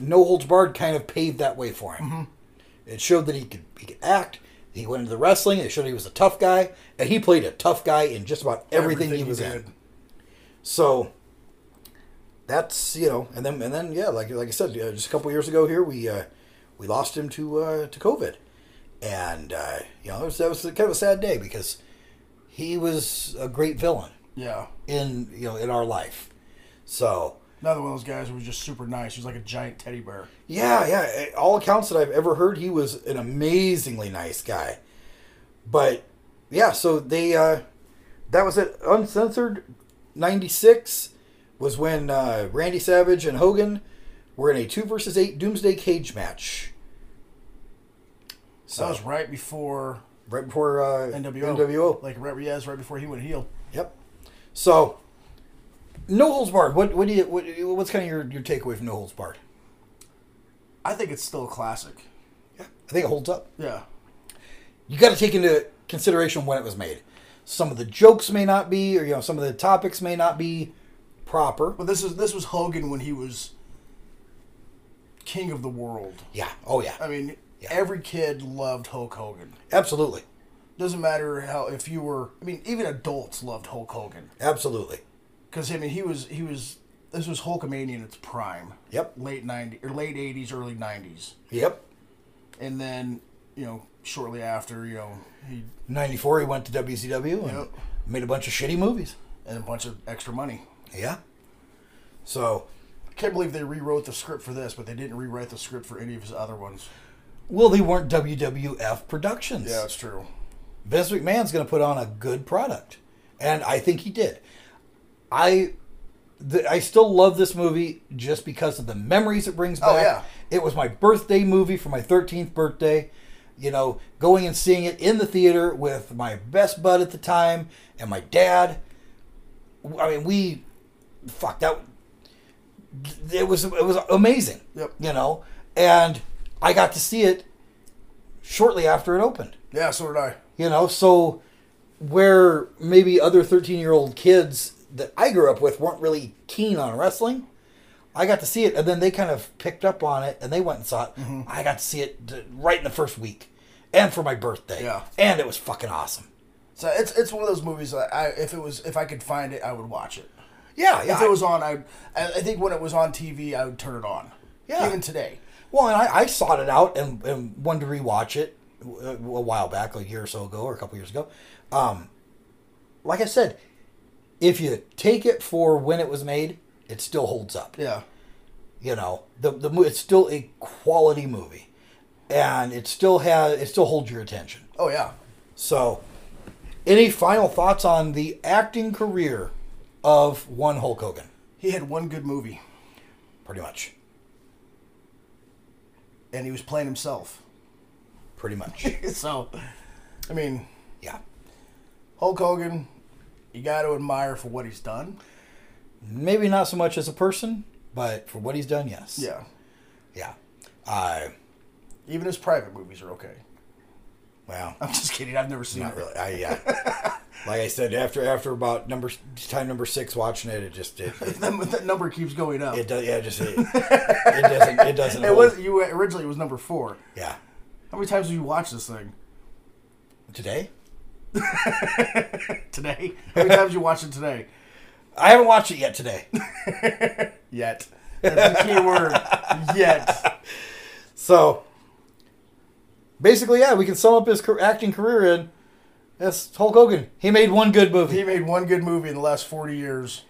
[SPEAKER 4] no holds barred, kind of paved that way for him. It showed that he could, he could act. He went into the wrestling. It showed he was a tough guy. And he played a tough guy in just about everything, he was in. So that's, you know, and then, and then yeah, like, like I said, uh, just a couple years ago here, we, uh, we lost him to, uh, to COVID. And, uh, you know, it was, that was kind of a sad day because he was a great villain
[SPEAKER 5] Yeah.
[SPEAKER 4] in you know in our life. So
[SPEAKER 5] Another one of those guys who was just super nice. He was like a giant teddy bear.
[SPEAKER 4] yeah, yeah. eh, All accounts that I've ever heard, he was an amazingly nice guy. But yeah, so they uh, that was it. Uncensored '96 was when uh, Randy Savage and Hogan were in a two versus eight Doomsday Cage match.
[SPEAKER 5] So that was right before
[SPEAKER 4] right before uh,
[SPEAKER 5] NWO.
[SPEAKER 4] NWO.
[SPEAKER 5] Like right, yes, right before he went heel.
[SPEAKER 4] Yep. So, no holds barred. What what do you what, what's kind of your, your takeaway from no holds barred?
[SPEAKER 5] I think it's still a classic.
[SPEAKER 4] I think it holds up.
[SPEAKER 5] Yeah.
[SPEAKER 4] You got to take into consideration when it was made. Some of the jokes may not be, or you know, some of the topics may not be proper.
[SPEAKER 5] But this is this was Hogan when he was king of the world.
[SPEAKER 4] Yeah. Oh yeah.
[SPEAKER 5] I mean, every kid loved Hulk Hogan.
[SPEAKER 4] Absolutely.
[SPEAKER 5] Doesn't matter how if you were. I mean, even adults loved Hulk Hogan.
[SPEAKER 4] Absolutely.
[SPEAKER 5] Because I mean, he was he was this was Hulkamania in its prime.
[SPEAKER 4] Yep.
[SPEAKER 5] Late ninety or late eighties, early nineties,
[SPEAKER 4] Yep.
[SPEAKER 5] and then you know shortly after you know he
[SPEAKER 4] Ninety four. He went to WCW and
[SPEAKER 5] Yep.
[SPEAKER 4] made a bunch of shitty movies.
[SPEAKER 5] and a bunch of extra money.
[SPEAKER 4] Yeah. So,
[SPEAKER 5] I can't believe they rewrote the script for this, but they didn't rewrite the script for any of his other ones.
[SPEAKER 4] well, they weren't WWF productions.
[SPEAKER 5] Yeah, it's true.
[SPEAKER 4] Vince McMahon's going to put on a good product, and I think he did. I, th- I still love this movie just because of the memories it brings back.
[SPEAKER 5] Oh, yeah.
[SPEAKER 4] it was my birthday movie for my thirteenth birthday. You know, going and seeing it in the theater with my best bud at the time and my dad. I mean, we, fuck that. It was it was amazing.
[SPEAKER 5] Yep.
[SPEAKER 4] You know, and I got to see it shortly after it opened.
[SPEAKER 5] Yeah, so did I.
[SPEAKER 4] You know, so where maybe other 13 year old kids that I grew up with weren't really keen on wrestling, I got to see it and then they kind of picked up on it and they went and saw it.
[SPEAKER 5] Mm-hmm.
[SPEAKER 4] I got to see it d- right in the first week and for my birthday.
[SPEAKER 5] Yeah.
[SPEAKER 4] And it was fucking awesome.
[SPEAKER 5] So it's it's one of those movies that I if it was if I could find it I would watch it.
[SPEAKER 4] Yeah, yeah.
[SPEAKER 5] If it was on, I I I think when it was on TV I would turn it on.
[SPEAKER 4] Yeah.
[SPEAKER 5] Even today.
[SPEAKER 4] Well, and I, I sought it out and, and wanted to rewatch it a, a while back, a year or so ago, or a couple years ago. Um, like I said, if you take it for when it was made, it still holds up.
[SPEAKER 5] Yeah.
[SPEAKER 4] You know, the the mo- it's still a quality movie, and it still has it still holds your attention.
[SPEAKER 5] Oh yeah.
[SPEAKER 4] So, any final thoughts on the acting career of one Hulk Hogan?
[SPEAKER 5] He had one good movie,
[SPEAKER 4] pretty much,
[SPEAKER 5] and he was playing himself.
[SPEAKER 4] Pretty much.
[SPEAKER 5] [LAUGHS] so, I mean,
[SPEAKER 4] yeah.
[SPEAKER 5] Hulk Hogan, you got to admire for what he's done.
[SPEAKER 4] Maybe not so much as a person, but for what he's done, yes.
[SPEAKER 5] Yeah.
[SPEAKER 4] Yeah. I.
[SPEAKER 5] Even his private movies are okay.
[SPEAKER 4] Wow.
[SPEAKER 5] I'm just kidding. I've never seen
[SPEAKER 4] Not
[SPEAKER 5] it.
[SPEAKER 4] really. I yeah.
[SPEAKER 5] [LAUGHS]
[SPEAKER 4] like I said, after after about number time number six watching it, it just it, it,
[SPEAKER 5] that, that number keeps going up.
[SPEAKER 4] it does yeah just
[SPEAKER 5] [LAUGHS]
[SPEAKER 4] it, it doesn't it doesn't
[SPEAKER 5] It
[SPEAKER 4] hold.
[SPEAKER 5] was you originally it was number four.
[SPEAKER 4] yeah
[SPEAKER 5] How many times did you watch this thing
[SPEAKER 4] today
[SPEAKER 5] [LAUGHS] today? How many times did you watch it today?
[SPEAKER 4] I haven't watched it yet today
[SPEAKER 5] [LAUGHS] yet. That's the key word. Yet.
[SPEAKER 4] [LAUGHS] So basically, yeah, we can sum up his car- acting career in that's Hulk Hogan. He made one good movie.
[SPEAKER 5] He made one good movie in the last forty years.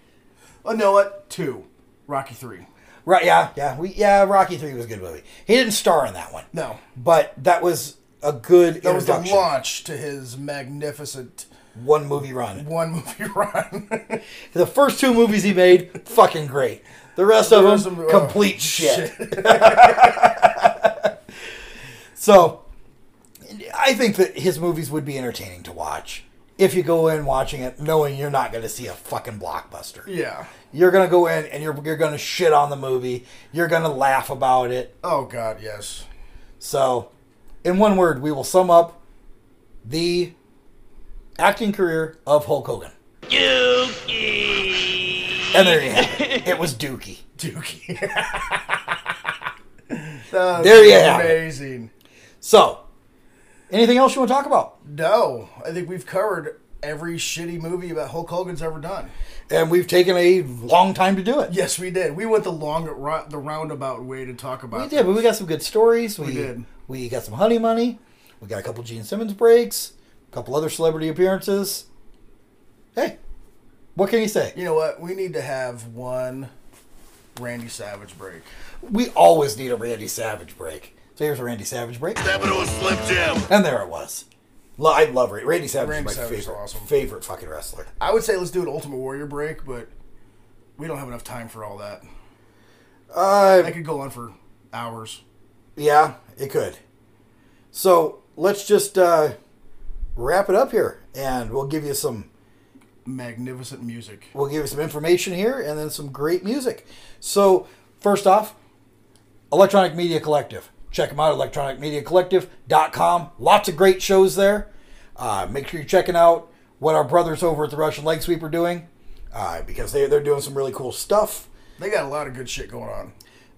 [SPEAKER 5] Oh no, what two? Rocky three.
[SPEAKER 4] Right? Yeah, yeah, we yeah. Rocky Three was a good movie. He didn't star in that one.
[SPEAKER 5] No.
[SPEAKER 4] but that was a good
[SPEAKER 5] That was the
[SPEAKER 4] introduction.
[SPEAKER 5] launch to his magnificent
[SPEAKER 4] one movie run.
[SPEAKER 5] one movie [LAUGHS] run.
[SPEAKER 4] The first two movies he made, fucking great. The rest of
[SPEAKER 5] The
[SPEAKER 4] them,
[SPEAKER 5] rest of 'em, oh,
[SPEAKER 4] complete shit. [LAUGHS] so, I think that his movies would be entertaining to watch if you go in watching it knowing you're not going to see a fucking blockbuster.
[SPEAKER 5] yeah.
[SPEAKER 4] You're gonna go in and you're you're gonna shit on the movie. You're gonna laugh about it.
[SPEAKER 5] Oh God, yes.
[SPEAKER 4] So, in one word, we will sum up the acting career of Hulk
[SPEAKER 5] [LAUGHS]
[SPEAKER 4] Hogan. Dookie. And there you have it. It was Dookie.
[SPEAKER 5] Dookie.
[SPEAKER 4] There you have it.
[SPEAKER 5] Amazing.
[SPEAKER 4] So, anything else you want to talk about?
[SPEAKER 5] No, I think we've covered every shitty movie about Hulk Hogan's ever done.
[SPEAKER 4] And we've taken a long time to do it.
[SPEAKER 5] Yes, we did. We went the long, ro- the roundabout way to talk about.
[SPEAKER 4] [LAUGHS] We did, but we got some good stories. We,
[SPEAKER 5] did.
[SPEAKER 4] We got some honey money. We got a couple Gene Simmons breaks. A couple other celebrity appearances. Hey, what can you say?
[SPEAKER 5] You know what? We need to have one Randy Savage break.
[SPEAKER 4] We always need a Randy Savage break. So here's a Randy Savage break.
[SPEAKER 5] Slim Jim.
[SPEAKER 4] And there it was. Lo- I love Randy. Randy Savage
[SPEAKER 5] Randy
[SPEAKER 4] is my
[SPEAKER 5] Savage is
[SPEAKER 4] favorite,
[SPEAKER 5] awesome.
[SPEAKER 4] favorite fucking wrestler.
[SPEAKER 5] I would say let's do an Ultimate Warrior break, but we don't have enough time for all that.
[SPEAKER 4] Uh,
[SPEAKER 5] I could go on for hours.
[SPEAKER 4] Yeah, it could. So let's just uh, wrap it up here, and we'll give you some
[SPEAKER 5] magnificent music.
[SPEAKER 4] We'll give you some information here, and then some great music. So first off, Electronic Media Collective. Check them out, electronicmediacollective.com. Lots of great shows there. Uh, make sure you're checking out what our brothers over at the Russian Leg Sweep are doing uh, because they, they're doing some really cool stuff.
[SPEAKER 5] They got a lot of good shit going on.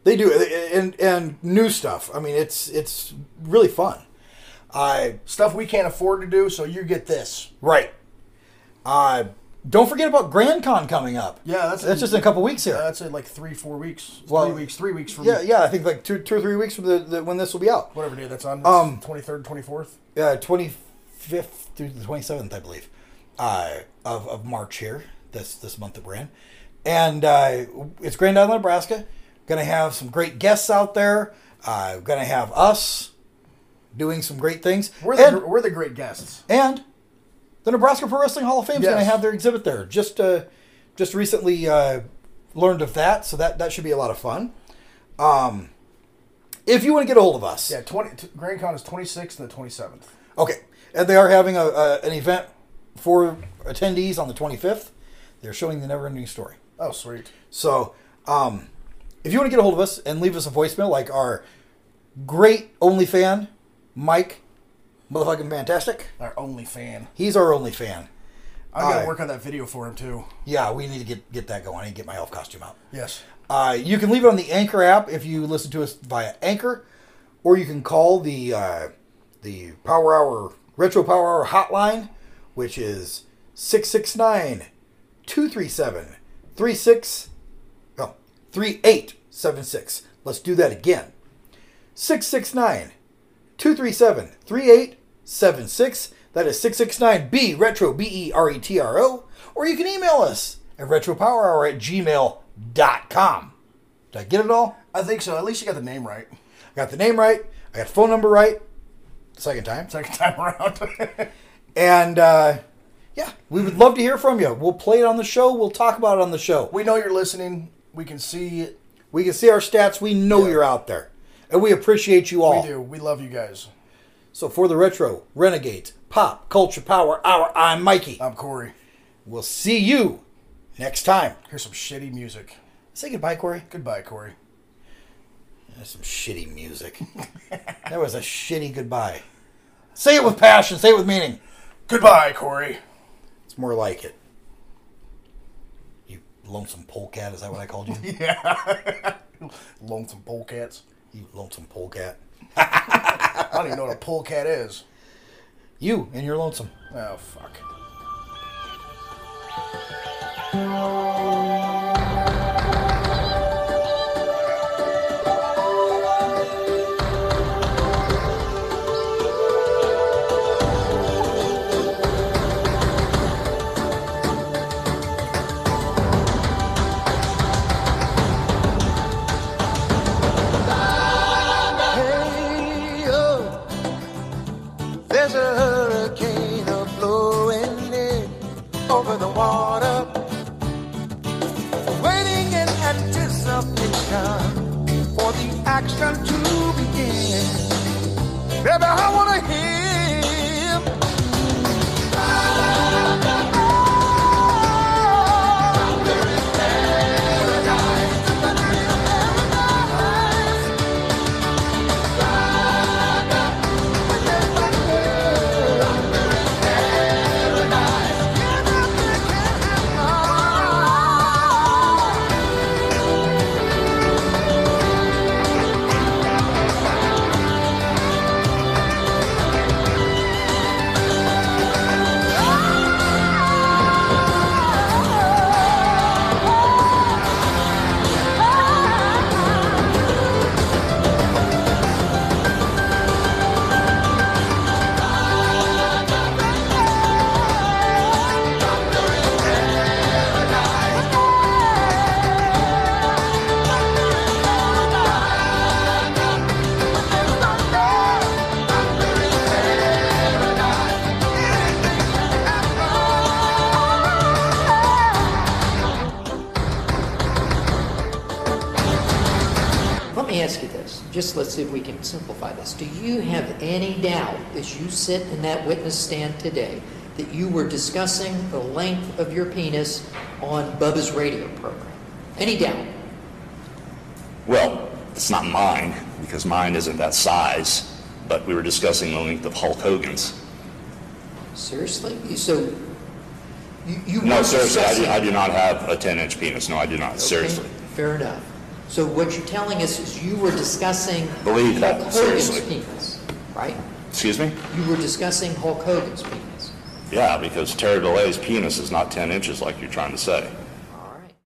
[SPEAKER 4] They do, and and new stuff. I mean, it's it's really fun. I
[SPEAKER 5] stuff we can't afford to do, so you get this
[SPEAKER 4] right. Uh, don't forget about Grand Con coming up.
[SPEAKER 5] Yeah, that's
[SPEAKER 4] that's just in a couple weeks here.
[SPEAKER 5] That's in like three, four weeks.
[SPEAKER 4] Well,
[SPEAKER 5] three weeks, three weeks from
[SPEAKER 4] yeah, yeah. I think like two, two or three weeks from the, the when this will be out.
[SPEAKER 5] whatever day that's on.
[SPEAKER 4] Um,
[SPEAKER 5] twenty third, twenty fourth.
[SPEAKER 4] Yeah, twenty fifth through the twenty seventh, I believe, uh, of of March here this this month that we're in, and uh, it's Grand Island, Nebraska. Gonna have some great guests out there. Uh, gonna have us doing some great things.
[SPEAKER 5] We're the
[SPEAKER 4] And-
[SPEAKER 5] gr- we're the great guests.
[SPEAKER 4] and the Nebraska Pro Wrestling Hall of Fame is
[SPEAKER 5] Yes.
[SPEAKER 4] going to have their exhibit there. Just uh, just recently uh, learned of that, so that that should be a lot of fun. Um, if you want to get a hold of us,
[SPEAKER 5] Yeah, twenty. T- Grand Con is twenty sixth and the twenty seventh.
[SPEAKER 4] okay, and they are having a, a an event for attendees on the 25th. They're showing the Never Ending Story.
[SPEAKER 5] Oh, sweet.
[SPEAKER 4] So, um, if you want to get a hold of us and leave us a voicemail, like our great only fan, Mike, motherfucking fantastic,
[SPEAKER 5] Our only fan.
[SPEAKER 4] he's our only fan.
[SPEAKER 5] I gotta
[SPEAKER 4] Uh,
[SPEAKER 5] work on that video for him too.
[SPEAKER 4] Yeah, we need to get, get that going. I need to get my elf costume out.
[SPEAKER 5] Yes.
[SPEAKER 4] Uh, you can leave it on the Anchor app if you listen to us via Anchor, or you can call the uh, the Power Hour Retro Power Hour hotline, which is 669 237 3876. Let's do that again 669 237 3876. That is 669B Retro, B E R E T R O. Or you can email us at retropowerhour at gmail.com. Did I get it all?
[SPEAKER 5] I think so. At least you got the name right.
[SPEAKER 4] I got the name right. I got the phone number right. Second time.
[SPEAKER 5] Second time around. [LAUGHS]
[SPEAKER 4] And uh, yeah, we would love to hear from you. We'll play it on the show. We'll talk about it on the show.
[SPEAKER 5] we know you're listening. We can see it.
[SPEAKER 4] We can see our stats. We know you're out there. And we appreciate you all.
[SPEAKER 5] We do. We love you guys.
[SPEAKER 4] So for the retro, renegades, pop, culture, power, hour, I'm Mikey.
[SPEAKER 5] I'm Corey.
[SPEAKER 4] We'll see you next time.
[SPEAKER 5] Here's some shitty music.
[SPEAKER 4] Say goodbye, Corey.
[SPEAKER 5] Goodbye, Corey.
[SPEAKER 4] That's some shitty music. [LAUGHS] that was a shitty goodbye. Say it with passion. Say it with meaning.
[SPEAKER 5] Goodbye, Corey.
[SPEAKER 4] It's more like it. You lonesome polecat, is that what I called you? [LAUGHS]
[SPEAKER 5] Yeah. Lonesome polecats.
[SPEAKER 4] You lonesome polecat.
[SPEAKER 5] I don't even know what a polecat is.
[SPEAKER 4] You and you're lonesome.
[SPEAKER 5] Oh, fuck.
[SPEAKER 7] Hey, oh, there's a hurricane a blowing in over the water, waiting in anticipation for the action to begin. Baby, I wanna hear.
[SPEAKER 9] let me ask you this. Just let's see if we can simplify this. Do you have any doubt as you sit in that witness stand today that you were discussing the length of your penis on Bubba's radio program? Any doubt?
[SPEAKER 11] Well, it's not mine because mine isn't that size, but we were discussing the length of Hulk Hogan's.
[SPEAKER 9] Seriously? You- So you, you
[SPEAKER 11] no,
[SPEAKER 9] were
[SPEAKER 11] seriously, I do,
[SPEAKER 9] discussing-
[SPEAKER 11] I do not have a 10 inch penis. No, I do not. Seriously.
[SPEAKER 9] Fair enough. So what you're telling us is you were discussing
[SPEAKER 11] Believe that,
[SPEAKER 9] Hulk Hogan's
[SPEAKER 11] seriously.
[SPEAKER 9] penis, right?
[SPEAKER 11] Excuse me?
[SPEAKER 9] You were discussing Hulk Hogan's penis.
[SPEAKER 11] Yeah, because Terry DeLay's penis is not 10 inches like you're trying to say.